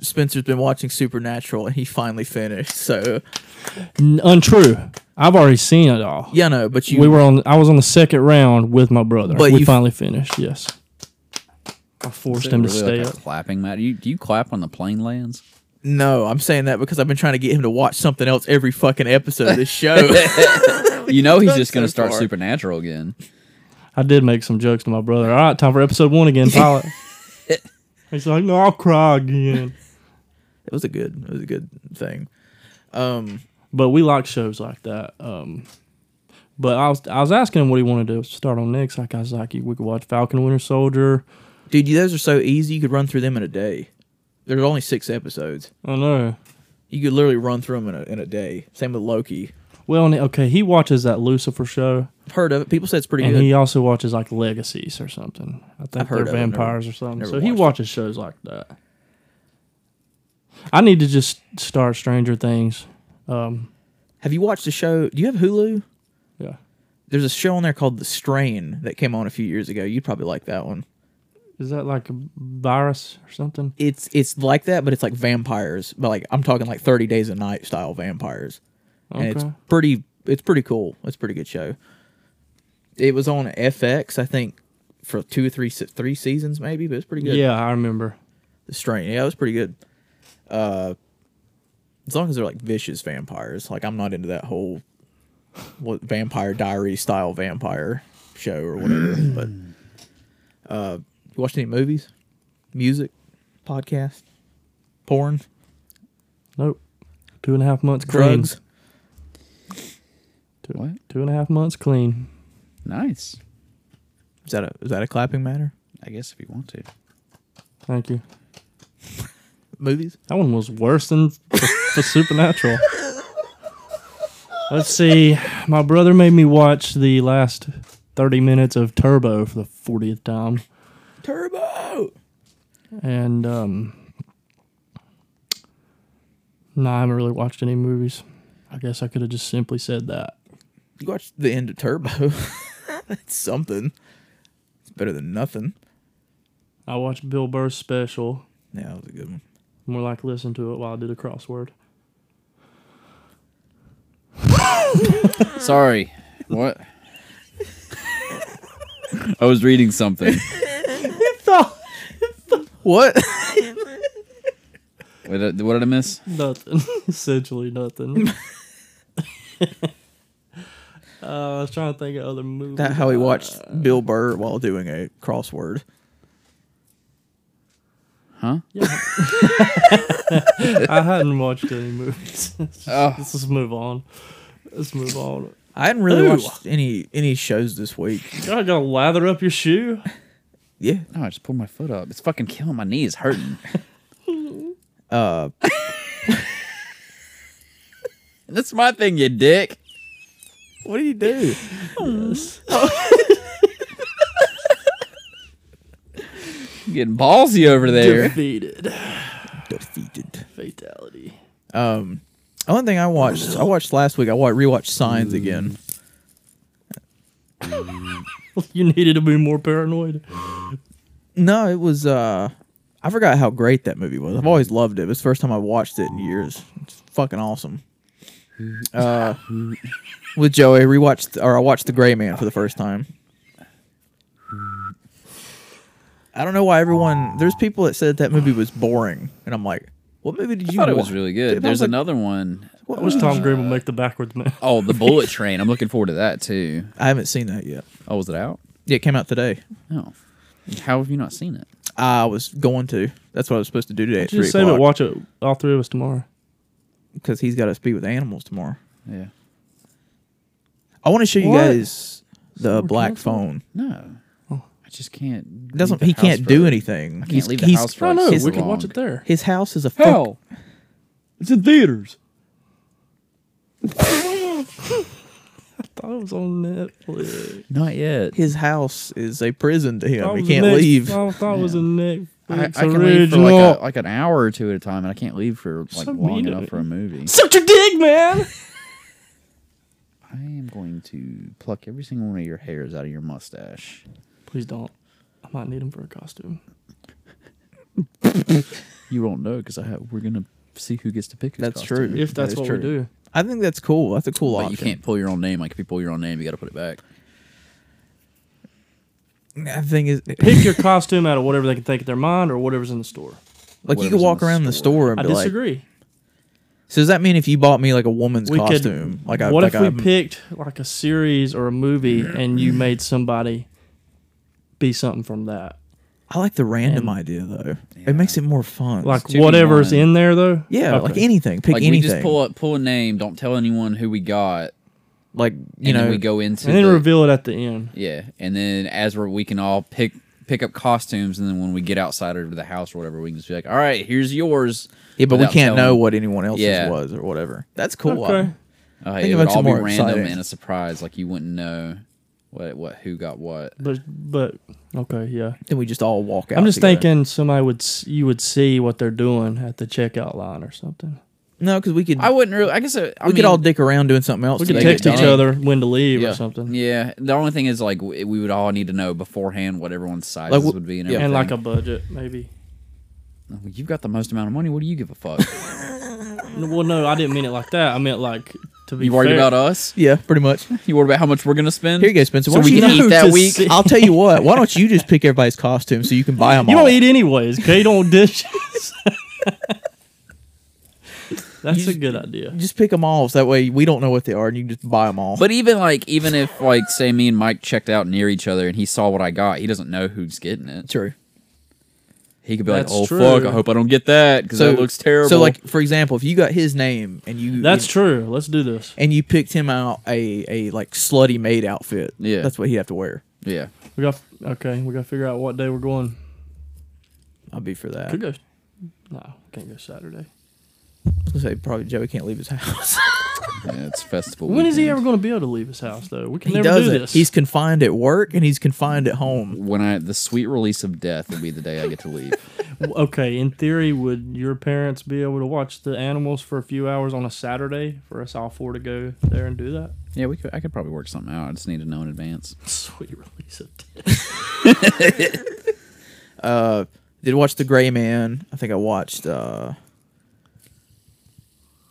Speaker 1: Spencer's been watching Supernatural and he finally finished. So
Speaker 3: N- untrue. I've already seen it all.
Speaker 1: yeah, no, but you
Speaker 3: we were on. I was on the second round with my brother.
Speaker 1: But
Speaker 3: we
Speaker 1: you-
Speaker 3: finally finished. Yes, I forced him to
Speaker 4: Really
Speaker 3: stay
Speaker 4: like a
Speaker 3: up.
Speaker 4: clapping mat. You, do you clap on the plane lands?
Speaker 1: no. I'm saying that because I've been trying to get him to watch something else every fucking episode of this show.
Speaker 4: You know he's
Speaker 1: done
Speaker 4: just gonna
Speaker 1: so
Speaker 4: start
Speaker 1: far.
Speaker 4: Supernatural again.
Speaker 3: I did make some jokes to my brother. All right, time for episode one again, pilot. He's like, no, I'll cry again.
Speaker 1: It was a good. It was a good thing.
Speaker 3: But we like shows like that. Um, but I was I was asking him what he wanted to start on next. Like I was like, we could watch Falcon Winter Soldier.
Speaker 1: Dude, you- those are so easy. You could run through them in a day. There's only six episodes.
Speaker 3: I don't know.
Speaker 1: You could literally run through them in a, in a day. Same with Loki.
Speaker 3: Well, and- okay, he watches that Lucifer show,
Speaker 1: Heard of it? People said it's pretty
Speaker 3: and
Speaker 1: good.
Speaker 3: he also watches like Legacies or something. I think
Speaker 1: I've heard
Speaker 3: they're
Speaker 1: of it, never-
Speaker 3: vampires or something.
Speaker 1: never
Speaker 3: So he
Speaker 1: watched it.
Speaker 3: watches shows like that. I need to just start Stranger Things. Um,
Speaker 1: have you watched the show? Do you have Hulu?
Speaker 3: yeah,
Speaker 1: There's a show on there called The Strain that came on a few years ago. You'd probably like that one.
Speaker 3: is that like a virus or something?
Speaker 1: It's it's like that, but it's like vampires. But like I'm talking like 30 Days a Night style vampires. And it's
Speaker 3: Okay.
Speaker 1: pretty it's pretty cool. It's a pretty good show. It was on FX, I think, for two or three se- three seasons maybe, but it's pretty good.
Speaker 3: Yeah, I remember.
Speaker 1: The strain. Yeah, it was pretty good. Uh as long as they're like vicious vampires. Like I'm not into that whole what vampire diary style vampire show or whatever. but uh you watch any movies? Music? Podcast? Porn?
Speaker 3: Nope. Two and a half months clean.
Speaker 1: Drugs?
Speaker 3: Two,
Speaker 4: What?
Speaker 3: two and a half months clean.
Speaker 4: Nice.
Speaker 1: Is that a is that a clapping matter?
Speaker 4: I guess if you want to.
Speaker 3: Thank you.
Speaker 1: Movies?
Speaker 3: That one was worse than the the Supernatural. Let's see. My brother made me watch the last 30 minutes of Turbo for the 40th time.
Speaker 1: Turbo.
Speaker 3: And, um, no, I haven't really watched any movies. I guess I could have just simply said that.
Speaker 1: You watched the end of Turbo. That's something. It's better than nothing.
Speaker 3: I watched Bill Burr's special,
Speaker 1: Yeah, that was a good one.
Speaker 3: more like listen to it while I did a crossword.
Speaker 4: Sorry. What? I was reading something.
Speaker 1: What?
Speaker 4: What did I- what did I miss?
Speaker 3: Nothing. Essentially nothing. uh, I was trying to think of other movies.
Speaker 1: that how he watched Bill Burr while doing a crossword.
Speaker 4: Huh?
Speaker 3: I hadn't watched any movies. Let's just-
Speaker 4: Oh.
Speaker 3: Let's just move on. Let's move on.
Speaker 1: I hadn't really
Speaker 3: Ooh.
Speaker 1: watched any any shows this week.
Speaker 3: God, you gonna lather up your shoe?
Speaker 1: Yeah.
Speaker 4: No, I just pulled my foot up. It's fucking killing my knees, hurting.
Speaker 1: Uh,
Speaker 4: That's my thing, you dick.
Speaker 1: what do you do?
Speaker 4: You getting ballsy over there.
Speaker 3: Defeated.
Speaker 1: Defeated.
Speaker 3: Fatality.
Speaker 1: Um, one thing I watched, I watched last week. I wa- rewatched Signs again.
Speaker 3: You needed to be more paranoid.
Speaker 1: No, it was. uh I forgot how great that movie was. I've always loved it. It was the first time I watched it in years. It's fucking awesome. Uh, with Joey, rewatched or I watched The Gray Man for the first time. I don't know why everyone. There's people that said that movie was boring, and I'm like, what movie did
Speaker 4: I
Speaker 1: you?
Speaker 4: thought it was
Speaker 1: watch?
Speaker 4: really
Speaker 1: Dude, I
Speaker 4: good.
Speaker 1: was
Speaker 4: There's
Speaker 1: like,
Speaker 4: another one.
Speaker 1: what
Speaker 3: That was
Speaker 1: movie
Speaker 3: Tom
Speaker 1: did
Speaker 3: Green will make the backwards man.
Speaker 4: Oh, the Bullet Train. I'm looking forward to that too.
Speaker 1: you-" I haven't seen that yet.
Speaker 4: Oh, was it out?
Speaker 1: Yeah, it came out today.
Speaker 4: No. How have you not seen it?
Speaker 1: I was going to. That's what I was supposed to do today. At three
Speaker 3: Just save it.
Speaker 1: o'clock
Speaker 3: Watch it. All three of us tomorrow.
Speaker 1: because he's got to speak with animals tomorrow.
Speaker 4: Yeah.
Speaker 1: I want to show you
Speaker 3: What?
Speaker 1: guys the black phone.
Speaker 4: No. I just can't.
Speaker 1: It Doesn't
Speaker 4: leave
Speaker 1: Oh. he
Speaker 4: the
Speaker 1: can't
Speaker 4: house
Speaker 1: do
Speaker 4: for-
Speaker 1: anything.
Speaker 4: I can't leave the house for
Speaker 3: I
Speaker 4: like
Speaker 3: know.
Speaker 4: so
Speaker 3: We can
Speaker 4: long.
Speaker 3: watch it there.
Speaker 1: His house is a fuck-
Speaker 5: Hell, it's in theaters.
Speaker 3: thought it was on Netflix.
Speaker 4: Not yet.
Speaker 1: His house is a prison to
Speaker 3: Thought
Speaker 1: him.
Speaker 3: it
Speaker 1: He
Speaker 3: was
Speaker 1: can't
Speaker 3: Netflix-
Speaker 1: leave.
Speaker 3: I thought it was a Netflix
Speaker 4: I, I can leave for
Speaker 3: original.
Speaker 4: like, a, like an hour or two at a time, and I can't leave for like
Speaker 3: So
Speaker 4: long
Speaker 3: mean
Speaker 4: enough
Speaker 3: of
Speaker 4: for a movie.
Speaker 3: Suck your dick, man.
Speaker 4: I am going to pluck every single one of your hairs out of your mustache.
Speaker 3: Please don't. I might need him for a costume.
Speaker 4: You won't know because I have, we're gonna see who gets to pick. Who's
Speaker 1: That's
Speaker 4: costume.
Speaker 1: true.
Speaker 3: If
Speaker 1: That
Speaker 3: that's
Speaker 1: is
Speaker 3: what we
Speaker 1: true.
Speaker 3: do.
Speaker 1: I think that's cool. That's a cool
Speaker 4: But
Speaker 1: option.
Speaker 4: you can't pull your own name. Like if you pull your own name, you got to put it back.
Speaker 1: The thing is,
Speaker 3: Pick your costume out of whatever they can think of their mind or whatever's in the store.
Speaker 1: like you
Speaker 4: Whatever's
Speaker 1: could
Speaker 4: in
Speaker 1: walk
Speaker 4: the
Speaker 1: around the
Speaker 4: store.
Speaker 1: store and
Speaker 3: I
Speaker 1: be like,
Speaker 3: disagree.
Speaker 1: so does that mean if you bought me like a woman's
Speaker 3: we
Speaker 1: costume,
Speaker 3: could.
Speaker 1: like I,
Speaker 3: what
Speaker 1: like
Speaker 3: if we
Speaker 1: I'm-
Speaker 3: picked like a series or a movie and you made somebody be something from that?
Speaker 1: I like the random idea though. It makes it more fun.
Speaker 3: Like
Speaker 4: Jimmy
Speaker 3: whatever's
Speaker 4: Wine.
Speaker 3: in there though.
Speaker 1: yeah, like
Speaker 3: Okay.
Speaker 1: anything. Pick
Speaker 4: Like we
Speaker 1: anything.
Speaker 4: just pull up, pull a name. Don't tell anyone who we got.
Speaker 1: like
Speaker 4: And
Speaker 1: you know,
Speaker 4: then we go into
Speaker 3: and then
Speaker 4: the-
Speaker 3: reveal it at the end.
Speaker 4: Yeah, and then as we're we can all pick pick up costumes, and then when we get outside or to the house or whatever, we can just be like, "All right, here's yours."
Speaker 1: yeah, but we
Speaker 4: without
Speaker 1: can't know
Speaker 4: telling-
Speaker 1: what anyone else's
Speaker 4: Yeah.
Speaker 1: was or whatever. That's cool.
Speaker 3: Okay.
Speaker 4: Uh,
Speaker 1: think it
Speaker 4: it would
Speaker 1: makes it
Speaker 4: all be
Speaker 1: more
Speaker 4: random
Speaker 1: exciting.
Speaker 4: and a surprise. Like you wouldn't know what what who got what.
Speaker 3: But but okay, yeah.
Speaker 1: Then we just all walk out.
Speaker 3: I'm just
Speaker 1: together.
Speaker 3: thinking somebody would s- you would see what they're doing at the checkout line or something.
Speaker 1: No, because we could
Speaker 4: I wouldn't really. I guess it, I
Speaker 1: we
Speaker 4: mean,
Speaker 1: could all dick around doing something else.
Speaker 3: We
Speaker 1: to
Speaker 3: could
Speaker 1: make it
Speaker 3: text each
Speaker 1: done.
Speaker 3: other when to leave
Speaker 4: yeah,
Speaker 3: or something.
Speaker 4: Yeah, the only thing is like we, we would all need to know beforehand what everyone's sizes
Speaker 1: w-
Speaker 4: would be and,
Speaker 1: yeah.
Speaker 3: and like a
Speaker 4: everything. Oh,
Speaker 3: budget maybe.
Speaker 4: Well, you've got the most amount of money. What do you give a fuck?
Speaker 3: No, Well, no, I didn't mean it like that. I meant like to be
Speaker 4: you worried
Speaker 3: fair-
Speaker 4: about us?
Speaker 1: Yeah, pretty much. Here
Speaker 4: You worried about how much we're gonna spend?
Speaker 1: you go, Spencer.
Speaker 4: So
Speaker 1: Why don't
Speaker 4: we
Speaker 1: you
Speaker 4: can
Speaker 1: just-
Speaker 4: eat that
Speaker 3: to
Speaker 4: week.
Speaker 3: see-
Speaker 1: I'll tell you what. Why don't you just pick everybody's costume so you can buy them
Speaker 3: You
Speaker 1: all?
Speaker 3: don't eat anyways. Okay, you don't dishes. That's a good idea.
Speaker 1: just pick them all, so that way we don't know what they are, and you can just buy them all.
Speaker 4: But even like, even if like, say me and Mike checked out near each other and he saw what I got, he doesn't know who's getting it.
Speaker 1: true.
Speaker 4: He could be
Speaker 3: That's
Speaker 4: like, "Oh
Speaker 3: true.
Speaker 4: fuck, I hope I don't get that because that looks terrible."
Speaker 1: So, like for example, if you got his name and you
Speaker 3: That's true. Let's do this.
Speaker 1: and you picked him out a a like slutty maid outfit,
Speaker 4: Yeah.
Speaker 1: that's what he'd have to wear.
Speaker 4: yeah,
Speaker 3: We got okay. We got to figure out what day we're going.
Speaker 1: I'll be for that.
Speaker 3: Could go. No, can't go Saturday.
Speaker 1: I was gonna say probably Joey can't leave his house.
Speaker 4: yeah, it's festival.
Speaker 3: When is he ever
Speaker 4: weekend.
Speaker 3: going to be able to leave his house though? We can
Speaker 1: he
Speaker 3: never do
Speaker 1: doesn't.
Speaker 3: this.
Speaker 1: He's confined at work and he's confined at home.
Speaker 4: When I the sweet release of death will be the day I get to leave.
Speaker 3: okay. In theory, would your parents be able to watch the animals for a few hours on a Saturday for us all four to go there and do that?
Speaker 4: yeah, we could. I could probably work something out. I just need to know in advance.
Speaker 3: Sweet release of death.
Speaker 1: uh did watch the gray man i think i watched uh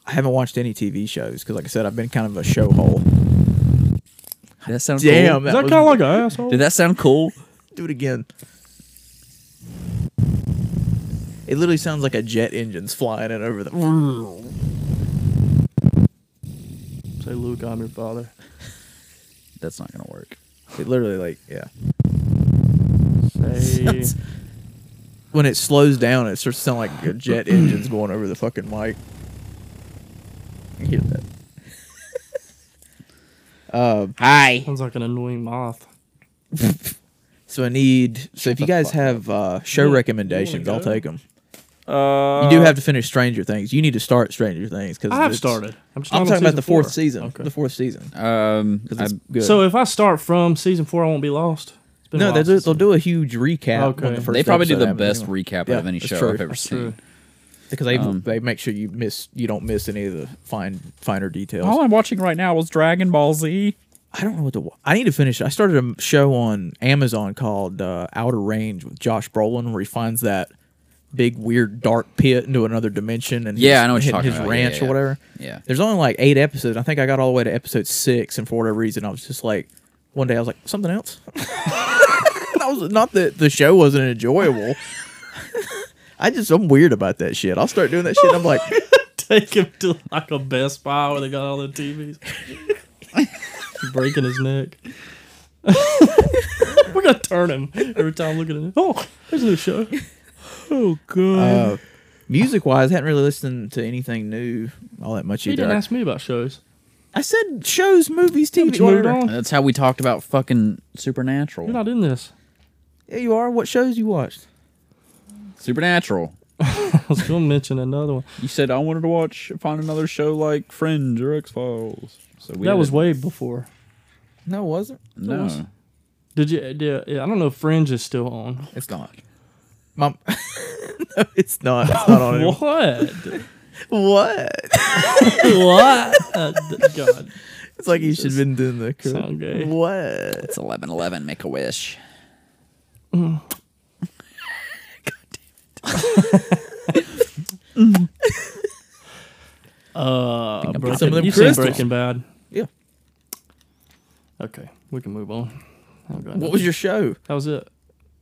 Speaker 1: i haven't watched any tv shows because like i said i've been kind of a show hole
Speaker 4: Did that sound
Speaker 1: Damn,
Speaker 4: cool?
Speaker 1: that,
Speaker 3: Is that
Speaker 1: was,
Speaker 3: kind of like an asshole?
Speaker 4: Did that sound cool?
Speaker 1: do it again. It literally sounds like a jet engine's flying in over the.
Speaker 3: Say Luke on her father.
Speaker 4: That's not gonna work.
Speaker 1: It literally like yeah.
Speaker 3: Say
Speaker 1: When it slows down, it starts to sound like a jet engine's going over the fucking mic. You hear that? Uh,
Speaker 4: Hi.
Speaker 3: sounds like an annoying moth.
Speaker 1: so I need. So if you guys have uh, show
Speaker 3: You-
Speaker 1: recommendations,
Speaker 3: you
Speaker 1: I'll
Speaker 3: wanna go?
Speaker 1: take them.
Speaker 3: Uh,
Speaker 1: You do have to finish Stranger Things. You need to start Stranger Things because
Speaker 3: I have started. I'm, just
Speaker 1: I'm
Speaker 3: on
Speaker 1: talking about
Speaker 3: season
Speaker 1: the fourth
Speaker 3: four.
Speaker 1: season.
Speaker 3: Okay.
Speaker 1: The fourth season.
Speaker 4: Um,
Speaker 1: 'Cause
Speaker 4: I,
Speaker 1: it's good.
Speaker 3: So if I start from season four, I won't be lost. It's been a
Speaker 1: no,
Speaker 3: while
Speaker 1: they'll do,
Speaker 3: since
Speaker 1: they'll do a huge recap.
Speaker 3: Okay.
Speaker 1: On the
Speaker 3: They
Speaker 1: first
Speaker 4: they probably do
Speaker 1: episode
Speaker 4: the
Speaker 1: happens
Speaker 4: best
Speaker 1: anyway.
Speaker 4: recap
Speaker 1: Yeah,
Speaker 4: of any
Speaker 1: that's
Speaker 4: show
Speaker 1: true.
Speaker 4: I've ever
Speaker 3: That's
Speaker 4: seen.
Speaker 3: true.
Speaker 1: because they
Speaker 4: Um,
Speaker 1: they make sure you miss you don't miss any of the fine finer details.
Speaker 4: All I'm watching right now was Dragon Ball Z.
Speaker 1: I don't know what to. wa- I need to finish. I started a show on Amazon called uh, Outer Range with Josh Brolin, where he finds that big weird dark pit into another dimension and
Speaker 4: Yeah,
Speaker 1: he's
Speaker 4: I know what you're
Speaker 1: hitting
Speaker 4: talking
Speaker 1: his
Speaker 4: about. Yeah,
Speaker 1: ranch
Speaker 4: yeah, yeah.
Speaker 1: or whatever.
Speaker 4: Yeah.
Speaker 1: There's only like eight episodes. I think I got all the way to episode six, and for whatever reason, I was just like, one day I was like, something else. And I was not that the show wasn't enjoyable. I just I'm weird about that shit. I'll start doing that shit. and I'm like,
Speaker 3: take him to like a Best Buy where they got all the TVs. Breaking his neck. We're gonna turn him every time looking at him. Oh, there's a new show. Oh god.
Speaker 1: uh, music wise, I hadn't really listened to anything new all that much
Speaker 3: you
Speaker 1: either.
Speaker 3: didn't
Speaker 1: I-
Speaker 3: ask me about shows.
Speaker 1: I said shows, movies,
Speaker 3: You
Speaker 1: TV.
Speaker 3: moved
Speaker 1: whatever.
Speaker 3: on.
Speaker 4: That's how we talked about fucking
Speaker 3: You're
Speaker 4: Supernatural.
Speaker 3: not in this.
Speaker 1: Yeah, you are. What shows you watched?
Speaker 4: Supernatural.
Speaker 3: I was gonna mention another one.
Speaker 4: You said I wanted to watch find another show like Fringe or X Files. So we
Speaker 3: that was
Speaker 4: did-
Speaker 3: way before.
Speaker 1: No, it wasn't.
Speaker 3: was-
Speaker 4: no,
Speaker 3: Did you? Did, yeah, I don't know. if Fringe is still on.
Speaker 4: it's not.
Speaker 1: Mom. no, it's not. It's not
Speaker 3: Oh,
Speaker 1: on anymore.
Speaker 3: What?
Speaker 1: What?
Speaker 3: what? Uh, God.
Speaker 1: It's like you should have been doing the cor-
Speaker 3: Sound gay.
Speaker 1: What?
Speaker 4: It's eleven eleven. Make a wish.
Speaker 3: Uh, Breaking,
Speaker 1: some of them
Speaker 3: you've seen
Speaker 1: crystals.
Speaker 3: Breaking Bad.
Speaker 1: Yeah.
Speaker 3: Okay, we can move on. Oh, God.
Speaker 1: What was your show?
Speaker 3: That was it.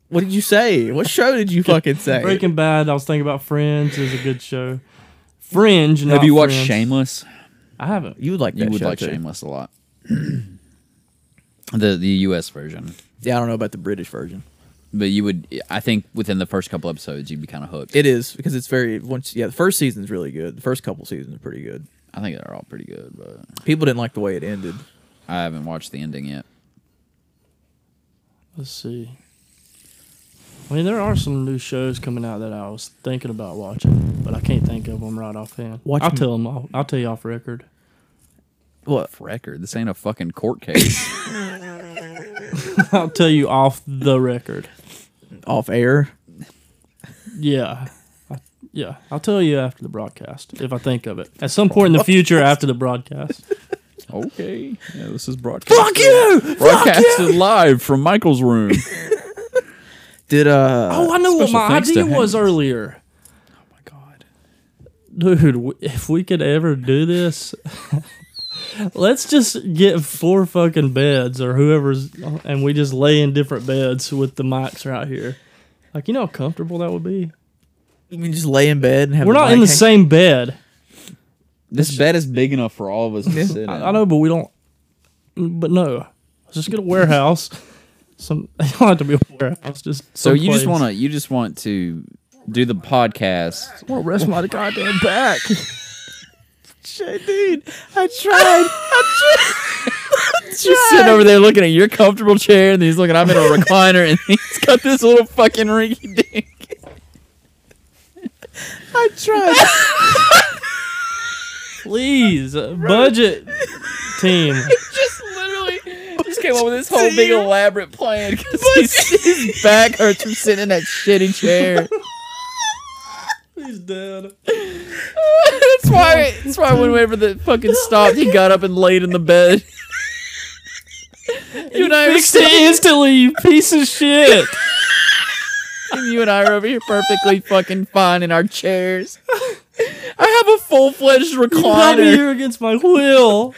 Speaker 1: What did you say? What show did you fucking say?
Speaker 3: Breaking Bad. I was thinking about Fringe. Is a good show. Fringe.
Speaker 4: Have
Speaker 3: not
Speaker 4: you watched
Speaker 3: Friends.
Speaker 4: Shameless?
Speaker 3: I haven't.
Speaker 1: You would like that
Speaker 4: You would
Speaker 1: show
Speaker 4: like
Speaker 1: too.
Speaker 4: Shameless a lot. the the U.S. version,
Speaker 1: Yeah, I don't know about the British version.
Speaker 4: but you would. I think within the first couple episodes, you'd be kind of hooked.
Speaker 1: It is because it's very once. Yeah, the first season's really good. The first couple seasons are pretty good.
Speaker 4: I think they're all pretty good, but
Speaker 1: People didn't like the way it ended.
Speaker 4: I haven't watched the ending yet.
Speaker 3: Let's see. I mean, there are some new shows coming out that I was thinking about watching, but I can't think of them right offhand.
Speaker 1: Watch
Speaker 3: I'll
Speaker 1: m-
Speaker 3: tell them. I'll, I'll tell you off record.
Speaker 1: What?
Speaker 4: Record. This ain't a fucking court case.
Speaker 3: I'll tell you off the record.
Speaker 1: Off air?
Speaker 3: Yeah. I- Yeah, I'll tell you after the broadcast if I think of it. At some point in the future, after the broadcast,
Speaker 4: okay. Yeah, this is broadcast. Fuck you. Broadcasted live from Michael's room.
Speaker 1: Did uh?
Speaker 3: Oh, I know what
Speaker 4: Special
Speaker 3: my
Speaker 4: thanks to
Speaker 3: idea was
Speaker 4: Haynes.
Speaker 3: earlier.
Speaker 4: my God.
Speaker 3: Dude, w- if we could ever do this, let's just get four fucking beds or whoever's, and we just lay in different beds with the mics right here. Like, you know how comfortable that would be?
Speaker 1: you mean just lay in bed and have.
Speaker 3: We're not in the
Speaker 1: mic hang-
Speaker 3: same bed.
Speaker 4: This bed is big enough for all of us to sit in.
Speaker 3: I, I know, but we don't. But no. Let's just get a warehouse. Some, you don't have to be a warehouse. Just
Speaker 4: So you just want to you just want to do the podcast.
Speaker 3: to rest my goddamn back.
Speaker 1: Dude, I tried.
Speaker 4: Just sitting over there looking at your comfortable chair, and he's looking. I'm in a recliner, and he's got this little fucking rinky dink.
Speaker 1: I tried.
Speaker 3: Please, uh, budget team.
Speaker 4: Just literally just came up with this whole big elaborate plan because his back hurts from sitting in that shitty chair.
Speaker 3: He's dead.
Speaker 4: that's why. That's why whenever the fucking stopped, he got up and laid in the bed. you and I were
Speaker 3: Fixed it
Speaker 4: sitting,
Speaker 3: instantly, you piece of shit.
Speaker 4: and you and I are over here perfectly fucking fine in our chairs. I have a full fledged
Speaker 3: How do
Speaker 4: recliner.
Speaker 3: you against my will?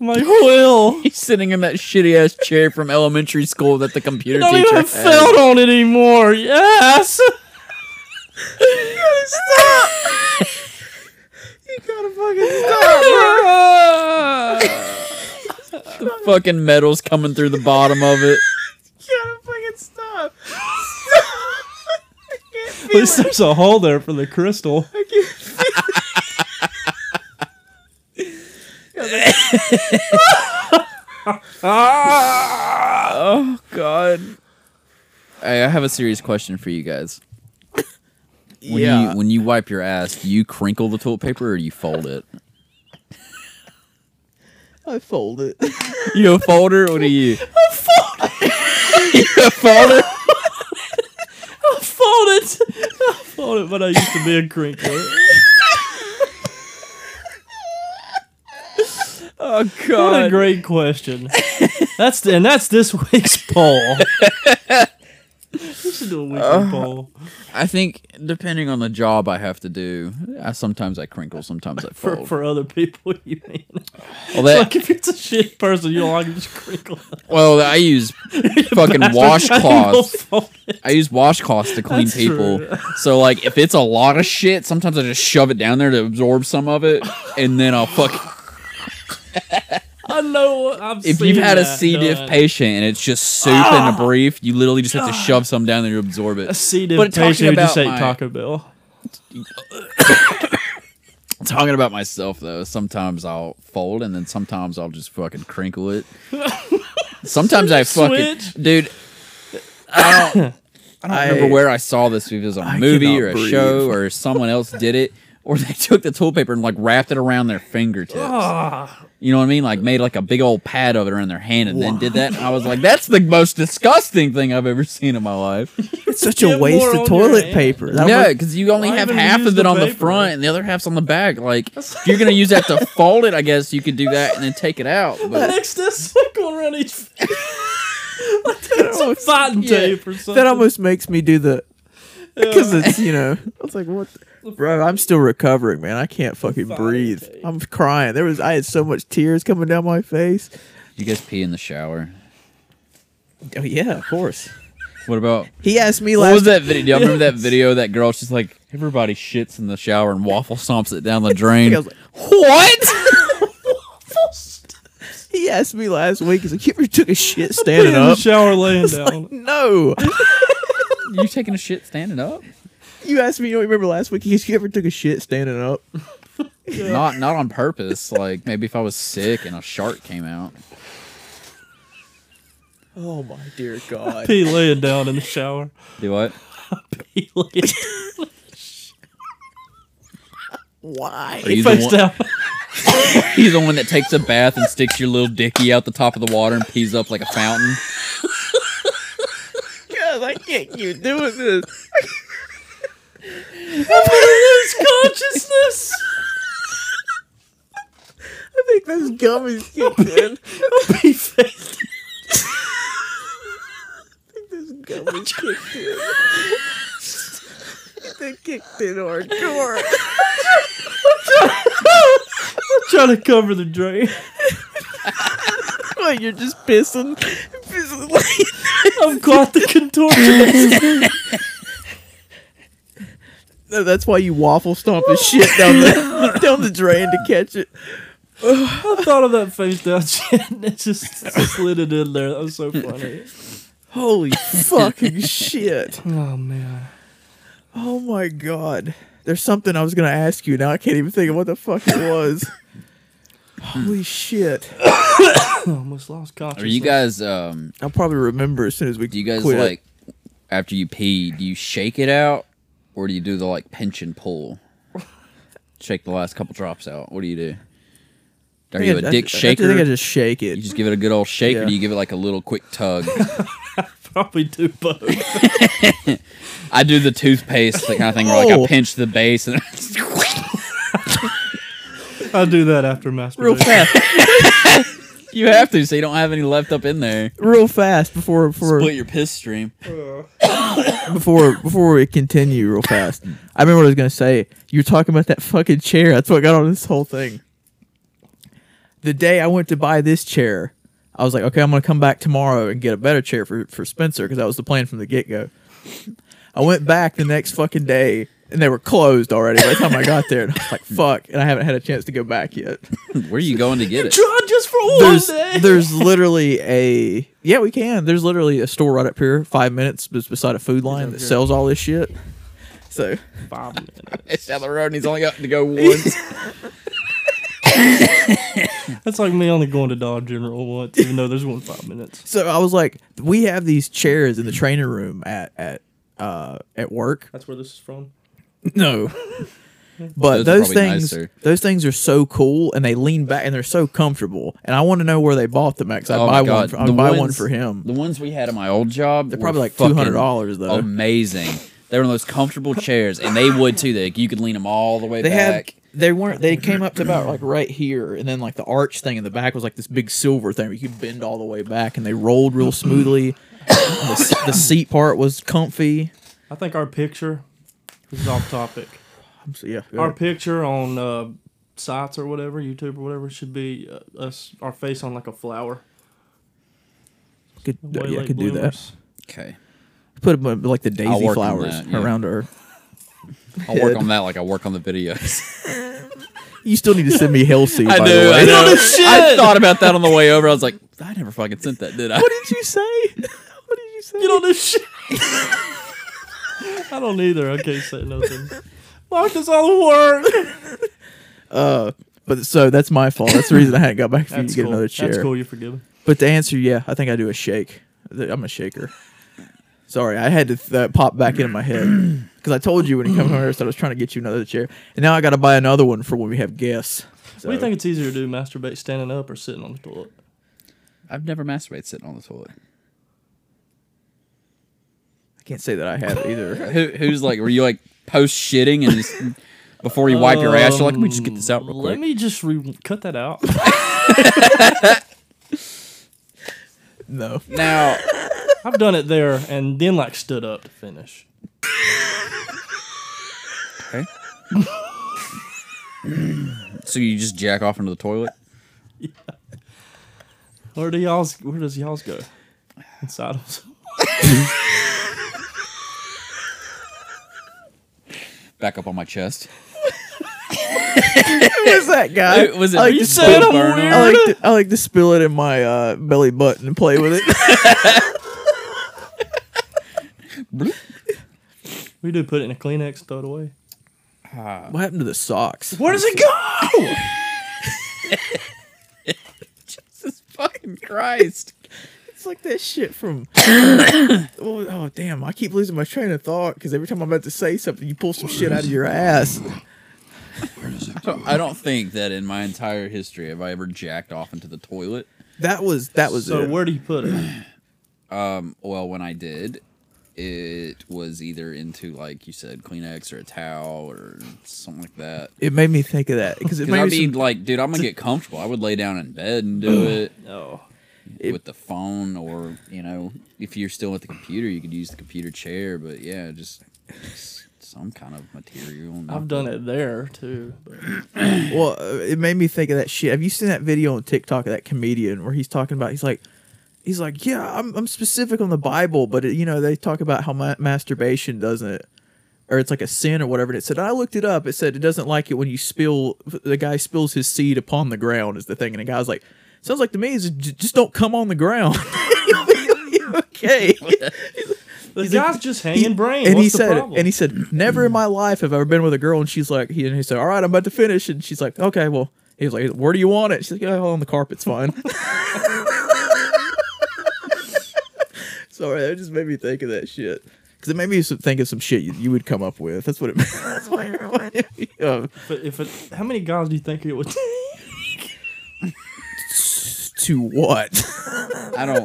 Speaker 3: I'm like, Will,
Speaker 4: He's sitting in that shitty ass chair from elementary school that the computer
Speaker 3: don't
Speaker 4: teacher
Speaker 3: even
Speaker 4: had.
Speaker 3: felt on it anymore. Yes.
Speaker 4: The fucking metal's coming through the bottom of it.
Speaker 3: At least there's a hole there for the crystal.
Speaker 4: Oh god. Hey, I have a serious question for you guys. When
Speaker 1: Yeah.
Speaker 4: you when you wipe your ass, do you crinkle the toilet paper or do you fold it?
Speaker 1: I fold it.
Speaker 4: You a folder? What are you? A folder. you a folder?
Speaker 3: Fold it. I fold it, but I used to be a crinkler.
Speaker 4: Oh
Speaker 3: What a
Speaker 4: god.
Speaker 3: great question. That's the, and that's this week's poll. we should do a weekly
Speaker 4: Uh,
Speaker 3: poll.
Speaker 4: I think depending on the job I have to do, I sometimes I crinkle, sometimes I
Speaker 3: For,
Speaker 4: fold.
Speaker 3: for other people, you mean?
Speaker 4: well, that,
Speaker 3: Like if it's a shit person, you don't like to just crinkle.
Speaker 4: well, I use fucking washcloths.
Speaker 3: Folded.
Speaker 4: I use washcloths to clean
Speaker 3: That's
Speaker 4: people.
Speaker 3: true.
Speaker 4: So like if it's a lot of shit, sometimes I just shove it down there to absorb some of it and then I'll fuck
Speaker 3: I know. I've
Speaker 4: if
Speaker 3: seen
Speaker 4: you've had a
Speaker 3: that
Speaker 4: C diff
Speaker 3: done.
Speaker 4: patient and it's just soup and a brief, you literally just have to shove some down there to absorb
Speaker 3: a
Speaker 4: it.
Speaker 3: C diff
Speaker 4: But talking
Speaker 3: patient who just
Speaker 4: about
Speaker 3: ate
Speaker 4: my-
Speaker 3: Taco Bell.
Speaker 4: Talking about myself though, sometimes I'll fold and then sometimes I'll just fucking crinkle it. Sometimes I fucking
Speaker 3: Switch.
Speaker 4: dude I don't I don't remember
Speaker 1: I-
Speaker 4: where I saw this. If it was on a
Speaker 1: I
Speaker 4: movie
Speaker 1: cannot
Speaker 4: or a
Speaker 1: breathe.
Speaker 4: show or someone else did it, or they took the toilet paper and like wrapped it around their fingertips.
Speaker 3: Ah,
Speaker 4: You know what I mean? Like made like a big old pad of it around their hand and then did that. And I was like, that's the most disgusting thing I've ever seen in my life.
Speaker 1: It's such
Speaker 3: Get
Speaker 1: a
Speaker 3: more
Speaker 1: waste
Speaker 3: on
Speaker 1: of toilet
Speaker 3: your
Speaker 1: paper. That
Speaker 4: Yeah,
Speaker 1: would-
Speaker 4: because you only
Speaker 3: why
Speaker 4: have
Speaker 3: even
Speaker 4: half
Speaker 3: use
Speaker 4: of it
Speaker 3: the
Speaker 4: on the
Speaker 3: paper?
Speaker 4: front and the other half's on the back. Like if you're gonna use that to fold it, I guess you could do that and then take it out. But
Speaker 3: next this like going around each. like that's a fighting
Speaker 4: yeah.
Speaker 3: tape or something.
Speaker 1: that almost makes me do the because it's you know I was like what the- bro I'm still recovering man I can't fucking breathe
Speaker 3: tape.
Speaker 1: I'm crying there was I had so much tears coming down my face
Speaker 4: you guys pee in the shower.
Speaker 1: oh yeah of course
Speaker 4: What about
Speaker 1: he asked me
Speaker 4: What
Speaker 1: last
Speaker 4: was that video? I remember that video. That girl, she's like, everybody shits in the shower and waffle stomps it down the drain.
Speaker 1: I was like-
Speaker 4: what?
Speaker 1: he asked me last week he's like you ever took a shit
Speaker 3: Be in
Speaker 1: standing
Speaker 3: the
Speaker 1: up
Speaker 3: shower, laying down.
Speaker 1: no
Speaker 4: you taking a shit standing up?
Speaker 1: you asked me you don't remember last week he goes you ever took a shit standing up
Speaker 4: Not, not on purpose. Like maybe if I was sick and a shark came out.
Speaker 1: oh my dear god
Speaker 3: Pee laying down in the shower.
Speaker 4: Do what?
Speaker 3: Pee laying
Speaker 1: why
Speaker 4: He's the,
Speaker 3: face
Speaker 4: one,
Speaker 3: down.
Speaker 4: he's the one that takes a bath and sticks your little dicky out the top of the water and pees up like a fountain.
Speaker 1: God, I can't you doing this
Speaker 3: lose consciousness.
Speaker 1: I think those gummies kicked in
Speaker 3: Pee face.
Speaker 1: This gun was kicked in. they kicked in our door.
Speaker 3: Trying to cover the drain.
Speaker 1: Like you're just pissing. pissing like-
Speaker 3: I'm quite the contortionist.
Speaker 1: No, That's why you waffle stomp the shit down the down the drain to catch it.
Speaker 3: I thought of that face down shit and it just slid it in there. That was so funny.
Speaker 1: Holy fucking shit.
Speaker 3: Oh man.
Speaker 1: Oh my god. There's something I was gonna ask you now I can't even think of what the fuck it was. Holy shit.
Speaker 3: I almost lost consciousness.
Speaker 4: Are you guys? Um,
Speaker 1: I'll probably remember as soon as we
Speaker 4: do you guys
Speaker 1: quit.
Speaker 4: like after you pee? Do you shake it out or do you do the like pinch and pull? Shake the last couple drops out. What do you do? Are
Speaker 1: I
Speaker 4: you
Speaker 1: think
Speaker 4: a
Speaker 1: I-
Speaker 4: dick
Speaker 1: I-
Speaker 4: shaker?
Speaker 1: I think I just shake it.
Speaker 4: You just give it a good old shake, or
Speaker 1: Yeah.
Speaker 4: do you give it like a little quick tug?
Speaker 3: probably do both?
Speaker 4: I do the toothpaste, that kind of thing, where like I
Speaker 1: Oh.
Speaker 4: pinch the base and
Speaker 3: I do that after
Speaker 1: real
Speaker 3: masturbation.
Speaker 1: fast.
Speaker 4: you have to, so you don't have any left up in there.
Speaker 1: real fast before before
Speaker 4: Split your piss stream.
Speaker 1: before before we continue real fast. I remember what I was gonna say. You were talking about that fucking chair. That's what got on this whole thing. the day I went to buy this chair, I was like, okay, I'm gonna come back tomorrow and get a better chair for for Spencer because that was the plan from the get go. I went back the next fucking day and they were closed already by the time I got there. And I was like, fuck, and I haven't had a chance to go back yet.
Speaker 4: Where are you going to get it?
Speaker 5: John, just for one
Speaker 1: There's
Speaker 5: day.
Speaker 1: there's literally a yeah we can. There's literally a store right up here, five minutes bes- beside a food line that sells all this shit. So
Speaker 3: Five minutes.
Speaker 4: It's down the road and he's only got to go once.
Speaker 3: That's like me only going to Dollar General once, even though there's one five minutes.
Speaker 1: so I was like, we have these chairs in the training room at at uh at work.
Speaker 3: That's where this is from.
Speaker 1: No.
Speaker 4: Those are
Speaker 1: But those,
Speaker 4: probably
Speaker 1: things,
Speaker 4: nicer.
Speaker 1: those things are so cool, and they lean back and they're so comfortable. And I want to know where they bought them because I
Speaker 4: Oh my
Speaker 1: buy one.
Speaker 4: God.
Speaker 1: For, I
Speaker 4: The
Speaker 1: buy one
Speaker 4: ones-
Speaker 1: for him.
Speaker 4: The ones we had at my old job, they're
Speaker 1: probably like $200 though.
Speaker 4: Amazing. They were those comfortable chairs, and they would too. They, you could lean them all the way
Speaker 1: They had
Speaker 4: back.
Speaker 1: they weren't they came up to about like right here, and then like the arch thing in the back was like this big silver thing where you could bend all the way back, and they rolled real smoothly. And the, s- the seat part was comfy.
Speaker 3: I think our picture this is off topic.
Speaker 1: So, yeah, go
Speaker 3: Our
Speaker 1: ahead.
Speaker 3: picture on uh, sites or whatever, YouTube or whatever, should be uh, us our face on like a flower.
Speaker 1: could,
Speaker 3: Way
Speaker 1: yeah, I
Speaker 3: late
Speaker 1: could do that.
Speaker 3: bloomers.
Speaker 4: okay,
Speaker 1: Put 'em, uh, like the daisy
Speaker 4: work on
Speaker 1: flowers
Speaker 4: that, yeah.
Speaker 1: around her.
Speaker 4: I'll work on that like I work on the videos.
Speaker 1: You still need to send me hell seed.
Speaker 4: I
Speaker 1: by
Speaker 4: do.
Speaker 1: The way.
Speaker 4: I, know. I thought about that on the way over. I was like, I never fucking sent that, did I?
Speaker 1: What did you say? What did you say?
Speaker 3: Get on this shit. I don't either. I can't say nothing. Mark this all the work.
Speaker 1: Uh, But so that's my fault. That's the reason I hadn't got back for you
Speaker 3: That's
Speaker 1: to get
Speaker 3: cool.
Speaker 1: another chair.
Speaker 3: That's cool. You're forgiven.
Speaker 1: But to answer, yeah, I think I do a shake. Th- I'm a shaker. Sorry, I had to th- that pop back into my head because I told you when you come home, I was trying to get you another chair, and now I got to buy another one for when we have guests. So,
Speaker 3: What do you think it's easier to do? Masturbate standing up or sitting on the toilet?
Speaker 4: I've never masturbated sitting on the toilet.
Speaker 1: I can't say that I have either.
Speaker 4: Who, who's like, were you like post shitting and just, before you wipe your ass, you're like, let me just get this out real
Speaker 3: Let
Speaker 4: quick.
Speaker 3: me just re- cut that out.
Speaker 1: No,
Speaker 4: Now,
Speaker 3: I've done it there and then like stood up to finish.
Speaker 4: okay. so you just jack off into the toilet?
Speaker 3: Where do y'all's? Where does y'all's go? Inside of
Speaker 4: Back up on my chest.
Speaker 1: who's that guy?
Speaker 4: Wait, was it
Speaker 1: I like,
Speaker 4: you
Speaker 1: to
Speaker 4: said
Speaker 1: spill,
Speaker 4: I'm weird?
Speaker 1: I like to, I like to spill it in my uh, belly button and play with it.
Speaker 3: we do put it in a Kleenex, and throw it away.
Speaker 1: what happened to the socks?
Speaker 3: Where does it go?
Speaker 4: Jesus fucking Christ.
Speaker 1: It's like that shit from. oh, oh, damn! I keep losing my train of thought because every time I'm about to say something, you pull some shit out of your ass.
Speaker 4: I don't, I don't think that in my entire history have I ever jacked off into the toilet.
Speaker 1: That was that was
Speaker 3: So
Speaker 1: it.
Speaker 3: where do you put it?
Speaker 4: Um, well, when I did, it was either into, like you said, Kleenex or a towel or something like that.
Speaker 1: it made me think of that because it
Speaker 4: Because
Speaker 1: made
Speaker 4: I'd
Speaker 1: me
Speaker 4: be
Speaker 1: some-
Speaker 4: like, dude, I'm going to get comfortable. I would lay down in bed and do it.
Speaker 3: No.
Speaker 4: with the phone or you know if you're still at the computer you could use the computer chair but yeah just s- some kind of material and-
Speaker 3: I've done it there too. but-
Speaker 1: well, uh, it made me think of that shit. Have you seen that video on TikTok of that comedian where he's talking about he's like. He's like, yeah, I'm, I'm specific on the Bible, but it, you know they talk about how ma- masturbation doesn't, or it's like a sin or whatever. And it said I looked it up. It said it doesn't like it when you spill. The guy spills his seed upon the ground is the thing, and the guy's like, sounds like to me is j- just don't come on the ground. You'll be okay.
Speaker 3: The
Speaker 1: like-
Speaker 3: guy's just hanging brain.
Speaker 1: And
Speaker 3: What's
Speaker 1: he
Speaker 3: the
Speaker 1: said,
Speaker 3: problem?
Speaker 1: and he said, never in my life have I ever been with a girl. And she's like, he and he said, all right, I'm about to finish. And she's like, okay, well, he was like, where do you want it? She's like, oh, on the carpet's fine. Sorry, that just made me think of that shit. Because it made me some- think of some shit you, you would come up with. That's what it. That's what it reminded me of.
Speaker 3: But if it, how many guys do you think it would?
Speaker 1: To what?
Speaker 4: i don't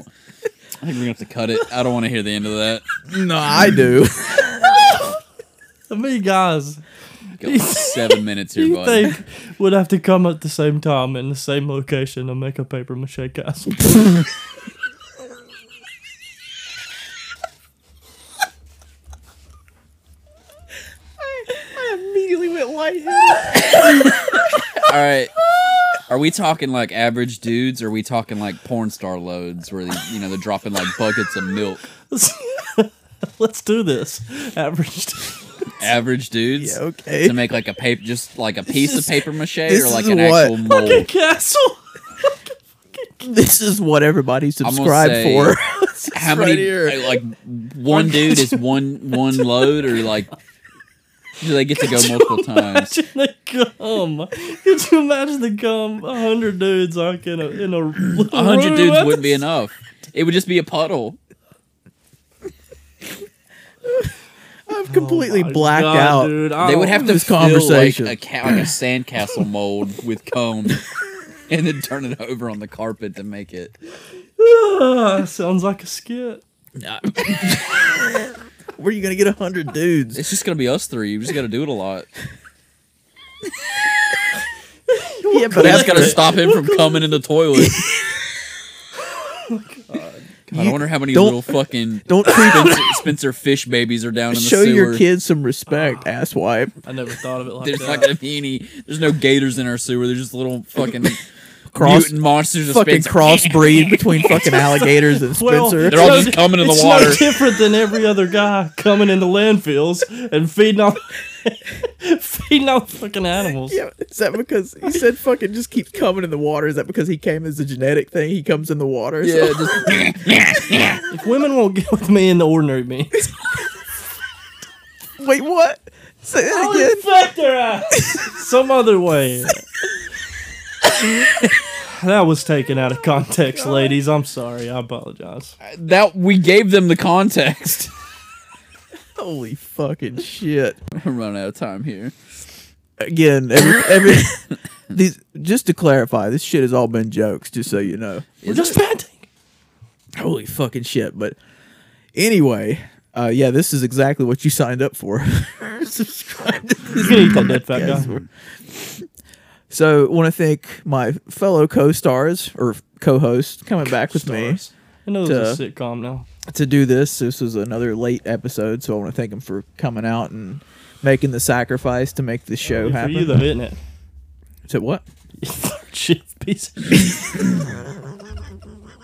Speaker 4: i think we're gonna have to cut it i don't want to hear the end of that
Speaker 1: no, I do.
Speaker 3: how many guys
Speaker 4: Got like seven minutes
Speaker 3: do
Speaker 4: here
Speaker 3: you
Speaker 4: bud
Speaker 3: think would have to come at the same time in the same location to make a paper mache castle?
Speaker 1: I immediately went lightheaded.
Speaker 4: all right Are we talking like average dudes? Or are we talking like porn star loads where they, you know they're dropping like buckets of milk?
Speaker 3: Let's do this. Average.
Speaker 4: Average dudes
Speaker 1: Yeah, okay.
Speaker 4: to make like a paper, just like a piece
Speaker 1: is-
Speaker 4: of paper mache
Speaker 1: this
Speaker 4: or like
Speaker 1: is
Speaker 4: an
Speaker 1: what-
Speaker 4: actual mold.
Speaker 1: Oh.
Speaker 3: Castle.
Speaker 1: This is what everybody
Speaker 4: gonna
Speaker 1: subscribed
Speaker 4: say-
Speaker 1: for.
Speaker 4: How
Speaker 1: right
Speaker 4: many?
Speaker 1: here.
Speaker 4: Like one dude is one one load or like. Do they get to go multiple times?
Speaker 3: Imagine the gum. Could you imagine the gum? A hundred dudes like in a in a
Speaker 4: A hundred dudes wouldn't be enough. It would just be a puddle.
Speaker 1: I've completely blacked out.
Speaker 3: Dude, I
Speaker 4: They would
Speaker 3: don't-
Speaker 4: have to
Speaker 1: This
Speaker 4: fill
Speaker 1: conversation.
Speaker 4: like a, ca- like a sandcastle mold with comb, and then turn it over on the carpet to make it.
Speaker 3: Ah, sounds like a skit.
Speaker 1: Where are you gonna get a hundred dudes?
Speaker 4: It's just gonna be us three. You just gotta do it a lot.
Speaker 1: yeah, but
Speaker 4: That's gonna stop him from coming in the toilet. God, I
Speaker 1: You
Speaker 4: wonder how many
Speaker 1: don't-
Speaker 4: little fucking
Speaker 1: don't treat
Speaker 4: Spencer, Spencer fish babies are down in the
Speaker 1: show
Speaker 4: sewer. Ah.
Speaker 1: your kids some respect, asswipe.
Speaker 3: I never thought of it like
Speaker 4: There's
Speaker 3: that.
Speaker 4: not gonna be any. There's no gators in our sewer. There's just little fucking
Speaker 1: Cross-
Speaker 4: mutant monsters. of
Speaker 1: Fucking
Speaker 4: Spencer.
Speaker 1: crossbreed between fucking alligators and
Speaker 3: Well,
Speaker 1: Spencer.
Speaker 4: They're all
Speaker 3: it's
Speaker 4: just coming in the
Speaker 3: it's
Speaker 4: water.
Speaker 3: no different than every other guy coming into landfills and feeding on feeding on fucking animals.
Speaker 1: Yeah, is that because he said fucking just keeps coming in the water? Is that because he came as a genetic thing? He comes in the water. so-
Speaker 4: Yeah, just,
Speaker 3: If women won't get with me in the ordinary means,
Speaker 1: Wait, what? Say that
Speaker 3: I'll
Speaker 1: again.
Speaker 3: infect their ass some other way. that was taken out of context, ladies. I'm sorry. I apologize.
Speaker 4: that we gave them the context.
Speaker 1: Holy fucking shit!
Speaker 4: I'm running out of time here.
Speaker 1: Again, every every these. Just to clarify, this shit has all been jokes. Just so you know.
Speaker 3: We're just panting.
Speaker 1: Holy fucking shit! But anyway, uh, yeah, this is exactly what you signed up for. Subscribe to this
Speaker 3: You can eat that dead fat
Speaker 1: Yes,
Speaker 3: guy.
Speaker 1: we're- So, want to thank my fellow co-stars or co-host coming back with me
Speaker 3: Stars. I know there's
Speaker 1: Duh.
Speaker 3: a sitcom now.
Speaker 1: to do this. This was another late episode, so I want to thank him for coming out and making the sacrifice to make this show
Speaker 3: Good for
Speaker 1: happen.
Speaker 3: you though, isn't it?
Speaker 1: So what?
Speaker 3: Shit, piece of shit.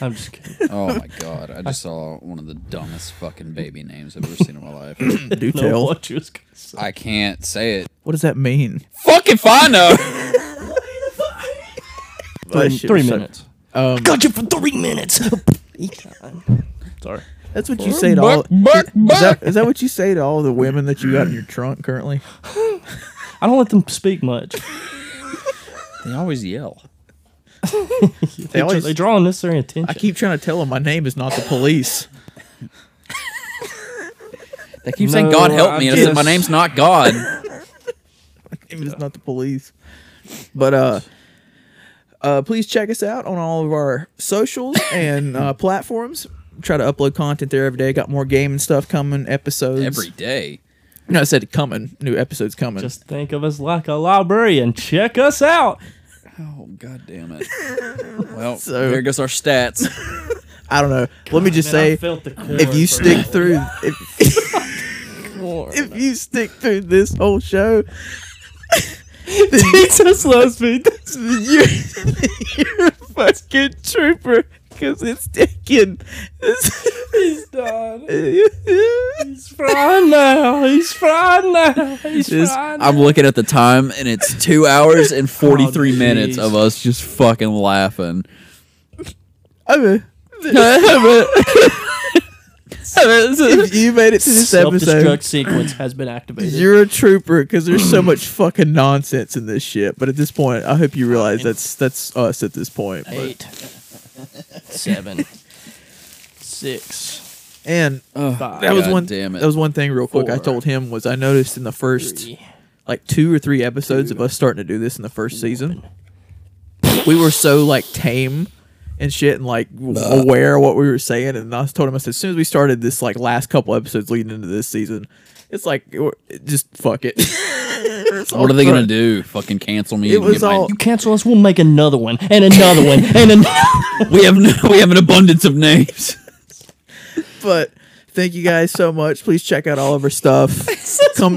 Speaker 3: I'm just kidding.
Speaker 4: Oh my god! I just saw one of the dumbest fucking baby names I've ever seen in my life.
Speaker 1: Do
Speaker 3: No,
Speaker 1: tell.
Speaker 3: what you was gonna say.
Speaker 4: I can't say it.
Speaker 1: What does that mean?
Speaker 4: Fucking fine though.
Speaker 1: That
Speaker 3: Three,
Speaker 1: shit
Speaker 3: three
Speaker 1: was so-
Speaker 3: minutes.
Speaker 1: Um,
Speaker 3: Got you for three minutes. Each time. Sorry.
Speaker 1: that's what you say to all.
Speaker 4: Buck,
Speaker 1: Is that,
Speaker 4: buck.
Speaker 1: is that what you say to all the women that you got in your trunk currently?
Speaker 3: I don't let them speak much.
Speaker 4: They always yell.
Speaker 1: They always-
Speaker 3: they draw unnecessary attention.
Speaker 1: I keep trying to tell them my name is not the police.
Speaker 4: They keep saying
Speaker 3: No,
Speaker 4: "God help me,"
Speaker 3: I'm
Speaker 4: and I said, "My
Speaker 3: just-
Speaker 4: name's not God."
Speaker 1: Maybe it's not the police. But uh uh please check us out on all of our socials and uh platforms. Try to upload content there every day. Got more game and stuff coming, episodes.
Speaker 4: Every day.
Speaker 1: No, I said coming. New episodes coming.
Speaker 3: Just think of us like a librarian. Check us out.
Speaker 4: Oh god damn it! Well,
Speaker 1: So-
Speaker 4: there goes our stats.
Speaker 1: I don't know. Let me just
Speaker 3: Man, I
Speaker 1: say
Speaker 3: felt the core
Speaker 1: if you
Speaker 3: for
Speaker 1: stick
Speaker 3: that
Speaker 1: through if,
Speaker 3: core.
Speaker 1: if you stick through this whole show
Speaker 3: Jesus loves me. That's
Speaker 1: you're, you're a fucking trooper because it's taken
Speaker 3: he's done. He's fried now. He's fried now. He's
Speaker 4: Just-
Speaker 3: fried
Speaker 4: I'm
Speaker 3: now.
Speaker 4: looking at the time, and it's two hours and 43
Speaker 3: Oh,
Speaker 4: minutes
Speaker 3: jeez.
Speaker 4: of us just fucking laughing.
Speaker 1: I mean, if you made it to this episode,
Speaker 3: Self-destruct sequence has been activated.
Speaker 1: you're a trooper because there's so much fucking nonsense in this shit. But at this point, I hope you realize that's that's us at this point. But-
Speaker 3: Eight, seven, six,
Speaker 1: And
Speaker 3: five,
Speaker 1: that was
Speaker 4: God
Speaker 1: one.
Speaker 4: damn it.
Speaker 1: That was one thing. Real quick, I
Speaker 3: Four.
Speaker 1: told him was I noticed in the first
Speaker 3: three.
Speaker 1: like two or three episodes of us starting to do this in the first season, we were so like tame and shit and like w- aware of what we were saying. And I told him, I said, as soon as we started this like last couple episodes leading into this season, it's like it were- it just fuck it. It's all
Speaker 4: What are they gonna
Speaker 1: fun.
Speaker 4: do? Fucking cancel me?
Speaker 1: It
Speaker 4: and
Speaker 1: was
Speaker 4: get my-
Speaker 1: all-
Speaker 3: You cancel us, we'll make another one and another one and another.
Speaker 4: we have no, we have an abundance of names.
Speaker 1: But thank you guys so much. Please check out all of our stuff.
Speaker 3: Come,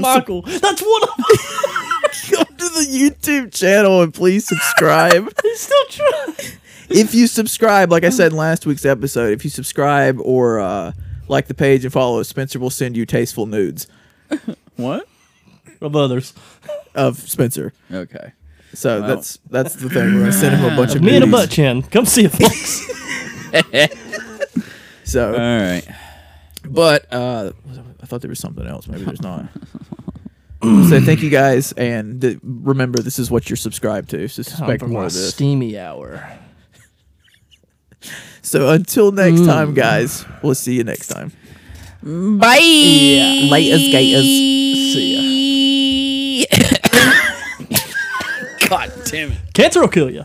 Speaker 1: Come,
Speaker 3: Michael. That's one of
Speaker 1: come to the YouTube channel and please subscribe.
Speaker 3: He's still trying.
Speaker 1: if you subscribe, like I said in last week's episode, if you subscribe or uh, like the page and follow, us, Spencer will send you tasteful nudes
Speaker 4: What?
Speaker 3: Of others.
Speaker 1: of Spencer.
Speaker 4: Okay.
Speaker 1: So
Speaker 4: Wow.
Speaker 1: that's that's the thing. We're gonna send him a bunch of
Speaker 3: Me and a
Speaker 1: nudes.
Speaker 3: butt chin. Come see it, folks.
Speaker 1: So,
Speaker 4: All right.
Speaker 1: but uh, I thought there was something else. Maybe there's not. so thank you guys, and th- remember this is what you're subscribed to. So
Speaker 3: Time
Speaker 1: suspect
Speaker 3: for
Speaker 1: more
Speaker 3: my
Speaker 1: of this.
Speaker 3: steamy hour.
Speaker 1: So until next
Speaker 3: Mm.
Speaker 1: time, guys, we'll see you next time.
Speaker 4: Bye. Yeah.
Speaker 1: Latest gators.
Speaker 4: God damn it.
Speaker 3: Cancer will kill you.